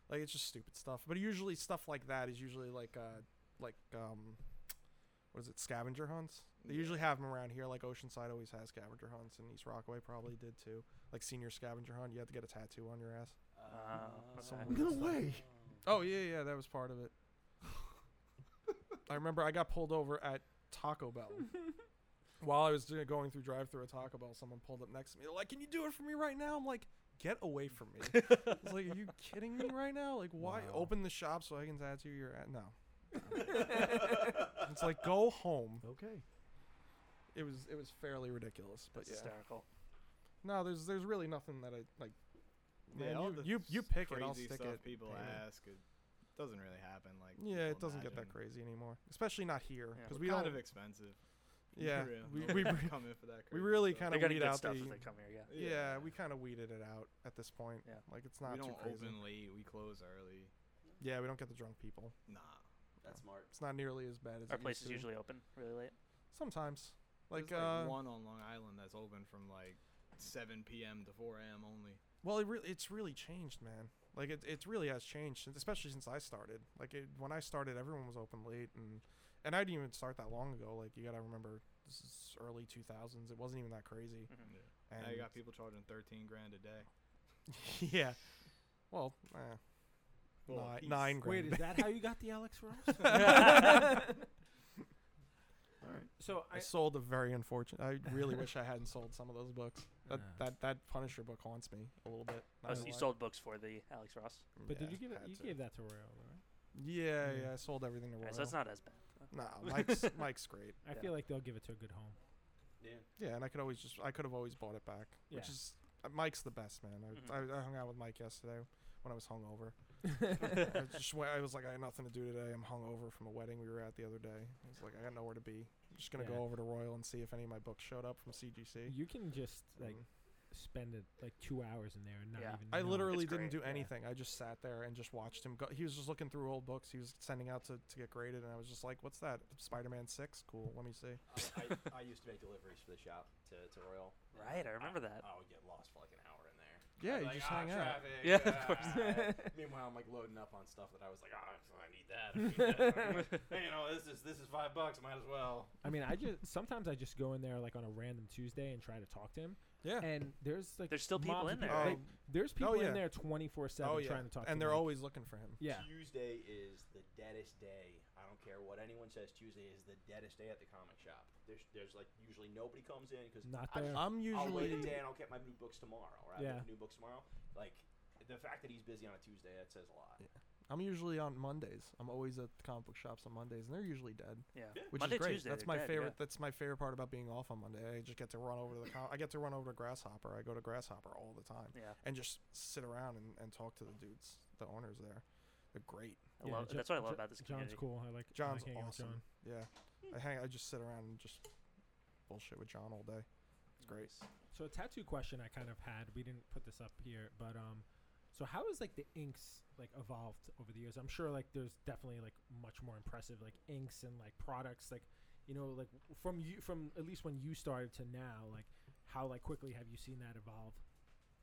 Speaker 6: Like it's just stupid stuff. But usually stuff like that is usually like uh like um what is it scavenger hunts? They
Speaker 8: Yeah.
Speaker 6: usually have them around here. Like Oceanside always has scavenger hunts, and East Rockaway probably did too. Like senior scavenger hunt, you have to get a tattoo on your ass.
Speaker 7: Uh, okay.
Speaker 2: No
Speaker 7: [laughs]
Speaker 2: way.
Speaker 6: Oh yeah, yeah, that was part of it. I remember I got pulled over at Taco
Speaker 8: [laughs]
Speaker 6: Bell. While I was doing, going through drive through at Taco Bell, someone pulled up next to me. They're like, "Can you do it for me right now?" I'm like, "Get away from
Speaker 8: [laughs]
Speaker 6: me!" I was like, "Are you kidding me right now? Like, why
Speaker 1: Wow.
Speaker 6: open the shop so I can tattoo your ass?" No. it's like go home.
Speaker 2: Okay.
Speaker 6: It was it was fairly ridiculous, but
Speaker 7: That's
Speaker 6: yeah.
Speaker 7: hysterical.
Speaker 6: No, there's there's really nothing that I like.
Speaker 8: Yeah,
Speaker 6: Man,
Speaker 8: all
Speaker 6: you,
Speaker 8: the
Speaker 6: you you
Speaker 8: s-
Speaker 6: pick it, I'll
Speaker 8: crazy
Speaker 6: stick
Speaker 8: stuff
Speaker 6: it.
Speaker 8: People
Speaker 6: pay me.
Speaker 8: ask. It doesn't really happen. Like
Speaker 6: Yeah, it
Speaker 8: people
Speaker 6: doesn't get that
Speaker 8: imagine.
Speaker 6: crazy anymore, especially not here
Speaker 7: Yeah.
Speaker 6: because we
Speaker 8: We're kind
Speaker 6: don't.
Speaker 8: of expensive.
Speaker 6: [laughs] yeah,
Speaker 8: For real.
Speaker 6: we
Speaker 8: Nobody [laughs]
Speaker 6: we,
Speaker 8: would
Speaker 6: re-
Speaker 8: come in for that
Speaker 6: we
Speaker 8: crazy
Speaker 6: really
Speaker 8: stuff.
Speaker 6: kind
Speaker 7: They're
Speaker 6: of
Speaker 7: gonna
Speaker 6: weed
Speaker 7: get
Speaker 6: out
Speaker 7: stuff
Speaker 6: the.
Speaker 7: if they come here. Yeah.
Speaker 6: yeah, we kind of weeded it out at this point.
Speaker 7: Yeah.
Speaker 6: like it's
Speaker 8: we
Speaker 6: not too
Speaker 8: don't
Speaker 6: crazy.
Speaker 8: open late. We close early.
Speaker 6: Yeah, we don't get the drunk people.
Speaker 8: Nah.
Speaker 10: That's smart.
Speaker 6: It's not nearly as bad as
Speaker 7: Our
Speaker 6: it
Speaker 7: place is
Speaker 6: used to.
Speaker 7: usually open really late.
Speaker 6: sometimes. Like,
Speaker 8: There's,
Speaker 6: uh,
Speaker 8: one on Long Island that's open from like 7 p.m. to 4 a.m. only.
Speaker 6: Well, it really it's really changed, man. Like it, it really has changed, since- especially since I started. Like it, when I started, everyone was open late, and and I didn't even start that long ago. Like you gotta remember, this is early two thousands. It wasn't even that crazy.
Speaker 7: Mhm.
Speaker 6: And
Speaker 8: now
Speaker 6: [laughs]
Speaker 8: you got people charging 13 grand a day.
Speaker 6: yeah. Well, eh. Well,
Speaker 10: Well,
Speaker 6: Ni- nine
Speaker 1: Wait,
Speaker 6: grand.
Speaker 1: is that how you got the Alex
Speaker 6: [laughs]
Speaker 1: Ross? So
Speaker 6: I,
Speaker 1: I-
Speaker 6: sold a very unfortunate. I really wish I hadn't sold some of those books. That
Speaker 1: Yeah.
Speaker 6: that that Punisher book haunts me a little bit. not
Speaker 7: Oh,
Speaker 6: gonna
Speaker 7: so you
Speaker 6: lie.
Speaker 7: sold books for the Alex Ross.
Speaker 1: But did
Speaker 6: Yeah,
Speaker 1: you give it?
Speaker 6: had
Speaker 1: You
Speaker 6: to.
Speaker 1: gave that to Royal, right?
Speaker 6: Yeah,
Speaker 1: Yeah.
Speaker 6: yeah, I sold everything to
Speaker 7: All
Speaker 6: Royal.
Speaker 7: right, so it's not as bad.
Speaker 6: Nah, Uh, Mike's
Speaker 1: [laughs]
Speaker 6: Mike's great.
Speaker 1: I
Speaker 7: Yeah.
Speaker 1: feel like they'll give it to a good home.
Speaker 10: Yeah.
Speaker 6: Yeah, and I could always just I could have always bought it back, which
Speaker 1: Yeah.
Speaker 6: is uh, Mike's the best man. I,
Speaker 7: Mhm.
Speaker 6: I, I hung out with Mike yesterday when I was hungover.
Speaker 1: [laughs]
Speaker 6: I just went, I was like I had nothing to do today. I'm hungover from a wedding we were at the other day. I was like I got nowhere to be. I'm just gonna
Speaker 1: Yeah.
Speaker 6: go over to Royal and see if any of my books showed up from CGC.
Speaker 1: You can just like
Speaker 6: Mm.
Speaker 1: spend it like two hours in there and not
Speaker 7: Yeah.
Speaker 1: even.
Speaker 6: I
Speaker 1: know. [laughs]
Speaker 6: literally
Speaker 7: It's
Speaker 6: didn't
Speaker 7: great,
Speaker 6: do
Speaker 1: yeah.
Speaker 6: anything. I just sat there and just watched him go. He was just looking through old books he was sending out to, to get graded, and I was just like, "What's that? Spider Man Six? Cool. Let me see."
Speaker 10: I, I, I used to make deliveries for the shop to, to Royal. and
Speaker 7: Right, I remember that.
Speaker 10: I
Speaker 6: Uh,
Speaker 10: would get lost for like an hour in there.
Speaker 6: Yeah,
Speaker 10: I'd be
Speaker 6: you
Speaker 10: like,
Speaker 6: just
Speaker 10: "Ah,
Speaker 6: hang out.
Speaker 10: traffic,
Speaker 7: Yeah, of
Speaker 10: ah." [laughs] Meanwhile, I'm like loading up on stuff that I was like, oh, I need that. I need that. [laughs] Hey, you know, this is this is five bucks. Might as well.
Speaker 1: I mean, I just sometimes I just go in there like on a random Tuesday and try to talk to him.
Speaker 6: Yeah.
Speaker 1: And there's like
Speaker 7: There's still people
Speaker 1: mobs
Speaker 7: in
Speaker 1: of
Speaker 7: there.
Speaker 1: They-
Speaker 6: Um,
Speaker 1: there's people
Speaker 6: yeah.
Speaker 1: in there 24 seven
Speaker 6: oh yeah,
Speaker 1: trying to talk. to
Speaker 6: and they're
Speaker 1: Mike.
Speaker 6: always looking for him.
Speaker 1: yeah.
Speaker 10: Tuesday is the deadest day. I don't care what anyone says. Tuesday is the deadest day at the comic shop. There's there's like usually nobody comes in because
Speaker 1: Not
Speaker 10: I,
Speaker 1: there.
Speaker 6: I'm
Speaker 10: I'll wait a
Speaker 6: usually
Speaker 10: day and I'll get my new books tomorrow, or I'll
Speaker 1: Yeah.
Speaker 10: get the new books tomorrow. Like the fact that he's busy on a Tuesday, that says a lot.
Speaker 6: I'm usually on Mondays. I'm always at the comic book shops on Mondays, and they're usually dead,
Speaker 7: Yeah.
Speaker 6: which
Speaker 7: Monday,
Speaker 6: is great.
Speaker 7: Tuesday,
Speaker 6: that's
Speaker 7: they're
Speaker 6: my
Speaker 7: dead, yeah.
Speaker 6: favorite. That's my favorite part about being off on Monday. I just get to run over to the. Com- I get to run over to Grasshopper. I go to Grasshopper all the time
Speaker 7: Yeah.
Speaker 6: and just sit around and, and talk to the dudes, the owners there. They're great.
Speaker 7: I
Speaker 1: Yeah,
Speaker 7: love,
Speaker 1: Jo-
Speaker 7: that's what I love
Speaker 1: Jo-
Speaker 7: about this community.
Speaker 1: John's cool. I like. I
Speaker 6: John's
Speaker 1: like hanging out with
Speaker 6: awesome.
Speaker 1: John.
Speaker 6: Yeah, I hang. I just sit around and just bullshit with John all day. It's great.
Speaker 1: So a tattoo question I kind of had. We didn't put this up here, but um, so how has like the inks like evolved over the years? I'm sure like there's definitely like much more impressive like inks and like products like, you know like from you from at least when you started to now like how like quickly have you seen that evolve?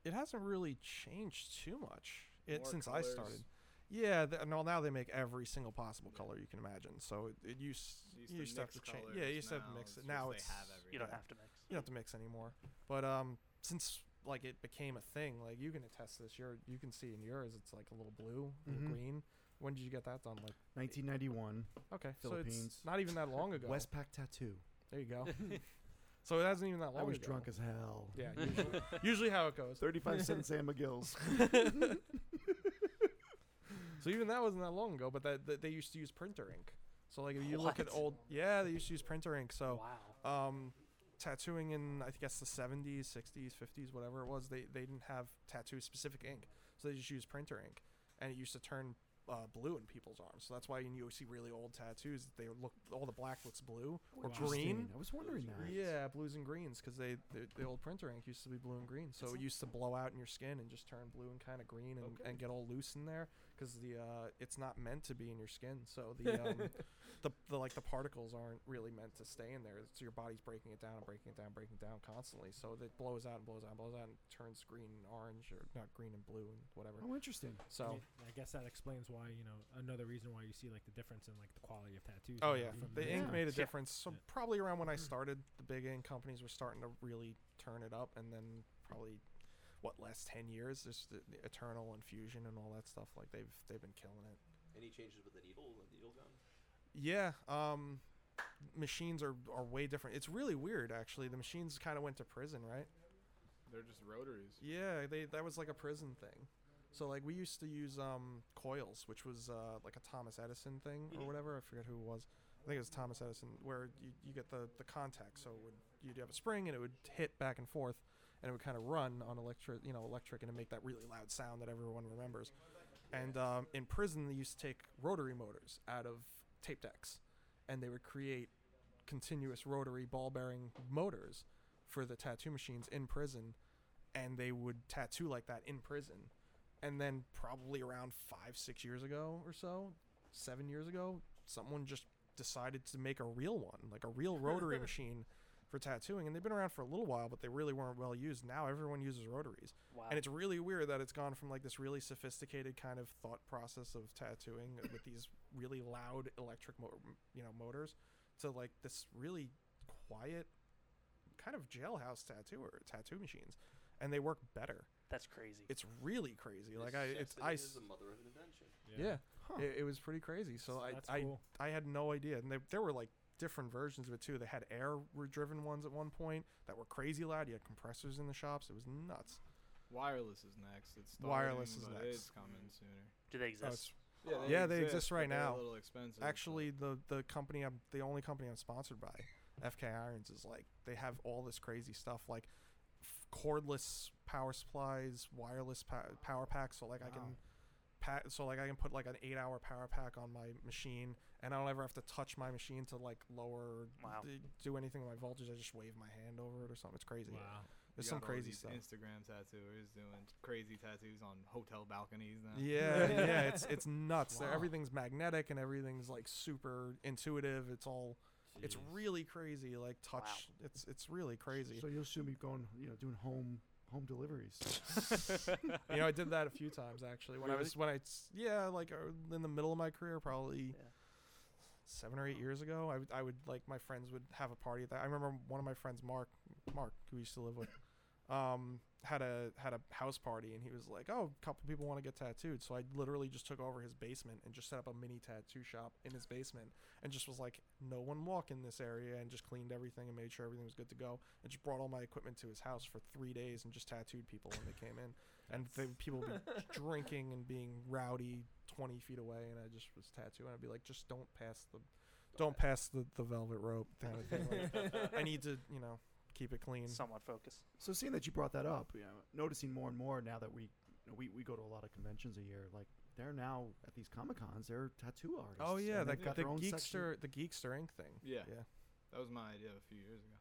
Speaker 6: It hasn't really changed too much it,
Speaker 8: More
Speaker 6: since I
Speaker 8: colours.
Speaker 6: started. Yeah, th- no, now they make every single possible color you can imagine. So it, it used,
Speaker 8: They
Speaker 6: you used to have to
Speaker 8: mix
Speaker 6: change.
Speaker 8: colours.
Speaker 6: Yeah, you used to have
Speaker 8: Now
Speaker 6: to mix it.
Speaker 8: just
Speaker 6: Now
Speaker 8: they
Speaker 6: it's
Speaker 8: have
Speaker 7: You don't
Speaker 6: yeah.
Speaker 7: have to mix.
Speaker 6: you don't have to mix anymore. But um, since like it became a thing, like you can attest to this. Your you can see in yours, it's like a little blue, a little
Speaker 2: Mhm.
Speaker 6: green. When did you get that done? Like
Speaker 2: 1991
Speaker 6: okay, so it's
Speaker 2: Philippines.
Speaker 6: not even that [laughs] long ago.
Speaker 2: Westpac tattoo.
Speaker 6: There you [laughs] go. so it hasn't even that long.
Speaker 2: I was
Speaker 6: ago.
Speaker 2: drunk as hell.
Speaker 6: Yeah,
Speaker 1: Mm-hmm.
Speaker 6: usually, usually how it goes. [laughs]
Speaker 2: 35 cent Sam McGill's.
Speaker 6: So even that wasn't that long ago, but that, that they used to use printer ink. So like if you look at old, yeah, they used to use printer ink. So
Speaker 5: Wow.
Speaker 6: um, tattooing in I guess the 70s, 60s, 50s, whatever it was, they they didn't have tattoo specific ink, so they just used printer ink, and it used to turn uh, blue in people's arms. So that's why when you see really old tattoos, they look all the black looks blue or green.
Speaker 2: Interesting. I was wondering that.
Speaker 6: Yeah, blues and greens, because they the, the old printer ink used to be blue and green, so it used to blow out in your skin and just turn blue and kind of green and, and get all loose in there, because the uh, it's not meant to be in your skin, so the um, the, the like the particles aren't really meant to stay in there, so your body's breaking it down and breaking it down, breaking it down constantly, so it blows out and blows out and blows out and turns green and orange or not green and blue and whatever.
Speaker 2: Oh, interesting.
Speaker 6: So
Speaker 1: I guess that explains why you know another reason why you see like the difference in like the quality of tattoos. now
Speaker 6: Oh yeah,
Speaker 1: from
Speaker 6: the
Speaker 1: the-
Speaker 6: ink
Speaker 2: Yeah.
Speaker 6: made a
Speaker 7: Yeah.
Speaker 6: difference. So
Speaker 1: Yeah.
Speaker 6: probably around when I started, the big ink companies were starting to really turn it up, and then probably what last ten years, there's the, the Eternal Infusion and all that stuff. Like they've they've been killing it.
Speaker 10: Any changes with the needle, the needle gun?
Speaker 6: Yeah, um, machines are are way different. It's really weird actually. The machines kind of went to prison, right?
Speaker 8: They're just rotaries.
Speaker 6: Yeah, they that was like a prison thing. So like we used to use um coils, which was uh like a Thomas Edison thing or whatever. I forget who it was. I think it was Thomas Edison, where you, you get the the contact. So it would you'd have a spring and it would hit back and forth, and it would kind of run on electric, you know, electric, and it'd make that really loud sound that everyone remembers. And um, in prison, they used to take rotary motors out of tape decks, and they would create continuous rotary ball bearing motors for the tattoo machines in prison and they would tattoo like that in prison. And then probably around five, six years ago or so, seven years ago, someone just decided to make a real one, like a real rotary machine for tattooing. And they've been around for a little while, but they really weren't well used. Now everyone uses rotaries.
Speaker 7: Wow.
Speaker 6: And it's really weird that it's gone from like this really sophisticated kind of thought process of tattooing with these really loud electric, mo- you know, motors, to like this really quiet, kind of jailhouse tattooer tattoo machines, and they work better.
Speaker 7: That's crazy.
Speaker 6: It's really crazy. Like I, it's I.
Speaker 10: Sexting is
Speaker 6: s-
Speaker 10: the mother of
Speaker 4: [laughs]
Speaker 10: invention.
Speaker 6: Yeah, it, it was pretty crazy. So I,
Speaker 1: that's
Speaker 6: I,
Speaker 1: cool.
Speaker 6: I had no idea, and they, there were like different versions of it too. They had air-driven ones at one point that were crazy loud. You had compressors in the shops. It was nuts.
Speaker 8: Wireless is next. It's starting,
Speaker 6: Wireless is
Speaker 8: but
Speaker 6: next.
Speaker 8: It's coming sooner.
Speaker 7: Do they
Speaker 6: Oh,
Speaker 7: exist?
Speaker 6: it's- yeah, they exist
Speaker 8: but
Speaker 6: right
Speaker 8: they're
Speaker 6: now.
Speaker 8: A little expensive. so-
Speaker 6: Actually, the the company I'm the only company I'm sponsored by, FK Irons, is like they have all this crazy stuff like f- cordless power supplies, wireless pa- power packs. So like I can, pa- so like I can put like an eight hour power pack on my machine, and I don't ever have to touch my machine to like lower, or
Speaker 7: Wow.
Speaker 6: d- do anything with my voltage. I just wave my hand over it or something. It's crazy.
Speaker 1: Wow.
Speaker 6: There's
Speaker 8: You
Speaker 6: some
Speaker 8: got all
Speaker 6: crazy
Speaker 8: these
Speaker 6: stuff.
Speaker 8: Instagram tattooers doing crazy tattoos on hotel balconies now.
Speaker 6: Yeah, yeah, it's it's nuts. They're- Everything's magnetic and everything's like super intuitive. It's all it's really crazy like touch. It's it's really crazy.
Speaker 2: So you'll soon be going, you know, doing home home deliveries.
Speaker 6: you know, I did that a few times actually. When I was when I s- yeah, like uh, in the middle of my career probably
Speaker 7: Yeah.
Speaker 6: 7 or 8 years ago, I would I would like my friends would have a party at that. I remember one of my friends Mark Mark who we used to live with um had a had a house party and he was like, "Oh, a couple people want to get tattooed." So I literally just took over his basement and just set up a mini tattoo shop in his basement and just was like, "No one walk in this area," and just cleaned everything and made sure everything was good to go and just brought all my equipment to his house for 3 days and just tattooed people when they came in. and the people would be drinking and being rowdy 20 feet away and I just was tattooing. I'd be like, "Just don't pass the don't pass the, the velvet rope kind of thing. Like, I need to, you know, keep it clean.
Speaker 7: Somewhat focused.
Speaker 2: So seeing that you brought that up, you know, noticing more and more now that we you know, we, we go to a lot of conventions a year, like they're now at these comic cons, they're tattoo artists.
Speaker 6: Oh yeah,
Speaker 2: and
Speaker 6: the,
Speaker 2: they've got
Speaker 6: the
Speaker 2: their own section.
Speaker 6: geekster, the geekster ink thing.
Speaker 2: [laughs]
Speaker 8: Yeah.
Speaker 6: yeah,
Speaker 8: That was my idea a few years ago.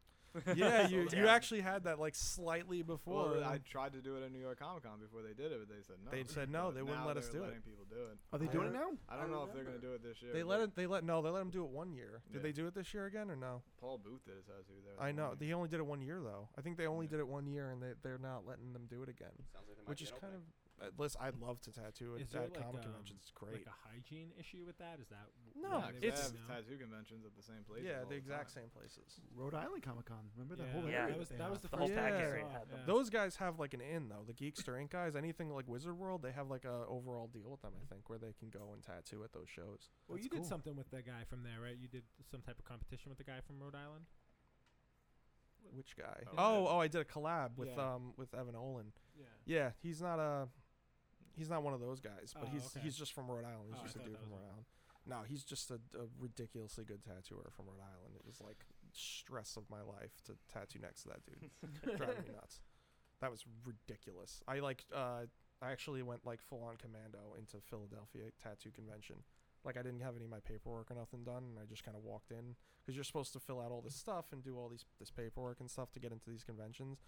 Speaker 6: yeah. You
Speaker 7: Sold
Speaker 6: you
Speaker 7: out.
Speaker 6: actually had that like slightly before.
Speaker 8: Well,
Speaker 6: and
Speaker 8: I
Speaker 6: then
Speaker 8: tried to do it at New York Comic Con before they did it, but they said no.
Speaker 6: um, They said no,
Speaker 8: But [laughs]
Speaker 6: they wouldn't
Speaker 8: now
Speaker 6: let us
Speaker 8: they're
Speaker 6: do it.
Speaker 8: letting people do it.
Speaker 2: Are they
Speaker 8: I
Speaker 2: doing it
Speaker 8: don't-
Speaker 2: now?
Speaker 8: I don't know if they're gonna do it this year.
Speaker 6: they
Speaker 8: but
Speaker 6: let it. They let no. They let him do it one year. Did
Speaker 8: Yeah.
Speaker 6: they do it this year again or no?
Speaker 8: Paul Booth did a tattoo there.
Speaker 6: I
Speaker 8: this
Speaker 6: know
Speaker 8: morning.
Speaker 6: he only did it one year though. I think they only
Speaker 8: Yeah.
Speaker 6: did it one year and they they're not letting them do it again,
Speaker 10: Sounds like there might
Speaker 6: which
Speaker 10: be
Speaker 6: is
Speaker 10: an
Speaker 6: kind
Speaker 10: opening.
Speaker 6: of. uh, Listen, I'd love to tattoo
Speaker 1: Is
Speaker 6: at,
Speaker 1: there
Speaker 6: at
Speaker 1: like,
Speaker 6: comic
Speaker 1: um,
Speaker 6: conventions. It's
Speaker 1: like
Speaker 6: great.
Speaker 1: a hygiene issue with that? Is that
Speaker 6: No,
Speaker 1: why they
Speaker 8: Yeah, 'cause
Speaker 1: would
Speaker 6: Oh,
Speaker 8: they
Speaker 6: it's-
Speaker 1: say
Speaker 8: have
Speaker 1: no?
Speaker 8: tattoo conventions at the same place.
Speaker 6: yeah, the exact same places.
Speaker 2: Rhode Island Comic Con. Remember that whole
Speaker 7: Yeah,
Speaker 2: area
Speaker 7: that
Speaker 1: was
Speaker 2: they
Speaker 1: that was
Speaker 2: have?
Speaker 1: the
Speaker 7: The whole
Speaker 1: first time I
Speaker 6: package
Speaker 1: saw
Speaker 7: area
Speaker 1: it,
Speaker 7: had them.
Speaker 1: yeah.
Speaker 6: Those guys have like an in though. The Geekster Inc. guys, anything like Wizard World, they have like a overall deal with them. I think where they can go and tattoo at those shows.
Speaker 1: Well,
Speaker 6: That's
Speaker 1: you
Speaker 6: cool.
Speaker 1: did something with that guy from there, right? You did some type of competition with the guy from Rhode Island.
Speaker 6: Which guy?
Speaker 8: Oh,
Speaker 6: Oh,
Speaker 8: Evan.
Speaker 6: oh, I did a collab with
Speaker 1: Yeah.
Speaker 6: um with Evan Olin.
Speaker 5: Yeah.
Speaker 6: Yeah, he's not a he's not one of those guys, but
Speaker 1: Oh,
Speaker 6: he's
Speaker 1: okay.
Speaker 6: he's just from Rhode Island. He's
Speaker 1: Oh, I
Speaker 6: just a
Speaker 1: thought
Speaker 6: dude
Speaker 1: that
Speaker 6: from
Speaker 1: was
Speaker 6: Rhode Island. No, he's just a, a ridiculously good tattooer from Rhode Island. It was like stress of my life to tattoo next to that dude. Driving me nuts. That was ridiculous. I like uh I actually went like full on commando into Philadelphia tattoo convention. Like I didn't have any of my paperwork or nothing done, and I just kind of walked in because you're supposed to fill out all this stuff and do all these this paperwork and stuff to get into these conventions,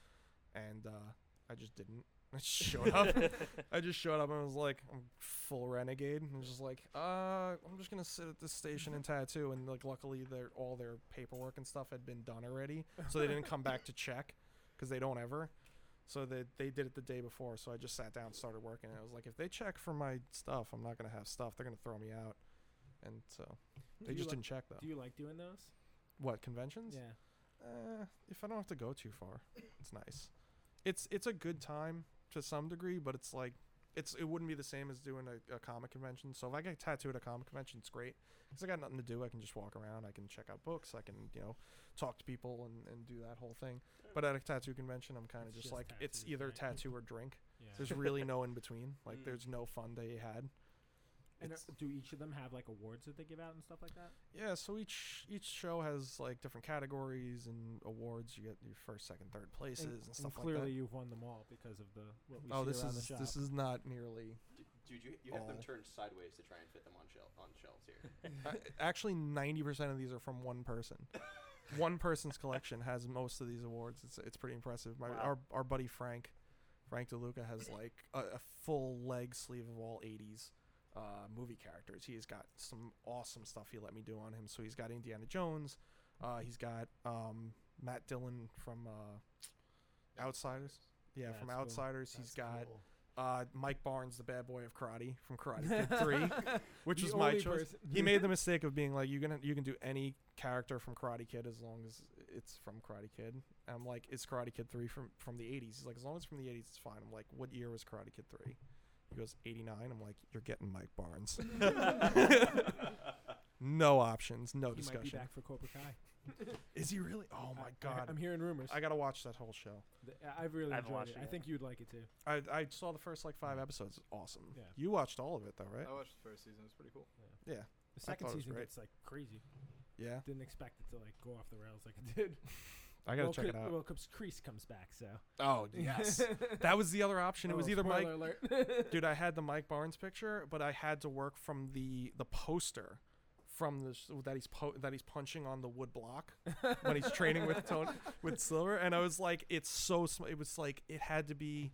Speaker 6: and uh, I just didn't. I just showed up. I just showed up and was like, I'm full renegade. And was just like, uh, I'm just gonna sit at this station and tattoo. And like, luckily, their all their paperwork and stuff had been done already, so they didn't come back to check, because they don't ever. So they they did it the day before. So I just sat down, and started working. And I was like, if they check for my stuff, I'm not gonna have stuff. They're gonna throw me out. And so
Speaker 1: Do
Speaker 6: they
Speaker 1: you
Speaker 6: just
Speaker 1: like-
Speaker 6: didn't check though.
Speaker 1: Do you like doing those?
Speaker 6: what conventions?
Speaker 1: Yeah.
Speaker 6: Uh, if I don't have to go too far, it's nice. It's it's a good time to some degree, but it's like it's it wouldn't be the same as doing a, a comic convention. So if I get tattooed at a comic convention, it's great because I got nothing to do. I can just walk around. I can check out books. I can you know talk to people and, and do that whole thing. But at a tattoo convention, I'm kind of
Speaker 1: It's
Speaker 6: just,
Speaker 1: just
Speaker 6: like it's
Speaker 1: tattoos,
Speaker 6: either
Speaker 1: right?
Speaker 6: tattoo or drink.
Speaker 1: Yeah. [laughs]
Speaker 6: There's really no in between. Like
Speaker 10: Mm.
Speaker 6: there's no fun day you had.
Speaker 1: and are,
Speaker 6: it's-
Speaker 1: do each of them have like awards that they give out and stuff like that?
Speaker 6: Yeah, so each each show has like different categories and awards. You get your first, second, third places and, stuff like that.
Speaker 1: clearly you've won them all because of the what we
Speaker 6: Oh,
Speaker 1: see
Speaker 6: this
Speaker 1: around
Speaker 6: is
Speaker 1: the shop.
Speaker 6: this is not nearly.
Speaker 10: D- Dude, you, you have them
Speaker 6: all.
Speaker 10: turned sideways to try and fit them on shel- on shelves here.
Speaker 6: I- Uh, actually, ninety percent of these are from one person. one person's collection has most of these awards. It's it's pretty impressive. My,
Speaker 7: Wow.
Speaker 6: Our our buddy Frank, Frank DeLuca has like a, a full leg sleeve of all '80s uh, movie characters. He's got some awesome stuff he let me do on him. So he's got Indiana Jones. Uh, he's got um, Matt Dillon from uh, Outsiders. Yeah, from
Speaker 1: That's cool.
Speaker 6: Outsiders.
Speaker 2: That's
Speaker 6: He's got
Speaker 2: cool.
Speaker 6: uh, Mike Barnes, the bad boy of karate from Karate Kid Three, which
Speaker 11: The
Speaker 6: was my
Speaker 11: only
Speaker 6: choice.
Speaker 11: person.
Speaker 6: He made the mistake of being like, "You can you can do any character from Karate Kid as long as it's from Karate Kid." And I'm like, "It's Karate Kid Three from from the '80s." He's like, "As long as it's from the '80s, it's fine." I'm like, "What year was Karate Kid 3? He goes, "89." I'm like, "You're getting Mike Barnes." [laughs] no options,
Speaker 1: [laughs]
Speaker 6: no
Speaker 1: he
Speaker 6: discussion.
Speaker 1: might be back for Cobra Kai.
Speaker 6: Is he really? Oh my god!
Speaker 1: I'm hearing rumors.
Speaker 6: I gotta watch that whole show.
Speaker 1: Th- I- I've really
Speaker 7: I haven't
Speaker 1: enjoyed
Speaker 7: watched
Speaker 1: it.
Speaker 7: it
Speaker 1: I
Speaker 7: yet.
Speaker 1: think you'd like it too.
Speaker 6: I, I saw the first like five episodes. It's awesome.
Speaker 1: Yeah. Oh.
Speaker 6: You watched all of it though, right?
Speaker 8: I watched the first season. It was pretty cool.
Speaker 6: Yeah.
Speaker 1: The second
Speaker 6: thought it was
Speaker 1: season
Speaker 6: great.
Speaker 1: gets like crazy.
Speaker 6: Yeah.
Speaker 1: Didn't expect it to like go off the rails like it did.
Speaker 6: I gotta
Speaker 1: well,
Speaker 6: check
Speaker 1: Cre-
Speaker 6: it out.
Speaker 1: Well, Cubs Crease comes back, so
Speaker 2: [laughs]
Speaker 6: oh
Speaker 1: [laughs]
Speaker 6: yes, that was the other option. It was
Speaker 1: Oh,
Speaker 6: either Mike,
Speaker 1: spoiler
Speaker 6: [laughs]
Speaker 1: alert.
Speaker 6: dude. I had the Mike Barnes picture, but I had to work from the the poster from this that he's po- that he's punching on the wood block when he's training with Tony with Silver, and I was like, it's so sm- it was like it had to be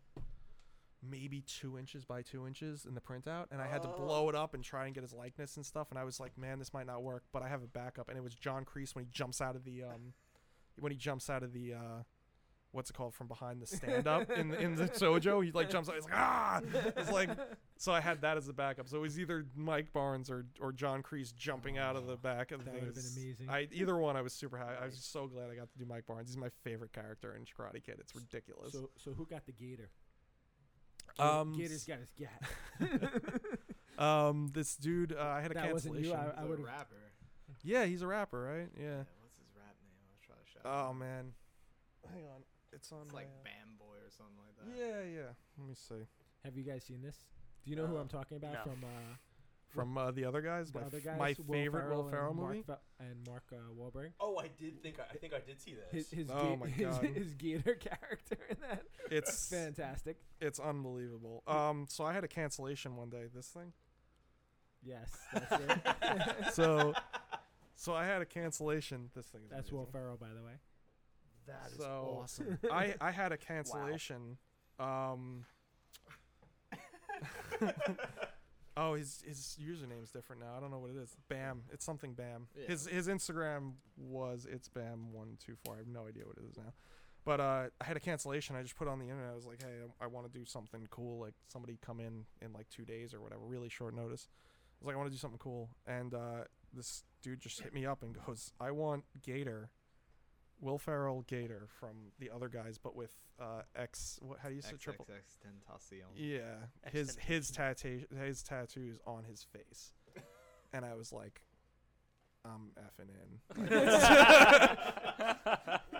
Speaker 6: maybe two inches by two inches in the printout and i had to blow it up and try and get his likeness and stuff and i was like man this might not work but i have a backup and it was john creese when he jumps out of the um when he jumps out of the uh what's it called from behind the stand up in the, in the sojo he like jumps out he's like ah it's like so i had that as the backup so it was either mike barnes or or john creese jumping out of the back of
Speaker 1: that
Speaker 6: the
Speaker 1: would've been
Speaker 6: s-
Speaker 1: amazing.
Speaker 6: I, either one i was super happy i was so glad i got to do mike barnes he's my favorite character in karate kid it's ridiculous
Speaker 1: so so who got the gator? Gator-
Speaker 6: um
Speaker 1: Gator's got
Speaker 6: [laughs]
Speaker 1: his gat.
Speaker 6: um this dude uh, i had a
Speaker 1: That wasn't you.
Speaker 6: cancellation
Speaker 1: I,
Speaker 8: He's
Speaker 1: I
Speaker 8: a
Speaker 1: would have.
Speaker 8: rapper.
Speaker 6: yeah he's a rapper right yeah
Speaker 8: What's his rap name? I'll try to shout. it
Speaker 6: oh
Speaker 8: out.
Speaker 6: man hang on it's on
Speaker 8: It's
Speaker 6: my,
Speaker 8: like
Speaker 6: uh,
Speaker 8: Bam Boy or something like that.
Speaker 6: yeah yeah let me see
Speaker 1: Have you guys seen this? Do you know who
Speaker 8: Uh,
Speaker 1: I'm talking about
Speaker 7: no.
Speaker 1: from uh,
Speaker 6: from uh, the other guys.
Speaker 1: the
Speaker 6: my
Speaker 1: other
Speaker 6: f-
Speaker 1: guys?
Speaker 6: my
Speaker 1: Will
Speaker 6: favorite Will
Speaker 1: and
Speaker 6: Ferrell
Speaker 1: Mark [laughs]
Speaker 6: movie.
Speaker 1: Fa- and Mark uh, Wahlberg.
Speaker 4: [laughs] Oh, I did think I, I think I did see this.
Speaker 1: His his,
Speaker 6: Oh
Speaker 1: ga- [laughs]
Speaker 6: my
Speaker 1: his,
Speaker 6: God.
Speaker 1: his gator [laughs] character in that.
Speaker 6: It's
Speaker 1: Fantastic.
Speaker 6: it's unbelievable. Um, so I had a cancellation one day.
Speaker 1: [laughs]
Speaker 6: This thing.
Speaker 1: Yes, that's it.
Speaker 8: [laughs]
Speaker 6: So, so I had a cancellation. This thing. Is
Speaker 1: that's Will
Speaker 6: amazing.
Speaker 1: Ferrell, by the way.
Speaker 2: That is
Speaker 6: So-
Speaker 2: [laughs] awesome.
Speaker 8: [laughs]
Speaker 6: I I had a cancellation. Um. oh, his his username's different now. I don't know what it is. Bam. It's something Bam.
Speaker 8: Yeah.
Speaker 6: His his Instagram was it's Bam one two four. I have no idea what it is now. But uh, I had a cancellation. I just put it on the internet. I was like, hey, I, I want to do something cool. Like somebody come in in like two days or whatever, really short notice. I was like, I want to do something cool. And uh, this dude just hit me up and goes, I want Gator, Will Ferrell Gator from the other guys, but with uh, X. What? How do you say triple?
Speaker 8: XXX Tentacion.
Speaker 6: Yeah, his his tattoo his tattoos on his
Speaker 8: [laughs]
Speaker 6: face, and I was like, I'm effing
Speaker 8: [laughs]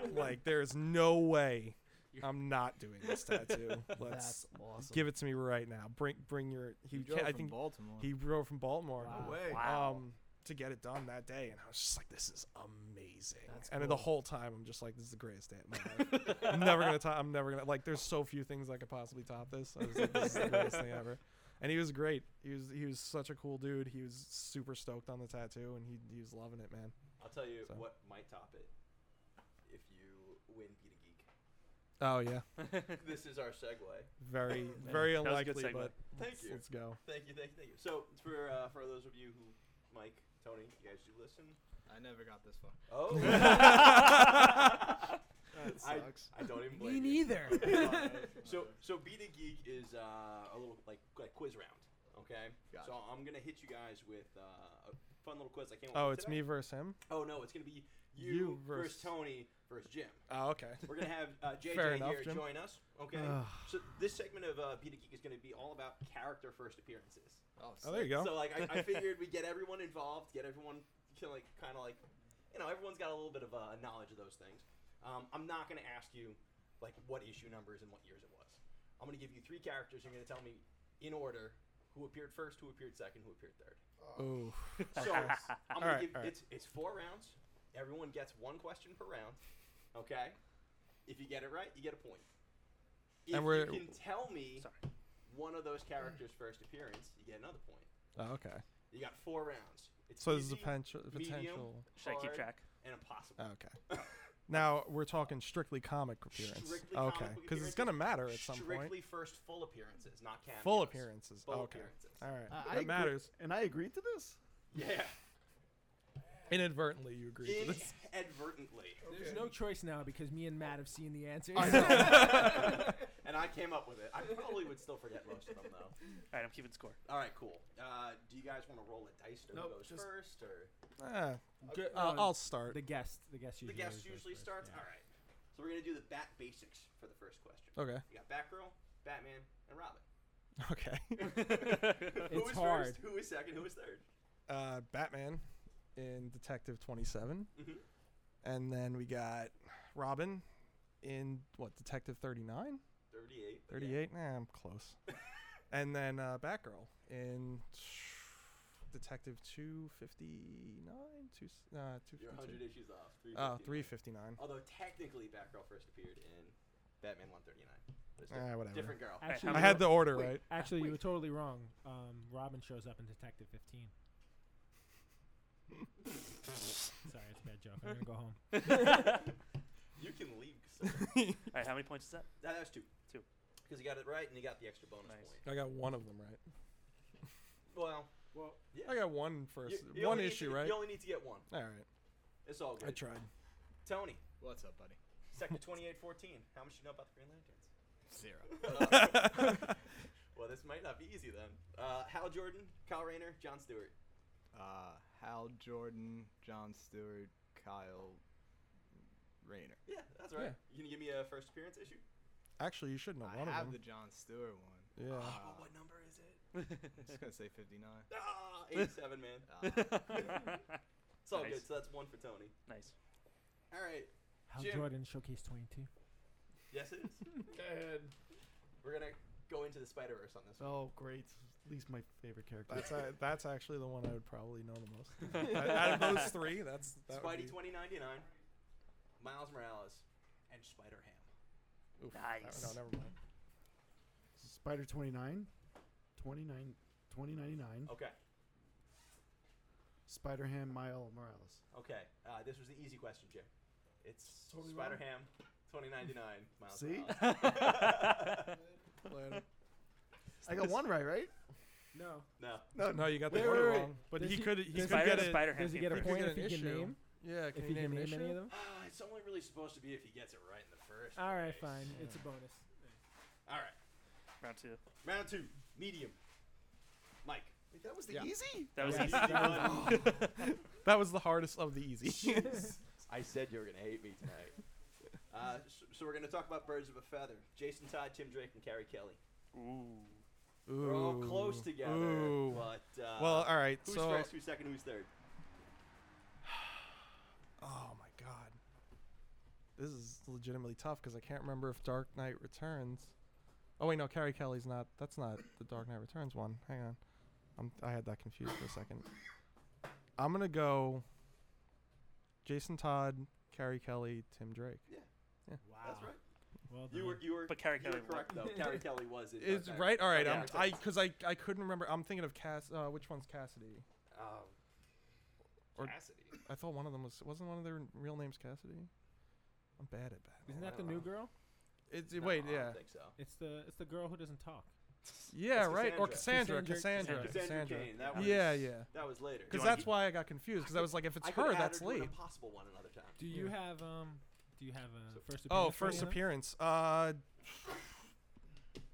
Speaker 6: in. like, there's no way I'm not doing this tattoo.
Speaker 8: [laughs]
Speaker 6: Let's
Speaker 2: That's awesome.
Speaker 6: give it to me right now. Bring bring your. He,
Speaker 8: He
Speaker 6: can't-
Speaker 8: drove
Speaker 6: I
Speaker 8: from
Speaker 6: think
Speaker 8: Baltimore.
Speaker 6: he drove from Baltimore
Speaker 8: No way.
Speaker 6: um, to get it done that day, and I was just like, "This is amazing."
Speaker 2: That's
Speaker 6: and the
Speaker 2: cool.
Speaker 6: whole time, I'm just like, "This is the greatest day of my life." I'm never gonna top. I'm never gonna like. There's so few things I could possibly top this. I was like, "This is the greatest thing ever." And he was great. He was he was such a cool dude. He was super stoked on the tattoo, and he he was loving it, man.
Speaker 4: I'll tell you
Speaker 6: So.
Speaker 4: what might top it if you win Beat a
Speaker 6: Oh yeah,
Speaker 4: Geek. [laughs] this is our segue.
Speaker 6: very very
Speaker 7: That was a good
Speaker 6: unlikely,
Speaker 7: segue.
Speaker 6: but
Speaker 4: Thank
Speaker 6: let's,
Speaker 4: you.
Speaker 6: let's go.
Speaker 4: Thank you, thank you, thank you. So for uh, for those of you who, Mike, Tony, you guys do
Speaker 6: [laughs]
Speaker 4: listen.
Speaker 8: I never got this far.
Speaker 4: Oh,
Speaker 8: That
Speaker 4: [laughs] I,
Speaker 8: sucks.
Speaker 4: I don't even
Speaker 12: Me
Speaker 4: blame you. [laughs]
Speaker 12: neither.
Speaker 4: So so Beat a Geek is uh, a little like, like quiz round. Okay.
Speaker 8: Gotcha.
Speaker 4: So I'm gonna hit you guys with uh, a fun little quiz I came up
Speaker 6: Oh,
Speaker 4: with
Speaker 6: it's
Speaker 4: today.
Speaker 6: me versus him.
Speaker 4: Oh no, it's gonna be you,
Speaker 6: You
Speaker 4: versus
Speaker 6: versus-
Speaker 4: Tony versus Jim.
Speaker 6: Oh okay.
Speaker 4: We're gonna have uh,
Speaker 6: [laughs]
Speaker 4: JJ
Speaker 6: Fair enough,
Speaker 4: here
Speaker 6: Jim.
Speaker 4: join us. Okay. so this segment of uh, Beat a Geek is gonna be all about character first appearances.
Speaker 8: Oh,
Speaker 6: [sighs] Oh, there you go.
Speaker 4: So like I, I figured
Speaker 6: [laughs]
Speaker 4: we get everyone involved, get everyone to like kind of like you know everyone's got a little bit of uh, knowledge of those things. Um, I'm not gonna ask you like what issue numbers and what years it was. I'm gonna give you three characters. You're gonna tell me in order who appeared first, who appeared second, who appeared
Speaker 6: [laughs]
Speaker 4: third.
Speaker 6: Ooh.
Speaker 4: [laughs] So I'm gonna
Speaker 6: Alright,
Speaker 4: give
Speaker 6: alright.
Speaker 4: it's it's four rounds. Everyone gets one question per round. Okay. If you get it right, you get a point. If
Speaker 6: And we're-
Speaker 4: you can tell me
Speaker 7: Sorry.
Speaker 4: one of those characters' first appearance, you get another point.
Speaker 6: Oh, okay.
Speaker 4: You got four rounds. It's
Speaker 6: So this is a
Speaker 4: easy,
Speaker 6: potential
Speaker 4: medium.
Speaker 6: potential. Uh,
Speaker 7: Should I keep
Speaker 4: hard,
Speaker 7: track?
Speaker 4: and impossible.
Speaker 6: Okay. now we're talking strictly comic appearance.
Speaker 4: Strictly comic
Speaker 6: okay,
Speaker 4: book
Speaker 6: because it's
Speaker 4: appearances,
Speaker 6: gonna matter at some
Speaker 4: Strictly
Speaker 6: point.
Speaker 4: first full appearances, not cameos.
Speaker 6: Full appearances.
Speaker 4: Full
Speaker 6: okay.
Speaker 2: Uh,
Speaker 4: appearances.
Speaker 6: All right.
Speaker 2: I- I
Speaker 6: that
Speaker 2: agree-
Speaker 6: matters. [laughs]
Speaker 2: And I agreed to this.
Speaker 4: Yeah.
Speaker 6: Inadvertently, you agree to this.
Speaker 4: Inadvertently.
Speaker 1: There's no choice now because me and Matt have seen the answers. [laughs]
Speaker 4: [laughs] and I came up with it. I probably would still forget most of them though.
Speaker 7: All right, I'm keeping score.
Speaker 4: All right, cool. Uh, do you guys want to roll a dice to
Speaker 2: Nope,
Speaker 4: who goes
Speaker 2: just-
Speaker 4: first, or
Speaker 6: [laughs] Ah,
Speaker 1: Go-
Speaker 6: I'll-
Speaker 1: no,
Speaker 6: I'll start.
Speaker 1: uh, The guest. The guest
Speaker 4: uh, the
Speaker 1: usually.
Speaker 4: guest
Speaker 1: always goes
Speaker 4: usually
Speaker 1: first,
Speaker 4: starts?
Speaker 1: yeah.
Speaker 4: All right. So we're gonna do the bat basics for the first question.
Speaker 6: Okay. [laughs]
Speaker 4: You got Batgirl, Batman, and Robin.
Speaker 6: Okay.
Speaker 4: who
Speaker 1: It's
Speaker 4: is
Speaker 1: hard.
Speaker 4: first? Who is second? Who is third?
Speaker 6: Uh, Batman in Detective 27.
Speaker 4: Mhm.
Speaker 6: And then we got Robin in what, Detective 39?
Speaker 4: Thirty-eight. but yeah.
Speaker 6: 38? Nah, I'm
Speaker 4: [laughs]
Speaker 6: close. and then uh, Batgirl in Detective 259? Two, uh,
Speaker 4: You're 100
Speaker 6: 252.
Speaker 4: issues off.
Speaker 6: Oh,
Speaker 4: 350.
Speaker 6: 359.
Speaker 4: Although technically, Batgirl first appeared in Batman 139. But it's
Speaker 6: Ah,
Speaker 4: different,
Speaker 6: whatever.
Speaker 4: different girl.
Speaker 1: Actually, you
Speaker 6: I had
Speaker 1: were-
Speaker 6: the order
Speaker 1: wait,
Speaker 6: right.
Speaker 1: Actually, you were totally wrong. Um, Robin shows up in Detective
Speaker 4: [laughs]
Speaker 1: 15. Sorry, it's a bad joke. I'm gonna go home.
Speaker 4: [laughs] You can leave.
Speaker 7: [laughs]
Speaker 4: sir.
Speaker 7: All right, how many points is that? [laughs]
Speaker 4: That was two.
Speaker 7: Two.
Speaker 4: Because you got it right and you got the extra bonus
Speaker 7: Nice.
Speaker 4: point.
Speaker 6: I got one of them right.
Speaker 4: Well,
Speaker 6: I got one first.
Speaker 4: you, you
Speaker 6: one
Speaker 4: only need
Speaker 6: issue,
Speaker 4: to-
Speaker 6: right?
Speaker 4: You only need to get one.
Speaker 6: All right.
Speaker 4: It's all good.
Speaker 6: I tried.
Speaker 4: Tony,
Speaker 8: What's up, buddy?
Speaker 4: sector 2814. How much do you know about the Green Lanterns?
Speaker 7: [laughs]
Speaker 8: Zero.
Speaker 4: [laughs] Well, this might not be easy then. Uh, Hal Jordan, Kyle Rayner, John Stewart.
Speaker 8: Uh, Hal Jordan, John Stewart, Kyle Rayner.
Speaker 4: Yeah, that's right. You gonna give me a first appearance issue?
Speaker 6: [laughs] Actually, you should know one
Speaker 8: I have
Speaker 6: of
Speaker 8: the
Speaker 6: them.
Speaker 8: John Stewart one.
Speaker 6: yeah.
Speaker 4: [laughs] Oh, what number is it?
Speaker 8: I'm just gonna say 59.
Speaker 4: Ah, 87,
Speaker 2: [laughs]
Speaker 4: man.
Speaker 8: Uh,
Speaker 4: It's all
Speaker 7: Nice.
Speaker 4: good. So that's one for Tony.
Speaker 7: Nice.
Speaker 4: All right.
Speaker 1: Hal
Speaker 4: Jim.
Speaker 1: Jordan showcase 22.
Speaker 4: Yes, it is. and [laughs] we're gonna go into the Spider Verse on this. one.
Speaker 2: Oh, great. At least my favorite character.
Speaker 6: That's a, that's actually the
Speaker 4: [laughs]
Speaker 6: one I would probably know the most. [laughs] Out- Out of those three, that's that would
Speaker 4: Spidey
Speaker 6: be,
Speaker 4: twenty ninety nine, Miles Morales, and Spider Ham.
Speaker 6: oof,
Speaker 7: Nice.
Speaker 6: No, never mind.
Speaker 2: Spider 29, 29, 2099,
Speaker 4: Okay,
Speaker 2: Spider Ham Mile Morales.
Speaker 4: okay. Uh, this was the easy question, Jim. It's
Speaker 2: Totally
Speaker 4: Spider Ham, twenty ninety nine, Miles
Speaker 2: See?
Speaker 4: Morales.
Speaker 6: [laughs]
Speaker 2: I got one right, right?
Speaker 1: No.
Speaker 4: No,
Speaker 6: No, no, you got the
Speaker 1: Wait,
Speaker 6: order
Speaker 1: wait, wait.
Speaker 6: wrong. But
Speaker 1: Does
Speaker 6: he
Speaker 1: he-
Speaker 6: could he
Speaker 1: does
Speaker 6: could
Speaker 1: Spider-
Speaker 6: get it.
Speaker 7: Spider
Speaker 1: Does he get a
Speaker 6: He could
Speaker 1: point
Speaker 6: get
Speaker 1: if
Speaker 6: an
Speaker 1: he can
Speaker 6: issue.
Speaker 1: name?
Speaker 6: Yeah, can
Speaker 1: if
Speaker 6: you
Speaker 1: he can
Speaker 6: name an
Speaker 1: name any of
Speaker 6: issue?
Speaker 1: them?
Speaker 4: Ah, it's only really supposed to be if he gets it right in the first.
Speaker 1: All right,
Speaker 4: place.
Speaker 1: fine. It's a bonus.
Speaker 4: All right,
Speaker 7: Round two.
Speaker 4: round two, medium. Mike.
Speaker 2: that was the
Speaker 6: Yeah.
Speaker 2: easy?
Speaker 7: That was
Speaker 1: Yeah.
Speaker 7: easy.
Speaker 6: That was the hardest of the easy.
Speaker 4: [laughs] I said you were gonna hate me tonight. Uh, so, so we're gonna talk about Birds of a Feather. Jason Todd, Tim Drake, and Carrie Kelly.
Speaker 7: Ooh.
Speaker 4: They're all close
Speaker 6: Ooh.
Speaker 4: together,
Speaker 6: Ooh.
Speaker 4: but uh,
Speaker 6: well, all right.
Speaker 4: who's
Speaker 6: so,
Speaker 4: first? Who's second? Who's third?
Speaker 6: oh my god, this is legitimately tough because I can't remember if Dark Knight Returns. Oh wait, no, Carrie Kelly's not. That's not the Dark Knight Returns one. Hang on, I'm, I had that confused for a second. I'm gonna go. Jason Todd, Carrie Kelly, Tim Drake.
Speaker 1: Wow.
Speaker 4: That's right.
Speaker 1: Well done.
Speaker 4: You were you were,
Speaker 7: But Carrie
Speaker 4: you were
Speaker 7: Kelly won.
Speaker 4: correct though.
Speaker 6: [laughs]
Speaker 4: Carrie Kelly was in
Speaker 6: Is
Speaker 4: Dark Knight.
Speaker 6: right. All right.
Speaker 4: Yeah,
Speaker 6: I'm,
Speaker 4: it's
Speaker 6: I
Speaker 4: right.
Speaker 6: because I I couldn't remember. I'm thinking of Cass. Uh, which one's Cassidy?
Speaker 4: Um,
Speaker 6: Or-
Speaker 4: Cassidy.
Speaker 6: I thought one of them was wasn't one of their real names Cassidy. I'm bad at that.
Speaker 1: Isn't that the
Speaker 4: Wow.
Speaker 1: new girl?
Speaker 6: It's
Speaker 4: No,
Speaker 6: wait,
Speaker 4: I
Speaker 6: yeah,
Speaker 4: don't think so.
Speaker 1: It's the it's the girl who doesn't talk.
Speaker 6: yeah,
Speaker 4: It's
Speaker 6: right. Or
Speaker 1: Cassandra.
Speaker 6: Cassandra,
Speaker 1: Cassandra.
Speaker 6: Cassandra,
Speaker 4: Cassandra Cain, that one
Speaker 6: Yeah,
Speaker 4: is-
Speaker 6: yeah.
Speaker 4: That was later.
Speaker 6: Because
Speaker 7: wanna
Speaker 6: that's
Speaker 7: keep-
Speaker 6: why I got confused. Because I was like, if it's
Speaker 4: I could've
Speaker 6: her,
Speaker 4: added
Speaker 6: that's
Speaker 4: to an
Speaker 6: Lee.
Speaker 4: Impossible one another time.
Speaker 1: Do you have um? Do you have a first?
Speaker 6: Oh,
Speaker 1: appearance for
Speaker 6: first
Speaker 1: any of them?
Speaker 6: appearance. Uh, [sighs]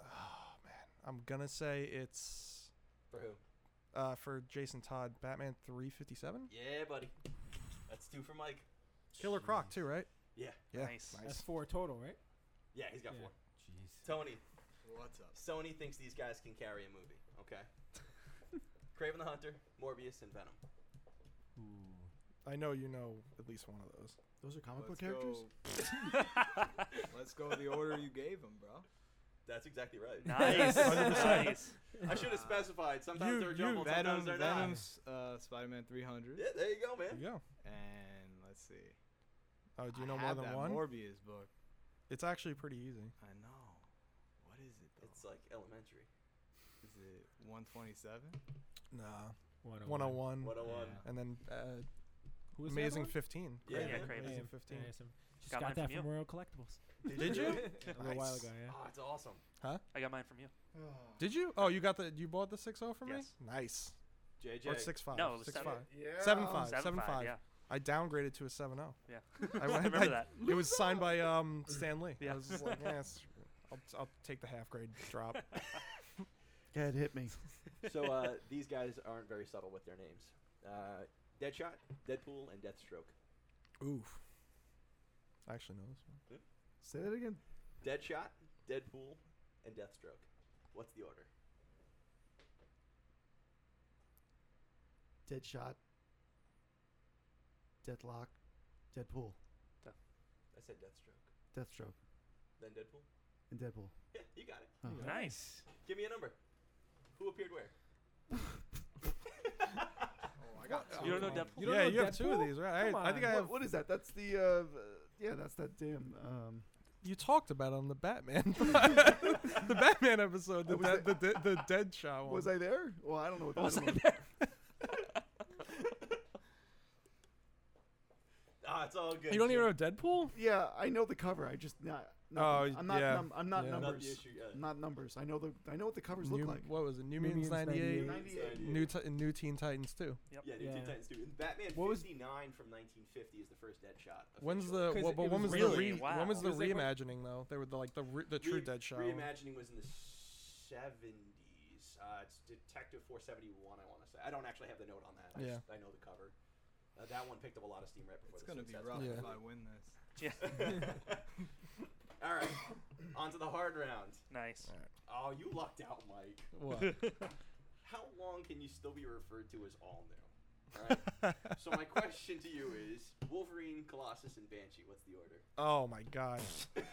Speaker 6: oh man, I'm gonna say it's
Speaker 4: For who?
Speaker 6: uh for Jason Todd, Batman 357,
Speaker 4: Yeah, buddy. That's two for Mike.
Speaker 6: Killer Croc too, right?
Speaker 4: Yeah.
Speaker 6: [laughs] Yeah,
Speaker 7: Nice.
Speaker 1: That's four total, right?
Speaker 4: Yeah, he's got
Speaker 1: Yeah.
Speaker 4: four.
Speaker 1: Jeez.
Speaker 4: Tony,
Speaker 8: what's up?
Speaker 4: Sony thinks these guys can carry a movie. Okay. Craven the Hunter, Morbius, and Venom.
Speaker 6: I know you know at least one of those.
Speaker 2: Those are comic book
Speaker 8: Let's
Speaker 2: characters?
Speaker 8: go. [laughs] Let's go the order you gave him,
Speaker 6: [laughs]
Speaker 8: bro.
Speaker 4: That's exactly right. [laughs]
Speaker 7: Nice.
Speaker 6: 100%.
Speaker 7: nice.
Speaker 4: I should have specified. Sometimes
Speaker 6: You-
Speaker 4: they're
Speaker 6: you-
Speaker 4: jumbled, sometimes
Speaker 8: Venom,
Speaker 4: they're not.
Speaker 8: Venom's uh, Spider-Man 300,
Speaker 4: Yeah, there you go, man.
Speaker 6: There you go.
Speaker 8: and let's see.
Speaker 6: Oh, do you
Speaker 8: I
Speaker 6: know more
Speaker 8: have
Speaker 6: than
Speaker 8: that
Speaker 6: one?
Speaker 8: Morbius book.
Speaker 6: It's actually pretty easy.
Speaker 8: I know. What is it though?
Speaker 4: It's like elementary.
Speaker 8: is it 127?
Speaker 6: Nah,
Speaker 1: One
Speaker 6: 101,
Speaker 4: 101.
Speaker 6: and then uh,
Speaker 1: Who was the other
Speaker 6: oh Amazing
Speaker 1: one?
Speaker 6: 15.
Speaker 4: Yeah,
Speaker 7: Yeah,
Speaker 4: yeah.
Speaker 1: Amazing
Speaker 7: Craven.
Speaker 6: Amazing 15.
Speaker 1: Yeah, some- Just
Speaker 7: Got
Speaker 1: got,
Speaker 7: mine
Speaker 1: that
Speaker 7: from you.
Speaker 1: from Royal Collectibles
Speaker 6: Did [laughs] you?
Speaker 1: a little while
Speaker 6: Nice.
Speaker 1: ago. Yeah.
Speaker 4: Oh, it's awesome.
Speaker 7: I got mine from you.
Speaker 6: Did you? Oh, you got the you bought the 60 from
Speaker 7: Yes.
Speaker 6: me? Nice.
Speaker 4: JJ. [laughs]
Speaker 6: Or it's six five.
Speaker 7: No, it was
Speaker 6: Oh, six
Speaker 7: seven.
Speaker 6: five.
Speaker 7: Yeah. Oh,
Speaker 6: Seven five.
Speaker 7: Seven
Speaker 6: seven
Speaker 7: five,
Speaker 6: five.
Speaker 7: yeah.
Speaker 6: I downgraded to a seven zero.
Speaker 7: Yeah.
Speaker 6: [laughs] I,
Speaker 7: I [laughs] remember
Speaker 6: I- [laughs]
Speaker 7: that.
Speaker 6: It was signed by um Stan Lee.
Speaker 7: Yeah.
Speaker 6: I was just like, yes, [laughs] I'll, I'll take the half grade drop.
Speaker 2: Go ahead, hit me.
Speaker 4: so uh, these guys aren't very subtle with their names. Uh, Deadshot, Deadpool, and Deathstroke.
Speaker 6: Oof. I actually know this one.
Speaker 2: Say that again.
Speaker 4: Deadshot, Deadpool, and Deathstroke. What's the order?
Speaker 2: Deadshot. Deadlock. Deadpool.
Speaker 4: I said Deathstroke.
Speaker 2: Deathstroke.
Speaker 4: Then Deadpool.
Speaker 2: And Deadpool.
Speaker 4: Yeah, you got it.
Speaker 2: Oh.
Speaker 7: Nice.
Speaker 4: Give me a number. Who appeared where?
Speaker 8: Oh, I got
Speaker 7: You don't know
Speaker 8: two.
Speaker 7: Deadpool?
Speaker 6: yeah, you have two of these, right?
Speaker 13: Come
Speaker 6: I, I think I
Speaker 13: on.
Speaker 6: have.
Speaker 2: what is that? That's the uh, uh, yeah, that's that damn um
Speaker 6: You talked about on the Batman, [laughs] the Batman episode, the,
Speaker 2: Was
Speaker 6: dead the, de- the Deadshot one.
Speaker 2: was I there? Well, I don't know what
Speaker 4: Was
Speaker 2: that was.
Speaker 4: Ah, it's all good.
Speaker 6: you don't even
Speaker 4: Jim.
Speaker 6: know Deadpool?
Speaker 2: Yeah, I know the cover. I just not, not
Speaker 6: Oh,
Speaker 2: I'm not
Speaker 6: yeah.
Speaker 2: num- I'm not
Speaker 6: Yeah.
Speaker 4: Not
Speaker 6: Not
Speaker 4: the
Speaker 2: numbers.
Speaker 4: issue yet.
Speaker 2: Not numbers. I know the I know what the covers
Speaker 6: New,
Speaker 2: look like.
Speaker 6: What was it? New,
Speaker 13: New
Speaker 6: Mutants
Speaker 13: Mutants
Speaker 6: '98,
Speaker 13: 98.
Speaker 6: New t- New Teen Titans too.
Speaker 4: Yeah, New Teen
Speaker 13: Yeah.
Speaker 4: Titans 2. Batman
Speaker 13: What was-
Speaker 4: 59 from 1950 is the first Deadshot.
Speaker 6: When's
Speaker 4: official.
Speaker 6: the
Speaker 13: Because
Speaker 6: well, but
Speaker 13: it
Speaker 6: when was
Speaker 13: was
Speaker 6: the
Speaker 7: really-
Speaker 6: re-
Speaker 7: wow.
Speaker 6: when was
Speaker 7: It
Speaker 6: the
Speaker 13: was like when-
Speaker 6: reimagining though? They were the, like the re- the true
Speaker 4: Re-
Speaker 6: Deadshot. one.
Speaker 4: Reimagining was in the 70s. Uh, it's Detective 471, I want to say. I don't actually have the note on that. I,
Speaker 6: Yeah.
Speaker 4: just- I know the cover. Uh, that one picked up a lot of steam right before
Speaker 8: It's
Speaker 4: the
Speaker 8: gonna be
Speaker 4: Suicide
Speaker 8: rough
Speaker 6: Yeah.
Speaker 8: if I win this.
Speaker 7: Yeah.
Speaker 4: [laughs] Squad. All right, on to the hard round.
Speaker 6: [laughs]
Speaker 7: Nice.
Speaker 4: Oh, you lucked out, Mike.
Speaker 6: What?
Speaker 4: How long can you still be referred to as all new? All right. so my question to you is: Wolverine, Colossus, and Banshee. What's the order?
Speaker 6: [laughs] oh my god.
Speaker 7: [laughs]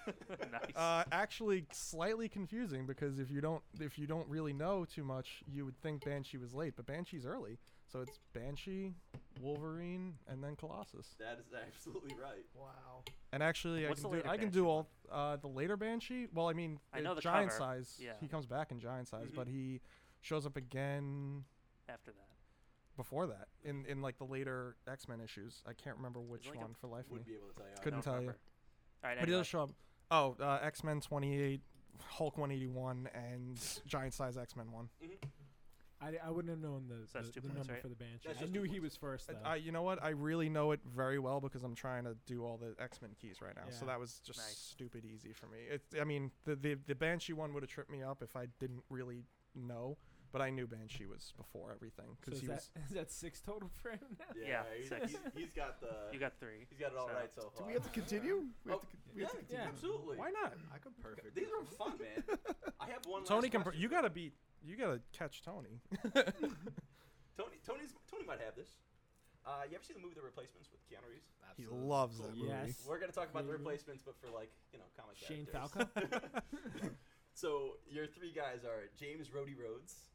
Speaker 7: nice.
Speaker 6: Uh, actually, slightly confusing because if you don't if you don't really know too much, you would think Banshee was late, but Banshee's early, so it's Banshee, Wolverine, and then Colossus.
Speaker 4: That is absolutely right.
Speaker 2: Wow.
Speaker 6: And actually,
Speaker 7: What's the
Speaker 6: I can do
Speaker 7: later
Speaker 6: I can
Speaker 7: Banshee
Speaker 6: do all uh, the later Banshee. Well, I mean,
Speaker 7: I
Speaker 6: uh,
Speaker 7: know the
Speaker 6: giant
Speaker 7: cover.
Speaker 6: size.
Speaker 7: Yeah. Mm-hmm.
Speaker 6: He comes back in giant size,
Speaker 4: Mhm.
Speaker 6: but he shows up again
Speaker 7: After that,
Speaker 6: before that in in like the later X Men issues. I can't remember which
Speaker 7: like a-
Speaker 6: one for life. of me.
Speaker 4: Wouldn't be able to tell you.
Speaker 7: I
Speaker 6: Could-
Speaker 7: don't
Speaker 6: Couldn't tell you.
Speaker 7: remember. All right.
Speaker 6: But he
Speaker 7: Anyway.
Speaker 6: does show up. Oh, uh, X Men 28, Hulk 181, and Giant Size X Men 1.
Speaker 1: I, I wouldn't have known the,
Speaker 7: So that's
Speaker 1: the-
Speaker 7: two
Speaker 1: the
Speaker 7: points,
Speaker 1: number
Speaker 7: right?
Speaker 1: for the Banshee.
Speaker 4: That's
Speaker 1: I
Speaker 4: just
Speaker 1: knew
Speaker 4: two
Speaker 1: he
Speaker 4: points.
Speaker 1: was first, though.
Speaker 6: I, you know what? I really know it very well because I'm trying to do all the X Men keys right now. So
Speaker 1: Yeah.
Speaker 6: that was just
Speaker 7: Nice.
Speaker 6: stupid easy for me. It, I mean, the, the, the Banshee one would have tripped me up if I didn't really know. But I knew Banshee was before everything
Speaker 1: so
Speaker 6: because
Speaker 1: is
Speaker 6: he
Speaker 1: that, [laughs]
Speaker 6: was.
Speaker 1: is that six total for him
Speaker 4: [laughs]
Speaker 1: now?
Speaker 4: Yeah,
Speaker 7: Yeah,
Speaker 4: he's,
Speaker 7: six.
Speaker 4: he's- he's got the.
Speaker 7: you got three.
Speaker 4: he's got it all
Speaker 7: so-
Speaker 4: right so
Speaker 2: Do
Speaker 4: far.
Speaker 2: we have to continue? We have
Speaker 4: Oh,
Speaker 2: to, con- we
Speaker 4: yeah,
Speaker 2: have to continue.
Speaker 4: absolutely.
Speaker 6: Why not?
Speaker 8: I could perfect.
Speaker 4: These
Speaker 8: this
Speaker 4: are
Speaker 8: one.
Speaker 4: fun, man. I have one.
Speaker 6: Tony
Speaker 4: last
Speaker 6: can. pr-
Speaker 4: question
Speaker 6: You
Speaker 4: for
Speaker 6: gotta be. You gotta catch Tony.
Speaker 4: Tony. Tony's. Tony might have this. Uh, you ever seen the movie The Replacements with Keanu Reeves?
Speaker 6: [laughs] he
Speaker 8: Absolutely.
Speaker 6: loves that movie.
Speaker 1: Yes.
Speaker 4: We're gonna talk about the
Speaker 1: Maybe.
Speaker 4: replacements, but for like you know comic
Speaker 1: Shane
Speaker 4: characters. [laughs] so your three guys are James Rhodey Rhodes,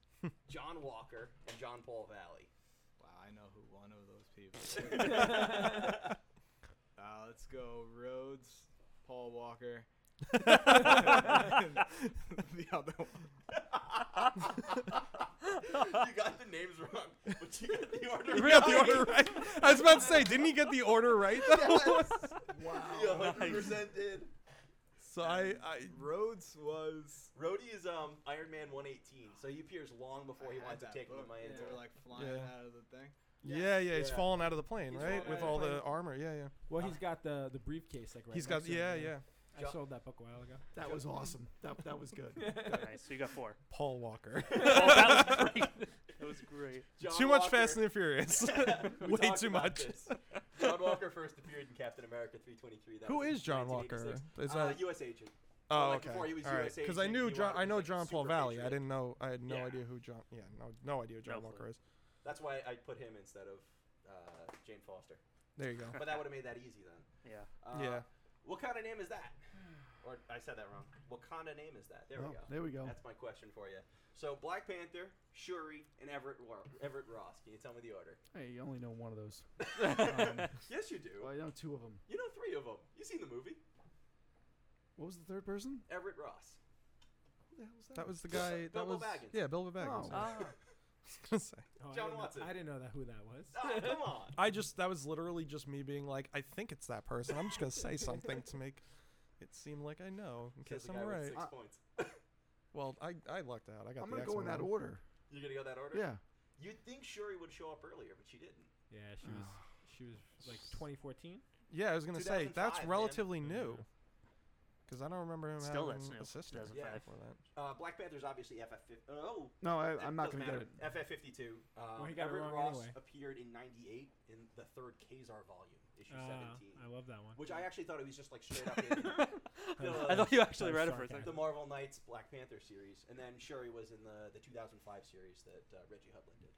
Speaker 4: John Walker, and John Paul Valley. [laughs]
Speaker 8: Wow, I know who one of those people.
Speaker 1: [laughs]
Speaker 8: is. uh, let's go Rhodes, Paul Walker. [laughs] the other one.
Speaker 4: you got the names wrong, but you got the order.
Speaker 6: [laughs] You got the
Speaker 4: [laughs] right.
Speaker 6: order right. I was about to say, didn't he get the order right though?
Speaker 4: You 100 percent did.
Speaker 6: [laughs] So I, I
Speaker 8: Rhodes was.
Speaker 4: Rhodey is um Iron Man 118, so he appears long before
Speaker 8: I
Speaker 4: he
Speaker 8: had
Speaker 4: wants to
Speaker 8: that
Speaker 4: take
Speaker 8: book.
Speaker 4: the Mayans.
Speaker 8: They were [laughs] like flying
Speaker 6: Yeah.
Speaker 8: out of the thing.
Speaker 6: yeah, yeah, he's
Speaker 4: Yeah.
Speaker 6: falling out of the plane,
Speaker 4: He's
Speaker 6: right?
Speaker 4: falling
Speaker 6: With
Speaker 4: out of
Speaker 6: all
Speaker 4: the
Speaker 6: the armor, yeah, yeah.
Speaker 1: [laughs] Well, he's got the, the briefcase, like right
Speaker 6: he's got,
Speaker 1: next to him,
Speaker 6: yeah, yeah.
Speaker 1: I sold that book a while ago.
Speaker 2: That was awesome. That that
Speaker 1: [laughs]
Speaker 2: was good.
Speaker 7: nice. So you got four.
Speaker 4: [laughs]
Speaker 6: Paul Walker.
Speaker 7: oh, that was great. That was great.
Speaker 4: John
Speaker 6: [laughs] too much
Speaker 4: Walker-
Speaker 6: Fast and the
Speaker 4: [laughs]
Speaker 6: Furious.
Speaker 4: We
Speaker 6: Way
Speaker 4: talked
Speaker 6: too
Speaker 4: about
Speaker 6: much.
Speaker 4: this. [laughs] John Walker first appeared in Captain America 323. That
Speaker 6: [laughs] Who
Speaker 4: was in
Speaker 6: is John Walker?
Speaker 4: 1986.
Speaker 6: Is
Speaker 4: Uh,
Speaker 6: that?
Speaker 4: U.S. agent.
Speaker 6: oh,
Speaker 4: like,
Speaker 6: okay.
Speaker 4: before he was
Speaker 6: all right.
Speaker 4: USA
Speaker 6: I
Speaker 4: agent,
Speaker 6: knew
Speaker 4: he wanted
Speaker 6: John. I
Speaker 4: to
Speaker 6: know
Speaker 4: be
Speaker 6: John Paul
Speaker 4: super
Speaker 6: Valley. I
Speaker 4: patriotic.
Speaker 6: didn't know. I had no
Speaker 7: Yeah.
Speaker 6: idea who John. Yeah, no, no idea who John
Speaker 7: clue.
Speaker 6: Walker is.
Speaker 4: That's why I put him instead of uh, Jane Foster.
Speaker 6: There you go.
Speaker 4: But that would have made that easy then.
Speaker 7: Yeah.
Speaker 4: Uh,
Speaker 6: Yeah.
Speaker 4: What kind of name is that? Or I said that wrong. What kind of name is that? There
Speaker 2: Oh,
Speaker 4: we go.
Speaker 2: there we go.
Speaker 4: That's my question for you. So Black Panther, Shuri, and Everett War- Everett Ross. Can you tell me the
Speaker 6: [laughs]
Speaker 4: order?
Speaker 2: Hey, you only know one of those. Um,
Speaker 4: Yes, you do.
Speaker 2: Well, I know two of them.
Speaker 4: You know three of them. You seen the movie?
Speaker 2: What was the third person?
Speaker 4: Everett
Speaker 6: [laughs]
Speaker 4: Ross.
Speaker 2: Who the hell was that?
Speaker 6: That was the guy. That
Speaker 4: Bilbo
Speaker 6: was
Speaker 4: Baggins.
Speaker 6: yeah, Bilbo Baggins.
Speaker 2: Oh.
Speaker 6: yeah. I
Speaker 7: Ah.
Speaker 6: was
Speaker 4: [laughs]
Speaker 6: gonna say.
Speaker 1: Oh, I
Speaker 4: John
Speaker 1: didn't know-
Speaker 4: Watson.
Speaker 1: I didn't know that who that was.
Speaker 4: Oh, come on.
Speaker 6: I just that was literally just me being like, I think it's that person. I'm just gonna say something to make it seem like I know in
Speaker 4: Says
Speaker 6: case
Speaker 4: the guy
Speaker 6: I'm
Speaker 4: with
Speaker 6: right.
Speaker 4: six
Speaker 2: Uh,
Speaker 4: points.
Speaker 6: Well, I I lucked out. I got.
Speaker 2: I'm
Speaker 6: the
Speaker 2: gonna go in
Speaker 6: X-Men
Speaker 2: that
Speaker 6: one.
Speaker 2: order.
Speaker 4: You gonna go that order?
Speaker 2: Yeah.
Speaker 4: You'd think Shuri would show up earlier, but she didn't.
Speaker 1: Yeah, she
Speaker 7: [sighs]
Speaker 1: was she was like 2014.
Speaker 6: Yeah, I was gonna say that's
Speaker 4: 2005, man.
Speaker 6: relatively new. Because I don't remember him
Speaker 7: Still,
Speaker 6: having
Speaker 7: that's new.
Speaker 6: a sister
Speaker 7: 2005.
Speaker 6: before that.
Speaker 4: Uh, Black Panther's obviously FF. Oh
Speaker 2: No, I,
Speaker 4: that
Speaker 2: I'm not
Speaker 4: doesn't
Speaker 2: gonna get
Speaker 4: matter.
Speaker 2: it.
Speaker 4: FF52. Um,
Speaker 1: Well, he got it
Speaker 4: Everett
Speaker 1: wrong
Speaker 4: Ross
Speaker 1: anyway.
Speaker 4: appeared in '98 in the third Kazar volume, issue
Speaker 1: Ah, I
Speaker 4: 17,
Speaker 1: love that one.
Speaker 4: which I actually thought it was just like straight
Speaker 2: [laughs]
Speaker 4: up. In the,
Speaker 7: I thought you actually
Speaker 1: That was
Speaker 7: read it for a
Speaker 1: sarcasm.
Speaker 7: second.
Speaker 4: the Marvel Knights Black Panther series, and then Shuri was in the, the 2005 series that uh, Reggie Hudlin did.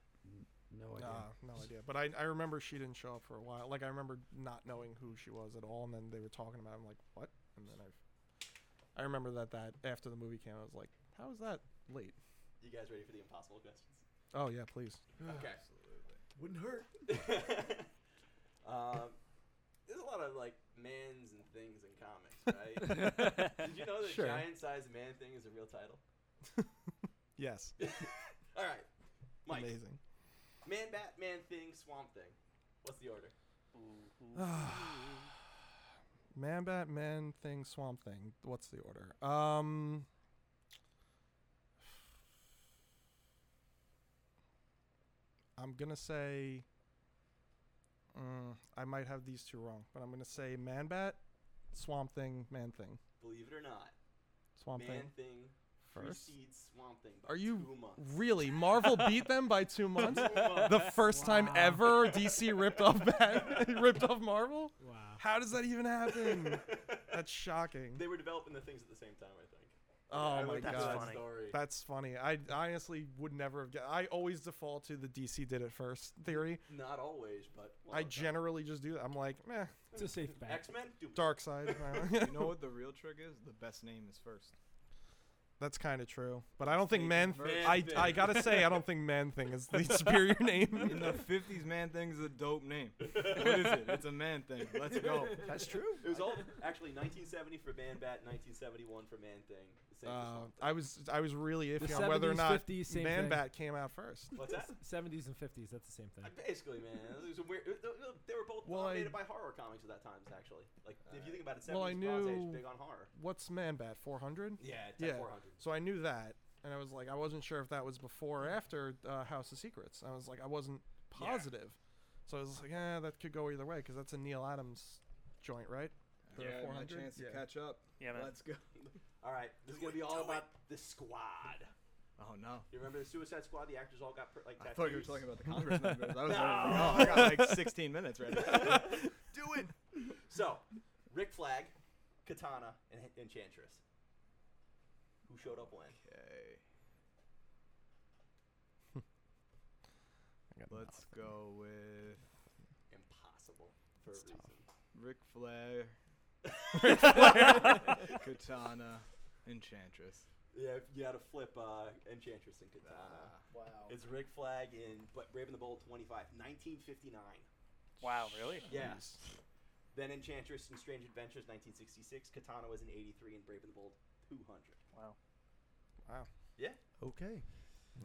Speaker 2: No idea.
Speaker 6: Nah, no idea. But I, I remember she didn't show up for a while. Like I remember not knowing who she was at all, and then they were talking about. It, I'm like, what? And then I, I remember that that after the movie came, out, I was like, how is that late?
Speaker 4: You guys ready for the impossible questions?
Speaker 1: [sighs]
Speaker 6: Oh yeah, please.
Speaker 4: Okay.
Speaker 2: Wouldn't hurt.
Speaker 4: [laughs] um, there's a lot of like mans and things in comics,
Speaker 2: [laughs]
Speaker 4: [laughs] right? Did you know that
Speaker 6: Sure.
Speaker 4: giant-sized man thing is a real
Speaker 6: [laughs]
Speaker 4: title?
Speaker 6: Yes.
Speaker 4: All right, Mike.
Speaker 6: Amazing.
Speaker 4: Man, Bat, Man Thing, Swamp Thing. What's the order?
Speaker 6: Man, Bat, Man, Thing, Swamp Thing. What's the order? Um. I'm gonna say. Mm, I might have these two wrong, but I'm gonna say Man Bat, Swamp Thing, Man Thing,
Speaker 4: Believe it or not,
Speaker 6: Swamp
Speaker 4: Man
Speaker 6: Thing.
Speaker 4: Thing
Speaker 6: First?
Speaker 4: precedes Swamp Thing by
Speaker 6: Are you
Speaker 4: two [laughs] months.
Speaker 6: Really, Marvel beat them by two months.
Speaker 4: [laughs]
Speaker 6: the first time ever DC ripped off Bat, [laughs] ripped off Marvel.
Speaker 1: Wow.
Speaker 6: How does that even happen? That's shocking.
Speaker 4: [laughs] They were developing the things at the same time, I think.
Speaker 6: Oh
Speaker 4: I
Speaker 6: my
Speaker 4: looked into
Speaker 6: god.
Speaker 4: that
Speaker 7: funny.
Speaker 4: Story.
Speaker 6: That's funny. I honestly would never have guessed. I always default to the DC did it first theory.
Speaker 4: Not always, but well,
Speaker 6: I
Speaker 4: okay.
Speaker 6: generally just do that. I'm like, meh,
Speaker 1: It's a safe bet.
Speaker 4: X-Men. Do [laughs]
Speaker 6: dark side.
Speaker 8: You
Speaker 6: [laughs]
Speaker 8: know what the real trick is? The best name is first.
Speaker 6: That's kind of true. But I don't think man.
Speaker 4: Man
Speaker 6: I,
Speaker 4: Thing.
Speaker 6: I gotta say, I don't think man thing is the
Speaker 4: [laughs]
Speaker 6: superior
Speaker 8: In
Speaker 6: name.
Speaker 8: the 50s, Man Thing's a dope name. [laughs]
Speaker 6: [laughs]
Speaker 8: What is it? It's a Man Thing. Let's go.
Speaker 2: That's true.
Speaker 4: It was all actually 1970 for Man Bat, 1971 for Man Thing. The same for
Speaker 6: Uh,
Speaker 4: Swamp Thing.
Speaker 6: I was I was really iffy
Speaker 1: The
Speaker 6: on whether or
Speaker 1: 70s,
Speaker 6: not
Speaker 1: 50s, same
Speaker 6: Man
Speaker 1: thing.
Speaker 6: Bat came out first.
Speaker 4: What's that?
Speaker 1: 70s and 50s. That's the same thing.
Speaker 4: Uh, [laughs] Basically, man, it was a weird. it- it- They were both
Speaker 6: Well, I-
Speaker 4: dominated by horror comics at that time, actually. Like, if you think about it, 70s
Speaker 6: Well, I
Speaker 4: Bronze
Speaker 6: knew-
Speaker 4: Age, big on horror.
Speaker 6: What's Man Bat? Four hundred.
Speaker 4: Yeah,
Speaker 6: Yeah.
Speaker 4: 400.
Speaker 6: So I knew that, and I was like, I wasn't sure if that was before or after uh, House of Secrets. I was like, I wasn't
Speaker 4: Yeah.
Speaker 6: positive. So I was like, yeah, that could go either way because that's a Neil Adams joint, right? For
Speaker 8: Yeah, my
Speaker 6: 400?
Speaker 8: chance to
Speaker 6: Yeah.
Speaker 8: catch up.
Speaker 7: Yeah, man.
Speaker 8: Let's go.
Speaker 4: All right, this is gonna be all about the squad.
Speaker 8: Oh no.
Speaker 4: You remember the Suicide Squad? The actors all got per- like
Speaker 8: I
Speaker 4: tattoos.
Speaker 8: thought you were talking about the Congress members. I
Speaker 4: No.
Speaker 8: was [laughs] like, oh, I got like 16 minutes right [laughs] now.
Speaker 4: [laughs] Do it. so, Rick Flag, Katana, and H- Enchantress. Who showed up when?
Speaker 8: Okay. Let's go with
Speaker 4: Impossible for a
Speaker 6: It's
Speaker 4: reason.
Speaker 6: tough.
Speaker 8: Ric Flair,
Speaker 6: [laughs]
Speaker 8: Katana, Enchantress.
Speaker 4: Yeah, if you gotta flip uh, Enchantress and Katana.
Speaker 8: Ah.
Speaker 4: wow. It's Rick Flag in but Brave and the Bold 25, 1959.
Speaker 7: Wow, really?
Speaker 4: Yeah. Then Enchantress in Strange Adventures 1966. Katana was in 83 and Brave and the Bold 200.
Speaker 7: Wow.
Speaker 2: Okay.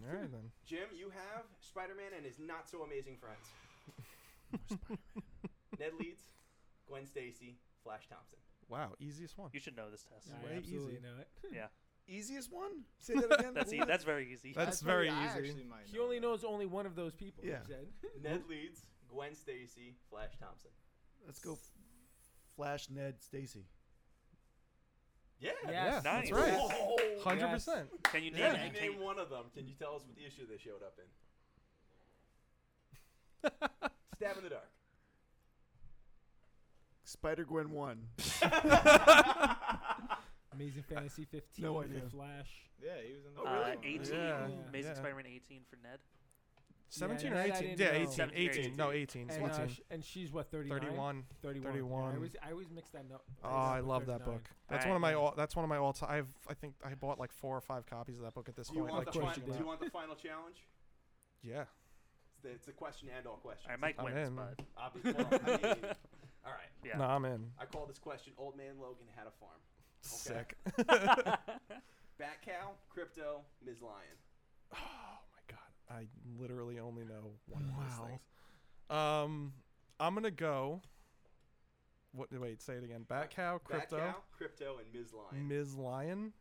Speaker 6: All right then.
Speaker 4: Jim, you have Spider-Man and his not so amazing friends. Ned Leeds, Gwen Stacy, Flash Thompson.
Speaker 6: Wow, easiest one.
Speaker 7: You should know this test.
Speaker 6: Yeah.
Speaker 1: I
Speaker 6: way
Speaker 1: absolutely
Speaker 6: easy.
Speaker 1: know it.
Speaker 2: Easiest one. Say that again.
Speaker 7: [laughs] That's e- that's very easy.
Speaker 6: That's
Speaker 8: I probably-
Speaker 6: very
Speaker 8: I
Speaker 6: easy.
Speaker 8: actually might
Speaker 1: He
Speaker 8: know
Speaker 1: only
Speaker 8: that.
Speaker 1: knows only one of those people.
Speaker 2: Yeah.
Speaker 1: Jen.
Speaker 4: Ned Leeds, Gwen Stacy, Flash Thompson.
Speaker 2: Let's go. F- Flash Ned Stacy.
Speaker 4: Yeah.
Speaker 1: Yes.
Speaker 6: yeah,
Speaker 7: Nice.
Speaker 6: that's right.
Speaker 4: Whoa.
Speaker 6: Hundred percent.
Speaker 7: Can you name?
Speaker 4: If
Speaker 7: it?
Speaker 4: you
Speaker 7: Can
Speaker 4: name
Speaker 7: you-
Speaker 4: one of them, can you tell us what issue they showed up in?
Speaker 7: [laughs]
Speaker 4: Stab in the dark.
Speaker 2: Spider Gwen one.
Speaker 1: Amazing Fantasy 15.
Speaker 2: No
Speaker 1: for
Speaker 2: idea.
Speaker 1: Flash.
Speaker 8: Yeah, he was
Speaker 4: Oh,
Speaker 8: in the.
Speaker 7: Uh,
Speaker 8: first one.
Speaker 7: 18.
Speaker 6: Yeah,
Speaker 7: Amazing
Speaker 6: yeah.
Speaker 7: Spider-Man 18 for Ned.
Speaker 6: Seventeen
Speaker 1: that I
Speaker 6: or eighteen?
Speaker 1: didn't
Speaker 6: Yeah,
Speaker 1: know.
Speaker 6: 18,
Speaker 7: 17 or
Speaker 6: 18. No,
Speaker 4: 18.
Speaker 6: eighteen.
Speaker 1: And, uh,
Speaker 6: 18.
Speaker 1: sh- and she's what 39?
Speaker 6: Thirty-one.
Speaker 1: 31.
Speaker 6: 31.
Speaker 1: I always, I always mix that up.
Speaker 6: Oh, I love that book. That's one of my
Speaker 7: Alright.
Speaker 6: all. That's one of my all time. I've I think I bought like four or five copies of that book at this
Speaker 4: Do you,
Speaker 6: point.
Speaker 4: want
Speaker 6: like
Speaker 4: the
Speaker 1: course
Speaker 4: fin-
Speaker 6: changing
Speaker 1: you
Speaker 4: do
Speaker 6: it
Speaker 4: you
Speaker 6: up.
Speaker 4: want the final challenge?
Speaker 6: Yeah.
Speaker 4: It's the- It's a question and all questions.
Speaker 7: All right, Mike
Speaker 6: I'm
Speaker 7: wins,
Speaker 6: in.
Speaker 7: but
Speaker 4: Obviously. well, I mean, all right.
Speaker 7: yeah.
Speaker 6: No, I'm in.
Speaker 4: I call this question Old Man Logan Had a Farm.
Speaker 6: Sick.
Speaker 4: [sighs]
Speaker 6: [sighs]
Speaker 4: Bat Cow, Crypto, Ms. Lion.
Speaker 6: Oh my god, I literally only know one of
Speaker 1: Wow.
Speaker 6: those things. Um, I'm gonna go. What? Wait, say it again. Bat cow,
Speaker 4: Bat
Speaker 6: crypto,
Speaker 4: Cow, Crypto, and Ms. Lion. [laughs]
Speaker 6: Ms. Lion.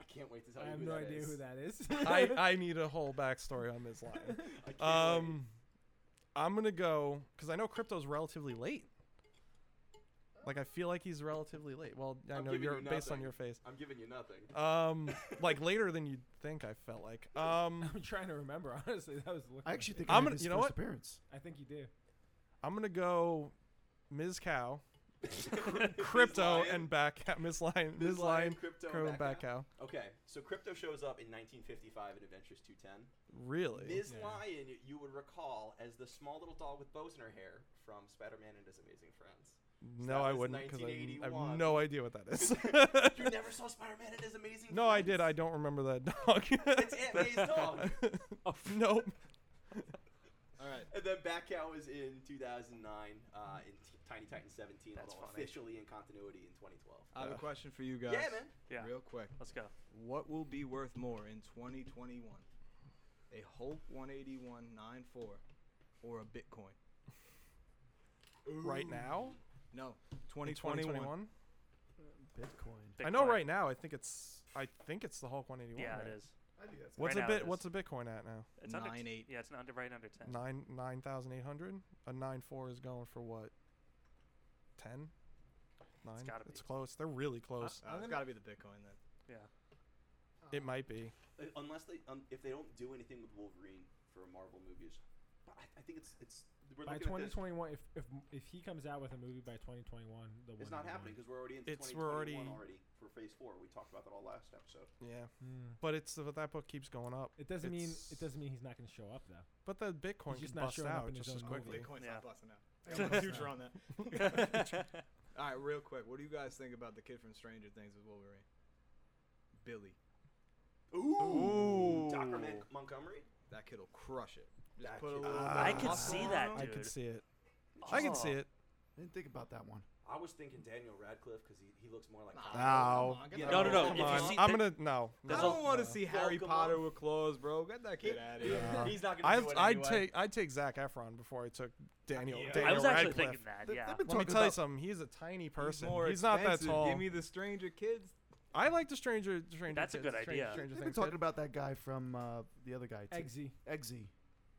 Speaker 4: I can't wait to tell
Speaker 1: I
Speaker 4: you.
Speaker 1: have
Speaker 4: who
Speaker 1: no
Speaker 4: that
Speaker 1: idea
Speaker 4: is.
Speaker 1: who that is. [laughs]
Speaker 6: I, um, I need a whole backstory on
Speaker 4: [laughs]
Speaker 6: this
Speaker 4: can't wait.
Speaker 6: line. Um, I'm gonna go because I know crypto's relatively late. Like I feel like he's relatively late. Well, I
Speaker 4: I'm
Speaker 6: know
Speaker 4: giving
Speaker 6: you're
Speaker 4: you
Speaker 6: based on
Speaker 4: nothing.
Speaker 6: your face.
Speaker 4: I'm giving you nothing.
Speaker 6: Um, like later than you'd think. I felt like.
Speaker 4: [laughs]
Speaker 6: Um,
Speaker 1: I'm trying to remember. [laughs] Honestly, that was. looking
Speaker 2: I
Speaker 1: like
Speaker 2: actually
Speaker 1: it.
Speaker 2: think
Speaker 6: I'm
Speaker 2: I made
Speaker 6: gonna-
Speaker 2: his
Speaker 6: you know
Speaker 2: first
Speaker 6: what?
Speaker 2: appearance.
Speaker 1: I think you do.
Speaker 6: I'm gonna go, Ms. Cow, [laughs] Crypto,
Speaker 4: Lion.
Speaker 6: and back Cow. Ms. Lion,
Speaker 4: Ms.
Speaker 6: Ms.
Speaker 4: Lion,
Speaker 6: Lion,
Speaker 4: Crypto,
Speaker 6: Crypto,
Speaker 4: and
Speaker 6: and
Speaker 4: Bat
Speaker 6: Bat Cow.
Speaker 4: Okay, so Crypto shows up in 1955 in Adventures 210.
Speaker 6: Really?
Speaker 4: Ms.
Speaker 1: Yeah.
Speaker 4: Lion, you would recall as the small little doll with bows in her hair from Spider-Man and His Amazing
Speaker 6: [laughs]
Speaker 4: Friends. [laughs] So
Speaker 6: no,
Speaker 4: that
Speaker 6: I
Speaker 4: was
Speaker 6: wouldn't because I, have
Speaker 4: 1981.
Speaker 6: no idea what
Speaker 4: [laughs]
Speaker 6: that is.
Speaker 4: You never saw Spider-Man and His Amazing.
Speaker 6: no, I
Speaker 4: Friends?
Speaker 6: did. I don't remember that dog.
Speaker 4: [laughs]
Speaker 6: Oh,
Speaker 4: It's Aunt May's
Speaker 6: [laughs]
Speaker 4: dog.
Speaker 6: nope.
Speaker 8: All right.
Speaker 4: And then Batcow was in 2009 uh, in T- Tiny Titan 17,
Speaker 7: That's
Speaker 4: although
Speaker 7: funny.
Speaker 4: officially in continuity in 2012.
Speaker 6: Oh,
Speaker 8: I have a question for you guys.
Speaker 4: Yeah, man.
Speaker 7: Yeah.
Speaker 8: Real quick.
Speaker 7: Let's go.
Speaker 8: What will be worth more in 2021? A Hulk 181.94 or a Bitcoin?
Speaker 6: Right now,
Speaker 8: No,
Speaker 6: in
Speaker 8: 2021.
Speaker 6: 2021.
Speaker 2: Bitcoin.
Speaker 6: I know
Speaker 7: Bitcoin.
Speaker 6: right now. I think it's. I think it's the Hulk 181.
Speaker 7: Yeah,
Speaker 6: right?
Speaker 7: it is.
Speaker 2: I think that's
Speaker 6: What's
Speaker 7: Right
Speaker 6: a
Speaker 7: now it
Speaker 6: bit?
Speaker 7: is.
Speaker 6: What's a Bitcoin at now?
Speaker 7: It's under
Speaker 8: Nine
Speaker 7: t-
Speaker 8: eight.
Speaker 7: Yeah, it's under right under ten.
Speaker 6: Nine nine thousand eight hundred. A nine four is going for what? Ten. Nine.
Speaker 7: gotta be.
Speaker 6: close. They're really close.
Speaker 8: Uh, it's got to be the Bitcoin then.
Speaker 7: Yeah.
Speaker 6: it might be.
Speaker 4: Uh, Unless they, um, if they don't do anything with Wolverine for Marvel movies, but I, I think it's it's we're
Speaker 1: By
Speaker 4: looking at this.
Speaker 1: 2021, if, if if he comes out with a movie by 2021, the
Speaker 4: It's
Speaker 1: one
Speaker 4: not
Speaker 1: we want.
Speaker 4: happening because we're already into
Speaker 6: It's- we're
Speaker 4: 2021
Speaker 6: already-
Speaker 4: already for Phase Four. We talked about that all last episode.
Speaker 6: Yeah.
Speaker 1: Mm.
Speaker 6: But it's but that book keeps going up.
Speaker 1: It doesn't mean
Speaker 6: It's-
Speaker 1: it doesn't mean he's not going to show up though.
Speaker 6: But the Bitcoin
Speaker 1: just
Speaker 6: just
Speaker 1: not
Speaker 6: busts
Speaker 1: showing up
Speaker 6: out
Speaker 1: in
Speaker 6: just
Speaker 1: his
Speaker 6: as
Speaker 1: own
Speaker 6: quickly.
Speaker 8: Bitcoin's
Speaker 7: Yeah.
Speaker 8: not busting out. I got my
Speaker 7: [laughs]
Speaker 8: future on that.
Speaker 6: Future.
Speaker 8: All right, real quick. What do you guys think about the kid from Stranger Things with Wolverine? Billy.
Speaker 4: Ooh, Doctor
Speaker 6: Ooh.
Speaker 4: Montgomery.
Speaker 8: That kid will crush it. Just
Speaker 4: That
Speaker 8: put a
Speaker 4: kid-
Speaker 8: little bit
Speaker 6: Ah.
Speaker 8: of
Speaker 7: I could
Speaker 8: muscle
Speaker 7: see
Speaker 8: on
Speaker 7: that,
Speaker 8: him.
Speaker 6: I could
Speaker 7: dude.
Speaker 6: see it. I can see
Speaker 7: Oh.
Speaker 6: it.
Speaker 2: I didn't think about that one.
Speaker 4: I was thinking Daniel Radcliffe because he, he looks more like.
Speaker 8: Nah,
Speaker 4: Cosmo.
Speaker 8: come
Speaker 6: Ow.
Speaker 8: on, get
Speaker 4: Yeah,
Speaker 8: the
Speaker 7: No, no,
Speaker 8: hell
Speaker 7: no,
Speaker 8: out
Speaker 6: Oh, Come
Speaker 8: of
Speaker 7: if you
Speaker 8: my
Speaker 6: on.
Speaker 8: house.
Speaker 7: see
Speaker 6: I'm
Speaker 7: the-
Speaker 6: gonna no.
Speaker 8: I
Speaker 7: There's
Speaker 6: no.
Speaker 7: a-
Speaker 8: don't want to see Harry
Speaker 4: Welcome
Speaker 8: Potter
Speaker 4: on.
Speaker 8: with claws, bro. Get that kid out of here.
Speaker 6: Yeah.
Speaker 4: He's not gonna
Speaker 6: I,
Speaker 4: do it
Speaker 6: I'd
Speaker 4: anyway.
Speaker 6: take I'd take Zach Efron before I took Daniel.
Speaker 8: Yeah. I
Speaker 6: Daniel
Speaker 7: I was actually
Speaker 6: Radcliffe.
Speaker 7: thinking that.
Speaker 2: They-
Speaker 7: Yeah.
Speaker 2: They've been
Speaker 6: Let me
Speaker 2: talking
Speaker 6: tell you
Speaker 2: about
Speaker 6: something. He's a tiny person.
Speaker 8: more
Speaker 6: He's not that
Speaker 8: expensive.
Speaker 6: tall.
Speaker 8: Give me the Stranger Kids.
Speaker 6: I like the Stranger Stranger.
Speaker 7: That's a
Speaker 6: Kids,
Speaker 7: good
Speaker 6: Stranger-
Speaker 7: idea.
Speaker 6: Stranger
Speaker 2: They've been
Speaker 6: Things
Speaker 2: talking
Speaker 6: kid.
Speaker 2: about that guy from uh, the other guy. too.
Speaker 1: Eggsy.
Speaker 2: Eggsy.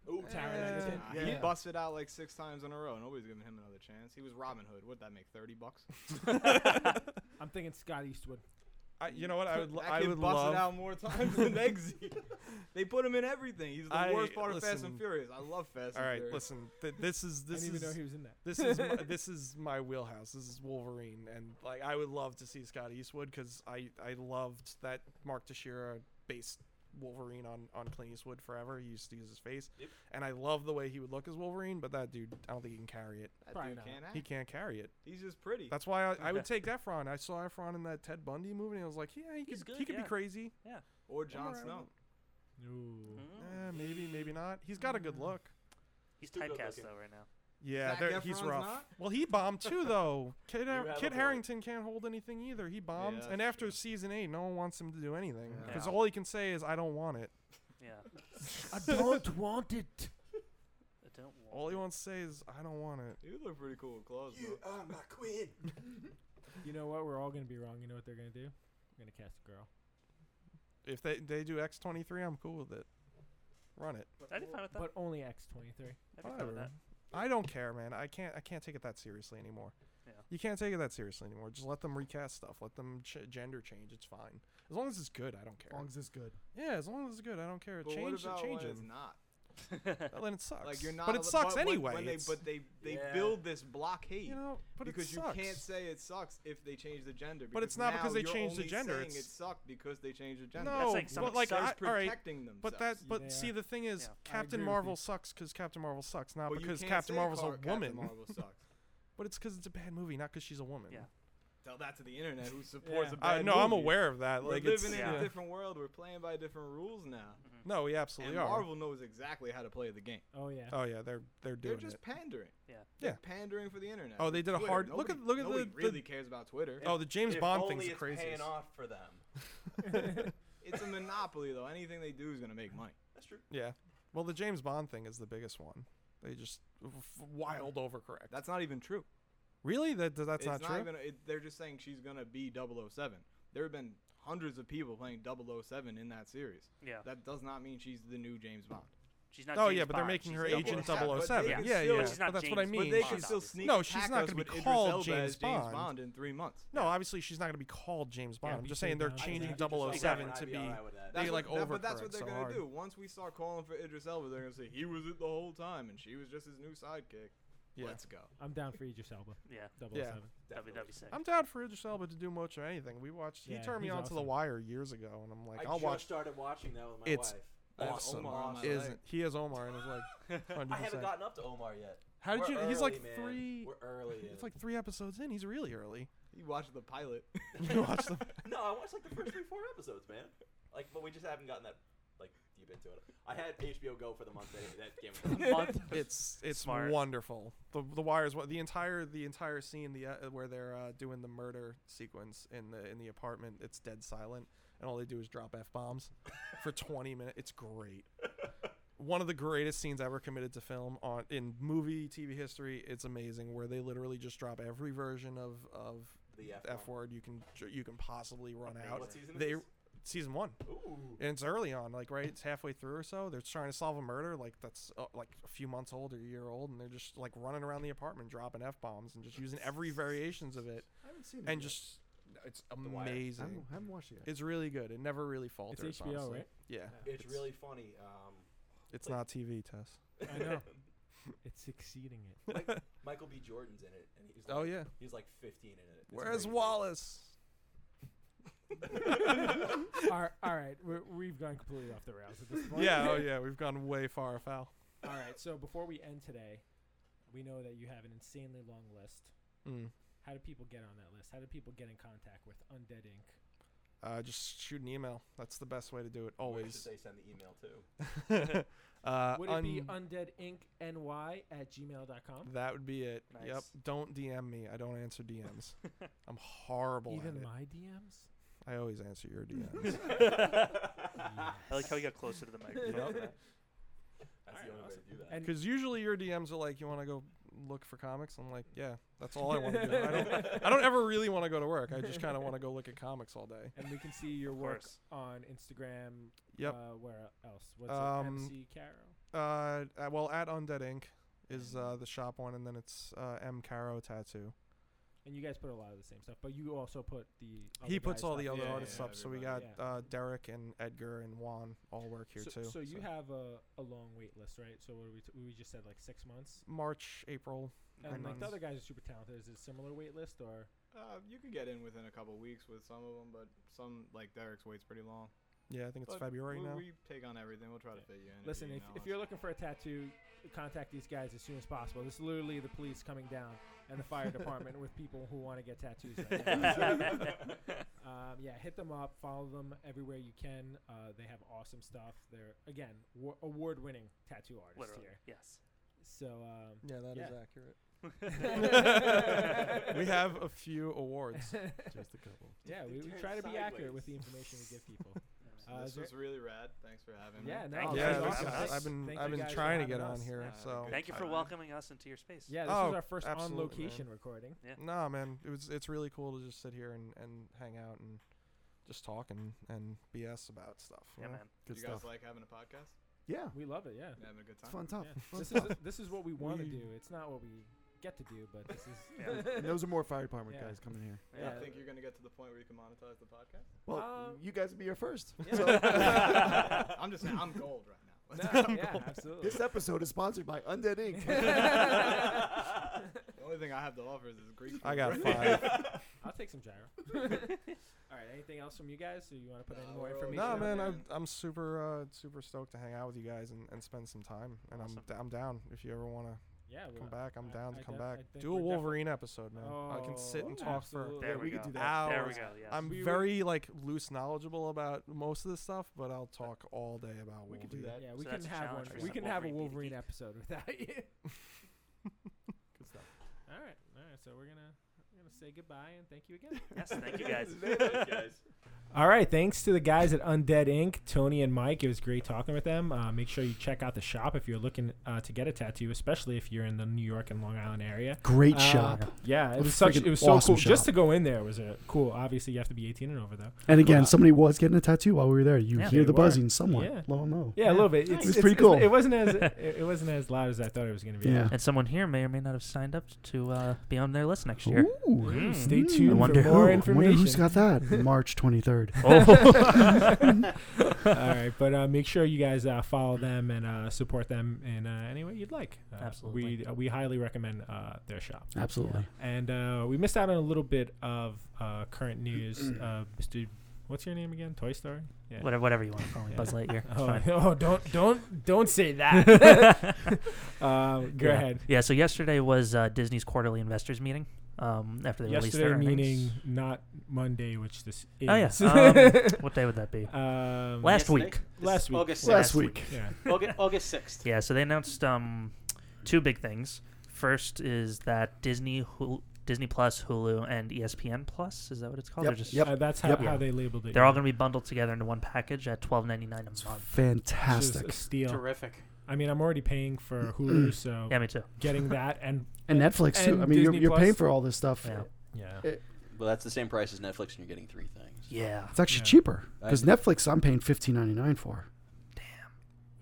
Speaker 4: Ooh,
Speaker 1: Taron Egerton.
Speaker 8: Nah,
Speaker 2: Yeah.
Speaker 8: Eh. He busted out like six times in a row. Nobody's giving him another chance. He was Robin Hood. What'd that make? Thirty bucks.
Speaker 1: I'm thinking Scott Eastwood.
Speaker 6: [laughs] I, you know what? I would. lo-
Speaker 8: That
Speaker 6: I
Speaker 8: kid
Speaker 6: would
Speaker 8: busted
Speaker 6: love.
Speaker 8: out more
Speaker 6: [laughs]
Speaker 8: times than Eggsy. they put him in everything. He's the
Speaker 6: I-
Speaker 8: worst part of Fast
Speaker 6: listen.
Speaker 8: and Furious. I love Fast
Speaker 6: All
Speaker 8: and
Speaker 6: right,
Speaker 8: Furious.
Speaker 6: listen. Th- this is
Speaker 1: I
Speaker 6: this
Speaker 1: didn't
Speaker 6: is
Speaker 1: even know he was in that.
Speaker 6: this is my, this is my wheelhouse. This is Wolverine, and like I would love to see Scott Eastwood because I I loved that Mark Teixeira based Wolverine on on Clint Eastwood forever. He used to use his face,
Speaker 4: Yep.
Speaker 6: and I love the way he would look as Wolverine. But that dude, I don't think he can carry it.
Speaker 8: That
Speaker 1: Probably
Speaker 8: dude
Speaker 1: not.
Speaker 8: can't
Speaker 6: He
Speaker 8: act.
Speaker 6: can't carry it.
Speaker 8: He's just pretty.
Speaker 6: That's why I, I would take Efron. I saw Efron in that Ted Bundy movie, and I was like, yeah, he
Speaker 7: He's
Speaker 6: could he
Speaker 7: good,
Speaker 6: could
Speaker 7: yeah.
Speaker 6: be crazy.
Speaker 8: Or Jon
Speaker 6: alright.
Speaker 8: Snow.
Speaker 1: Ooh.
Speaker 7: Mm.
Speaker 6: Eh, maybe maybe not. He's got a good look.
Speaker 7: He's
Speaker 4: Too good
Speaker 7: typecast
Speaker 4: looking.
Speaker 7: though right now.
Speaker 6: Yeah,
Speaker 8: Zac
Speaker 6: there- he's
Speaker 8: Efron's
Speaker 6: rough.
Speaker 8: not?
Speaker 6: Well, he bombed
Speaker 8: [laughs]
Speaker 6: too, though.
Speaker 4: You
Speaker 6: Kid,
Speaker 4: have a
Speaker 6: Kid
Speaker 4: point.
Speaker 6: Harrington can't hold anything either. He bombed,
Speaker 8: that's
Speaker 6: and after
Speaker 8: true.
Speaker 6: season eight, no one wants him to do anything
Speaker 2: Yeah.
Speaker 6: because
Speaker 7: Yeah.
Speaker 6: all he can say is, "I don't want it."
Speaker 7: Yeah.
Speaker 1: [laughs] I don't want it.
Speaker 7: I don't want.
Speaker 6: All he wants to say is, "I don't want it."
Speaker 8: He would look pretty cool with claws.
Speaker 4: You are my queen.
Speaker 1: You know what? We're all going to be wrong. You know what they're going to do? We're going to cast a girl.
Speaker 6: If they they do X twenty three, I'm cool with it. Run it.
Speaker 7: I'd be fine with that.
Speaker 1: But only X23.
Speaker 7: I'd be fine with that.
Speaker 6: Whatever. I don't care, man. I can't. I can't take it that seriously anymore.
Speaker 7: Yeah.
Speaker 6: You can't take it that seriously anymore. Just let them recast stuff. Let them ch- gender change. It's fine. As long as it's good, I don't care.
Speaker 2: As long as it's good.
Speaker 6: yeah, as long as it's good, I don't care.
Speaker 8: But what
Speaker 6: change
Speaker 8: about
Speaker 6: change
Speaker 8: when
Speaker 6: him.
Speaker 8: it's not?
Speaker 6: Uh, then it sucks.
Speaker 8: [laughs] Like you're not.
Speaker 6: But it
Speaker 8: allo-
Speaker 6: sucks
Speaker 8: but when-
Speaker 6: anyway.
Speaker 8: When they,
Speaker 6: It's-
Speaker 8: but they they
Speaker 4: Yeah.
Speaker 8: build this blockade.
Speaker 6: you know, but
Speaker 8: because
Speaker 6: it sucks.
Speaker 8: you can't say it sucks if they change the gender.
Speaker 6: But it's not
Speaker 8: now
Speaker 6: because they
Speaker 8: you're
Speaker 6: changed the
Speaker 8: only
Speaker 6: gender,
Speaker 8: Saying
Speaker 6: it's-
Speaker 8: it sucked because they changed the gender.
Speaker 6: no,
Speaker 7: like
Speaker 6: but
Speaker 7: someone
Speaker 6: like
Speaker 8: They're
Speaker 6: I, all right.
Speaker 8: protecting themselves.
Speaker 6: But that, but
Speaker 1: Yeah.
Speaker 6: see, the thing is,
Speaker 7: Yeah.
Speaker 1: I
Speaker 6: Captain
Speaker 1: agree with
Speaker 6: Marvel
Speaker 1: you.
Speaker 6: sucks because Captain Marvel sucks, not
Speaker 8: But you
Speaker 6: because
Speaker 8: can't
Speaker 6: Captain
Speaker 8: say
Speaker 6: Marvel's
Speaker 8: Car-
Speaker 6: a woman.
Speaker 8: Captain Marvel
Speaker 6: [laughs]
Speaker 8: sucks.
Speaker 6: But it's because it's a bad movie, not because she's a woman.
Speaker 7: Yeah.
Speaker 8: Tell that to the internet who supports
Speaker 1: Yeah.
Speaker 8: a
Speaker 6: I,
Speaker 8: bad
Speaker 6: no, I'm
Speaker 8: movie.
Speaker 6: aware of that.
Speaker 8: We're
Speaker 6: Like, it's,
Speaker 8: living in
Speaker 7: Yeah.
Speaker 8: a different world. We're playing by different rules now,
Speaker 7: Mm-hmm.
Speaker 6: no, we absolutely
Speaker 8: and
Speaker 6: are.
Speaker 8: Marvel knows exactly how to play the game.
Speaker 1: Oh, yeah.
Speaker 6: Oh yeah, they're they're
Speaker 8: They're
Speaker 6: doing
Speaker 8: just
Speaker 6: it.
Speaker 8: pandering.
Speaker 7: Yeah.
Speaker 8: They're
Speaker 6: Yeah.
Speaker 8: pandering for the internet.
Speaker 6: Oh, they did a
Speaker 8: Twitter.
Speaker 6: hard- look at- look at
Speaker 8: nobody
Speaker 6: the- the-
Speaker 8: really cares about Twitter.
Speaker 6: Oh, the James
Speaker 4: if
Speaker 6: Bond
Speaker 4: only
Speaker 6: thing's the
Speaker 4: it's paying
Speaker 6: craziest.
Speaker 4: off for them.
Speaker 8: It's a monopoly though. Anything they do is gonna make money.
Speaker 4: That's true.
Speaker 6: [laughs] Yeah. Well, the James Bond thing is the biggest one. They just f- wild overcorrect.
Speaker 8: That's not even true.
Speaker 6: Really? That that's
Speaker 8: it's
Speaker 6: not true.
Speaker 8: Even, it, they're just saying she's gonna be 007. There have been hundreds of people playing 007 in that series.
Speaker 7: Yeah.
Speaker 8: That does not mean she's the new James Bond.
Speaker 7: She's not.
Speaker 6: oh
Speaker 7: James
Speaker 6: yeah, but
Speaker 7: Bond,
Speaker 6: they're making
Speaker 7: she's
Speaker 6: her
Speaker 7: double
Speaker 6: agent
Speaker 7: O [laughs] seven.
Speaker 6: 007.
Speaker 8: Yeah,
Speaker 6: Yeah,
Speaker 8: but
Speaker 6: yeah.
Speaker 8: they can
Speaker 7: still-
Speaker 6: But that's what
Speaker 7: But
Speaker 6: I
Speaker 7: they
Speaker 6: mean.
Speaker 8: But they
Speaker 7: Bond,
Speaker 8: can still
Speaker 7: obviously.
Speaker 8: sneak
Speaker 6: No,
Speaker 8: attack
Speaker 6: she's not
Speaker 8: us
Speaker 6: gonna be
Speaker 8: with Idris
Speaker 6: called
Speaker 8: Elba
Speaker 6: James
Speaker 8: as James
Speaker 6: Bond.
Speaker 8: Bond. in three months.
Speaker 6: No, obviously she's not going to be called James Bond. I'm
Speaker 1: but
Speaker 6: just
Speaker 1: you
Speaker 6: saying they're
Speaker 1: said that.
Speaker 6: changing
Speaker 1: I
Speaker 10: Something
Speaker 1: think
Speaker 6: 007
Speaker 10: I'd
Speaker 6: to
Speaker 10: be
Speaker 6: be.
Speaker 10: alright with that.
Speaker 6: They
Speaker 8: That's
Speaker 6: like
Speaker 8: what- that-
Speaker 6: over
Speaker 8: but that's what they're
Speaker 6: so
Speaker 8: gonna
Speaker 6: hard.
Speaker 8: do. Once we start calling for Idris Elba, they're gonna say he was it the whole time and she was just his new sidekick.
Speaker 6: Yeah.
Speaker 8: Let's go.
Speaker 1: I'm down for Idris Elba.
Speaker 7: Yeah,
Speaker 1: 007.
Speaker 6: Yeah.
Speaker 7: that'd be that'd be sick.
Speaker 6: I'm down for Idris Elba to do much of anything. We watched.
Speaker 1: Yeah,
Speaker 6: he turned me
Speaker 1: he's
Speaker 6: on to The
Speaker 1: awesome.
Speaker 6: Wire years ago, and I'm
Speaker 10: I
Speaker 6: like,
Speaker 10: just
Speaker 6: I'll watch.
Speaker 10: started watching that with my
Speaker 6: It's
Speaker 10: wife.
Speaker 8: I have
Speaker 6: Awesome.
Speaker 8: Omar on my
Speaker 6: Is
Speaker 8: leg.
Speaker 6: he is Omar and is
Speaker 4: [laughs]
Speaker 6: like 100.
Speaker 10: I haven't gotten up to Omar yet.
Speaker 6: How did
Speaker 10: We're
Speaker 6: you? he's
Speaker 10: early,
Speaker 6: like
Speaker 10: man.
Speaker 6: three.
Speaker 10: We're early.
Speaker 6: It's like [laughs] three episodes in. He's
Speaker 1: [laughs]
Speaker 6: really early.
Speaker 8: He watched the pilot. [laughs]
Speaker 6: You watch the.
Speaker 10: no, I watched like the first three, four episodes, man. Like, but we just haven't gotten that like deep into it. I had HBO Go for the month. That, that Game of
Speaker 7: [laughs]
Speaker 10: Thrones.
Speaker 7: Month.
Speaker 6: It's it's
Speaker 7: Smart.
Speaker 6: wonderful. The the wires the entire the entire scene the uh, where they're uh, doing the murder sequence in the in the apartment. It's dead silent, and all they do is drop f bombs for twenty minutes. It's great. One of the greatest scenes ever committed to film on in movie TV history. It's amazing where they literally just drop every version of of
Speaker 10: The F
Speaker 6: f word you can you can possibly run out.
Speaker 10: What season is
Speaker 6: They
Speaker 10: this?
Speaker 6: season one
Speaker 10: Ooh.
Speaker 6: and it's early on like right it's halfway through or so they're trying to solve a murder like that's uh, like a few months old or a year old and they're just like running around the apartment dropping f-bombs and just using every variations of it
Speaker 2: I haven't seen it.
Speaker 6: and
Speaker 2: yet.
Speaker 6: just it's
Speaker 10: Wire.
Speaker 2: I
Speaker 6: amazing
Speaker 2: haven't, I haven't watched it yet.
Speaker 6: it's really good it never really falters
Speaker 1: HBO,
Speaker 6: honestly.
Speaker 1: right?
Speaker 6: yeah
Speaker 10: It's, really funny. Um,
Speaker 6: it's
Speaker 10: like-
Speaker 6: not tv tess
Speaker 1: I
Speaker 4: [laughs]
Speaker 1: know. it's succeeding it.
Speaker 10: [laughs] Michael B. Jordan's in it, and he's like,
Speaker 6: oh yeah
Speaker 10: he's like 15 in it. It's
Speaker 6: where's
Speaker 10: crazy. [laughs]
Speaker 6: wallace
Speaker 1: [laughs] all right, all right we're, we've gone completely off the rails at this point. [laughs]
Speaker 6: yeah oh yeah we've gone way far afoul
Speaker 1: All right, so before we end today, we know that you have an insanely long list.
Speaker 6: mm.
Speaker 1: How do people get on that list? How do people get in contact with Undead Inc?
Speaker 6: uh, just shoot an email that's the best way to do it
Speaker 10: Where
Speaker 6: always
Speaker 10: should they send the email to?
Speaker 6: [laughs] uh,
Speaker 1: Would it be
Speaker 6: un-
Speaker 1: undeadincny at gmail.com?
Speaker 6: That would be it. Yep.
Speaker 7: Nice.
Speaker 6: Don't DM me. I don't answer DMs. I'm horrible
Speaker 1: Even
Speaker 6: at it.
Speaker 1: my DMs?
Speaker 6: I always answer your DMs.
Speaker 7: I like how you got closer to the microphone.
Speaker 10: That's the only way to do that.
Speaker 1: And [laughs]
Speaker 6: Because usually your DMs are like, "You want to go look for comics?" I'm like, "Yeah, that's all I want to do." I don't,
Speaker 1: [laughs]
Speaker 6: I [laughs] don't ever really want to go to work. I just kind of want to go look at comics all day.
Speaker 1: and we can see your work
Speaker 7: course.
Speaker 1: on Instagram.
Speaker 6: Yep.
Speaker 1: Uh, where else? What's
Speaker 6: Um,
Speaker 1: it? MC Caro.
Speaker 6: Uh, [laughs] uh, well, at Undead Inc. is
Speaker 1: Mm.
Speaker 6: uh, the shop one, and then it's uh, M Caro Tattoo.
Speaker 1: And you guys put a lot of the same stuff, but you also put Oh, the.
Speaker 6: He puts all the
Speaker 1: other
Speaker 6: other
Speaker 8: Yeah,
Speaker 6: artists
Speaker 8: yeah,
Speaker 6: up, so we got
Speaker 1: everybody.
Speaker 6: uh, Derek and Edgar and Juan all work here
Speaker 1: guys' stuff.
Speaker 6: too.
Speaker 1: so, so you have a, a long wait list, right? So what are we, t- we just said like six months,
Speaker 6: March, April.
Speaker 1: and like
Speaker 6: months.
Speaker 1: the other guys are super talented. Is it a similar wait list or?
Speaker 8: Uh, you can get in within a couple weeks with some of them, but some like Derek's waits pretty long.
Speaker 6: Yeah, I think it's
Speaker 8: But
Speaker 6: February
Speaker 8: we,
Speaker 6: now.
Speaker 8: We take on everything. We'll try to
Speaker 1: Yeah.
Speaker 8: fit you in.
Speaker 1: Listen, if,
Speaker 8: you email
Speaker 1: if
Speaker 8: us.
Speaker 1: you're looking for a tattoo, contact these guys as soon as possible. This is literally the police coming down and the fire department with people who want to get tattoos. Right now. So, um, yeah, hit them up, follow them everywhere you can. Uh, they have awesome stuff. They're again wa- award-winning tattoo artists
Speaker 7: Literally,
Speaker 1: here.
Speaker 6: [laughs]
Speaker 7: yes. [laughs]
Speaker 1: So um,
Speaker 6: yeah, that is
Speaker 1: yeah.
Speaker 6: accurate.
Speaker 1: We
Speaker 6: [laughs] we have a few awards.
Speaker 1: [laughs]
Speaker 2: Just a couple.
Speaker 1: yeah,
Speaker 10: They
Speaker 1: we, we
Speaker 10: turn
Speaker 1: try to be accurate with the
Speaker 10: sideways.
Speaker 1: information we
Speaker 10: [laughs]
Speaker 1: give people.
Speaker 8: So
Speaker 1: Uh, is
Speaker 8: this
Speaker 1: there-
Speaker 8: was really rad. Thanks for having me.
Speaker 1: yeah, no,
Speaker 7: Thank
Speaker 1: this
Speaker 7: you
Speaker 6: yeah,
Speaker 1: is
Speaker 7: guys
Speaker 6: this
Speaker 7: for
Speaker 6: is-
Speaker 1: awesome.
Speaker 7: having us.
Speaker 6: I've been
Speaker 1: Thank
Speaker 6: I've
Speaker 1: you
Speaker 6: been
Speaker 1: guys for
Speaker 6: trying to
Speaker 1: having
Speaker 6: get on
Speaker 1: us.
Speaker 6: here.
Speaker 8: Yeah,
Speaker 6: so
Speaker 8: good.
Speaker 7: Thank you for
Speaker 8: Uh,
Speaker 7: welcoming us into your space.
Speaker 1: Yeah, this
Speaker 6: Oh,
Speaker 1: was our first on
Speaker 6: absolutely, man.
Speaker 1: location recording.
Speaker 6: nah, man, it was it's really cool to just sit here and, and hang out and just talk and, and BS about stuff. you
Speaker 7: Yeah,
Speaker 6: know?
Speaker 7: man.
Speaker 8: Do
Speaker 6: Good
Speaker 8: you guys
Speaker 6: stuff.
Speaker 8: like having a podcast?
Speaker 2: Yeah.
Speaker 1: We love it. Yeah.
Speaker 8: You having a good
Speaker 2: It's
Speaker 8: time?
Speaker 2: fun
Speaker 6: Oh,
Speaker 2: stuff.
Speaker 1: Yeah.
Speaker 6: [laughs]
Speaker 2: Fun
Speaker 1: This is
Speaker 2: stuff.
Speaker 1: this is what we want to
Speaker 2: We-
Speaker 1: do. It's not what we get to do, but this is
Speaker 6: [laughs]
Speaker 1: [laughs]
Speaker 7: Yeah.
Speaker 2: [laughs] and those are more fire department
Speaker 1: Yeah.
Speaker 2: guys coming here.
Speaker 8: Yeah.
Speaker 1: Yeah.
Speaker 8: I think you're gonna get to the point where you can monetize the podcast.
Speaker 2: Well,
Speaker 1: Um,
Speaker 2: you guys will be here first.
Speaker 1: Yeah.
Speaker 8: [laughs]
Speaker 1: [laughs]
Speaker 8: I'm just saying, I'm gold right now.
Speaker 1: No,
Speaker 8: [laughs]
Speaker 1: yeah, [laughs] absolutely.
Speaker 2: this episode is sponsored by Undead
Speaker 1: [laughs]
Speaker 2: Inc.
Speaker 8: The only thing I have to offer is this Greek.
Speaker 6: I
Speaker 8: food.
Speaker 6: got
Speaker 1: [laughs]
Speaker 6: five.
Speaker 1: I'll take some gyro.
Speaker 8: [laughs]
Speaker 1: [laughs] All right. Anything else from you guys? Do you want to put
Speaker 8: Nah,
Speaker 1: any more
Speaker 8: we're all
Speaker 1: information?
Speaker 6: nah,
Speaker 8: out
Speaker 6: man,
Speaker 8: there
Speaker 6: I'm,
Speaker 8: and-
Speaker 6: I'm super uh, super stoked to hang out with you guys and, and spend some time. And
Speaker 7: Awesome.
Speaker 6: I'm d- I'm down if you ever want to
Speaker 1: Yeah. we
Speaker 6: come back. I'm
Speaker 1: I-
Speaker 6: down
Speaker 1: I
Speaker 6: to come
Speaker 1: def- I
Speaker 6: back.
Speaker 1: think
Speaker 6: Do a
Speaker 1: we're defi-
Speaker 6: Wolverine episode, man. I can sit and
Speaker 1: Oh,
Speaker 6: talk for.
Speaker 1: absolutely.
Speaker 2: Yeah,
Speaker 7: There we,
Speaker 2: we
Speaker 7: go.
Speaker 2: could do
Speaker 6: that.
Speaker 7: There we
Speaker 6: Hours.
Speaker 7: go. Yes.
Speaker 6: I'm
Speaker 1: We were-
Speaker 6: very like loose knowledgeable about most of this stuff, but I'll talk all day about
Speaker 2: We
Speaker 6: Wolverine.
Speaker 2: could do that.
Speaker 1: Yeah, we
Speaker 7: So
Speaker 1: can
Speaker 7: that's a
Speaker 1: have one.
Speaker 7: challenge for
Speaker 1: We
Speaker 7: some
Speaker 1: can have a
Speaker 7: Wolverine
Speaker 1: Wolverine
Speaker 7: BDD.
Speaker 1: episode without you.
Speaker 2: Good stuff.
Speaker 1: All right. All right. So we're gonna we're to say goodbye and thank you [laughs] again.
Speaker 14: Yes, thank you guys.
Speaker 6: [laughs]
Speaker 1: All right, thanks to the guys at Undead Ink, Tony and Mike. It was great talking with them. Uh, make sure you check out the shop if you're looking uh, to get a tattoo, especially if you're in the New York and Long Island area.
Speaker 15: Great
Speaker 1: Uh,
Speaker 15: shop.
Speaker 1: Yeah,
Speaker 15: A
Speaker 1: it was such.
Speaker 15: freaking
Speaker 1: It was so
Speaker 15: awesome
Speaker 1: cool. Just
Speaker 15: shop.
Speaker 1: to go in there was a cool. Obviously, you have to be 18 and over though.
Speaker 15: And again,
Speaker 1: But-
Speaker 15: somebody was getting a tattoo while we were there. You
Speaker 1: Yeah,
Speaker 15: hear
Speaker 1: they
Speaker 15: the
Speaker 1: were.
Speaker 15: buzzing somewhat,
Speaker 1: Yeah.
Speaker 15: low and low.
Speaker 1: Yeah, a little bit. It's,
Speaker 15: It was
Speaker 1: it's-
Speaker 15: pretty
Speaker 1: it's-
Speaker 15: cool.
Speaker 1: It wasn't
Speaker 15: [laughs]
Speaker 1: as it, it wasn't as loud as I thought it was going to be.
Speaker 15: Yeah.
Speaker 7: And someone here may or may not have signed up to uh, be on their list next year.
Speaker 15: Ooh.
Speaker 1: Ooh, Stay
Speaker 15: Hmm.
Speaker 1: tuned
Speaker 15: I wonder
Speaker 1: for
Speaker 15: who.
Speaker 1: more
Speaker 15: I wonder who's
Speaker 1: information.
Speaker 15: got that. [laughs] March 23rd.
Speaker 7: [laughs]
Speaker 1: Oh. All right, but uh, make sure you guys uh, follow them and uh, support them in uh, any way you'd like. Uh,
Speaker 7: Absolutely.
Speaker 1: we uh, we highly recommend uh, their shop.
Speaker 15: Absolutely.
Speaker 1: And uh, we missed out on a little bit of uh, current news.
Speaker 7: [clears throat]
Speaker 1: uh, Mr. What's your name again? Toy Story. Yeah.
Speaker 7: Whatever, whatever you want to call me,
Speaker 1: Yeah.
Speaker 7: Buzz Lightyear. it's
Speaker 1: [laughs] Oh,
Speaker 7: fine.
Speaker 1: oh, don't don't don't say
Speaker 7: [laughs]
Speaker 1: that. [laughs] um, go
Speaker 7: yeah.
Speaker 1: ahead.
Speaker 7: Yeah. So yesterday was uh, Disney's quarterly investors meeting. Um, after they released
Speaker 1: Yesterday
Speaker 7: their earnings.
Speaker 1: meaning not Monday, which this is.
Speaker 7: Oh yeah. Um, what day would that be?
Speaker 1: [laughs] Um,
Speaker 7: Last
Speaker 5: Yesterday?
Speaker 7: week.
Speaker 5: This
Speaker 1: Last week.
Speaker 5: August
Speaker 15: Last
Speaker 5: 6th.
Speaker 15: week.
Speaker 1: Yeah.
Speaker 5: August, August 6th.
Speaker 7: Yeah, so they announced um, two big things. First is that Disney, Hulu, Disney Plus, Hulu, and E ESPN Plus is that what it's called?
Speaker 15: Yep,
Speaker 7: They're just
Speaker 15: yep.
Speaker 1: Uh, that's how,
Speaker 15: Yep.
Speaker 1: how they labeled it.
Speaker 7: they're all
Speaker 1: yeah.
Speaker 7: going to be bundled together into one package at twelve ninety nine a month.
Speaker 1: Which is a
Speaker 15: Fantastic.
Speaker 1: steal.
Speaker 5: Terrific.
Speaker 1: I mean, I'm already paying
Speaker 4: [clears throat]
Speaker 1: for Hulu, so
Speaker 7: Yeah, me too.
Speaker 1: getting that and
Speaker 15: And Netflix, too.
Speaker 1: and
Speaker 15: I mean, you're,
Speaker 1: Disney
Speaker 15: you're paying
Speaker 1: Plus.
Speaker 15: for all this stuff.
Speaker 7: [laughs] Yeah.
Speaker 1: Yeah.
Speaker 4: Well, that's the same price as Netflix, and you're getting three things.
Speaker 7: Yeah,
Speaker 15: It's actually
Speaker 1: Yeah.
Speaker 15: cheaper
Speaker 4: I-
Speaker 15: because Netflix I'm paying fifteen ninety nine for. Damn.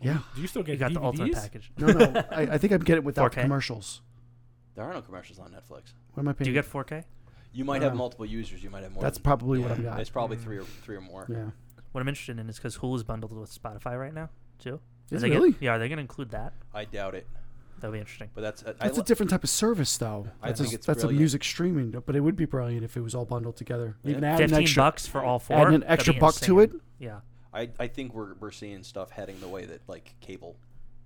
Speaker 15: Yeah.
Speaker 1: Do you still get
Speaker 7: you got the ultimate
Speaker 1: DVDs?
Speaker 7: package.
Speaker 15: No, no.
Speaker 7: [laughs]
Speaker 15: I, I think I'm getting it without
Speaker 7: 4K.
Speaker 15: commercials.
Speaker 4: There are no commercials on Netflix.
Speaker 15: What am I
Speaker 7: Do
Speaker 15: paying?
Speaker 7: you get four K?
Speaker 4: You might
Speaker 15: No,
Speaker 4: have
Speaker 15: no.
Speaker 4: multiple users. You might have more.
Speaker 15: That's
Speaker 4: than-
Speaker 15: probably what
Speaker 4: yeah,
Speaker 15: I've got.
Speaker 4: It's probably
Speaker 1: Mm.
Speaker 4: three or three or more.
Speaker 15: yeah.
Speaker 7: What I'm interested in is because Hulu's bundled with Spotify right now too.
Speaker 15: Is
Speaker 7: they
Speaker 15: it
Speaker 7: gonna-
Speaker 15: really?
Speaker 7: yeah, are they going to include that?
Speaker 4: I doubt it,
Speaker 7: That'll be interesting.
Speaker 4: but that's. I, I
Speaker 15: That's a
Speaker 4: lo-
Speaker 15: different type of service, though.
Speaker 4: I
Speaker 15: That's
Speaker 4: think
Speaker 15: a,
Speaker 4: it's
Speaker 15: that's a
Speaker 4: brilliant.
Speaker 15: music streaming, but it would be brilliant if it was all bundled together.
Speaker 4: Yeah.
Speaker 15: Even add an
Speaker 7: Fifteen
Speaker 15: extra,
Speaker 7: bucks for all four.
Speaker 15: add an
Speaker 7: That'd
Speaker 15: extra
Speaker 7: be
Speaker 15: buck to it.
Speaker 7: insane. Yeah,
Speaker 4: I, I think we're we're seeing stuff heading the way that like cable,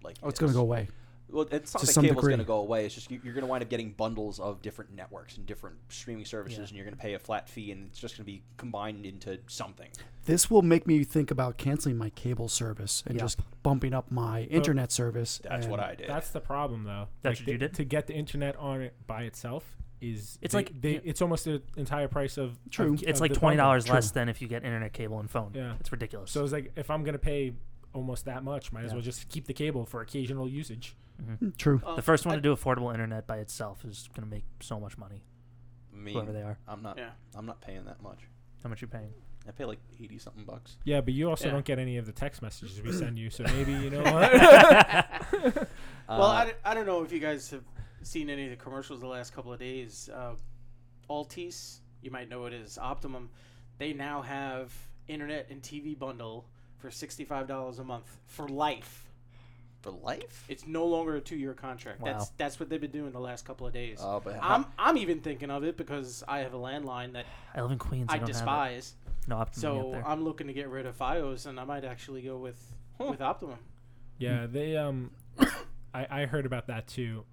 Speaker 4: like
Speaker 15: Oh, it's
Speaker 4: is.
Speaker 15: gonna go away.
Speaker 4: Well, it's not
Speaker 15: To
Speaker 4: that
Speaker 15: some
Speaker 4: cable's going to
Speaker 15: degree.
Speaker 4: go away. It's just you, you're going to wind up getting bundles of different networks and different streaming services,
Speaker 7: Yeah.
Speaker 4: and you're going to pay a flat fee, and it's just going to be combined into something.
Speaker 15: This will make me think about canceling my cable service and
Speaker 7: Yeah.
Speaker 15: just bumping up my internet service.
Speaker 4: That's
Speaker 15: and
Speaker 4: what I did.
Speaker 1: That's the problem, though.
Speaker 7: That's
Speaker 1: Like,
Speaker 7: what you
Speaker 1: the-
Speaker 7: did?
Speaker 1: to get the internet on it by itself is
Speaker 7: It's
Speaker 1: they-
Speaker 7: like-
Speaker 1: they,
Speaker 7: yeah.
Speaker 1: it's almost the entire price of of-
Speaker 15: True.
Speaker 1: of
Speaker 7: it's like
Speaker 1: the
Speaker 7: twenty dollars
Speaker 1: bundle.
Speaker 7: less than if you get internet, cable, and phone.
Speaker 1: Yeah.
Speaker 7: it's ridiculous.
Speaker 1: So it's like if I'm gonna pay almost that much, might as
Speaker 7: Yeah.
Speaker 1: well just keep the cable for occasional usage.
Speaker 15: Mm, True.
Speaker 5: Um,
Speaker 7: Mm-hmm. the first one
Speaker 5: I-
Speaker 7: to do affordable internet by itself is going to make so much money.
Speaker 4: I mean,
Speaker 7: Whoever they are,
Speaker 4: I'm not.
Speaker 5: Yeah.
Speaker 4: I'm not paying that much.
Speaker 7: how much you paying?
Speaker 4: I pay like eighty something bucks.
Speaker 1: Yeah, but you also
Speaker 5: Yeah.
Speaker 1: don't get any of the text messages we send
Speaker 7: [laughs]
Speaker 1: you, so maybe you know what.
Speaker 5: Well,
Speaker 4: Uh,
Speaker 5: I, d- I don't know if you guys have seen any of the commercials the last couple of days. Uh, Altice, you might know it as Optimum. They now have internet and TV bundle for sixty-five dollars a month for life.
Speaker 4: for life.
Speaker 5: It's no longer a two-year contract. That's
Speaker 7: Wow. Uh,
Speaker 5: that's what they've been doing the last couple of days.
Speaker 4: Oh, but how-
Speaker 5: I'm I'm even thinking of it because I have a landline that
Speaker 7: I live in Queens. I,
Speaker 5: I
Speaker 7: don't Have
Speaker 5: despise.
Speaker 7: it. No optimum up
Speaker 5: So
Speaker 7: there.
Speaker 5: I'm looking to get rid of FiOS, and I might actually go with with Optimum.
Speaker 1: yeah,
Speaker 7: Mm.
Speaker 1: they um, [coughs] I, I heard about that too.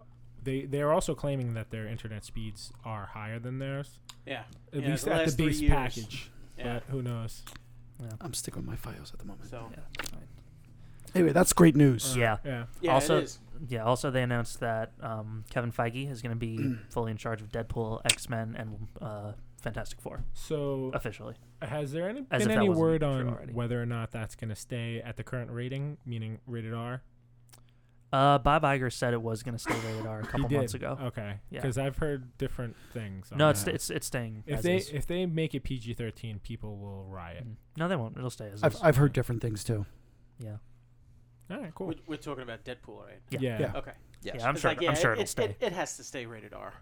Speaker 1: They they are also claiming that their internet speeds are higher than theirs,
Speaker 5: Yeah,
Speaker 1: at
Speaker 5: Yeah,
Speaker 1: least
Speaker 5: the
Speaker 1: at the
Speaker 5: last three
Speaker 1: base
Speaker 5: years.
Speaker 1: package.
Speaker 5: yeah.
Speaker 1: But who knows?
Speaker 15: I'm sticking with my FiOS at the moment.
Speaker 5: So
Speaker 7: Yeah, fine.
Speaker 15: Anyway, that's great
Speaker 5: uh,
Speaker 15: news.
Speaker 2: Oh,
Speaker 7: yeah,
Speaker 1: Yeah.
Speaker 5: yeah,
Speaker 7: Also-
Speaker 5: it is.
Speaker 7: yeah. Also, they announced that um, Kevin Feige is going to
Speaker 15: [clears throat]
Speaker 7: be fully in charge of Deadpool, X Men, and uh, Fantastic Four
Speaker 1: So
Speaker 7: officially.
Speaker 1: Has there any, been
Speaker 7: As if that
Speaker 1: any
Speaker 7: wasn't
Speaker 1: word
Speaker 7: true
Speaker 1: on
Speaker 7: already.
Speaker 1: whether or not that's going to stay at the current rating, meaning rated R?
Speaker 7: Uh, Bob Iger said it was going to stay rated R a couple months ago.
Speaker 1: Okay,
Speaker 7: Yeah.
Speaker 1: because I've heard different things. on
Speaker 7: no, it's,
Speaker 1: that.
Speaker 7: it's it's staying.
Speaker 1: if
Speaker 7: as
Speaker 1: they
Speaker 7: is.
Speaker 1: if they make it PG thirteen, people will riot.
Speaker 7: Mm. no, they won't. It'll stay as
Speaker 15: I've
Speaker 7: is.
Speaker 15: I've heard different things too.
Speaker 7: yeah.
Speaker 1: All right, cool.
Speaker 5: We're, we're talking about Deadpool, right?
Speaker 7: Yeah.
Speaker 15: Yeah.
Speaker 5: Okay.
Speaker 4: Yes.
Speaker 7: Yeah, I'm
Speaker 5: It's
Speaker 7: sure.
Speaker 5: like, yeah,
Speaker 7: I'm sure
Speaker 5: it,
Speaker 7: it'll
Speaker 5: it,
Speaker 7: stay.
Speaker 5: It, it has to stay rated R.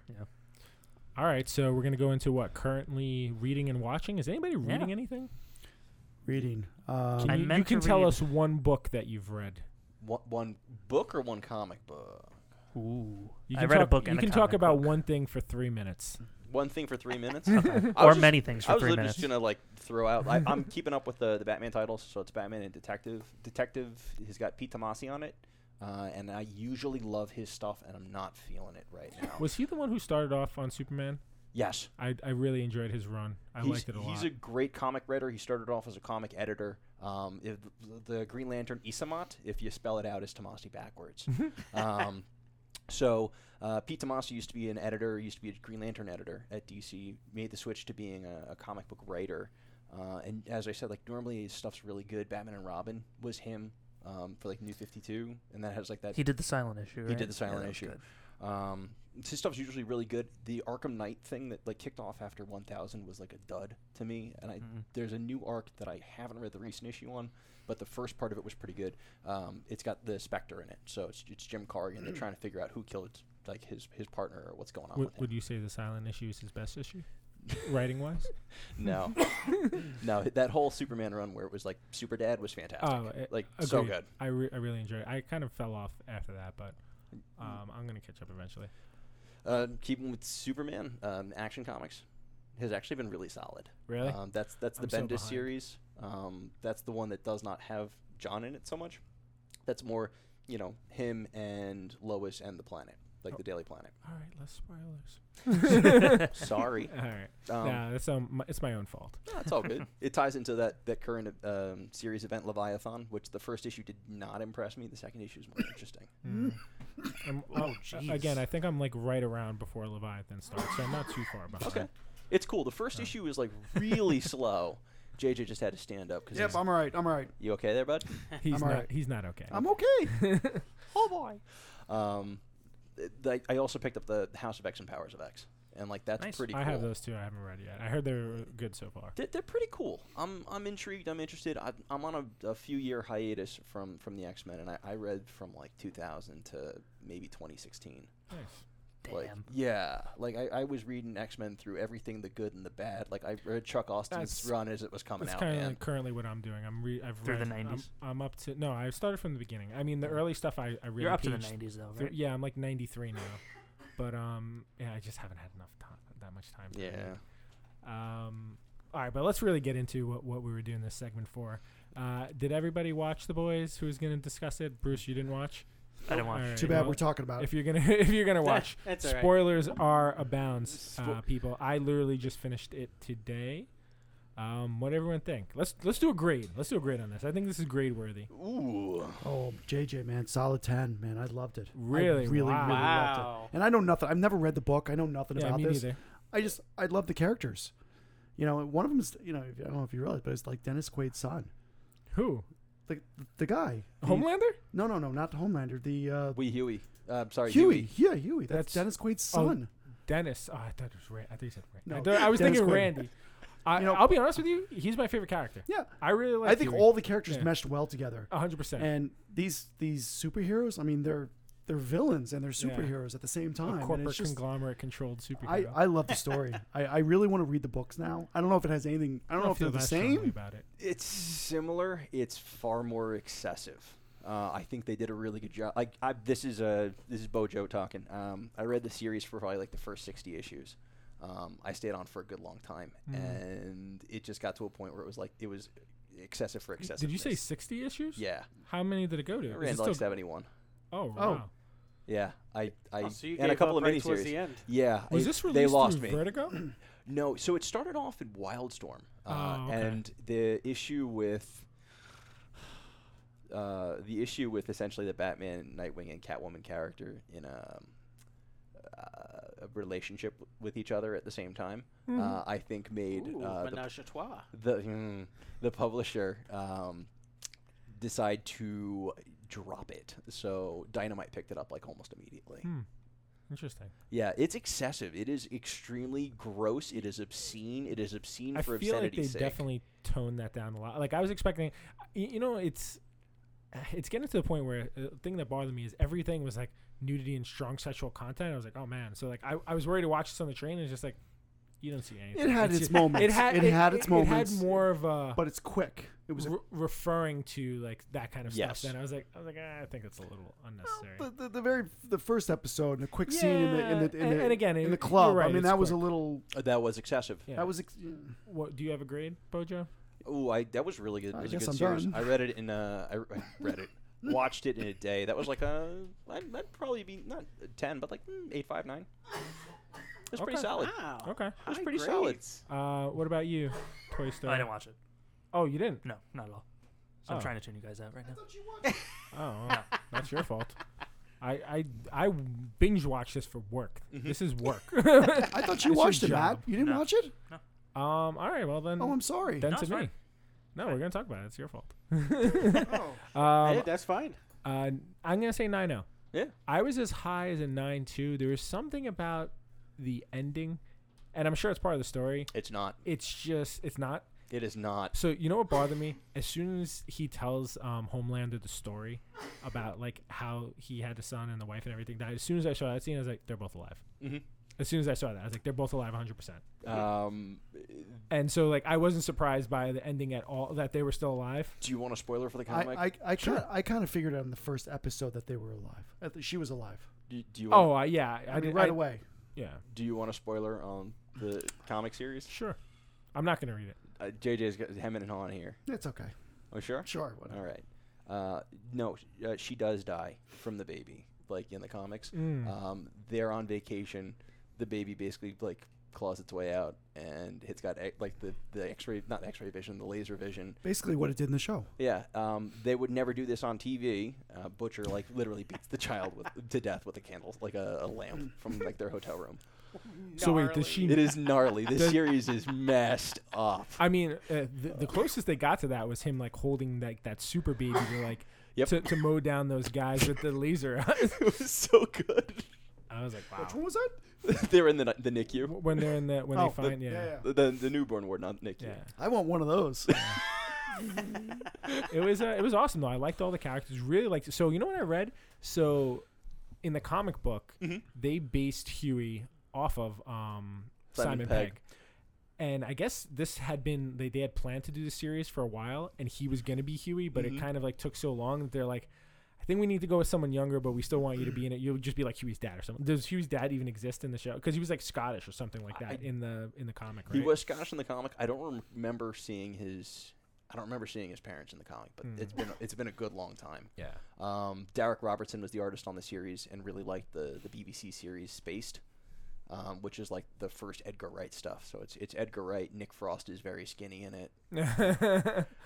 Speaker 1: All right, so we're gonna go into what currently reading and watching. Is anybody
Speaker 7: Yeah.
Speaker 1: reading anything?
Speaker 15: Reading.
Speaker 1: Can
Speaker 15: Um,
Speaker 7: I
Speaker 1: you, you
Speaker 7: meant
Speaker 1: can
Speaker 7: to
Speaker 1: tell
Speaker 7: read-
Speaker 1: us one book that you've read.
Speaker 4: one, one book or one comic book.
Speaker 7: Ooh.
Speaker 1: You
Speaker 7: I
Speaker 1: can
Speaker 7: read
Speaker 1: talk,
Speaker 7: a book.
Speaker 1: You
Speaker 7: and a
Speaker 1: can talk
Speaker 7: comic
Speaker 1: about
Speaker 7: book.
Speaker 1: one thing for three minutes.
Speaker 4: One thing for three minutes. I
Speaker 7: or
Speaker 4: was just-
Speaker 7: many things
Speaker 4: I
Speaker 7: for
Speaker 4: was
Speaker 7: three
Speaker 4: literally
Speaker 7: minutes.
Speaker 4: just gonna like throw out. I,
Speaker 7: [laughs]
Speaker 4: I'm keeping up with the, the Batman titles, so it's Batman and Detective. Detective has got Pete Tomasi on it, uh, and I usually love his stuff, and I'm not feeling it
Speaker 7: [laughs]
Speaker 4: right now.
Speaker 1: Was he the one who started off on Superman?
Speaker 4: yes,
Speaker 1: I, I really enjoyed his run. I
Speaker 4: he's,
Speaker 1: liked it a lot.
Speaker 4: He's a great comic writer. He started off as a comic editor. Um, if,
Speaker 1: [laughs]
Speaker 4: the Green Lantern Isamat, if you spell it out, is Tomasi backwards. um, So uh, Pete Tomasa used to be an editor, used to be a Green Lantern editor at DC. Made the switch to being a, a comic book writer, uh, and as I said, like normally his stuff's really good. Batman and Robin was him um, for like New Fifty Two, and that has like that.
Speaker 3: He did the silent issue,
Speaker 4: He
Speaker 3: right?
Speaker 4: did the
Speaker 3: Yeah,
Speaker 4: silent
Speaker 3: that was
Speaker 4: issue.
Speaker 3: good.
Speaker 4: Um, his stuff's usually really good. The Arkham Knight thing that like kicked off after 1000 was like a dud to me, and I there's a new arc that I haven't read the recent issue on, but the first part of it was pretty good. Um, it's got the Spectre in it, so it's, it's Jim Corrigan. They're trying to figure out who killed like his his partner or what's going on
Speaker 1: Would,
Speaker 4: with him.
Speaker 1: would you say the silent issue is his best
Speaker 7: [laughs]
Speaker 1: issue, writing wise?
Speaker 4: No,
Speaker 1: [laughs]
Speaker 4: no, that whole Superman run where it was like Super Dad was fantastic.
Speaker 1: it-
Speaker 4: like so
Speaker 1: Oh, agreed.
Speaker 4: good.
Speaker 1: I, re- I really enjoyed it. I kind of fell off after that, but um, I'm gonna catch up eventually.
Speaker 4: Uh, keeping with Superman, um, Action Comics has actually been really solid.
Speaker 1: Really?
Speaker 4: Um, that's that's the
Speaker 1: I'm so
Speaker 4: Bendis
Speaker 1: behind.
Speaker 4: series. Um, that's the one that does not have John in it so much. That's more, you know, him and Lois and the planet, like
Speaker 1: Oh.
Speaker 4: the Daily Planet.
Speaker 7: Uh,
Speaker 1: All right, less
Speaker 7: [laughs]
Speaker 1: spoilers. [laughs]
Speaker 4: Sorry.
Speaker 1: All right.
Speaker 4: Um,
Speaker 1: nah, that's um, my, it's my own fault.
Speaker 4: No, it's all
Speaker 1: [laughs]
Speaker 4: good. it ties into that that current um, series event Leviathan, which the first issue did not impress me. The second issue is more
Speaker 1: [laughs]
Speaker 4: interesting.
Speaker 1: Mm. I'm-
Speaker 4: Oh,
Speaker 1: uh,
Speaker 4: jeez.
Speaker 1: again, I think I'm like right around before Leviathan starts, so I'm not too far behind.
Speaker 4: Okay. It's cool. The first issue is like really slow. JJ just had to stand up. 'cause
Speaker 2: Yep,
Speaker 15: Mm-hmm.
Speaker 4: he's-
Speaker 2: I'm all right, I'm all right.
Speaker 4: You okay there, bud?
Speaker 1: He's
Speaker 2: I'm
Speaker 1: not.
Speaker 2: alright.
Speaker 1: He's not okay. [laughs]
Speaker 2: I'm okay.
Speaker 4: oh boy. Um, th- th- I also picked up the House of X and Powers of X, and like that's
Speaker 1: Nice.
Speaker 4: pretty. cool.
Speaker 1: I have those two. I haven't read yet. I heard they're good so far.
Speaker 4: They're, they're pretty cool. I'm I'm intrigued. I'm interested. I, I'm on a, a few year hiatus from from the X Men, and I, I read from like 2000 to maybe 2016.
Speaker 1: Nice.
Speaker 4: Like,
Speaker 3: Damn.
Speaker 4: yeah, like I, I was reading X Men through everything the good and the bad. Like I read Chuck Austin's
Speaker 1: That's-
Speaker 4: run as it was coming
Speaker 1: That's
Speaker 4: out,
Speaker 1: kind
Speaker 4: man.
Speaker 1: of like currently what I'm doing. I'm re- I've
Speaker 3: Through the
Speaker 1: read- I'm-
Speaker 3: 90s?
Speaker 1: I'm, up to no. I started from the beginning. I mean, the early stuff I I really
Speaker 3: You're up to the
Speaker 1: paged
Speaker 3: 90s though,
Speaker 1: through-
Speaker 3: right?
Speaker 1: Yeah, I'm like 93 now, but um, yeah, I just haven't had enough time that much time. to read.
Speaker 4: Yeah.
Speaker 1: Um. All right, but let's really get into what what we were doing this segment for. Uh, did everybody watch The Boys? Who's going to discuss it? Bruce, you didn't watch.
Speaker 3: I didn't watch.
Speaker 1: All
Speaker 2: Too bad
Speaker 1: well,
Speaker 2: we're talking about it.
Speaker 1: If you're gonna [laughs] if you're gonna
Speaker 5: Nah,
Speaker 1: watch,
Speaker 5: that's all right.
Speaker 1: spoilers are abound, uh, people. I literally just finished it today. Um, what everyone think? Let's let's do a grade. Let's do a grade on this. I think this is grade worthy.
Speaker 4: Ooh.
Speaker 2: Oh, JJ, man, solid ten, man. I loved it. I
Speaker 1: Really?
Speaker 2: really,
Speaker 1: Wow.
Speaker 2: really
Speaker 5: Wow.
Speaker 2: loved it. And I know nothing. I've never read the book. I know nothing
Speaker 1: Yeah,
Speaker 2: about
Speaker 1: me
Speaker 2: this.
Speaker 1: neither.
Speaker 2: I just, I love the characters. You know, one of them is, you know, I don't know if you realize, but it's like Dennis Quaid's son,
Speaker 1: Who?
Speaker 2: the the guy. The-
Speaker 1: Homelander?
Speaker 2: No, no, no, not Homelander. The uh,
Speaker 4: we Huey. Uh, I'm sorry,
Speaker 2: Huey.
Speaker 4: Huey.
Speaker 2: Yeah, Huey. That's,
Speaker 1: That's-
Speaker 2: Dennis Quaid's
Speaker 1: Oh,
Speaker 2: son.
Speaker 1: Dennis. Oh, I thought it was Rand. I thought you said Rand. I,
Speaker 2: No,
Speaker 1: thought- I was
Speaker 2: Dennis
Speaker 1: thinking
Speaker 2: Quaid.
Speaker 1: Randy. I,
Speaker 2: You know-
Speaker 1: I'll be honest with you. He's my favorite character.
Speaker 2: Yeah.
Speaker 1: I really like.
Speaker 2: I think
Speaker 1: Huey.
Speaker 2: all the characters
Speaker 1: Yeah.
Speaker 2: meshed well together.
Speaker 1: A hundred percent.
Speaker 2: And these these superheroes, I mean, they're they're villains and they're
Speaker 1: Yeah.
Speaker 2: superheroes at the same
Speaker 1: A
Speaker 2: time. and
Speaker 1: corporate
Speaker 2: it's just,
Speaker 1: conglomerate controlled
Speaker 2: I,
Speaker 1: superhero.
Speaker 2: I love
Speaker 1: [laughs]
Speaker 2: the story. I, I really want to read the books now. I don't know if it has anything. I don't, know if
Speaker 1: feel
Speaker 2: they're the
Speaker 1: that strongly
Speaker 2: same.
Speaker 1: about it.
Speaker 4: It's similar. It's far more excessive. Uh, I think they did a really good job. Like I, this is a this is Bojo talking. Um, I read the series for probably like the first sixty issues. Um, I stayed on for a good long time,
Speaker 1: Mm-hmm.
Speaker 4: and it just got to a point where it was like it was excessive for excessive.
Speaker 1: Did you say sixty issues?
Speaker 4: Yeah,
Speaker 1: How many did it go to?
Speaker 4: I
Speaker 1: Is
Speaker 4: ran
Speaker 1: it
Speaker 4: to, like
Speaker 1: still-
Speaker 4: seventy one.
Speaker 1: Oh wow.
Speaker 4: Yeah, I I
Speaker 5: Oh, so you
Speaker 4: and a
Speaker 5: gave
Speaker 4: couple of
Speaker 5: up right
Speaker 4: miniseries.
Speaker 5: towards the end.
Speaker 4: Yeah,
Speaker 1: Was
Speaker 4: it-
Speaker 1: this released
Speaker 4: they lost
Speaker 1: through
Speaker 4: me. Hmm.
Speaker 1: Vertigo?
Speaker 4: No, so it started off in Wildstorm, uh,
Speaker 1: Oh, okay.
Speaker 4: and the issue with uh, the issue with essentially the Batman, Nightwing, and Catwoman character in um, uh, a relationship w- with each other at the same time, uh, I think made
Speaker 5: Ooh,
Speaker 4: uh, the
Speaker 5: menage a trois.
Speaker 4: the mm, the publisher um, decide to drop it. So Dynamite picked it up like almost immediately.
Speaker 1: Hmm. Interesting.
Speaker 4: Yeah, it's excessive. It is extremely gross. It is obscene. It is obscene
Speaker 1: I
Speaker 4: for
Speaker 1: feel like
Speaker 4: obscenity's
Speaker 1: they
Speaker 4: sake.
Speaker 1: definitely toned that down a lot. Like I was expecting, y- you know, it's it's getting to the point where uh, the thing that bothered me is everything was like nudity and strong sexual content. I was like, oh man. So like I, I was worried to watch this on the train and it's just like you don't see anything.
Speaker 2: It had its
Speaker 1: just-
Speaker 2: moments.
Speaker 1: It had
Speaker 2: It had its
Speaker 1: It
Speaker 2: moments.
Speaker 1: had more of a
Speaker 2: But it's quick. It was. a-
Speaker 1: re- referring to like that kind of
Speaker 4: Yes.
Speaker 1: stuff. Then I was like, I was like, ah, I think that's a little unnecessary.
Speaker 2: the, the, the very the first episode and the quick scene in the in the, in
Speaker 1: Yeah,
Speaker 2: the,
Speaker 1: and again,
Speaker 2: in
Speaker 1: it-
Speaker 2: the club.
Speaker 1: you're right,
Speaker 2: I mean
Speaker 1: it's
Speaker 2: that was a
Speaker 1: quick.
Speaker 2: little
Speaker 4: Uh, that was excessive.
Speaker 1: yeah.
Speaker 2: that was ex-
Speaker 1: What do you have a grade, Bojo?
Speaker 4: Oh, I that was really good. It
Speaker 2: I
Speaker 4: was a
Speaker 2: guess
Speaker 4: good
Speaker 2: I'm
Speaker 4: series.
Speaker 2: done.
Speaker 4: I read it in uh, I re-
Speaker 2: [laughs]
Speaker 4: read it, watched it in a day. That was like a I'd, I'd probably be not a ten, but like mm, eight, five, nine. It was pretty
Speaker 1: Okay.
Speaker 4: solid.
Speaker 2: Ah,
Speaker 5: Wow.
Speaker 1: Okay.
Speaker 4: It was
Speaker 5: High
Speaker 4: pretty solid.
Speaker 5: grades.
Speaker 1: Uh, what about you, Toy
Speaker 3: Oh,
Speaker 1: Story?
Speaker 3: I didn't watch it.
Speaker 1: Oh, you didn't.
Speaker 3: No, not at all. So
Speaker 1: Oh.
Speaker 3: I'm trying to tune you guys out right now.
Speaker 1: Oh, well, that's your fault. I I, I binge watch this for work.
Speaker 2: Mm-hmm.
Speaker 1: This is work.
Speaker 2: [laughs]
Speaker 1: [laughs]
Speaker 2: I thought you
Speaker 1: It's your
Speaker 2: watched it, Matt.
Speaker 1: job.
Speaker 2: You didn't
Speaker 7: No.
Speaker 2: watch it?
Speaker 1: Um. All right. Well then.
Speaker 2: Oh, I'm sorry.
Speaker 1: Then
Speaker 7: No,
Speaker 1: to
Speaker 7: it's
Speaker 1: me.
Speaker 7: fine.
Speaker 1: No, we're gonna talk about it. It's your
Speaker 2: [laughs]
Speaker 1: fault.
Speaker 2: Oh.
Speaker 1: [laughs] um,
Speaker 5: hey, that's fine.
Speaker 1: uh, I'm gonna say nine zero.
Speaker 4: Yeah.
Speaker 1: I was as high as a nine two. There was something about the ending, and I'm sure it's part of the story.
Speaker 4: It's not.
Speaker 1: It's just it's not.
Speaker 4: It is not.
Speaker 1: So you know what bothered me? As soon as he tells um, Homelander the story about like how he had the son and the wife and everything, that as soon as I saw that scene, I was like, they're both alive.
Speaker 4: Mhm.
Speaker 1: As soon as I saw that, I was like, they're both alive, 100. percent
Speaker 4: Um,
Speaker 1: And so like I wasn't surprised by the ending at all that they were still alive.
Speaker 4: do you want a spoiler for the
Speaker 2: I,
Speaker 4: comic?
Speaker 2: I, I, kinda, I kind of figured out in the first episode that they were alive. At least she was alive.
Speaker 4: do, do you want,
Speaker 1: Oh uh, yeah,
Speaker 2: I,
Speaker 1: I
Speaker 2: mean,
Speaker 1: did
Speaker 2: right
Speaker 1: I-
Speaker 2: away.
Speaker 1: Yeah,
Speaker 4: do you want a spoiler on the comic series?
Speaker 1: sure. I'm not gonna read it.
Speaker 4: Uh, JJ's got hemming and hawing here.
Speaker 2: It's okay.
Speaker 4: Are you sure?
Speaker 2: Sure. Whatever.
Speaker 4: All right. Uh, no, sh- uh, she does die from the baby, like in the comics.
Speaker 1: Mm.
Speaker 2: Uh,
Speaker 4: Um, they're on vacation. The baby basically like claws its way out, and it's got e- like the the X-ray, not X-ray vision, the laser vision.
Speaker 2: Basically, what it did in the show.
Speaker 4: Yeah. Um, they would never do this on TV. Uh, Butcher like literally beats the child with to death with a candle, like a, a lamp from like their
Speaker 1: [laughs]
Speaker 4: hotel room.
Speaker 1: So wait, does she?
Speaker 4: It is gnarly. This series is messed up.
Speaker 1: I mean, uh, the, the closest they got to that was him like holding like that super baby to like
Speaker 4: Yep.
Speaker 1: to, to mow down those guys with the laser. eyes.
Speaker 4: [laughs] it was so good.
Speaker 1: I was like, wow.
Speaker 2: Which one was that?
Speaker 4: [laughs] They're in the ni- the NICU,
Speaker 1: When they're in the when
Speaker 2: Oh,
Speaker 1: they
Speaker 2: the-
Speaker 1: find yeah.
Speaker 2: yeah,
Speaker 4: the, the, the newborn ward, not NICU.
Speaker 1: Yeah,
Speaker 2: I want one of those.
Speaker 1: [laughs] it was uh, it was awesome though. I liked all the characters. Really liked. So you know what I read? So, in the comic book,
Speaker 4: Mm-hmm.
Speaker 1: they based Huey off of um,
Speaker 4: Simon
Speaker 1: Simon,
Speaker 4: Pegg.
Speaker 1: Pegg. and I guess this had been they, they had planned to do the series for a while, and he was going to be Huey, but
Speaker 2: Mm-hmm.
Speaker 1: it kind of like took so long that they're like, I think we need to go with someone younger, but we still want you to
Speaker 2: [clears throat]
Speaker 1: be in it. You'll just be like Huey's dad or something. Does Huey's dad even exist in the show? Because he was like Scottish or something like that in the in the comic. Right?
Speaker 4: He was Scottish in the comic. I don't rem- remember seeing his. I don't remember seeing his parents in the comic, but it's
Speaker 1: Hmm.
Speaker 4: been it's been a good long time.
Speaker 1: Yeah.
Speaker 4: Um, Derek Robertson was the artist on the series and really liked the the BBC series Spaced, um, which is like the first Edgar Wright stuff. So it's it's Edgar Wright. Nick Frost is very skinny in it.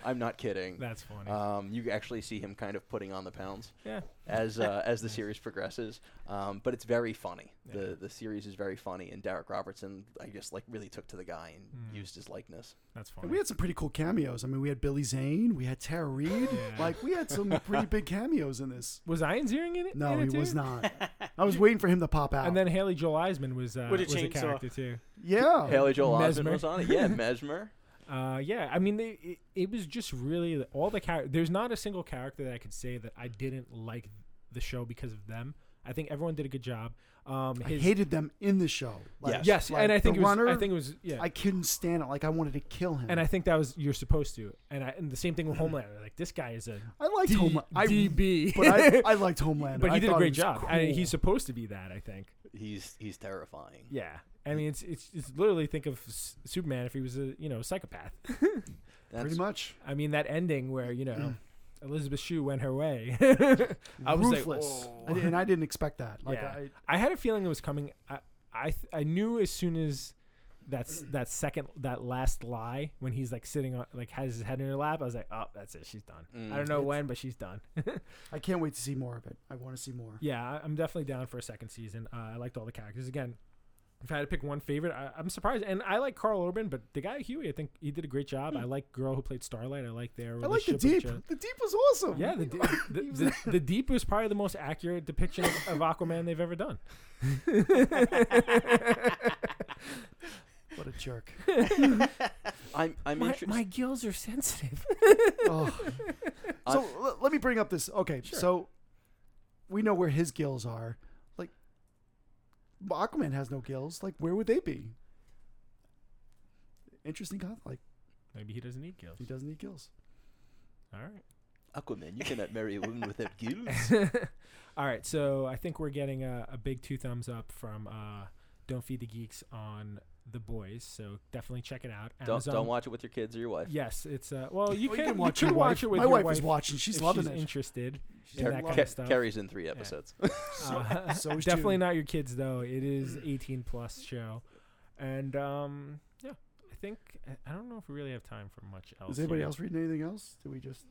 Speaker 4: I'm not kidding.
Speaker 1: [laughs] That's funny.
Speaker 2: Uh,
Speaker 4: Um, you actually see him kind of putting on the pounds
Speaker 1: yeah.
Speaker 4: as
Speaker 1: [laughs]
Speaker 4: uh, as the series progresses. Um, but it's very funny. The the series is very funny, and Derek Robertson, I guess, like really took to the guy and
Speaker 1: Hmm.
Speaker 4: used his likeness.
Speaker 1: That's funny.
Speaker 2: And we had some pretty cool cameos. I mean, we had Billy Zane, we had Tara Reid. Like, we had some pretty big cameos in this.
Speaker 1: Was Ian Ziering in it?
Speaker 2: No,
Speaker 1: in
Speaker 2: he
Speaker 1: it
Speaker 2: was
Speaker 1: too?
Speaker 2: not. I was waiting for him to pop out.
Speaker 1: And then Haley Joel Eisman was uh,
Speaker 5: With a
Speaker 1: was a
Speaker 5: chainsaw.
Speaker 1: character too.
Speaker 2: yeah,
Speaker 4: Haley Joel Osment
Speaker 1: Oh, Mesmer.
Speaker 4: was on
Speaker 1: [laughs]
Speaker 4: it. Yeah, Mesmer.
Speaker 1: Uh, yeah, I mean, they, it, it was just really all the characters. There's not a single character that I could say that I didn't like the show because of them. I think everyone did a good job. Um,
Speaker 2: I
Speaker 1: his,
Speaker 2: hated them in the show. Like,
Speaker 1: yes, and I think
Speaker 2: the
Speaker 1: it was,
Speaker 2: runner,
Speaker 1: I think it was yeah,
Speaker 2: I couldn't stand it. Like I wanted to kill him.
Speaker 1: and I think that was you're supposed to. And I and the same thing with Homelander. Like this guy is a
Speaker 2: Mm-hmm. I liked
Speaker 1: D-
Speaker 2: Homeland. I,
Speaker 1: DB,
Speaker 2: [laughs] but I, I liked
Speaker 1: [laughs]
Speaker 2: Homeland.
Speaker 1: but he did a great job. I, he's supposed to be that. I think.
Speaker 4: He's he's terrifying.
Speaker 1: Yeah. I mean, it's it's, it's literally think of S- Superman if he was a you know psychopath.
Speaker 4: That's,
Speaker 2: pretty much
Speaker 1: I mean, that ending where you
Speaker 2: [clears throat]
Speaker 1: know Elizabeth Shue went her way. [laughs] I was like,
Speaker 2: ruthless.
Speaker 1: "Whoa."
Speaker 2: I di- and I didn't expect that. Like
Speaker 1: Yeah.
Speaker 2: I,
Speaker 1: I had a feeling it was coming. I I, th- I knew as soon as
Speaker 2: [clears throat]
Speaker 1: that's that second that last lie when he's like sitting on like has his head in her lap. I was like, oh, that's it. She's done.
Speaker 4: Mm,
Speaker 1: I don't know when, but she's done. [laughs]
Speaker 2: I can't wait to see more of it. I want to see more.
Speaker 1: yeah, I- I'm definitely down for a second season. Uh, I liked all the characters. Again, if I had to pick one favorite, I, I'm surprised. And I like Carl Urban, but the guy Huey, I think he did a great job. I like girl who played Starlight. I like their.
Speaker 2: Hmm. I like the
Speaker 1: relationship with
Speaker 2: deep.
Speaker 1: Jo-
Speaker 2: The deep was [laughs] awesome.
Speaker 1: Yeah, the, d- the,
Speaker 2: [laughs]
Speaker 1: the, the deep was probably the most accurate depiction of, of Aquaman they've ever
Speaker 2: [laughs]
Speaker 1: done.
Speaker 2: what a jerk.
Speaker 4: I'm I'm
Speaker 1: My,
Speaker 4: interested.
Speaker 1: my gills are sensitive.
Speaker 2: [laughs] Oh. so
Speaker 15: Uh,
Speaker 2: l- let me bring up this. Okay, so we know where his gills are. Like Aquaman has no gills. Like where would they be? Interesting con Like
Speaker 1: Maybe he doesn't need gills.
Speaker 2: he doesn't need gills.
Speaker 1: All right.
Speaker 4: [laughs] Aquaman, you cannot marry a woman
Speaker 1: [laughs]
Speaker 4: without gills.
Speaker 2: [laughs]
Speaker 1: All right, so I think we're getting a, a big two thumbs up from uh, Don't Feed the Geeks on the boys. So definitely check it out.
Speaker 4: don't don't watch it with your kids or your wife.
Speaker 1: Yes, it's uh, well you
Speaker 2: Well,
Speaker 1: can, you can
Speaker 2: your
Speaker 1: watch
Speaker 2: wife.
Speaker 1: it with
Speaker 2: My
Speaker 1: your
Speaker 2: wife,
Speaker 1: wife.
Speaker 2: is watching. She's
Speaker 1: if
Speaker 2: loving
Speaker 1: she's
Speaker 2: it.
Speaker 1: interested in
Speaker 4: Car-
Speaker 1: that
Speaker 4: Ca-
Speaker 1: kind of stuff.
Speaker 4: Carrie's in three episodes. [laughs]
Speaker 1: Uh,
Speaker 2: so is
Speaker 1: definitely
Speaker 2: Judy.
Speaker 1: not your kids though. It is 18 plus show, and um, yeah, I think I- I don't know if we really have time for much else.
Speaker 2: Is anybody
Speaker 1: here.
Speaker 2: else reading anything else? Did we just?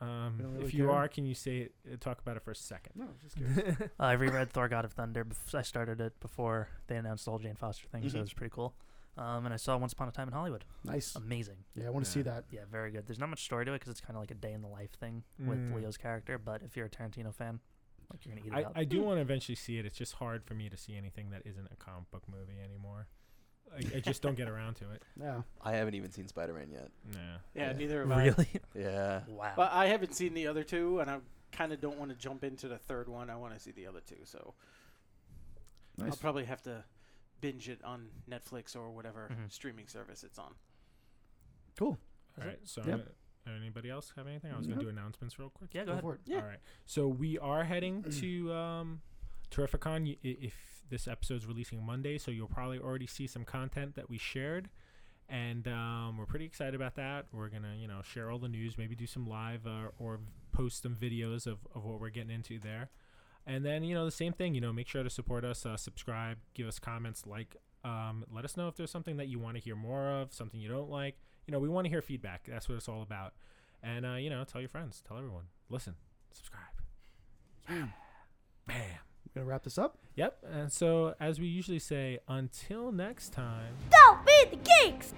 Speaker 1: Um,
Speaker 16: We don't really
Speaker 1: if you
Speaker 16: care.
Speaker 1: are, can you say it, uh, talk about it for a second?
Speaker 17: No,
Speaker 2: [laughs]
Speaker 17: just curious.
Speaker 1: [laughs]
Speaker 7: Uh, I reread Thor: God of Thunder. Bef- I started it before they announced the whole Jane Foster thing, so
Speaker 15: Mhm.
Speaker 7: it was pretty cool. Um, and I saw Once Upon a Time in Hollywood.
Speaker 15: Nice.
Speaker 7: amazing.
Speaker 15: Yeah, I wanna see Yeah. that.
Speaker 7: Yeah, very good. There's not much story to it because it's kind of like a day in the life thing with
Speaker 1: Mm.
Speaker 7: Leo's character. But if you're a Tarantino fan, like you're gonna eat it
Speaker 1: I,
Speaker 7: up.
Speaker 1: I do want to eventually see it. It's just hard for me to see anything that isn't a comic book movie anymore. I, I just don't get around to
Speaker 15: [laughs]
Speaker 1: it.
Speaker 15: Yeah.
Speaker 4: I haven't even seen Spider Man yet.
Speaker 1: Nah.
Speaker 5: Yeah, neither have I.
Speaker 7: Really?
Speaker 4: [laughs] Yeah.
Speaker 7: Wow.
Speaker 5: But I haven't seen the other two, and I kind of don't want to jump into the third one. I want to see the other two, so I'll
Speaker 15: Nice.
Speaker 5: probably have to binge it on Netflix or whatever
Speaker 7: Mhm.
Speaker 5: streaming service it's on.
Speaker 15: Cool.
Speaker 1: All right. So,
Speaker 15: Yep.
Speaker 1: uh, anybody else have anything? I was going
Speaker 15: No.
Speaker 1: to do announcements real quick.
Speaker 7: Yeah, go
Speaker 15: Go
Speaker 7: ahead.
Speaker 15: for it.
Speaker 5: Yeah.
Speaker 1: All right. So we are heading to um, Terrificon. Y- i- If this episode's releasing Monday, so you'll probably already see some content that we shared, and um, we're pretty excited about that. We're gonna, you know, share all the news, maybe do some live uh, or post some videos of, of what we're getting into there. And then, you know, the same thing, you know, make sure to support us, uh, subscribe, give us comments, like, um, let us know if there's something that you want to hear more of, something you don't like. You know, we want to hear feedback. That's what it's all about. And, uh, you know, tell your friends, tell everyone, listen, subscribe.
Speaker 15: Bam.
Speaker 1: Bam.
Speaker 15: We're gonna wrap this up.
Speaker 1: Yep. And so, as we usually say, until next time.
Speaker 18: Don't be the geeks!